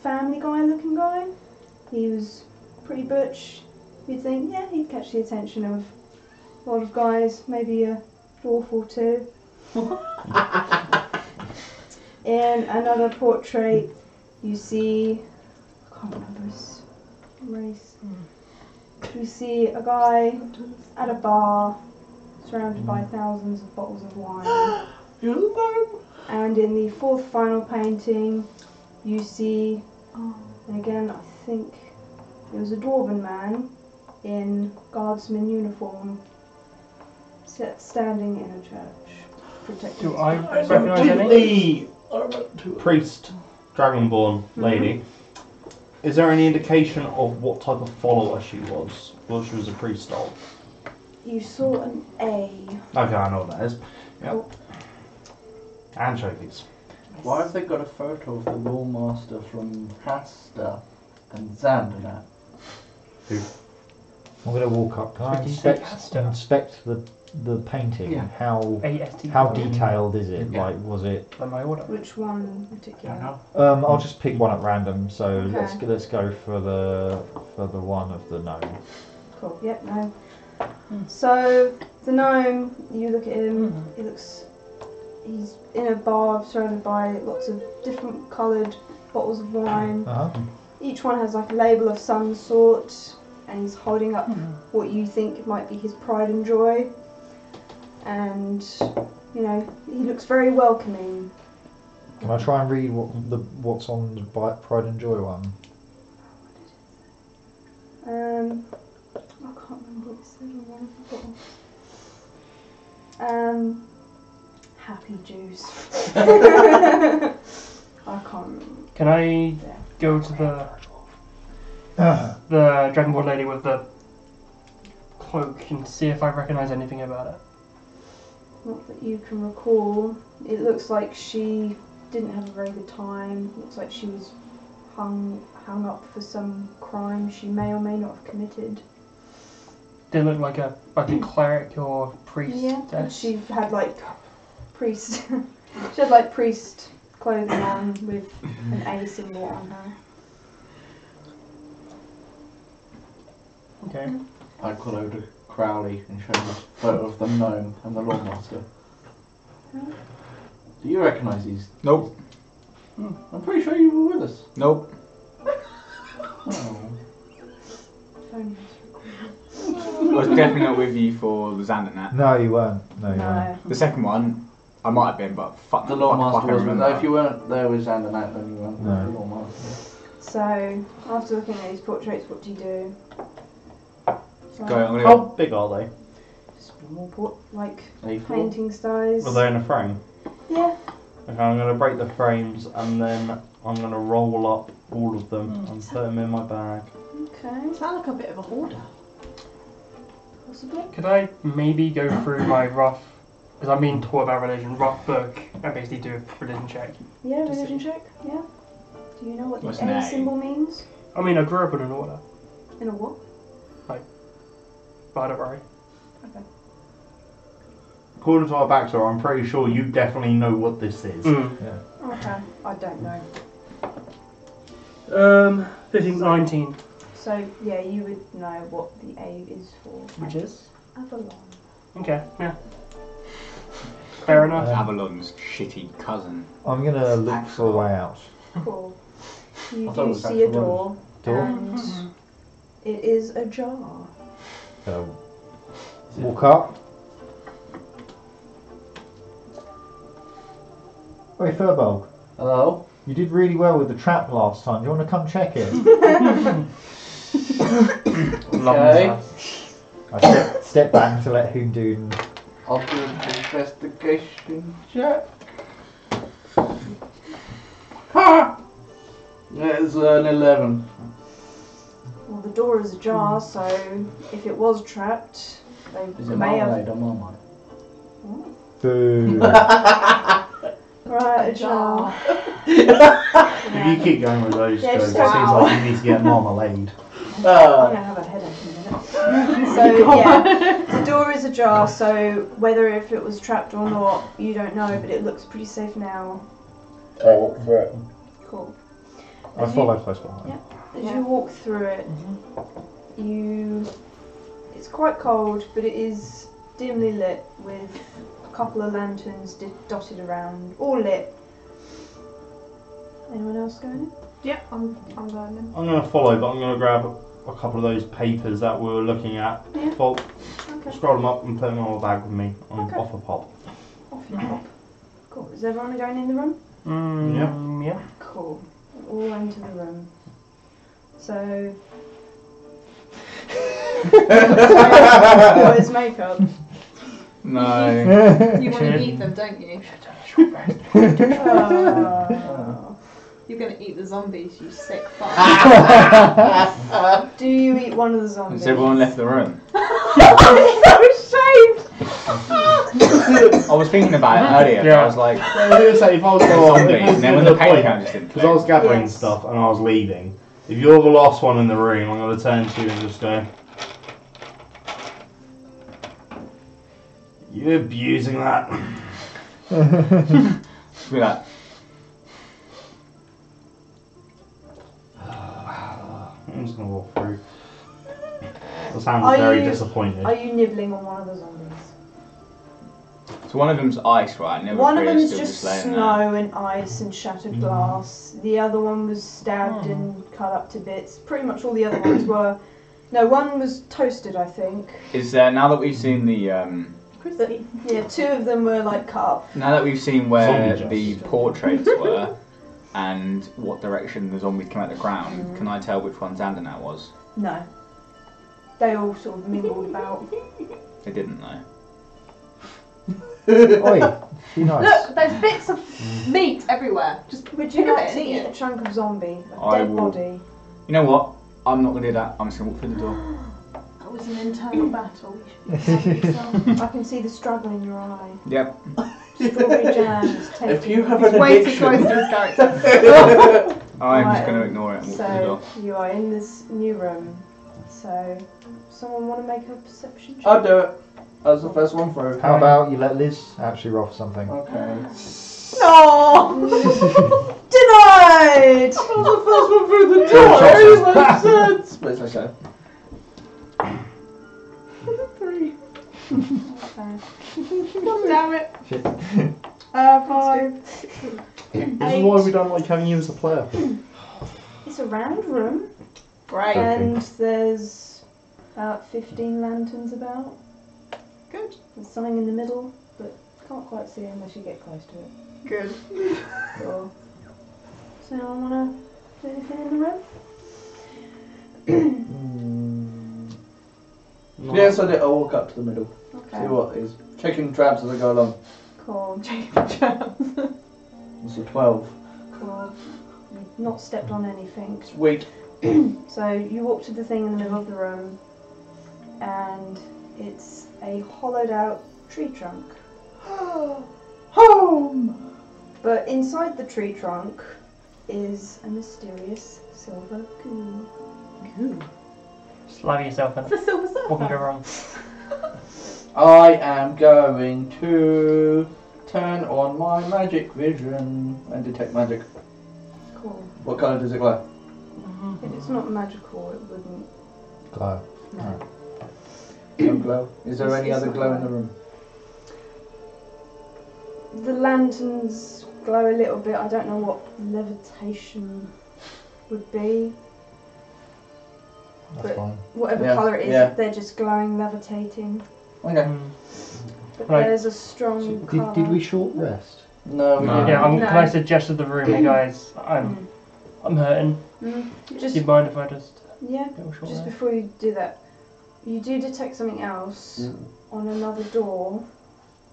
D: family guy looking guy. He was pretty butch. You'd think, yeah, he'd catch the attention of a lot of guys, maybe a dwarf or two. In another portrait, you see, I can't remember his race. You see a guy at a bar surrounded by thousands of bottles of wine.
E: You're the dog.
D: And in the fourth final painting, you see, oh, and again, I think it was a dwarven man in guardsman uniform, set, standing in a church, protecting.
F: Do
D: his
F: I
D: people.
F: recognise any?
A: The priest, dragonborn lady, is there any indication of what type of follower she was? Well, she was a priest of.
D: You saw an A.
A: Okay, I know what that is. Yep. Anchovies.
E: Why have they got a photo of the law master from Hasta and Zandana?
B: I'm going to walk up. Can I
F: Did you say
B: inspect,
F: pasta?
B: inspect the the painting?
C: Yeah.
B: How
F: AST.
B: how detailed is it?
C: Yeah.
B: Like, was it?
F: By my order.
D: Which one in particular?
B: Um, I'll just pick one at random. So let's
D: Okay.
B: let's go for the for the one of the gnome.
D: Cool. Yep. No. So the gnome, you look at him. He looks. He's in a bar surrounded by lots of different coloured bottles of wine.
B: Uh huh.
D: Each one has like a label of some sort, and he's holding up what you think might be his pride and joy. And you know, he looks very welcoming.
B: Can I try and read what the what's on the Bi- Pride and Joy one?
D: Um, I can't remember what it said on one of the bottles. Um, happy juice. I can't remember.
F: Can I go to the the Dragonborn lady with the cloak and see if I recognise anything about it?
D: Not that you can recall. It looks like she didn't have a very good time. Looks like she was hung hung up for some crime she may or may not have committed.
F: They look like a like a cleric or priest.
D: Yeah, and
F: That's-
D: she had like priest. she had like priest clothing on with an A symbol on her.
F: Okay.
P: I call over to Crowley and show him a photo of the gnome and the Lord Master. Do you recognise these?
C: Nope.
P: Hmm, I'm pretty sure you were with us.
C: Nope.
P: Oh.
C: I was definitely not with you for the Xandanat.
J: No, you weren't. No, you
D: No.
C: The second one, I might have been, but fuck.
P: The Lord
C: fuck if I
P: Master
C: can
P: was with
C: remember.
P: If you weren't there with Xander Knight, then you weren't with
J: No.
P: the Lord Master.
D: So after looking at these portraits, what do you do? So,
C: Go, I'm gonna
E: Oh.
A: How big are they?
D: Just more port like
P: A4?
D: painting size.
A: Were they in a frame?
D: Yeah.
A: Okay, I'm going to break the frames and then I'm going to roll up all of them
D: Mm.
A: and put them in my bag.
D: Okay.
G: Sound like a bit of a hoarder.
D: Possibly.
F: Could I maybe go through my rough, because I'm being taught about religion, rough book, and basically do a religion check?
D: Yeah.
F: Just
D: Religion check. Yeah. Do you know what the
C: What's
D: A
C: an A?
D: symbol means?
F: I mean, I grew up in an order,
D: In a what?
F: but I don't worry.
A: According to our backstory, I'm pretty sure you definitely know what this is.
D: Okay. I don't know.
F: Um, 15, 19,
D: So yeah, you would know what the A is for.
F: which is?
D: Avalon.
F: Okay, yeah. Fair enough.
C: Avalon's shitty cousin.
J: I'm gonna look for a way out.
D: Cool. You
P: I thought it
D: do
P: was
D: see a
P: actual
D: door,
J: Door?
D: and it is ajar.
J: So walk up. Wait, Furbog,
P: Hello?
J: you did really well with the trap last time. Do you want to come check it?
P: Okay.
J: I step, step back to let Hoondoon.
P: I'll do an investigation check. Ha! There's an 11.
D: Well, the door is ajar, so if it was trapped,
P: Hmm. Is
D: they
P: it
D: may have.
P: marmalade or marmite?
J: Boo.
D: Right, ajar.
A: If you keep going with those
D: Yeah,
A: jokes, it
D: just
A: seems
D: go out.
A: like you need to get marmalade.
D: I'm
P: Uh,
D: gonna have a headache in a minute. So yeah, the door is ajar. So whether if it was trapped or not, you don't know, but it looks pretty safe now. Cool.
J: I
D: As you-
J: follow close behind.
D: Yeah. As you walk through it, you. It's quite cold, but it is dimly lit with a couple of lanterns di- dotted around, all lit. Anyone else going
L: Yep, I'm, I'm going then.
A: I'm going to follow, but I'm going to grab a couple of those papers that we were looking at,
D: Yeah.
A: fold,
D: in? Okay.
A: scroll them up, and put them in my bag with me. I'm
D: Okay.
A: off a pop.
D: Off you pop. Cool. Is everyone going in the room?
F: Mm, yeah.
D: Cool. All into the room. So. what is makeup?
C: No.
L: You want to
F: Sure.
L: eat them, don't you?
D: Oh.
L: You're going to eat the zombies, you sick fuck.
D: Do you eat one of the zombies?
C: Has everyone left the room?
D: Oh, so ashamed.
C: I was thinking about it earlier.
F: Yeah.
C: I was like,
A: I was going to say, if I was
C: zombie. And then when the pain comes in.
A: Because I was gathering
D: Yes.
A: stuff and I was leaving. If you're the last one in the room, I'm going to turn to you and just go. You abusing that?
C: Be like,
A: I'm just going to walk through. I sound
D: Are
A: very
D: you-
A: disappointed.
D: Are you nibbling on one of the zombies?
C: so one of them's ice, right? And the other
D: One of
C: three are
D: them's
C: still
D: just
C: laying there.
D: snow and ice and shattered glass. The other one was stabbed and cut up to bits. Pretty much all the other ones were. No, one was toasted, I think.
C: Is there now that we've seen the um,
D: But, yeah, two of them were like cut up.
C: now that we've seen where
A: Zombie
C: the portraits were and what direction the zombies came out the ground,
D: Mm-hmm.
C: can I tell which one Xandanat was?
D: No. They all sort of mingled about.
C: They didn't though.
J: Oi, be nice.
L: Look, there's bits of meat everywhere. Just
D: Would
L: Pick
D: you
L: a
D: like
L: bit
D: to
L: and eat
D: eat
L: it.
D: a chunk of zombie? A
C: I
D: dead
C: will.
D: body?
C: You know what? I'm not gonna do that. I'm just gonna walk through the door.
G: That was an internal battle.
D: I can see the struggle in your eye.
C: Yep.
D: Strawberry jam is
P: if
D: taking
P: you have
L: it's
P: an
L: way too close
P: addiction,
L: to his character.
C: I'm
D: Right.
C: just gonna ignore it and walk through the
D: So
C: door.
D: you are in this new room. So, someone want to make a perception check?
E: I'll do it. That's the first one through.
B: How about you let Liz actually roll for something?
E: Okay.
D: No! Denied!
E: the first one through the
B: door, it
E: makes sense. But it's okay.
L: Three. Damn it.
B: Shit.
L: Uh, five.
A: This is why we don't like having you as a player.
D: It's a round room,
L: Great.
B: Okay.
D: and there's about 15 lanterns about.
L: Good.
D: There's something in the middle, but can't quite see unless you get close to it.
L: Good.
D: Or... Does anyone want to do anything in the room?
E: Yes, I did. I'll walk up to the middle. See
D: Okay.
E: what is. Checking traps as I go along.
D: Cool.
E: It's a 12.
D: Cool. You've not stepped on anything.
E: It's weak.
D: So you walk to the thing in the middle of the room, and it's a hollowed out tree trunk.
L: Home.
D: But inside the tree trunk is a mysterious silver goo.
F: Slamming yourself in
L: It's a silver
F: What can go
L: surfer.
F: wrong?
E: I am going to turn on my magic vision and detect magic.
D: Cool.
E: What colour does it glow?
D: If it's not magical, it wouldn't.
B: Glow.
D: No.
E: No glow. Is there
D: It's-
E: any
D: it's
E: other
D: not
E: glow in
D: glow.
E: the room?
D: The lanterns glow a little bit. I don't know what levitation would be.
B: That's
D: But-
B: fine.
D: Whatever
E: Yeah,
D: colour it is,
E: yeah.
D: they're just glowing, levitating.
E: Okay.
F: Mm.
D: But
F: Right.
D: there's a strong colour.
B: Did, did we short rest?
E: No. we
C: No.
E: didn't.
F: Yeah, I'm,
D: No.
F: can I suggest to the room, hey guys, I'm, I'm hurting.
D: Mm,
F: Do
D: just
F: you mind if I Mm. just
D: yeah.
F: go short
D: Just
F: rest?
D: before you do that, you do detect something else
E: Mm.
D: on another door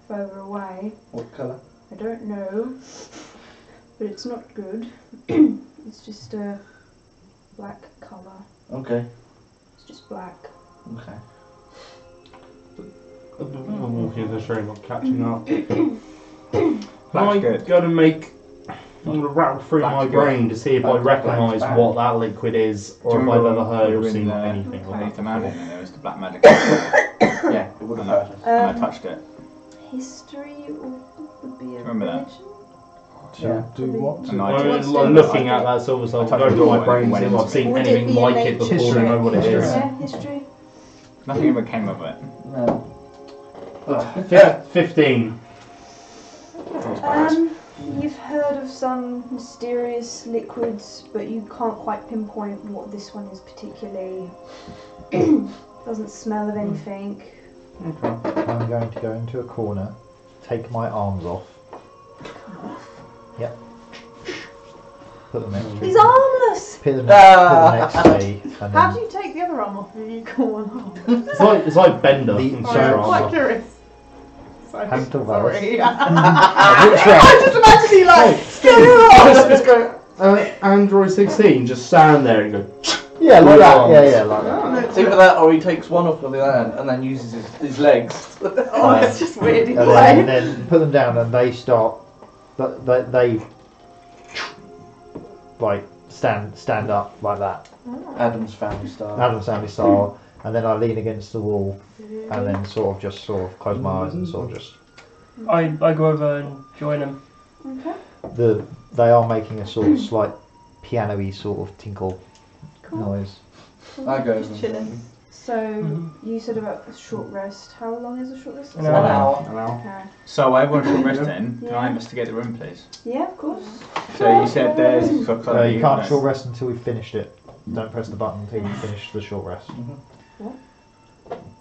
D: further away.
E: What colour?
D: I don't know, but it's not good. it's just a black colour.
E: Okay.
D: It's just black.
E: Okay.
A: I'm walking in this room, I'm catching up.
C: That's
A: I'm
C: good.
A: gonna make. I'm gonna rattle through
C: That's
A: my
C: good.
A: brain to see if I
E: That's
A: recognise
E: bad.
A: what that liquid is,
C: Do
A: or
C: you
A: if I've
C: remember
A: ever heard
C: we
A: or
C: were in
A: seen
C: the-
A: anything
D: Okay.
A: like
C: I
A: that.
C: ate the man in there, it was the black magic.
E: Yeah, it would have
C: No.
E: hurt.
C: and I
D: Um,
C: touched it.
D: History would be a
C: Remember that?
D: religion?
E: Yeah.
B: Do what?
C: And
A: I
C: I
A: mean,
C: did.
D: What's
A: like,
D: the-
A: looking at that silver
C: I
A: stuff,
C: touched
A: I go
C: it
A: to my
C: when-
A: brain
C: when
A: see if
C: it's
A: I've seen
D: Would it
A: anything
D: be
A: like
D: in
A: it before
B: nature?
A: and know what it
B: History.
A: is.
D: Yeah, history.
C: Nothing ever came of it.
E: No.
B: Oh.
A: Fif- 15.
D: Um, you've heard of some mysterious liquids, but you can't quite pinpoint what this one is particularly. Doesn't smell of anything.
B: I'm going to go into a corner, take my arms off. Yep. Put them
E: Hmm.
B: next to
D: He's armless.
B: Put them
C: Ah.
B: next, put them next to me. And
L: How do
B: then
L: you take the other arm off if you call one off?
A: It's like, it's like Bender.
B: The
A: in
B: entire-
A: Shadow
L: I'm quite
A: Armor.
L: curious. Sorry.
B: Hand to Wales.
L: Sorry. I
B: Uh, which one?
L: just imagine you like,
A: Just go, uh, Android 16, just stand there and go.
B: Yeah, like
A: Your
B: that.
A: arms.
B: Yeah, yeah, like that.
E: It's either that or he takes one off of the hand and then uses his, his legs.
L: oh, it's just weird.
B: And then, and then put them down, and they start. But they, they like stand stand up like that,
E: Adam's family style.
B: Adam Sandler style. And then I lean against the wall, and then sort of just sort of close my eyes and sort of just
F: I, I go over and join him.
D: Okay.
B: the they are making a sort of slight piano-y sort of tinkle
D: Cool.
B: noise.
E: I go.
L: Just chilling.
D: So
F: Mm-hmm.
D: you said about a short rest. How long is a short rest?
F: An
E: One Mm-hmm. hour.
C: Hello.
D: Okay.
C: So I want to rest in. Can I
D: Yeah.
C: investigate the room, please?
D: Yeah, of course.
C: So you said there's. so- so
B: Uh, you can't
C: know.
B: short rest until we've finished it. Don't press the button until you finish the short rest.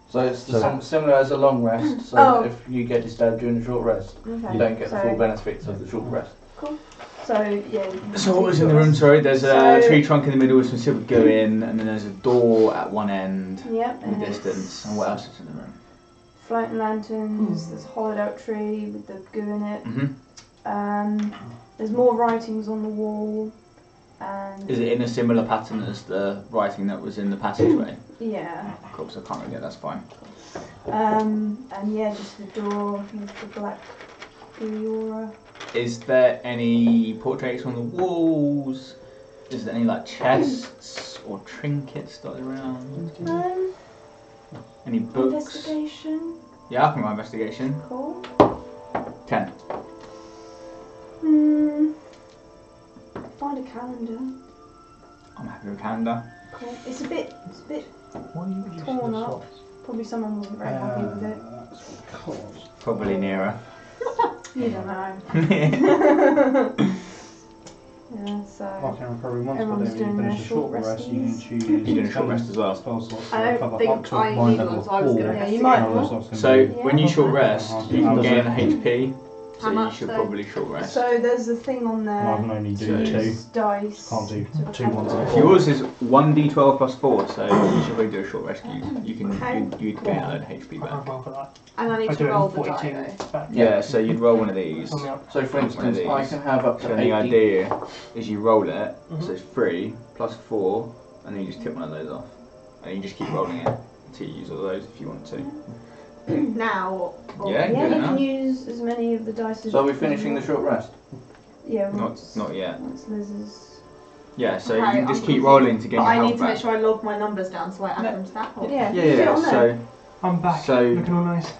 E: So it's the
B: So-
E: sim- similar as a long rest. So
D: Oh.
E: if you get disturbed during a short rest,
D: Okay.
E: you don't get the full
D: so,
E: benefits of the short rest.
D: so yeah. you can
C: So what was
D: do
C: in the
D: short
C: room?
D: rest.
C: Sorry, there's a
D: So-
C: tree trunk in the middle with some silver goo in, and then there's a door at one end
D: Yep.
C: in the
D: it's
C: distance. And what else is in the room?
D: Floating lanterns.
E: Hmm.
D: There's a hollowed out tree with the goo in it.
A: Mm-hmm.
C: hmm
D: Um, there's more writings on the wall, and
C: Is it in a similar pattern as the writing that was in the passageway?
D: yeah,
C: Of course, I can't read it. That's fine.
D: um, and yeah, just the door with the black aura.
C: Is there any portraits on the walls? Is there any like chests or trinkets dotted around?
D: Um,
C: Any books?
D: investigation.
C: Yeah, I can my investigation.
D: Cool.
C: Ten.
D: Hmm. Find a calendar.
C: I'm happy with calendar.
D: Cool. It's a bit. It's a bit torn up. Probably someone wasn't very happy
A: Uh,
D: with it.
C: Probably nearer.
D: You don't know. yeah.
Q: Well, I
D: So.
Q: can recovery once, but
D: Everyone's
Q: then when
D: doing
Q: you
D: their
Q: finish a short
D: short
Q: rest, you can
D: resties.
Q: choose.
C: You're doing a short rest as well.
Q: Spell slots
G: I
Q: to
G: don't
Q: recover
G: think
Q: up to
G: I
Q: one
G: need
Q: level
G: one, so I was
Q: or
G: gonna Yeah,
D: you might
Q: spell
D: not.
A: Mm-hmm.
Q: slots can
C: So
Q: be-
C: when you short rest, you can gain a HP.
D: How
C: So you
D: much
C: should
D: though?
C: probably short rest.
D: So there's a thing on
A: And
D: there.
A: I can only do
C: So-
A: two.
D: It's dice.
A: Can't do
D: to
A: two ones at a time.
C: Yours is one d12 plus four, so you should probably do a short rest. You, you can you, you'd gain a load of HP
F: Uh-huh.
C: back.
G: And I need
F: I do
G: to
F: it
G: roll
F: in
G: the
F: 42
G: die
F: minutes back.
C: Yeah, so you'd roll one of these.
F: Coming up.
P: So, for
C: One of
P: instance,
C: these.
P: I can have up
C: So
P: to
C: the
P: 80.
C: idea is you roll it,
F: Mhm.
C: so it's three plus four, and then you just tip one of those off, and you just keep rolling it until you use all those if you want to.
G: though. now or, or
C: Yeah,
D: Yeah,
C: good
D: you
C: enough.
D: can use as many of the dice as
P: So, are
D: you
P: we finishing the
D: want.
P: short rest?
D: Yeah,
C: Not
D: once,
C: not yet.
D: once Liz's.
C: Yeah, so
G: Okay,
C: you just
G: I'm
C: keep
G: confused.
C: rolling to gain
G: But
C: your
G: I
C: health
G: need to
C: back.
G: make sure I log my numbers down so I add them to that. Or?
D: Yeah, you
C: Yeah,
D: do it
C: yeah.
D: on there.
C: So
F: I'm back.
C: So-
F: looking all nice.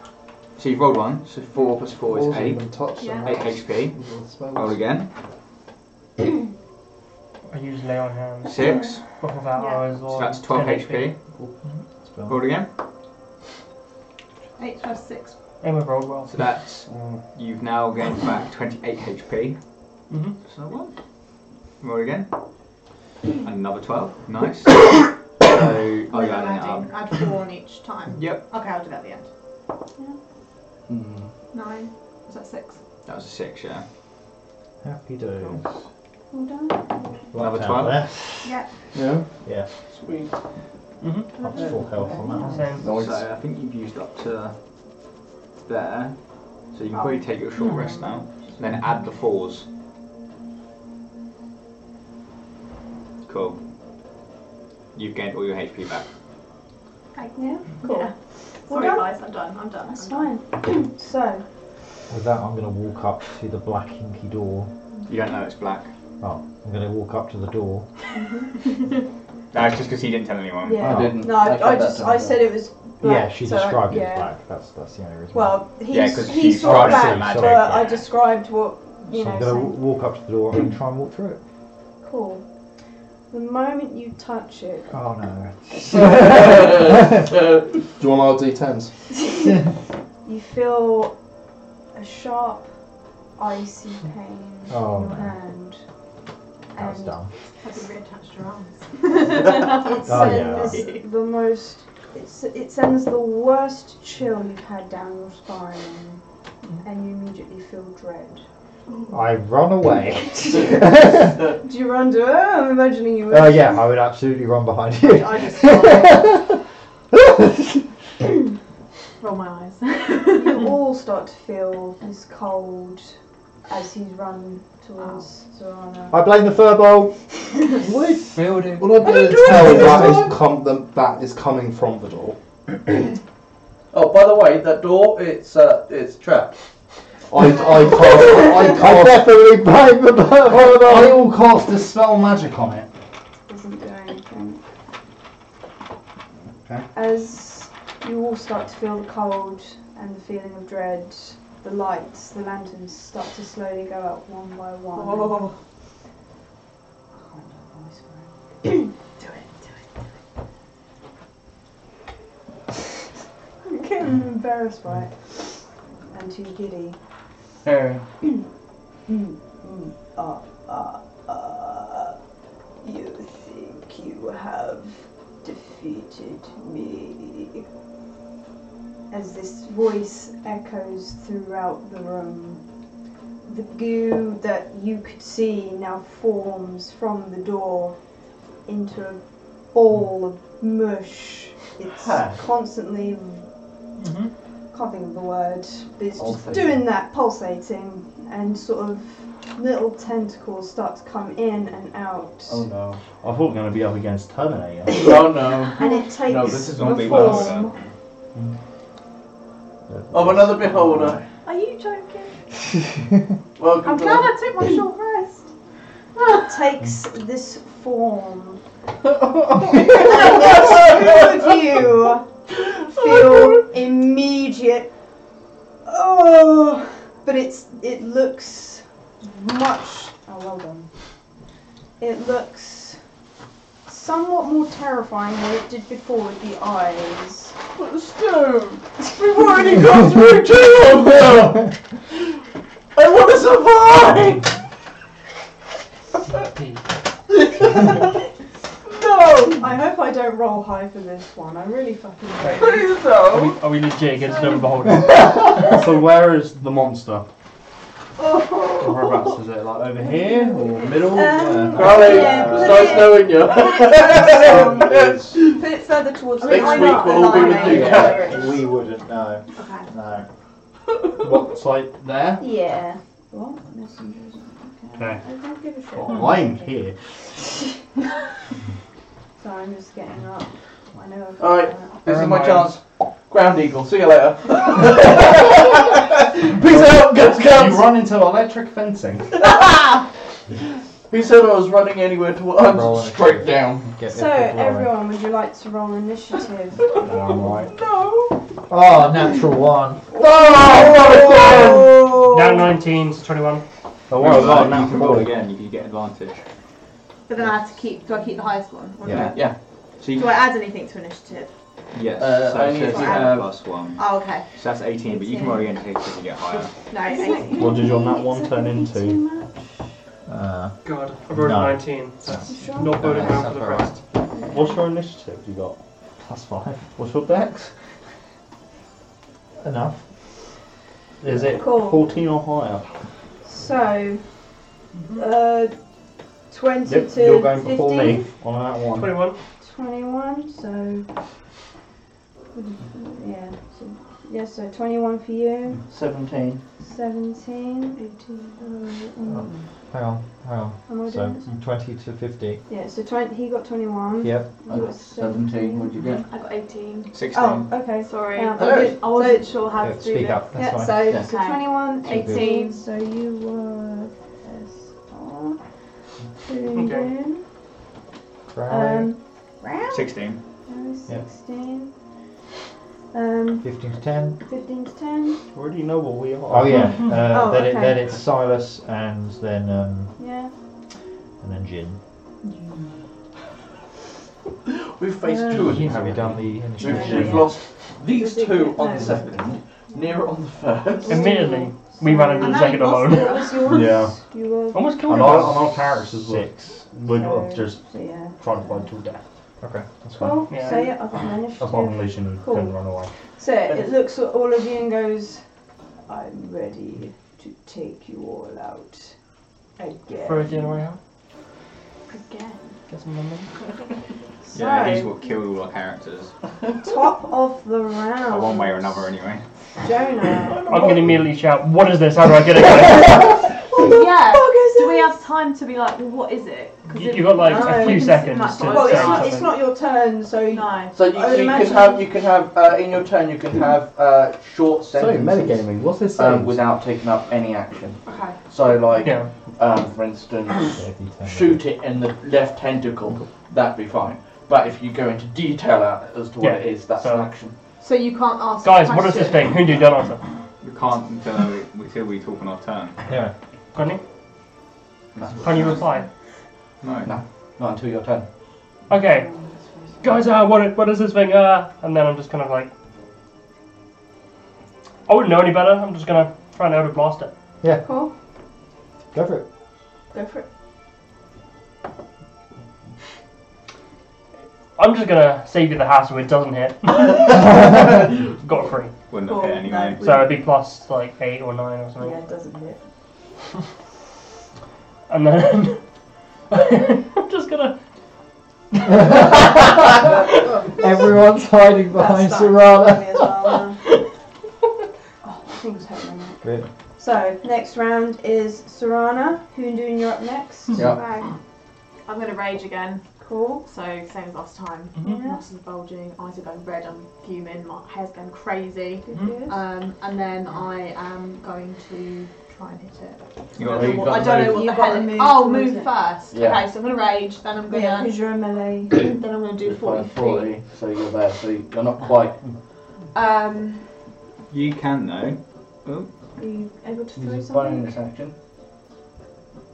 C: so you've rolled one, so four plus four is eight.
G: Yeah.
C: Eight HP. Roll again.
F: I use lay on hands.
C: Six.
F: Off of that,
G: Yeah.
F: I was
C: So
F: on
C: that's twelve
F: 10
C: HP. Roll again.
G: Eight plus six.
F: Emma rolled well.
C: So that's you've now gained back 28 HP.
B: Mm-hmm.
F: Mhm.
C: So what? Roll again. Another 12. Nice. so
G: We're
C: Oh, I
G: not
C: got
G: adding.
C: an
G: Add four on each time.
C: Yep,
G: Okay, I'll do that at the end.
P: Hmm.
C: Mm-hmm.
G: Nine. Is that six?
C: that was a six. Yeah.
B: Happy days.
D: All done.
C: Another
B: Lights out
C: 12.
B: there.
G: Yeah.
P: Yeah.
B: Yeah.
P: Sweet.
B: Up to full health on that one.
F: Same.
P: Nice.
C: So I think you've used up to there. So you can probably take your
G: Hmm.
C: short rest now, and then add the fours. Cool. You've gained all your HP back.
D: Yeah. Cool.
G: Yeah.
D: Well
G: Sorry
D: done.
G: guys, I'm done. I'm done.
D: That's
G: I'm done.
D: fine. so,
B: With that, I'm going to walk up to the black inky door.
C: You don't know it's black.
B: Oh, I'm going to walk up to the door.
C: That's just because he didn't tell anyone.
D: yeah.
P: I didn't.
D: No, I, I
P: kept that
D: just
P: down
D: I
P: there.
D: said it was. Black,
B: yeah, she
D: so I-
B: described it
D: yeah.
B: as black. That's that's the only reason.
D: Well, he's,
C: Yeah, 'cause
D: he
C: she
D: saw
B: described it
D: back,
B: as magic,
D: but I
C: yeah.
D: described what you
B: so
D: know.
B: I'm going to
D: saying.
B: walk up to the door and try and walk through it.
D: Cool. The moment you touch it,
B: Oh no.
P: Do you want our D10s?
D: you feel a sharp, icy pain
B: Oh,
D: in your
B: no.
D: hand.
B: That's
D: and
B: dumb.
G: Have you reattached your arms?
D: It
B: Oh, yeah.
D: sends the most. It's, it sends the worst chill you've had down your spine,
B: Mm-hmm.
D: and you immediately feel dread.
B: I run away.
D: Do you run to her? I'm imagining you. would.
B: Oh yeah, I would absolutely run behind you.
G: I just roll my eyes.
D: You all start to feel his cold as he's run towards Zorana.
B: I blame the furball.
P: Well, I didn't tell that is com- that that is coming from the door.
E: Oh, by the way, that door, it's uh, it's trapped.
P: I, I cast,
B: I
P: I cast,
B: definitely blame the furball.
Q: I will cast a spell magic on it.
D: Doesn't do anything.
Q: Okay.
D: As you all start to feel the cold and the feeling of dread, the lights, the lanterns start to slowly go out one by one.
E: Oh,
D: I'm getting embarrassed by it. And too giddy. Mm, mm, ah, ah, ah. You think you have defeated me? As this voice echoes throughout the room, the goo that you could see now forms from the door into a ball of mush. It's
B: Huh.
D: constantly
F: Mhm.
D: can't think of the word, but it's just
P: Mm-hmm. Pulsating.
D: doing that, pulsating, and sort of little tentacles start to come in and out.
P: Oh no.
A: I thought we were going to be up against Terminator.
E: Oh no.
D: And it takes
C: No, this is
D: the
C: zombie
D: form.
E: uh, Of Oh, another beholder.
D: Are you joking?
E: Welcome
D: I'm
E: to
D: glad I took my short rest. takes this form. and the two of you feel immediate. Oh, but it's it looks much. Oh, well done. It looks somewhat more terrifying than it did before with the eyes. But the stone. We've already
K: gone through two of them. I want to survive.
D: No! I hope I don't roll high for this one. I really fucking hope.
K: Please
F: Are we,
K: don't.
F: are we legit against number beholder?
A: so where is the monster?
D: Oh.
A: Whereabouts is it? Like over here or middle?
D: Um,
A: Where?
D: yeah, put it-
E: you.
A: Um, it's-
D: Put it further towards
E: Next
D: I'm
E: week
D: not
E: we'll all be
D: aligning
E: with you.
D: it where it is.
B: We wouldn't know.
D: Okay.
B: No.
A: What's like there?
D: Yeah. What? Messengers.
A: Okay.
D: I don't give a shit.
A: Well, I'm here.
D: Sorry, I'm just getting up. I know. I've-
E: Alright, this is my chance. Ground Eagle, see you later.
A: Peace out,
E: guts, guts.
A: You run into electric fencing.
E: Who said I was running anywhere to I'm
A: Roll it.
E: straight down.
D: So, everyone, would you like to roll initiative? no.
J: Oh, natural one.
E: Oh.
F: Now 19, so
A: Oh,
F: 21.
C: Remember
A: well,
C: that,
A: now
C: you can
A: four.
C: roll again, you can get advantage.
G: But then I have to keep. Do I keep the highest one? Or do I-
C: Yeah. So you,
G: Do I add anything to initiative?
C: yes,
E: Uh,
C: so
E: I
C: it
E: need
C: says
E: to
C: you
E: have-
C: have plus one.
G: Oh, okay.
C: So that's 18, but you can roll again to because you get higher.
G: No, eight.
A: What did your nat one turn into?
B: Uh,
F: God, I rolled a
A: No.
F: 19. That's
D: Sure.
F: not voted
A: No,
F: down for the rest.
A: What's your initiative you got?
B: plus five.
A: What's your dex?
B: Enough.
A: Is it
D: Cool.
A: 14 or higher?
D: So, uh, 20
A: Yep,
D: to
A: you're going
D: 15.
A: before me on that one.
F: 21.
D: 21, so. Yeah, so, yeah, so 21 for you,
E: 17.
D: 17, 18. uh, mm,
B: Oh, Hang on, hang on.
D: Am I
B: So
D: doing
B: from 20 to 50.
D: Yeah, so 20, he got 21.
B: Yep.
D: You got
E: 17, what'd you get?
G: I got 18.
C: 16.
D: Oh, okay.
G: Sorry.
D: Um,
E: Hello.
D: okay,
G: I wasn't
D: so-
G: sure how
B: Yeah,
G: to do
B: speak
G: this.
B: up. That's
D: yeah,
B: fine.
D: so,
E: Yeah.
D: so
G: Okay.
D: 21, 18,
G: 18.
D: so you were SR.
F: Okay.
D: Boom,
B: Right.
D: Um, round
C: 16.
D: uh,
B: Yep.
D: 16. Um,
B: 15 to 10.
D: 15 to 10.
A: We already know what we are.
B: Oh yeah. Uh,
D: Oh,
B: then, it,
D: okay.
B: then it's Silas and then um,
D: Yeah.
B: and then Jin.
E: We've faced
D: Yeah.
E: two of these
B: Have you
E: already.
B: done the
E: We've,
B: initiative?
D: Yeah.
E: we've
B: yet?
E: lost these two on
D: No.
E: the second, Nira on the first.
F: Admittedly, we ran into
G: And
F: the
G: I
F: second
G: lost
F: alone.
D: What was yours?
A: Yeah.
D: You were.
C: Oh
F: Almost killed
A: And
F: him.
A: our, and our characters were,
B: Six.
A: were
D: so-
A: just
D: So, yeah.
A: trying to fight till death.
B: Okay, that's fine.
D: Well,
C: Oh.
F: Yeah.
D: so yeah, I've got my
A: Apart from
D: initiative.
A: Lucian who
D: Cool.
A: couldn't run away.
D: So it looks at all of you and goes, I'm ready to take you all out again.
F: For a dinner round.
G: Again.
F: Get some money.
D: So,
C: Yeah, he's what killed all our characters.
D: top of the
C: Or
D: round.
C: one way or another, anyway.
D: Jonah.
F: I'm gonna immediately shout, what is this? How do I get it?
G: yeah.
D: fuck is
G: Do we
D: it?
G: have time to be like, well, what is it? 'Cause
F: You-
G: if-
F: you got, like,
D: a
G: we
D: few
G: can sit
F: seconds
G: much
F: to
G: on
D: Well,
G: it.
D: it's
F: say
D: not, it's not your turn, so you.
G: No.
E: So you,
D: I would
E: you can
D: imagine-
E: have you can have uh, in your turn you can have uh, short
A: So,
E: sentences
A: metagaming, what's this
E: um,
A: saying?
E: without taking up any action.
G: Okay.
E: So like
F: Yeah.
E: um, for instance,
B: Yeah, if you turn
E: shoot it in the left tentacle, that'd be fine. But if you go into detail out as to what
F: Yeah,
E: it is, that's
F: so-
E: an action.
G: So you can't ask.
F: Guys,
G: a
F: what is this
G: question.
F: thing? Who do you don't answer?
C: We can't until we, until we talk on our turn.
B: Yeah.
F: Can you?
E: No,
F: Can you reply?
C: No.
E: No. not until your turn.
F: Okay. Guys, uh, what, i- what is this thing? Uh, and then I'm just kind of like. I wouldn't know any better. I'm just gonna try and out blast it.
D: Cool.
B: Go for it.
D: Go for it.
F: I'm just gonna save you the hassle. It doesn't hit. Got a three,
C: Wouldn't have
D: Cool,
C: hit anyway.
F: so it'd be plus like eight or nine or something.
D: Yeah, it doesn't hit.
F: And then I'm just gonna.
B: Everyone's hiding behind
D: That's fine.
B: Serrano.
D: Might as well, uh, oh, I think it's hurting my neck.
B: Good.
D: So, next round is Serana. Who and doing you're up next?
E: Yeah.
G: Right. I'm gonna rage again.
D: Cool.
G: So same as last time.
D: Mhm.
G: Muscles are bulging, eyes are going red, I'm fuming, my hair's going crazy.
F: Mm-hmm.
D: Good, good.
G: Um, and then I am going to try and hit it.
D: You gotta
G: I don't
D: move,
G: know
D: you
G: what-
D: gotta
G: I don't know
D: move.
G: what
D: You
G: the hell.
D: gotta move
G: oh,
D: towards
G: move
D: it.
G: first.
K: Yeah.
G: Okay, so I'm gonna rage. Then I'm gonna.
D: Yeah, 'cause you're a melee.
G: then I'm gonna do 40
K: Five
G: feet.
K: forty, so you're there, so you're not quite.
G: Um,
C: You can though. Oh.
D: Are you able to throw
K: Use a
D: something?
K: bonus action.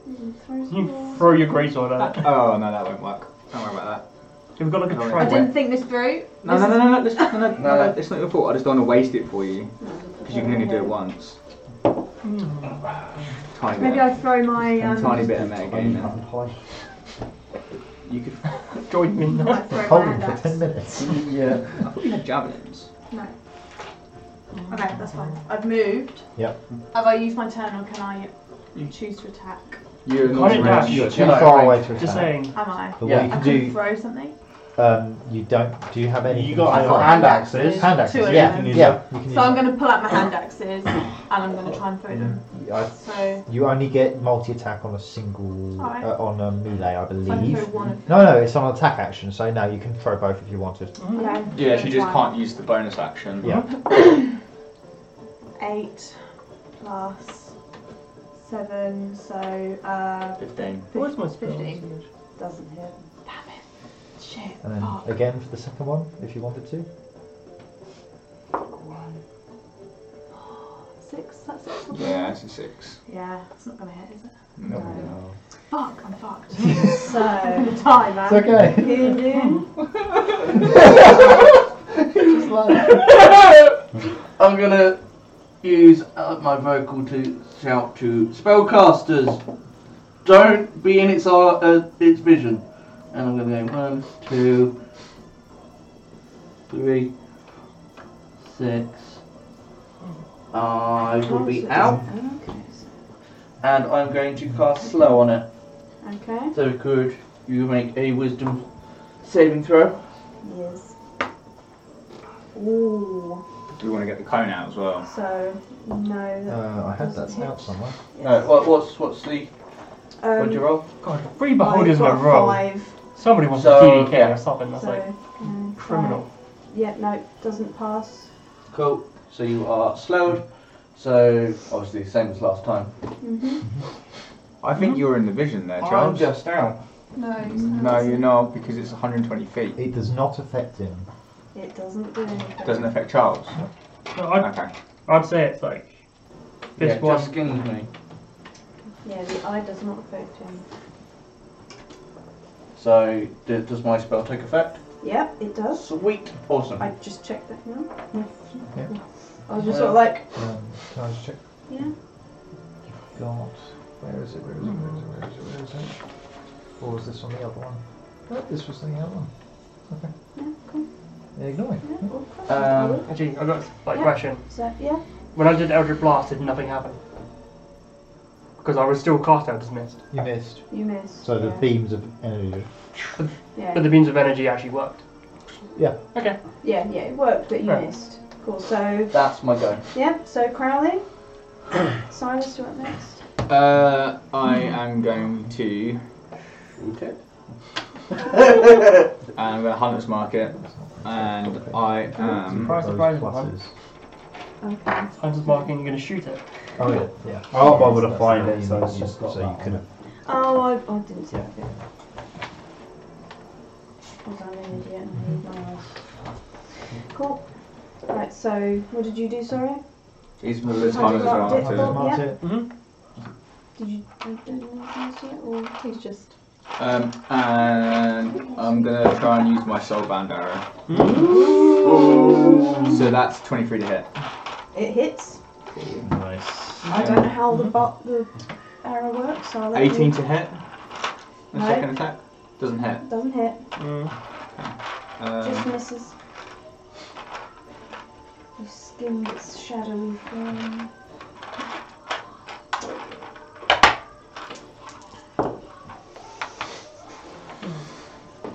D: Mm, throw
F: You
D: something?
F: throw your greatsword at it.
C: Oh no, that won't work. Don't worry about
F: You've got like a
C: No,
G: I
F: trident.
G: didn't think this through.
C: that. No,
G: This
C: no,
G: is-
C: no, no, no, this- no, no, no,
K: No, no.
C: no, It's not your fault. I just don't want to waste it for you because you can only do it once. Tiny
G: Maybe
C: bit.
G: I throw my. Um,
C: tiny bit of metagame now. You could
F: Join me
G: I
F: now.
G: might throw my hand
J: for
G: axe.
J: ten minutes.
K: Yeah.
C: I thought you had javelins.
G: No. Okay, that's fine. I've moved.
J: Yep.
G: Have I used my turn or can I choose to attack?
C: You're
F: Can't it dash?
C: you're
J: Too
C: like-
J: far away to attack.
F: Just saying.
G: Am I?
J: But
K: Yeah.
J: what you
G: I
J: can
G: can
J: do,
G: throw something.
J: um, you don't. Do you have any?
A: You got
G: I've got hand axes.
J: Oh, Hand
G: Two
J: axes.
G: of
J: Yeah,
G: them.
J: yeah. You can
G: So I'm
J: use
G: going to pull out my hand axes and I'm going to try and throw them.
J: them. I-
G: So
J: You only get multi attack on a single
G: Alright.
J: uh, on a melee, I believe.
G: I can throw one of
J: No, no, it's on attack action, so no, you can throw both if you wanted.
G: Okay.
C: Yeah, she just
G: Try.
C: can't use the bonus action.
J: Yeah.
G: Eight plus seven, so uh,
C: Fifteen.
F: Where's my spell?
G: 15. doesn't hit. Damn it. Shit.
J: And then
G: Fuck.
J: again for the second one, if you wanted to.
G: Six, that's six. something?
C: Yeah, it's a six.
G: Yeah, it's not going to hit, is it?
C: No.
G: Fuck, I'm fucked.
D: So,
G: I'm gonna die, man.
J: It's okay.
D: Kudu.
J: Just like-
E: I'm gonna use uh, my vocal to shout to spellcasters, don't be in its ar- uh, its vision. And I'm gonna go one, two, three, six. I will be out, and I'm going to cast slow on it.
D: Okay.
E: So could you make a wisdom saving throw?
D: Yes. Ooh.
C: Do we want to get the cone out as well?
D: So, no. that
J: Uh, I had that
D: doesn't hit.
J: out somewhere.
E: No. What, what's what's the
D: Um,
E: what'd you roll?
F: God, three
D: I've
F: beholders in a
D: got
F: row.
D: Five.
F: Somebody wants
E: So-
F: a DDK or something. That's
D: so,
F: like
D: um,
F: criminal.
D: five. Yeah, no, doesn't pass.
E: Cool. So you are slowed. So obviously same as last time.
D: hmm
C: I think you're in the vision there,
E: I'm
C: Charles.
E: just out.
G: No, it's
C: No, you're not because it's 120 feet.
J: It does not affect him.
D: It doesn't do anything.
C: Doesn't affect Charles.
F: No, I'd,
C: Okay.
F: I'd say it's like this
E: yeah,
F: one.
E: just skins me.
D: Yeah, the eye does not affect him.
E: So d- does my spell take effect?
D: Yep, it does.
E: Sweet. Awesome.
D: I just checked that now.
J: Yeah.
D: I was just sort of like,
J: Um, can I just check?
D: yeah.
J: God, where is it? Where is it? Where is it? Where is it? Where is it? Or was this on the other one? No, this was on the other one. Okay.
D: Yeah, cool.
J: Yeah, ignore it.
D: Yeah, all cool.
E: Um,
F: Actually, I've got like
D: Yeah.
F: question.
D: so, yeah.
F: When I did Eldritch Blast, did nothing happen? Because I was still cast out as mist.
J: You missed.
D: You missed.
J: So the
D: yeah.
J: themes of energy.
D: Yeah.
F: But the beams of energy actually worked.
J: Yeah.
F: Okay.
D: yeah, yeah, it worked, but you
F: Right.
D: missed. Cool. So,
E: That's my go.
D: yeah. So Crowley, Silas, you're up next.
C: Uh, I am going to.
E: Okay.
C: I'm going to um, Hunter's Market, and I am.
F: Surprise,
J: Those
F: surprise,
J: pluses.
D: Okay.
F: I'm just marking. You're gonna shoot it.
J: Oh yeah, yeah.
A: I won't
J: Yeah,
A: bother to
J: that's
A: find
J: the
A: it, so
J: theme,
A: it's just got
J: so
A: that
J: you
A: on
J: can.
D: Oh, I, I didn't see that bit. Because I'm an idiot and I need my eyes. Cool. Right, so what did you do, sorry?
C: He's with his
D: Hunter's
C: Hunter's Market.
D: Market.
J: Those marked
D: Yeah.
J: it.
D: Did you I don't know if you see it or he's just
C: Um, and I'm going to try and use my Soul Band arrow.
F: Mm-hmm.
C: So that's 23 to hit.
D: it hits.
A: Nice.
D: I don't know how the bot the arrow works, so I'll let
C: 18
D: you-
C: to hit. The
D: No.
C: second attack doesn't hit.
D: doesn't hit, just
J: Uh.
C: Um,
D: misses. You skin its shadowy form.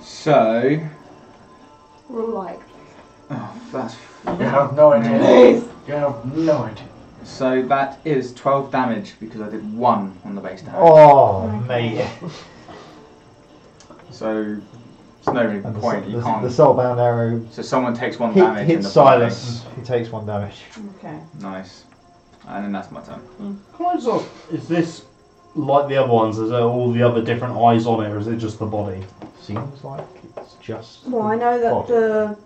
C: so
G: We're all like,
C: oh, that's
Q: You have no idea. You have no idea.
C: so that is 12 damage because I did
B: Oh,
C: one on the base damage.
J: Oh mate.
C: So There's no
B: And the
C: point.
B: s-
C: you
B: the-
C: can't.
B: the soulbound arrow
C: So someone takes one
B: hit,
C: damage. in
B: hits
C: the
B: Silas. He takes one damage.
D: Okay.
C: Nice. And then that's my turn.
A: Can I just ask, is this like the other ones? Is there all the other different eyes on it, or is it just the body?
B: Seems like it's just.
D: Well, I know that
A: Body.
D: the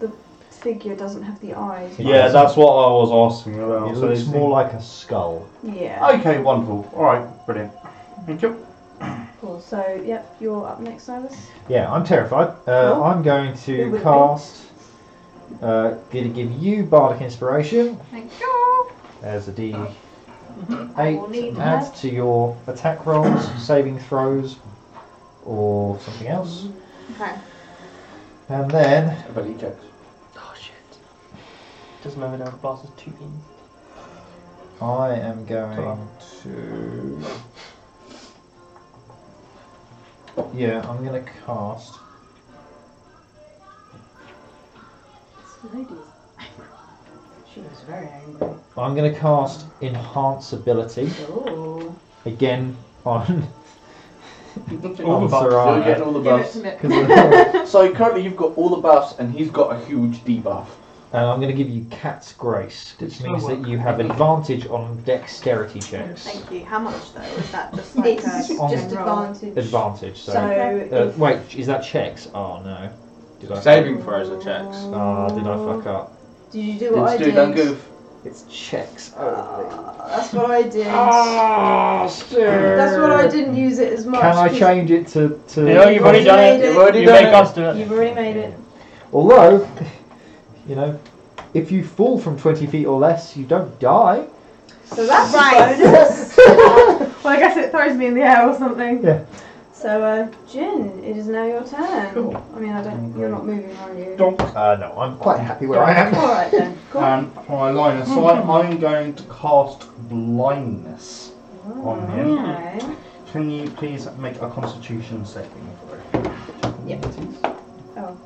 D: the figure doesn't have the eyes. but-
A: Yeah, that's what I was asking about.
B: It
A: so
B: looks
A: it's-
B: more like a skull.
D: Yeah.
A: Okay, wonderful. All right, brilliant. Thank you.
D: Cool. So, yep, you're up next, Silas.
B: Yeah, I'm terrified. Uh,
D: Oh.
B: I'm going
D: Who would
B: to
D: it be?
B: cast. Uh, gonna give you bardic inspiration.
G: Thank you.
B: There's a
G: I will need
B: D8. Add to your attack rolls, saving throws, or something else.
G: Mm-hmm. Okay.
B: And then
E: Ability checks.
F: Oh shit. Doesn't matter now, the boss is two in.
B: I am going to. Yeah, I'm gonna cast.
R: This lady is angry. She was very angry.
B: I'm gonna cast enhance ability
R: Oh.
B: again on.
F: All the
B: on
F: buffs.
B: Soraya.
E: You'll get all the
R: Give it
E: buffs.
R: to me.
B: 'Cause of-
E: So currently you've got all the buffs and he's got a huge debuff.
B: and I'm going to give you Cat's Grace, which
F: Slow
B: means that
F: work.
B: you have advantage on dexterity checks.
G: Thank you. How much though? Is that just like
D: It's
G: a
B: on-
D: just advantage.
B: Advantage. So,
D: So,
B: uh,
D: if-
B: wait, is that checks? Oh no, did I?
C: Saving throws are checks.
B: Ah, did I fuck up?
D: did you do what I
E: Dude,
D: did?
E: don't goof.
B: It's checks.
D: Ah, that's what I did.
B: Ah, sir.
D: That's what I didn't use it as much.
B: Can I
D: 'cause
B: change it to to?
F: Yeah, you've already done
D: made
F: it.
D: it.
F: You've already
D: You
F: you
D: made
F: make us do it.
D: You've already made it.
B: Although, you know, if you fall from 20 feet or less, you don't die.
D: So that's
G: Right.
D: a bonus.
G: Well, I guess it throws me in the air or something.
D: so, uh, Jin, it is now your turn. I mean, I don't. You're not moving, are you?
B: Uh, no, I'm quite happy where I am.
D: All right then. Cool.
A: And from my line of sight, I'm going to cast blindness on him.
D: Okay.
A: Can you please make a Constitution saving throw?
D: Oh,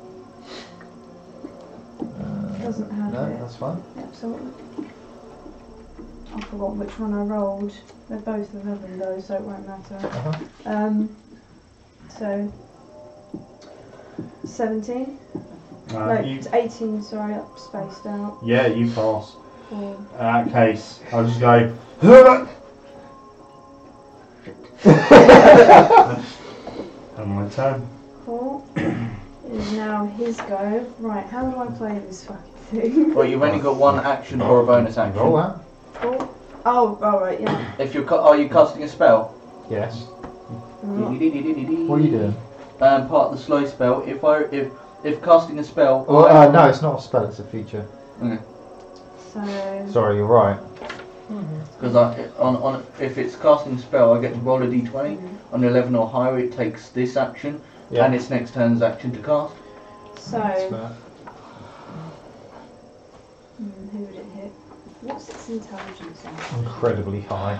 B: Uh,
D: doesn't have
B: no,
D: it.
B: that's fine.
D: Absolutely. I forgot which one I rolled. They're both of them though, so it won't matter.
B: Uh-huh.
D: Um, so. 17?
A: Uh,
D: No,
A: you,
D: it's 18, sorry, up spaced out.
A: yeah, you pass.
D: Or
A: In that case, I'll just go. "Huh!" and my turn.
D: Cool. it is now his go. Right, how do I play this fucking thing?
E: Well, you've only got one action or a bonus action.
B: Roll out.
D: Cool. Oh, alright, yeah.
E: If you're, ca- are you casting a spell?
B: Yes.
D: Mm.
B: What are you doing?
E: Um, part of the slow spell. If I, if, if casting a spell.
B: Well,
E: I-
B: uh, no, it's not a spell, it's a feature.
D: So.
B: Sorry, you're right.
E: Because I, on, on, if it's casting spell, I get to roll a d20. On 11 or higher, it takes this action
B: Yeah.
E: and its next turn's action to cast.
B: That's
D: So.
B: fair.
G: Mm,
D: Hmm, who would it hit? What's its intelligence on?
B: Incredibly high.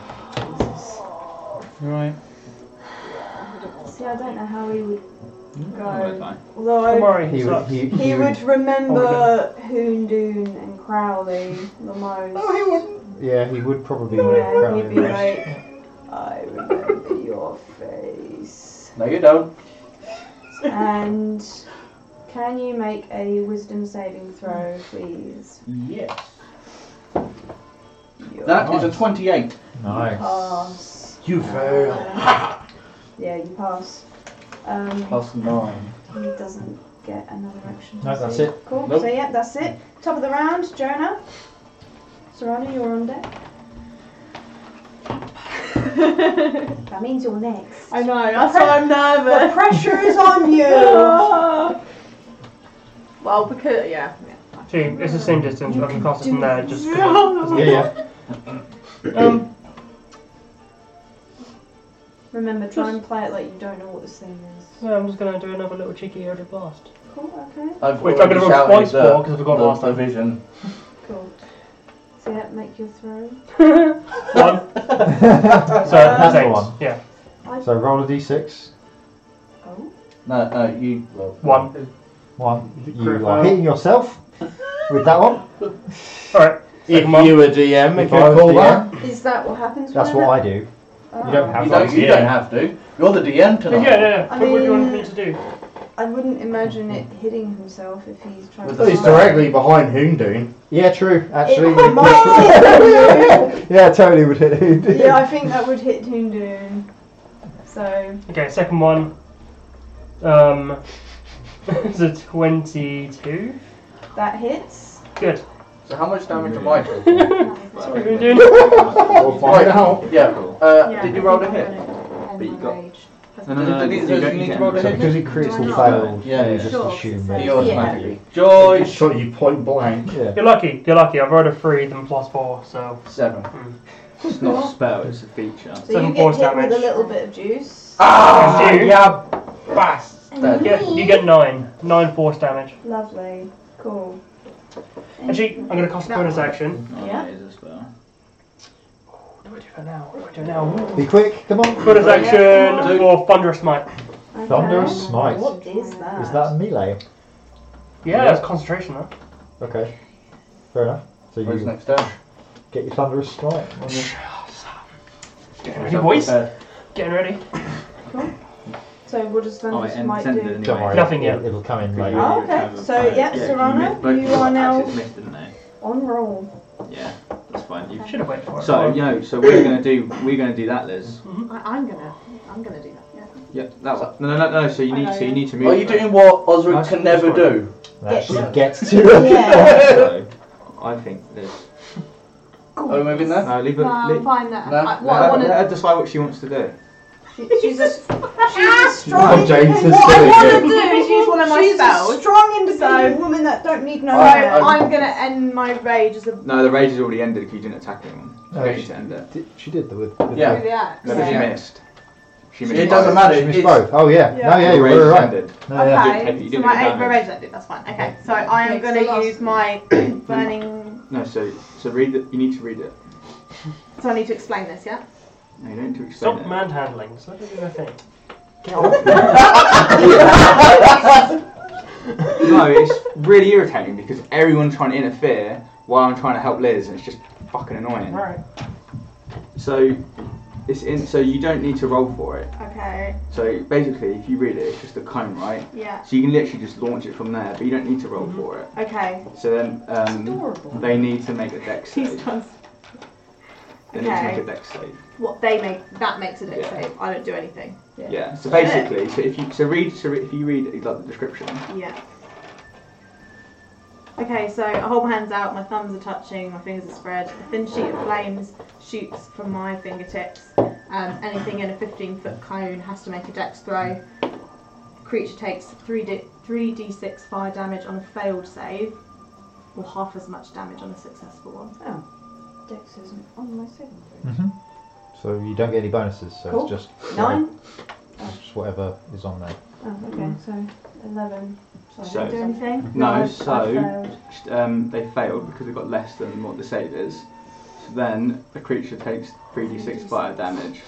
E: Right.
D: See, I don't know how he would
C: Another
D: go.
C: time.
D: Although
F: Don't
D: I,
F: worry,
B: He
F: it's
B: would,
F: up.
B: he, he
D: he would
B: would, Oh
D: remember Hoondoon and Crowley the most. Oh, he wouldn't.
B: yeah, he would probably
D: Yeah,
B: know
D: he'd be
B: Crowley.
D: like, I remember your face.
E: No, you don't.
D: And can you make a wisdom saving throw, please?
E: Yes.
D: Your
E: That is a 28.
B: Nice.
D: pass.
A: You fail.
D: Yeah, you pass. Um,
E: Plus 9.
D: he doesn't get another action.
B: No,
D: does
B: that's
D: he?
B: it.
D: Cool.
E: Nope.
D: So yeah, that's it. Top of the round, Jonah. Serana, you're on deck. that means you're next.
R: I know, that's why I'm
D: The
R: nervous.
D: pressure is on you.
R: well, because, yeah.
F: See, it's the same distance, I can cast it from there, just.
B: Yeah, yeah.
F: Um,
D: Remember, try and play it like you don't know what this thing is.
F: so I'm just gonna do another little cheeky Eldritch Blast.
D: Cool. Okay.
E: I've
F: Which I'm
E: already
F: gonna roll
E: shouted
F: twice
E: the-
F: for, 'cause I forgot
E: the-
F: last
E: the
F: time.
E: vision.
D: Cool. So yeah, make your throw.
F: One. So, that's eight.
B: one.
F: Yeah.
B: So roll a d6.
D: Oh.
E: No, no, you. Well,
F: One.
B: One.
A: Is it
B: You
A: critical?
B: are hitting yourself with that one.
F: Alright.
A: If
F: Second one.
A: you were DM, if
B: If
A: you
B: I was
A: call
B: DM,
A: that.
D: Is that what happens?
B: That's
D: when
B: what I do.
D: I.
B: You don't have
E: You,
B: that.
E: don't, you don't have to. You're the DM
F: Yeah,
E: tonight.
F: yeah, yeah.
D: I
F: But what do you want
D: mean-
F: me to do?
D: I wouldn't imagine it hitting himself if he's trying
A: But
D: to.
A: he's
D: fly.
A: directly behind Hoondoon.
B: Yeah, true. Actually,
D: It might hit
B: yeah, totally would hit
D: Hoondoon.
B: it.
D: yeah, I think that would hit Hoondoon. So
F: Okay, second one. Um, it's a 22.
D: that hits.
F: Good.
P: So how much damage am I doing?
F: That's what we're doing.
P: We'll
F: find out.
P: Yeah. Uh,
G: Yeah,
P: did you
G: I
P: roll a
G: think
P: hit?
G: I'm gonna end
P: But you
G: my
P: got-
G: rage.
P: No, no, no, you don't- you don't.
B: Because he crits
G: Do I
B: all
G: not?
B: failed,
P: Yeah,
B: you
P: yeah.
B: just
G: Sure,
B: assume
G: so-
B: that.
G: Yeah.
P: Joy!
A: Shot you point blank.
B: Yeah.
F: You're lucky, you're lucky. I've rolled a 3, then plus 4, so.
P: 7.
C: It's not a spell, it's a feature.
D: So you
F: Seven
D: get
F: force
D: hit
F: damage.
D: with a little bit of juice.
F: Ah, you
P: bastard.
F: get, you get 9. 9 force damage.
D: Lovely. Cool.
F: Actually, I'm going to cost a bonus action.
C: Oh,
D: Yeah.
C: It is a spell.
F: What do I do for now? What do I do now?
B: Be quick, come on.
F: Bonus action for Thunderous Smite.
B: Thunderous Smite.
D: What is that?
B: Is that a melee?
F: Yeah, it's concentration, though.
B: Okay. Fair enough. So
P: Where's
B: you
P: next turn?
B: get your thunderous strike.
F: Getting ready, boys.
P: Uh,
F: Getting ready.
D: So what does
C: Oh,
D: Thunderous
C: it
D: Might
C: ends
D: do?
C: it anyway.
B: Don't worry.
F: Nothing
B: it,
F: yet.
B: It'll come in later.
D: Oh, okay. So, yeah, Serrano, you are now-
C: Missed, didn't they?
D: On roll.
C: Yeah, that's fine. You
F: Should have waited for it.
C: So you know, so we're gonna do we're gonna do that, Liz.
G: I, I'm gonna, I'm gonna do that. Yeah.
C: Yeah, that one. No, no, no, no. So you
G: I
C: need
G: know,
C: to you
G: yeah.
C: need to move.
P: Are you
C: it.
P: doing what Osric
C: Nice,
P: can
C: that's
P: never
C: fine.
P: do?
B: That
D: Yeah.
B: actually gets to it.
C: So, I think Liz.
P: Are we moving there?
C: No, leave it.
G: No, I'm
C: leave-
G: fine there.
P: No,
G: I, what
C: let,
G: I wanna,
C: let her decide what she wants to do.
D: She, she's a she's a strong.
B: Oh, James is
D: what I
B: doing
D: want
B: it.
D: to do is use one of my
G: She's a
D: spells. strong, independent woman that don't need no
G: so
P: I- I-
G: I'm gonna end my rage as a
C: No, the rage has already ended because you didn't attack anyone.
B: No,
C: Okay,
B: she-
C: she should end it.
B: Did- She did the with. with
P: Yeah.
G: through the axe.
C: No, but she
P: Yeah.
C: missed. She missed.
P: It
C: twice.
P: doesn't matter.
B: She missed
P: it's-
B: both. Oh yeah.
D: Yeah.
B: No, yeah, you
C: The rage
B: were right.
C: ended.
B: No, yeah.
C: You
G: Okay,
C: didn't
G: so
C: do
G: my,
C: damage.
G: my rage that did, that's fine. Okay, so I am
D: Okay,
G: gonna
D: so last-
G: use my burning.
C: No, so so read it. You need to read it.
G: So I need to explain this, yeah?
C: No, you don't need to explain
F: Stop
C: it.
F: manhandling. Stop doing that thing.
C: No, it's really irritating because everyone's trying to interfere while I'm trying to help Liz, and it's just fucking annoying.
F: Alright.
C: So it's in. So you don't need to roll for it.
G: Okay,
C: So basically, if you read it, it's just a cone, right?
G: yeah.
C: So you can literally just launch it from there, but you don't need to roll for it.
G: Okay,
C: So then um,
D: Adorable.
C: they need to make a dex
G: please
C: save.
G: don't.
C: They need to make
G: Okay.
C: a dex save.
G: What they make, that makes a dex
C: Yeah.
G: save. I don't do anything.
C: Yeah. So basically, so if you so read so if you read like the description.
G: Yeah. Okay, so I hold my hands out, my thumbs are touching, my fingers are spread. A thin sheet of flames shoots from my fingertips. Um, anything in a 15 foot cone has to make a dex throw. Creature takes 3D, 3d6 fire damage on a failed save, or half as much damage on a successful one.
D: Dex isn't on my second.
B: So you don't get any bonuses. So
D: Cool.
B: it's just whatever,
D: Nine.
B: just whatever is on there.
D: Oh, okay. So eleven. So,
C: So-
G: Do anything?
C: No,
D: I- I
C: so
D: failed.
C: um, they failed because they got less than what the save is. So then the creature takes 3d6 fire damage.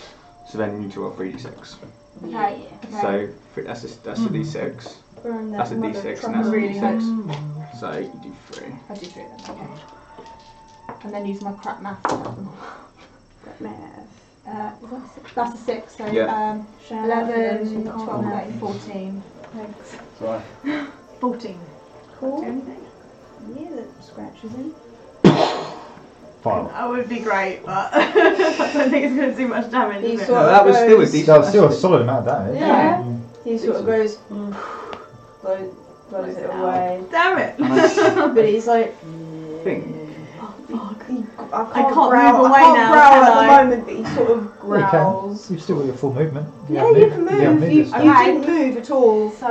C: So then you need to roll 3d6.
G: Okay. okay.
C: So three- that's a, that's a d6.
D: Burn that
C: That's a
D: mother
C: d6 and
D: trucker.
C: that's a
G: Really
C: d6. So you do three.
G: I do three of them, okay. And then use my crap math to help them.
D: Crap math.
G: Uh, is that a six? That's a six, so
C: Yeah.
G: um,
D: Shout out to those
G: 11,
D: who Uh, can't
G: 12,
D: math.
G: 13, 14. Thanks.
P: Sorry.
G: 14.
D: Cool. Yeah, that scratches in.
B: File.
G: That would be great, but I don't think it's going to do much damage.
D: He
G: is it?
D: sort
C: No,
D: of
C: that was still a
D: goes-
C: decent.
B: So still a solid amount of damage.
D: Yeah. He sort of goes, Mm. blows, blows
G: Blows
D: it
G: it out.
D: away.
G: Damn it!
D: But he's like,
C: thing.
D: he, I can't,
G: can't move
D: growl,
G: away
D: I can't
G: now,
D: growl
G: can
D: at
G: I?
D: the moment, but he sort of
B: you can.
D: growls.
B: You've still got your full movement. You
D: Yeah,
B: haven't
D: you
B: moved-
D: can
B: haven't
D: move.
B: moved
D: You, you
B: this time.
G: Okay.
D: didn't move at all.
G: So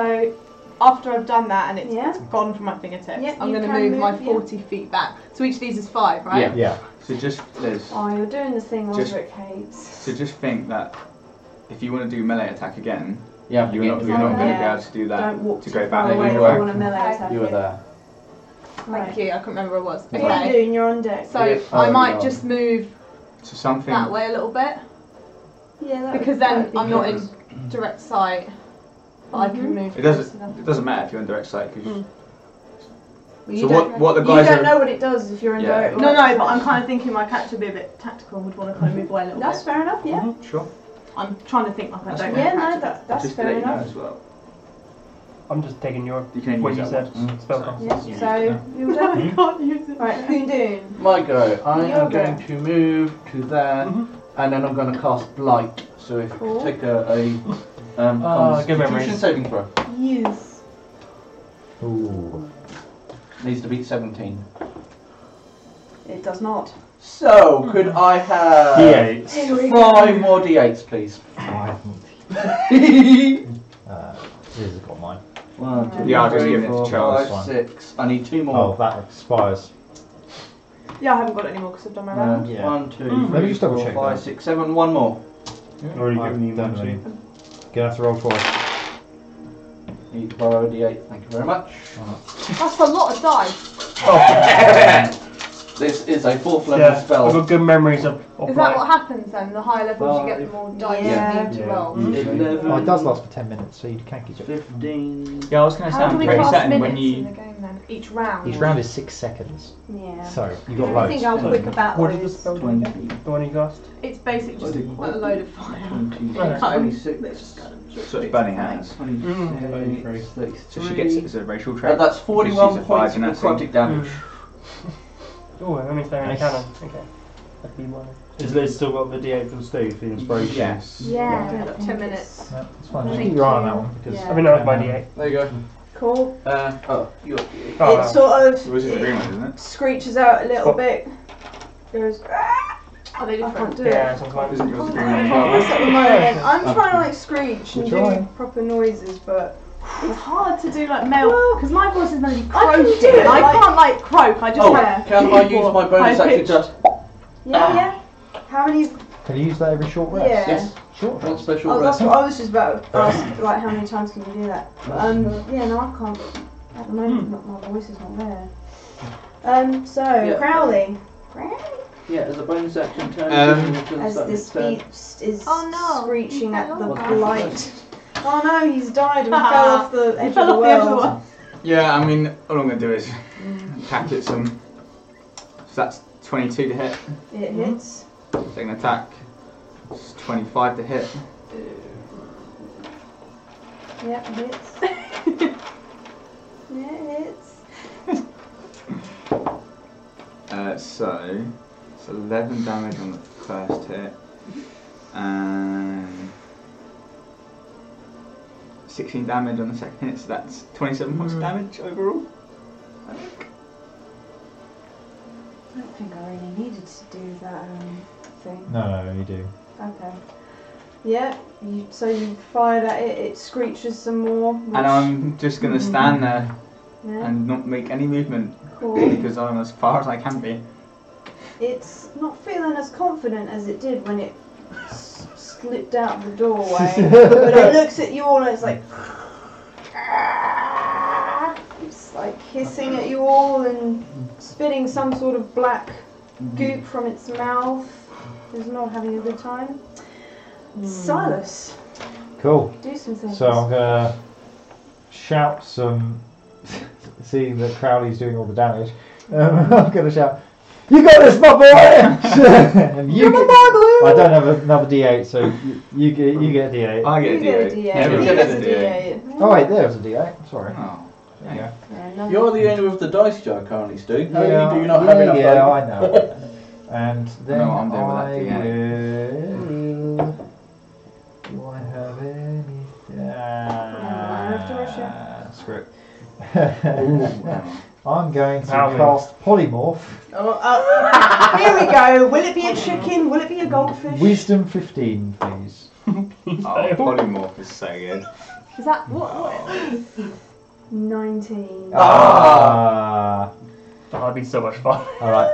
G: after I've done that and it's,
D: Yeah.
G: it's gone from my fingertips,
D: Yeah,
G: I'm
D: you
G: going to
D: can
G: move, my
D: move, yeah.
G: 40 feet back. So each of these is five, right?
C: Yeah.
B: Yeah.
C: So just Liz.
D: Oh, you're doing the thing
C: Just-
D: Osric hates.
C: So just think that if you want to do melee attack again,
P: Yeah,
C: you're not, you're not going to be able to do that
D: Don't walk
C: to
D: too
C: go
D: far
C: back.
D: away if
P: you
D: you
P: were.
D: want to melee attack.
P: You were there.
G: Thank
D: Right.
G: you, I couldn't remember where it was.
D: What are you
G: Okay,
D: doing? You're on deck.
G: so
P: Yeah.
G: I
P: Oh,
G: might
P: yeah.
G: just move
C: So something.
G: that way a little bit.
D: Yeah, that
G: Because
D: would-
G: then
D: that'd be
G: I'm not
D: good.
G: in direct sight, but I
D: Mm-hmm.
G: can move.
C: It doesn't.
G: close enough.
C: It doesn't matter if you're in direct sight. 'cause you-
D: Well, you
C: Hmm. So
D: don't
C: what? What the
D: know- You
C: guys
D: don't
C: are.
D: know what it does if you're in
C: Yeah.
D: direct.
G: No, no, but I'm kind of thinking my character would be a bit tactical and would want to kind of move away a little
D: That's
G: bit.
D: fair enough. Yeah.
C: Sure.
G: I'm trying to think like I
C: That's
G: don't know.
D: Yeah, no,
G: character.
D: that, that's
C: Just to
D: fair
C: let you know
D: enough.
C: as well.
F: I'm just taking your
C: You can
F: what
C: use
F: you
C: that
F: said.
C: one. Mm.
F: Spell cast.
D: Yeah, so you're done.
G: Mm-hmm.
C: Hmm?
D: can't use it. Right, Hoondoon.
E: My go. I
D: Your
E: am going to move to there,
C: Mm-hmm.
E: and then I'm going to cast Blight. So if you could
D: Cool.
E: take a, a um,
F: Ah, good
E: Constitution
F: memories.
E: saving throw.
D: Yes.
E: Ooh. Needs to beat 17.
D: It does not.
E: So could
B: Hmm.
E: I have
A: D8s.
D: Here we go.
E: five more d8s, please?
B: Five more.
E: uh,
B: Here's got mine.
E: One, two,
C: Yeah, I'll just
E: three,
C: give it to
E: four,
C: Charles.
E: five, six. I need two
B: Oh,
E: more.
B: that expires.
D: Yeah, I haven't got it anymore because I've done my round.
E: Uh, One, two,
B: Mm. Let me
E: three,
B: just double
E: four,
B: check
E: five,
B: that.
E: six, seven, One more.
A: Already
B: I
A: given you
B: don't
A: one,
B: really-
A: two.
B: Gonna have to roll twice.
E: You can borrow a d8. Thank you very much.
G: That's a lot of dice.
E: This is a fourth level
F: Yeah, I've
E: spell.
F: got good memories of. of
G: Is
F: like-
G: that what happens then? The higher levels you get, the more dice
D: Yeah.
G: you need to
B: Yeah.
G: roll.
C: Mm-hmm.
E: Eleven.
B: Oh, it does last for 10 minutes, so you can keep it.
E: Fifteen.
C: Yeah, I was going to say,
G: How do
C: I'm
G: we
C: pretty
G: cast
C: certain
G: minutes
C: when
G: in the
C: you.
G: game then? Each round.
B: Each round is six seconds.
D: Yeah.
B: So, you
D: I
B: got
D: don't think
B: loads.
D: I'll quick about
F: What did the
D: those.
F: spell do? again?
E: Twenty.
F: The one you cast?
G: It's basically just
E: Bloody
G: like a load of fire.
F: Alright.
G: Let's just
E: Twenty-six.
G: go.
C: Oh, So it's burning hands. So she gets it as a racial trait.
E: Uh, that's
C: because she's a
E: 41
C: five
E: points
C: in that
E: of
C: thing. Mm.
E: necrotic damage.
F: Oh, I mean, they're in a
A: Nice.
F: cannon. Okay. That'd be one.
A: Is Liz still got the D8 from Steve for the inspiration?
C: Yes.
D: Yeah,
G: Yeah,
D: I don't
G: about
D: think
G: ten
D: it's-
G: minutes.
B: Yeah, it's fine. Just
D: Thank
B: keep your eye on that
D: you.
B: one because
F: I mean, that was my D8.
E: There you go.
D: Cool.
E: Uh, oh, you're D8.
F: Oh,
D: it
F: no.
D: sort of
C: It was his agreement, isn't
D: screeches out a little
F: Stop.
D: bit. Goes. "Ah,
G: Are they
D: I
G: different?
D: can't do
F: Yeah,
D: it.
F: sounds
C: it?
F: like
C: Isn't yours
D: I
C: agreement?
D: can't mess up with my head. I'm
E: Oh.
D: trying to like screech and
B: You're
D: do
B: trying.
D: proper noises, but
S: It's hard to do like male
D: Well,
S: because my voice is melody
D: I can do
S: croaking.
D: it,
S: I
D: like-
S: can't like croak. I just
E: Oh,
S: like,
E: can I use my bonus
S: High
E: action
S: pitch.
E: to.
D: yeah, yeah. How many?
B: Can you use that every short rest?
D: Yeah.
E: Yes.
B: Short
E: One
B: rest.
E: special
D: Oh, that's
E: rest.
D: what I was just about to ask. Like, how many times can you do that? But, um, yeah, no, I can't. At the moment,
E: Hmm.
D: not- my voice is not there. Um, so
E: Yeah.
D: Crowley,
E: Yeah, as a bonus action turn.
C: Um,
E: you can
D: as
E: start
D: this
E: turn.
D: beast is
G: Oh, no, he
D: screeching at
G: fell
D: the
E: off.
D: light. Oh no, he's died and fell off the edge of the world.
C: Yeah, I mean, all I'm going to do is attack it some. So that's 22 to hit.
D: It
E: Hmm.
D: hits.
C: Second attack. It's 25 to hit.
D: Yep, it hits. yeah, it hits.
C: Uh, so it's 11 damage on the first hit, and 16 damage on the second hit. So that's 27 points of damage overall. I think.
D: I don't think I really needed to do that um, thing.
B: No, no, you do.
D: Okay. Yeah, you, so you fired at it, it screeches some more. Which,
B: um,
C: And I'm just gonna
D: Hmm.
C: stand there
D: yeah,
C: and not make any movement
D: cool.
C: because I'm as far as I can be.
D: It's not feeling as confident as it did when it s- slipped out the doorway. but it looks at you all and it's like. "Ah." It's like hissing at you all and spitting some sort of black goop from its mouth. It's not having a good time. Silas,
B: Cool.
D: do some things.
B: So I'm gonna shout some. Seeing that Crowley's doing all the damage, um, I'm gonna shout, "You got this, my boy!" and you get- I don't have another D8, so you, you get you get a D8.
C: I
D: you
C: get
D: get a
C: a
D: D8.
C: D8.
D: You
C: Everyone
D: get
C: gets
D: a
C: a
D: D8.
B: Oh wait, there's a D8. Sorry.
C: Oh.
B: There you go.
D: Yeah, no-
E: You're the owner of the dice jar currently, Stu. How do you not
B: yeah,
E: have enough
B: yeah,
E: dice?
B: I know. and then
C: No, I'm doing with that
B: I will. Do I have any?
D: I have to rush you.
B: Ah, screw it.
C: Wow.
B: I'm going to
F: Owie.
B: cast polymorph.
D: Oh, oh. Here we go. Will it be a chicken? Will it be a goldfish?
B: Wisdom 15, please.
C: Oh, polymorph is so good.
G: Is that what? what?
D: 19.
B: Ah!
F: Oh, that'd be so much fun.
B: All right.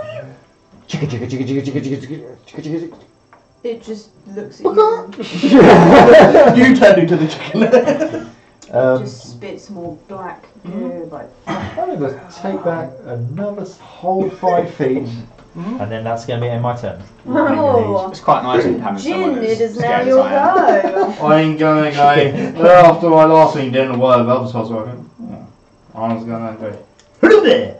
B: Chicka chicka chicka chicka chicka chicka chicka chicka chicka chicka.
D: It just looks at you and
E: you turned into the chicken.
B: Um,
D: just spits more black goo. Like,
B: I'm going to take back another whole five feet, and then that's going to be in my turn.
D: oh,
C: It's quite nice having someone
D: Jin,
C: as
D: it is now
C: scared as
D: your
C: I am.
D: go.
A: I ain't going, I. after my last thing, didn't work, that was how I was working. Yeah. I was going to go, who there?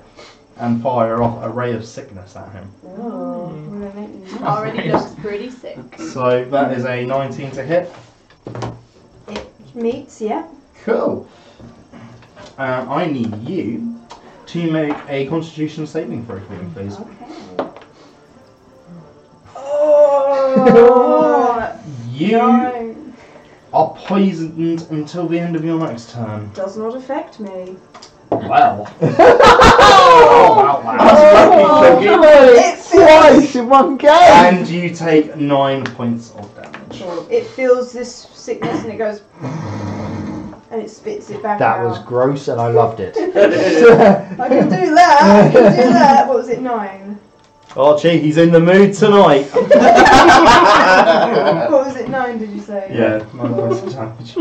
A: And fire off a ray of sickness at him.
D: Oh, will they make you-
G: Already looks pretty sick.
A: So that is a 19 to hit.
D: Meats, yeah.
A: Cool. and Um, I need you to make a Constitution saving throw for me, please.
D: Oh,
A: You
D: no.
A: are poisoned until the end of your next turn.
D: Does not affect me.
A: Well.
D: It's
J: twice in one game.
A: And you take nine points of damage.
D: It feels this sickness and it goes. And it spits it back
J: That
D: out.
J: was gross, and I loved it.
D: I can do that. I can do that. What was it? Nine.
A: Archie, he's in the mood tonight.
D: what was it? Nine? Did you say?
A: yeah, nine points of damage.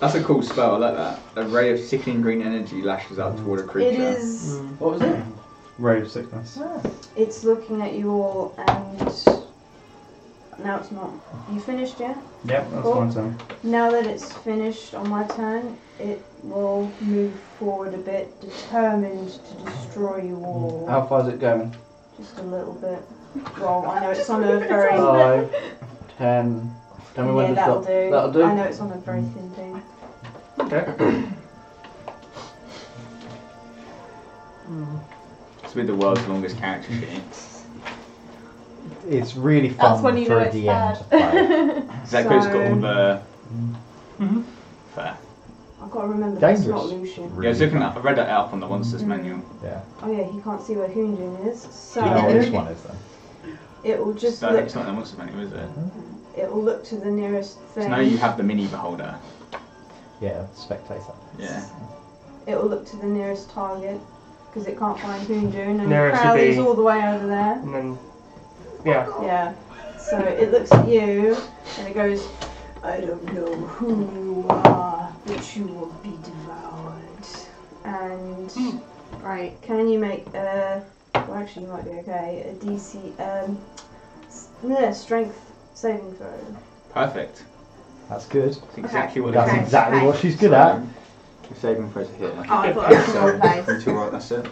C: That's a cool spell, I like that. A ray of sickening green energy lashes out toward a creature.
D: It is.
E: What was it?
A: Ray of sickness.
D: It's looking at you all and. Now it's not. You finished, yeah?
A: Yep, that's
D: Cool.
A: my turn.
D: Now that it's finished on my turn, it will move forward a bit, determined to destroy you all.
J: Uh,
P: How far is it going?
D: Just a little bit. Well, I know it's on a very.
J: Uh,
P: Five, ten. Tell me
D: yeah,
P: when to
D: that'll
P: stop.
D: do.
P: That'll do.
D: I know it's on a very
J: Mm.
D: thin thing.
F: Mm.
C: It's with the world's longest character sheet.
J: It's really
G: That's
J: fun
G: when you
J: for
G: know
J: a
G: it's
J: DM to play.
G: bad.
C: Zeko's got all
D: So-
C: the.
F: Mm-hmm.
D: Mhm.
C: Uh, Fair.
D: I've got to remember that's
J: Dangerous.
D: not Lucian.
C: Yeah, I was looking at, I read that out on the
D: Mm.
C: monsters manual.
J: Yeah.
D: Oh yeah, he can't see where Hoonjin is, so
J: Do you know what this one is then?
D: it will just
C: So
D: look.
C: it's not the monsters manual, is it?
D: It will look to the nearest
C: So
D: thing.
C: now you have the mini beholder.
J: Yeah, spectator.
C: Yeah.
D: It will look to the nearest target because it can't find Hoonjin, and
F: Nearest would
D: Crowley's
F: be-
D: all the way over there.
F: And then, yeah.
D: Yeah. So it looks at you and it goes, I don't know who you are, but you will be devoured. And right, can you make a? Well, actually, you might be okay. A DC um, s- yeah, strength saving throw.
C: Perfect.
J: That's good.
C: That's exactly what
J: That's
C: it is.
J: exactly what she's good at.
C: The saving throws are hit.
G: Oh, I thought it was the wrong place.
C: That's alright, that's it.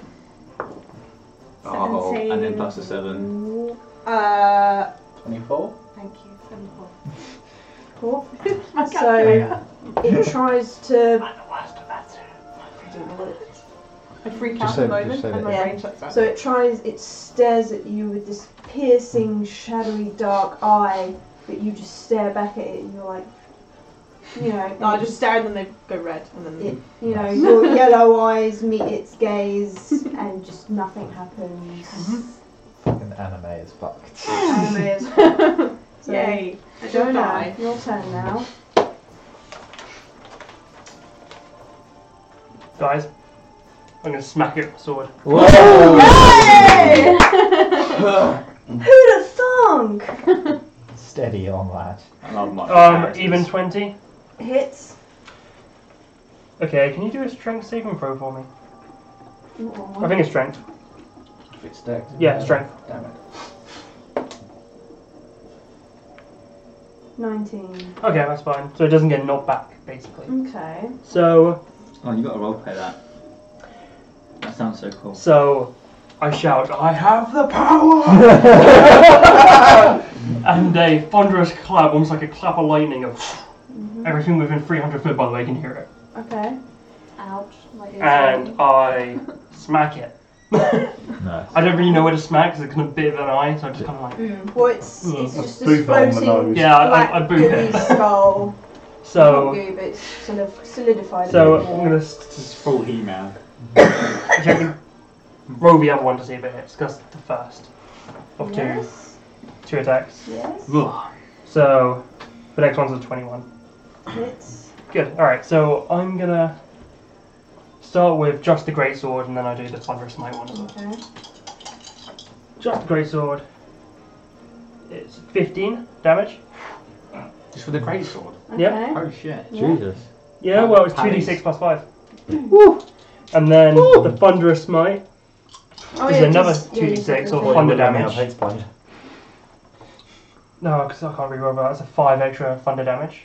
C: Oh, and then plus a 7.
G: Uh,
P: 24?
G: thank you. Seventy-four.
D: Cool.
G: My
D: So it tries to. I don't know what it
G: I freak
J: Just
G: out at the
J: say- just
G: moment,
J: say
G: and
J: that.
G: my
D: Yeah.
G: brain shuts down.
D: So it tries, it stares at you with this piercing, shadowy, dark eye, but you just stare back at it and you're like, you know, and
G: No, I
D: it
G: just stare, and then they go red, and then
D: It- you know, your yellow eyes meet its gaze and just nothing happens.
J: Mm-hmm. Fucking anime is fucked.
D: Anime is fun. So,
G: Yay! I don't
D: Jonah,
G: die.
D: your turn now.
F: Guys, I'm gonna smack it with my sword.
D: Yay!
J: Mm-hmm.
D: Who'd have thunk?
J: Steady on, lad.
C: I love my
F: Um, even 20.
D: Hits.
F: Okay, can you do a strength saving throw for me? I
D: Ooh,
F: think it's strength.
P: If it's decked.
F: Yeah, strength.
P: Damn it.
D: 19.
F: Okay, that's fine. So it doesn't get knocked back, basically.
D: Okay.
F: So,
C: Oh, you got to roleplay that. That sounds so cool.
F: so, I shout, I have the power! and a thunderous clap, almost like a clap of lightning. Of Everything within 300 foot, by the way, can hear it.
D: Okay.
G: Ouch! My ears
F: And I smack it.
J: No.
F: I don't really know where to smack because it's kind of bit of an eye, so I just kind of like.
D: Mm. Well, it's,
F: Mm.
D: it's just this
K: Boob on the
D: floating
K: nose.
F: Yeah, I- I-
D: black
F: I boob
D: gooey
F: it.
D: skull. Not
F: So,
D: gooey, but it's sort of solidified. a
F: so
D: bit
F: I'm
D: more.
F: gonna s-
C: This is full He-Man.
F: actually, I'm gonna roll the other one to see if it hits. 'cause That's the first of two,
D: Yes.
F: two attacks.
D: Yes.
C: Ugh.
F: So, the next one's a 21.
D: Hits.
F: Good. All right. So I'm gonna start with just the great sword, and then I do the thunderous might one as well.
D: Okay.
F: Just the great sword. It's 15 damage.
C: Just with a great sword.
D: Okay.
F: Yep.
C: Oh shit.
D: Yeah.
F: Yeah, well, it's
C: Parries.
F: 2d6 plus 5. And then the Thunderous Smite
D: Oh,
F: is
D: yeah,
F: another
D: just- yeah, you
F: 2d6
D: said
F: or
D: okay.
F: thunder
A: I've
F: damage.
A: hate sponge.
F: No, because I can't reroll that. That's a 5 extra thunder damage.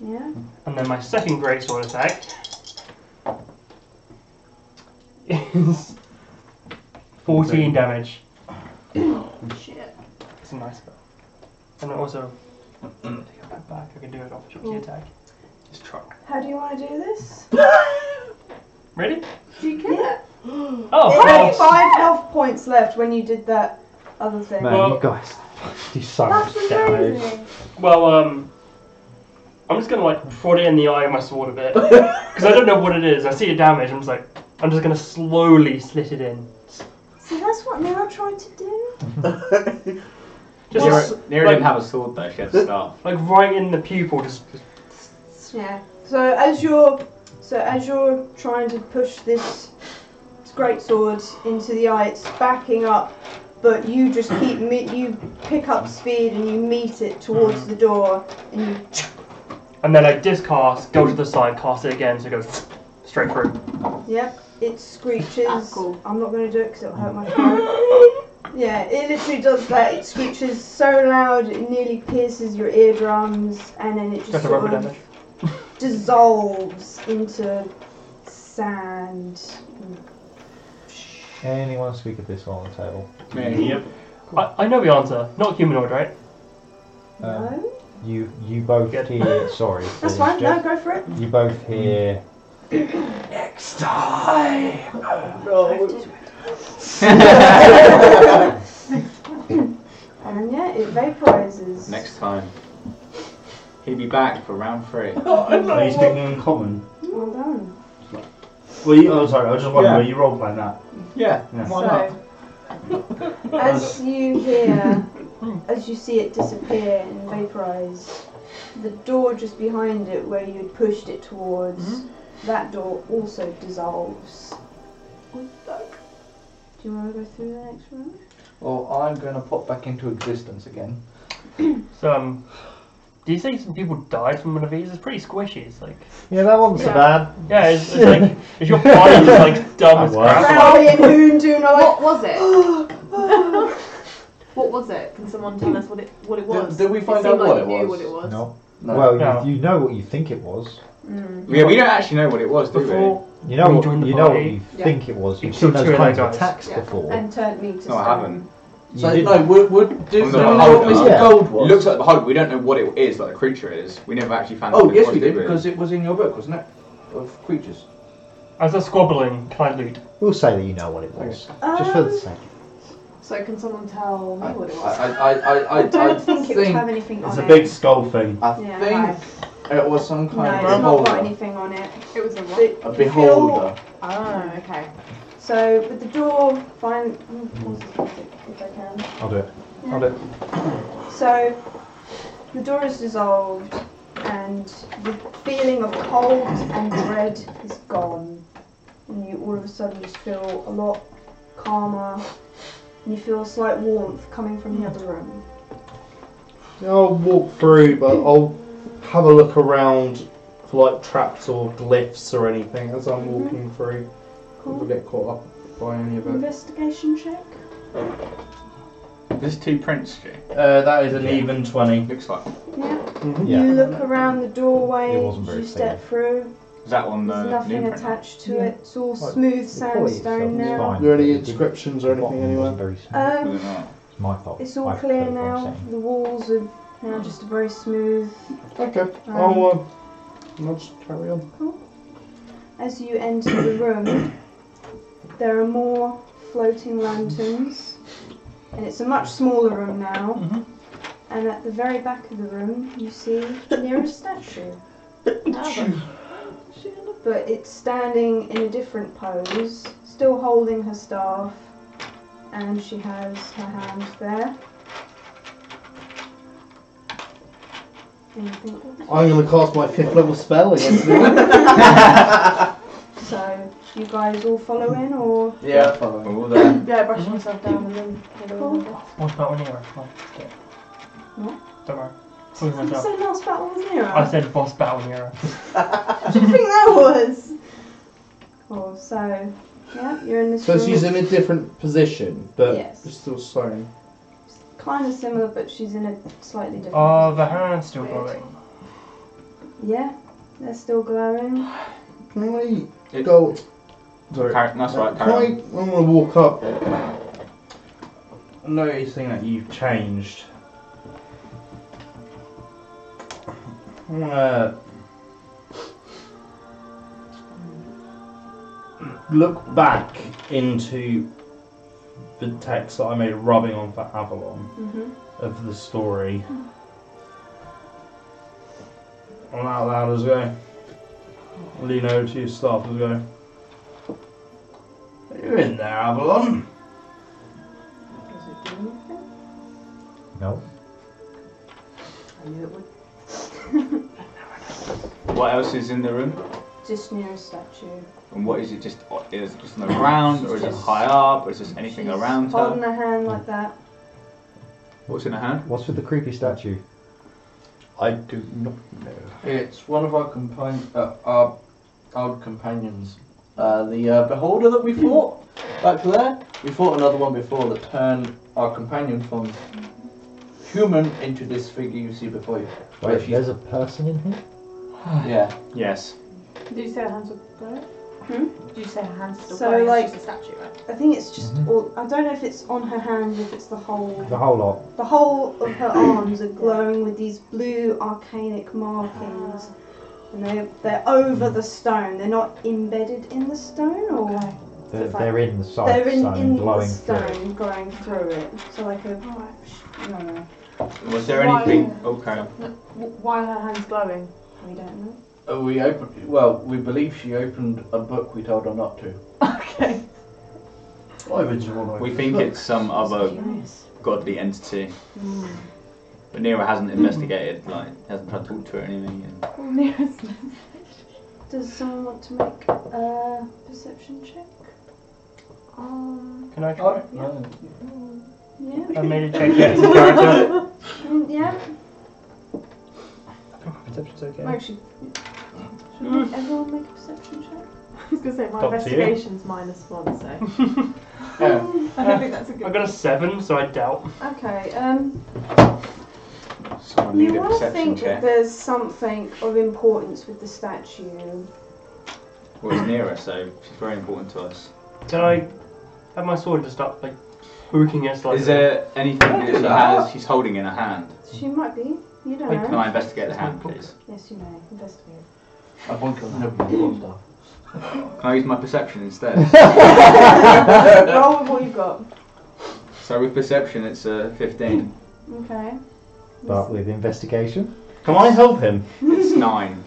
D: Yeah.
F: And then my second great sword attack is 14 damage.
G: Shit.
F: It's a nice spell. And also, I take that back. I can do an opportunity attack.
C: Just try.
D: How do you want to do this?
F: Ready?
D: Do you care? Oh,
F: Oh,
D: There's only
F: God.
D: five health points left when you did that other thing.
F: Man, Well-
B: you guys, do so
D: That's
B: much damage.
D: amazing.
F: Well, um, I'm just gonna like prod it in the eye of my sword a bit because I don't know what it is. I see a damage. I'm just like, I'm just gonna slowly slit it in.
D: See, that's what Nero tried to do.
F: Just
C: Nero,
F: s-
C: Nero
F: like-
C: didn't have a sword though, she had a staff.
F: Like right in the pupil, just
D: Yeah. So as you're, so as you're trying to push this great sword into the eye, it's backing up, but you just keep me- you pick up speed and you meet it towards the door and you
F: and then I discast, go to the side, cast it again, so it goes straight through.
D: Yep, it screeches. I'm not going to do it because it'll hurt my throat. yeah, it literally does that. It screeches so loud it nearly pierces your eardrums, and then it just
F: That's a
D: sort
F: rubber
D: of
F: damage.
D: dissolves into sand.
B: Anyone speak of this on the table?
C: Me. Yep.
F: I, I know the answer. Not humanoid, right?
D: no,
B: You you both hear. Sorry.
D: that's
B: Phil,
D: fine. No,
B: Jeff.
D: go for it.
B: You both hear.
K: Next time.
D: Oh, And yeah, it vaporizes.
C: Next time. He'll be back for round three.
A: Are you speaking in common?
D: Well done.
A: Well, you, oh, sorry, I was just wondering,
C: Yeah.
A: were you role playing that?
C: Yeah,
A: Yeah.
C: why not?
D: so, as you hear, as you see it disappear and vaporize, the door just behind it, where you had pushed it towards, that door also dissolves. Do you want to go through the next room?
P: Well, I'm going to pop back into existence again.
F: So um, do you say some people died from one of these? It's pretty squishy. It's like
B: Yeah, that wasn't so
F: Yeah.
B: bad.
F: yeah, it's, it's like is your body just like dumb as
B: That works.
F: crap?
D: and Hoon do
L: What was it? what was it? Can someone tell us what it what it was?
P: did we find
L: seemed
P: out what
L: you
P: it
L: knew
P: was?
L: What it was?
B: No.
P: No.
B: Well,
F: No.
B: You, you know what you think it was.
C: Yeah, we don't actually know what it was, do
F: Before
B: You know
F: We
B: what
F: joined the
B: you know what
F: party.
B: you
L: Yeah.
B: think it was. You've
F: It's
B: seen
F: two
B: those
F: of
B: kinds
F: those
B: of
F: guys.
B: attacks
D: Yeah.
B: before.
D: And turned me to
C: we? No, I haven't.
B: You
P: So,
B: didn't.
P: no, would, would, do, do
C: I'm the
P: we know what
C: beholder.
P: Mr.
B: Yeah.
P: Gold
C: It
P: was?
C: looks like the Hulk. We don't know what it is, like the creature is. We never actually found out.
P: oh,
C: what it
P: yes,
C: was,
P: we did,
C: we?
P: because it was in your book, wasn't it? Of creatures.
F: As a squabbling, can I loot?
B: We'll say that you know what it was, just for the sake.
L: So can someone tell me
P: I,
L: what it
P: I,
L: was?
P: I, I, I, I
D: don't think, it would
P: think-
D: have anything
A: It's
D: on
A: a
D: it.
A: big skull thing.
P: I
D: Yeah,
P: think it was some
D: no,
P: kind
D: it's not
P: of
D: got
P: beholder.
D: anything on it.
L: It was a what?
D: But
P: A
D: you feel-
P: beholder.
L: Oh, okay.
D: So with the door, Mm, find. If I can.
B: I'll do it.
D: Yeah.
B: I'll do it.
D: So the door is dissolved, and the feeling of cold and dread is gone. And you all of a sudden just feel a lot calmer, and you feel a slight warmth coming from the other room.
K: I'll walk through, but I'll have a look around for like traps or glyphs or anything as I'm walking through. I will get caught up by any of
D: Mm-hmm.
K: it.
D: Investigation check.
C: There's two prints, Jay.
A: Uh, that is an even 20.
C: Looks like.
D: Yeah.
B: Yeah.
D: You look around the doorway.
B: It wasn't
D: as
B: very
D: you step through.
C: Is that one
D: There's
C: the new
D: nothing
C: print?
D: attached to it. It's all
B: Well,
D: smooth
B: the quality itself
D: sandstone
B: is
D: now.
B: fine,
K: Are there
B: but
K: any
B: it didn't-
K: inscriptions or
B: the bottom
K: anything
B: wasn't
K: anywhere?
B: very smooth.
D: Um,
C: Probably not.
B: It's my fault.
D: It's all
B: Oh, I
D: clear
B: put it where I'm
D: now.
B: saying.
D: The walls are now just very smooth.
K: Okay,
D: Um,
K: I'll, uh, I'll just carry on.
D: As you enter the room, there are more floating lanterns, and it's a much smaller room now. And at the very back of the room, you see near a statue. But it's standing in a different pose, still holding her staff, and she has her hand there. Anything else?
K: I'm going to cast my fifth level spell against it.
D: So, you guys all follow in, or
P: Yeah, follow.
C: We're all there.
L: Yeah, I brushed myself down and then. put it on.
F: What's that one here? Oh, okay.
D: What?
F: Don't worry. Pulling
D: Did you
F: myself.
D: say last battle was
F: I
D: Nero?
F: said boss battle Nero.
D: What do you think that was? Cool, so, yeah, you're in this
K: so
D: room.
K: she's in a different position, but
D: Yes.
K: it's still sewn.
D: Kind of similar, but she's in a slightly different.
F: Oh, the hand's still
D: Weird.
F: glowing.
D: Yeah, they're still glowing.
K: Can I
C: It-
K: go? Sorry.
C: Carry- that's right,
K: Can
C: carry
K: I? I'm going to walk up.
A: Noticing that you've changed. I'm gonna look back into the text that I made a rubbing on for Avalon
G: Mm-hmm.
D: Mhm.
A: of the story. And out loud as go. Lean over to your staff as go. Are you in there, Avalon?
D: Does it do anything?
A: No.
D: I knew it would.
C: What else is in the room?
D: Just near a statue.
C: And what is it just is it just on the ground or is it high up or is just anything
D: She's
C: around
D: Holding
C: her?
D: her hand like that.
C: What's in her hand?
B: What's with the creepy statue?
K: I do not know.
P: It's one of our compan- uh, our old companions. Uh, the uh, beholder that we fought back there. We fought another one before that turned our companion from human into this figure you see before you. Where
B: Wait, there's a person in here?
P: yeah.
C: Yes.
G: Did you say her hands were blurred?
D: Hmm?
G: Did you say her hands still
D: So,
G: blurry?
D: like-
G: it's just a statue, right?
D: I think it's just all. I don't know if it's on her hand, if it's the whole.
B: The whole lot.
D: The whole of her arms are glowing with these blue arcanic markings, and they're they're over the stone. They're not embedded in the stone, or
B: They're,
D: it's like-
B: they're in the side
D: they're in,
B: stone,
D: in the
B: glowing through.
D: stone, glowing through it. So like a. I don't know.
C: Was there
G: Why-
C: anything? Okay.
G: W- Why are her hands glowing?
D: We don't know.
P: Uh, we opened. Well, we believe she opened a book we told her not to.
G: Okay.
B: Why would you want
C: We think it's some other godly entity,
D: Hmm.
C: but Nero hasn't investigated. Like hasn't tried to talk to her or anything. And
D: Does someone want to make a perception check? Um.
F: Can I try it?
D: Yeah.
F: I made a check yet as a character.
D: Mm, Yeah.
F: Perception's okay.
G: Actually,
D: Should everyone make a perception check?
G: I was gonna say my
F: Top to you.
G: investigation's minus one, so I
F: Uh,
G: don't think that's a good.
F: I got a seven, so I doubt.
D: Okay. Um.
C: someone
D: You
C: need a
D: want to
C: perception
D: think
C: check.
D: there's something of importance with the statue.
C: Well, it's Nero, so she's very important to us.
F: Can I have my sword just up, like, hooking it slightly?
C: Is there anything that she has? She's holding in her hand.
D: She might be. You don't
C: Can
D: know.
C: I investigate the hand, please?
D: Yes, you may. Investigate.
P: I want to know more stuff.
C: Can I use my perception instead?
D: Roll with what you've got.
C: so with perception, it's a 15.
D: Okay.
B: But with investigation?
A: Can I help him?
D: Hmm.
C: It's nine.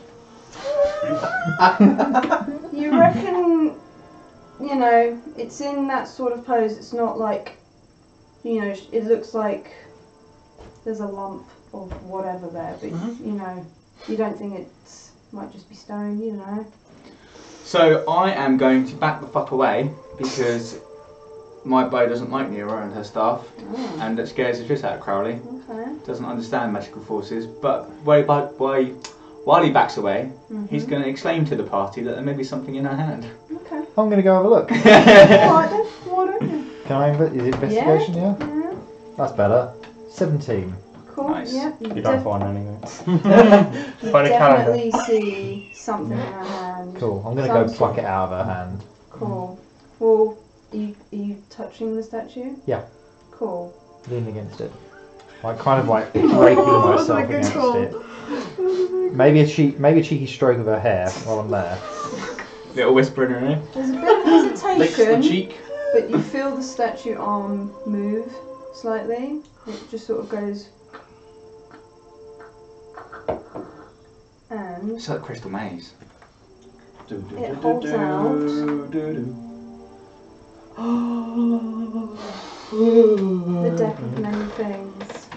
D: You reckon, you know, it's in that sort of pose. It's not like, you know, sh- it looks like there's a lump of whatever there, but you know, you don't think it's might just be stone. You know.
C: So I am going to back the fuck away because my bow doesn't like Nero and her staff,
D: Hmm. Oh.
C: and it scares the shit out of Crowley.
D: Okay.
C: Doesn't understand magical forces, but while, by, by, while he backs away,
D: Mm-hmm.
C: he's going to exclaim to the party that there may be something in her hand.
D: Okay.
B: I'm going to go have a look.
D: Alright then. Why don't you?
B: Can I inve- is it investigation? Yeah.
D: Yeah.
B: That's better. 17.
D: Cool.
C: Nice.
D: Yeah.
A: You
D: def-
A: don't find anything.
D: You
F: Find a calendar.
D: definitely see something in her hand.
B: Cool. I'm going to go
D: Some-
B: pluck it out of her hand.
D: Cool. Well, are you, are you touching the statue?
B: Yeah.
D: Cool.
B: Lean against it. Like, kind of like breaking
D: Oh
B: myself against it. Maybe a, cheek, maybe a cheeky stroke of her hair while I'm there.
C: Little whisper in her ear.
D: There's a bit of
P: Licks the
D: hesitation,
P: cheek.
D: but you feel the statue arm move slightly. It just sort of goes. And
C: It's like crystal maze.
P: Do, do,
D: It
P: do, do,
D: holds
P: do,
D: out.
P: do, do.
D: the deck of many things.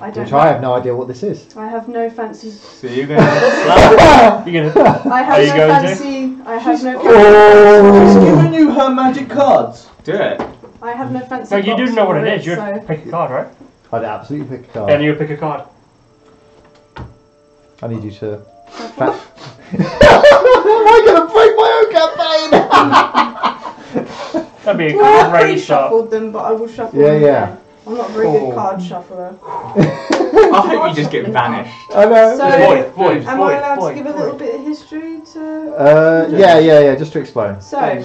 D: I don't.
B: Which
D: Know.
B: I have no idea what this is.
D: I have no fancy.
C: So you're going to.
F: You're gonna.
D: I
F: Are
D: have
F: you
D: no
F: going to?
D: fancy. I have no.
P: She's
D: Fancy,
P: given you her magic cards.
C: Do it.
D: I have no fancy.
F: No, you do
D: box
F: know what
D: for
F: it is. You
D: so-
F: pick a card, right?
B: I'd absolutely pick a card.
F: And you pick a card.
B: I need you to. Fa- Am I going to break my own campaign?
F: That'd be a
D: Well, I've
F: great start.
D: pre-shuffled them, but I will shuffle
B: Yeah,
D: them
B: yeah.
D: again. I'm not a very
E: Oh.
D: good card shuffler.
C: I hope you just get vanished.
B: I know.
D: So,
F: Void, void,
D: am
F: void,
D: I allowed
F: void,
D: to give a
F: void.
D: little bit of history to?
B: Uh, yeah, yeah, yeah, just to explain.
D: So,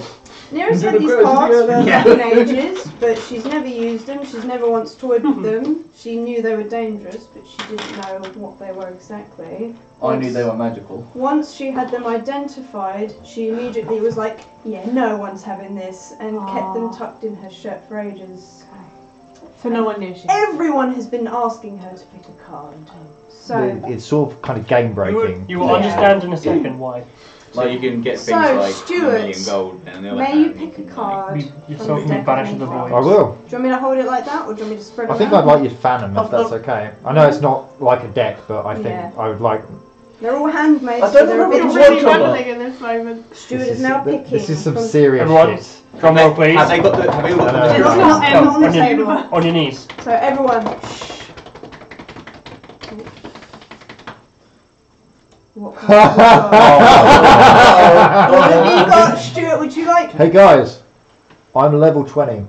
D: Nero's
E: Do
D: had
E: the
D: these
E: crows
D: cards
E: do
D: for
E: that?
D: fucking ages, but she's never used them. She's never once toyed with them. She knew they were dangerous, but she didn't know what they were exactly.
P: I knew they were magical.
D: Once she had them identified, she immediately was like, "Yeah, no one's having this," and kept them tucked in her shirt for ages.
G: So no one knew she.
D: Everyone has been asking her to pick a card. So
B: It- It's sort of kind of game breaking.
F: You will
D: Yeah.
F: understand in a second why.
C: So you can get things
D: So,
C: like
D: Stuart,
C: a million gold and the other
D: may
C: hand
D: you pick a card?
F: You- you
D: from
F: sort
D: the
F: of
D: deck
F: vanish
D: of
F: in the
D: cards?
B: I will.
D: Do you want me to hold it like that, or do you want me to spread it
B: I think I'd
D: out?
B: like you to fan them if
D: I've
B: that's
D: got-
B: okay. I know it's not like a deck, but I think
D: Yeah.
B: I would like.
D: They're all handmade.
E: I don't
D: so they're
E: know
D: a
E: if
D: bit
E: we
D: tricky.
E: want them. Running
G: in this moment.
D: Stuart
B: This
D: is now
B: th-
D: picking.
B: This is some
D: from-
B: serious
F: Everyone,
B: shit.
F: drum roll please.
C: Have they got the? Have they all got
B: I
C: the?
B: know.
D: It's not M on the
F: On your,
D: table.
F: on your knees.
D: So everyone. shh. What card have
C: Oh.
D: you got? What have you got, Stuart? Would you like?
B: Hey guys, I'm level twenty.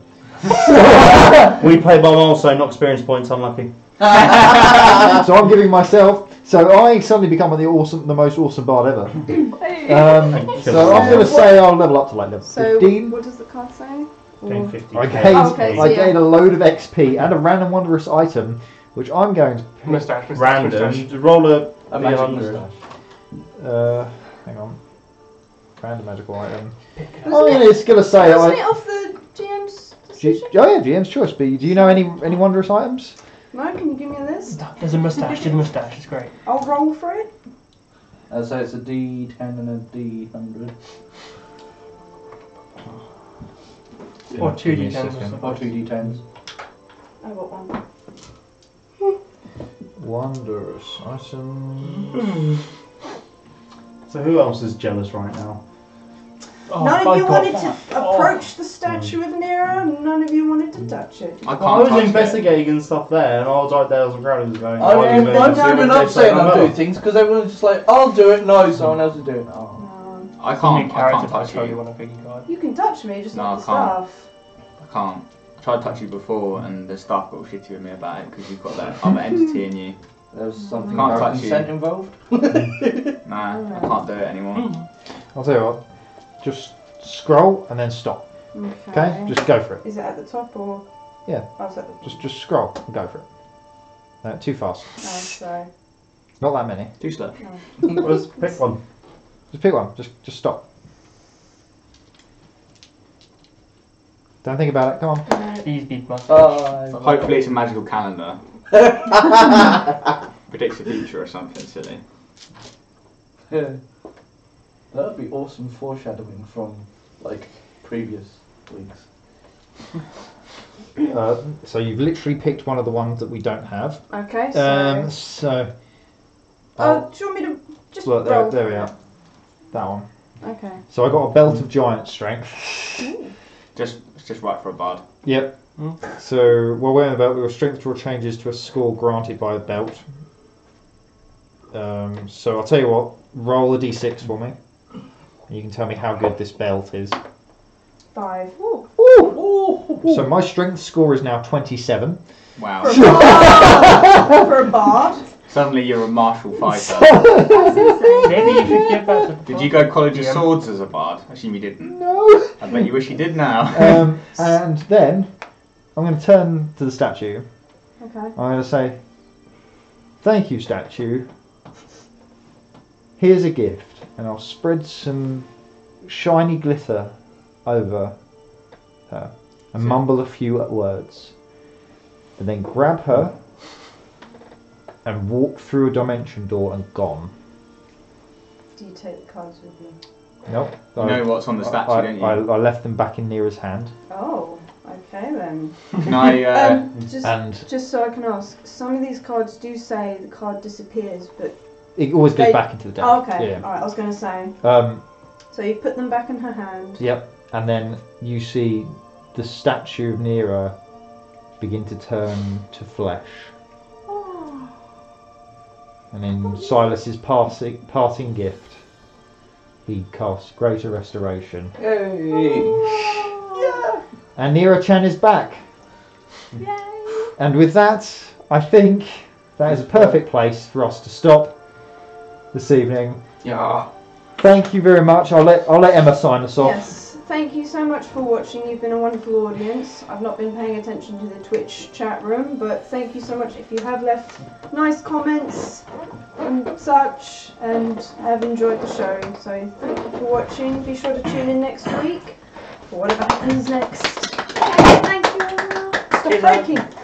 A: We play by mile, so not experience points, unlucky.
B: so I'm giving myself. So I suddenly become the awesome, the most awesome bard ever. Um, so I'm going to say I'll level up to like level
D: So
B: fifteen.
D: what does the card say?
A: Gain
D: Or-
A: 50.
B: I gained,
D: Okay, so
B: I
D: yeah.
B: gained a load of XP and a random wondrous item, which I'm going to.
F: Mustache, mustache, mustache.
A: Random. Roll a
P: A magic
A: beyond-
P: moustache.
B: Uh, hang on. Random magical item. I mean, it's going to say
D: Wasn't it
B: I.
D: off the GM's
B: G-
D: decision?
B: oh yeah, GM's choice. But do you know any any wondrous items?
D: No, can you give me a list?
F: There's a mustache, do the mustache, it's great.
D: I'll roll for it.
P: Uh, so it's a D10 and a D100.
F: Or two
P: Give me a
F: D10s or
P: second.
F: something.
P: Or two D10s.
D: I got one.
B: Wondrous item.
A: So who else is jealous right now?
D: None of you wanted to approach the statue of Nero. None of you wanted to touch it.
C: I can't
A: I was
C: touch it. Oh,
A: investigating and stuff there, and I was like, there was a crowd who was going.
P: I
A: "Why are you
P: mean,
A: doing
P: I've
A: this?"
P: never been
A: And they
P: up
A: said,
P: saying
A: "Oh,
P: I'll
A: well."
P: do things because everyone's just like, I'll do it. No, someone else is doing it. Oh.
D: No.
C: I
F: Can't,
C: can't. I
F: character
C: can't
F: types
C: touch
F: where you
C: you.
F: want to pick a card.
D: You can touch me, just
C: No,
D: not
C: I
D: the
C: can't.
D: staff.
C: I can't. I tried to touch you before, and the staff got shitty with me about it because you've got that other entity in you.
P: There's something
C: Can't
P: about
C: touch you.
P: consent involved.
C: Nah, I can't do it anymore.
D: Mm.
B: I'll tell you what. Just scroll and then stop. Okay, just go for it.
D: Is it at the top or?
B: Yeah.
D: Oh, it's at the
B: Just just scroll and go for it. No, too fast.
D: oh, sorry.
B: Not that many.
C: Too slow.
A: Let's pick one.
B: Just pick one. Just just stop. Don't think about it. Come on.
F: These big mustache.
P: Uh,
C: Hopefully, it's a magical calendar. Predicts the future or something silly.
P: Yeah. That'd be awesome foreshadowing from like previous weeks.
B: Uh, so you've literally picked one of the ones that we don't have.
D: Okay, so.
B: Um, so
D: oh, do you want me to just
B: look
D: roll?
B: there, there we are. That one.
D: Okay.
B: So I got a belt of giant strength.
C: Just, it's just right for a bard.
B: Yep.
D: Hmm.
B: So while wearing the belt, your strength draw changes to a score granted by the belt. Um, so I'll tell you what. Roll a d6 for me. And you can tell me how good this belt is.
D: Five.
B: So my strength score is now 27.
D: For
C: Wow.
D: a bard. For a bard.
C: Suddenly, you're a martial fighter.
F: Maybe you should give that to
C: Did you go College of
F: Yeah.
C: Swords as a bard? I assume you didn't.
B: No.
C: I bet you wish you did now.
B: Um, and then I'm going to turn to the statue.
D: Okay.
B: I'm going to say, "Thank you, statue. Here's a gift," and I'll spread some shiny glitter over her and mumble a few words, and then grab her and walk through a dimension door and gone.
D: Do you take the cards with you?
B: Nope.
C: You know what's on the statue,
B: I,
C: don't you?
B: I, I left them back in Nera's hand,
D: Oh, okay then.
C: Can I? Uh,
D: Um,
B: Mm.
D: just,
B: and
D: just so I can ask, some of these cards do say the card disappears, but.
B: it always goes
D: They-
B: back into the deck.
D: Oh, okay.
B: Yeah.
D: Alright, I was going to say.
B: Um,
D: So you've put them back in her hand.
B: Yep, and then you see the statue of Nero begin to turn to flesh. And in Silas's passing, parting gift, he casts Greater Restoration.
P: Hey.
B: And Nero Chan is back. Mm. And with that, I think that is a perfect place for us to stop this evening.
P: Yeah.
B: Thank you very much. I'll let I'll let Emma sign us off.
D: Yes. Thank you so much for watching. You've been a wonderful audience. I've not been paying attention to the Twitch chat room, but thank you so much if you have left nice comments and such and have enjoyed the show. So thank you for watching. Be sure to tune in next week for whatever happens next. Okay, thank you. Stop
F: Good night.
D: breaking.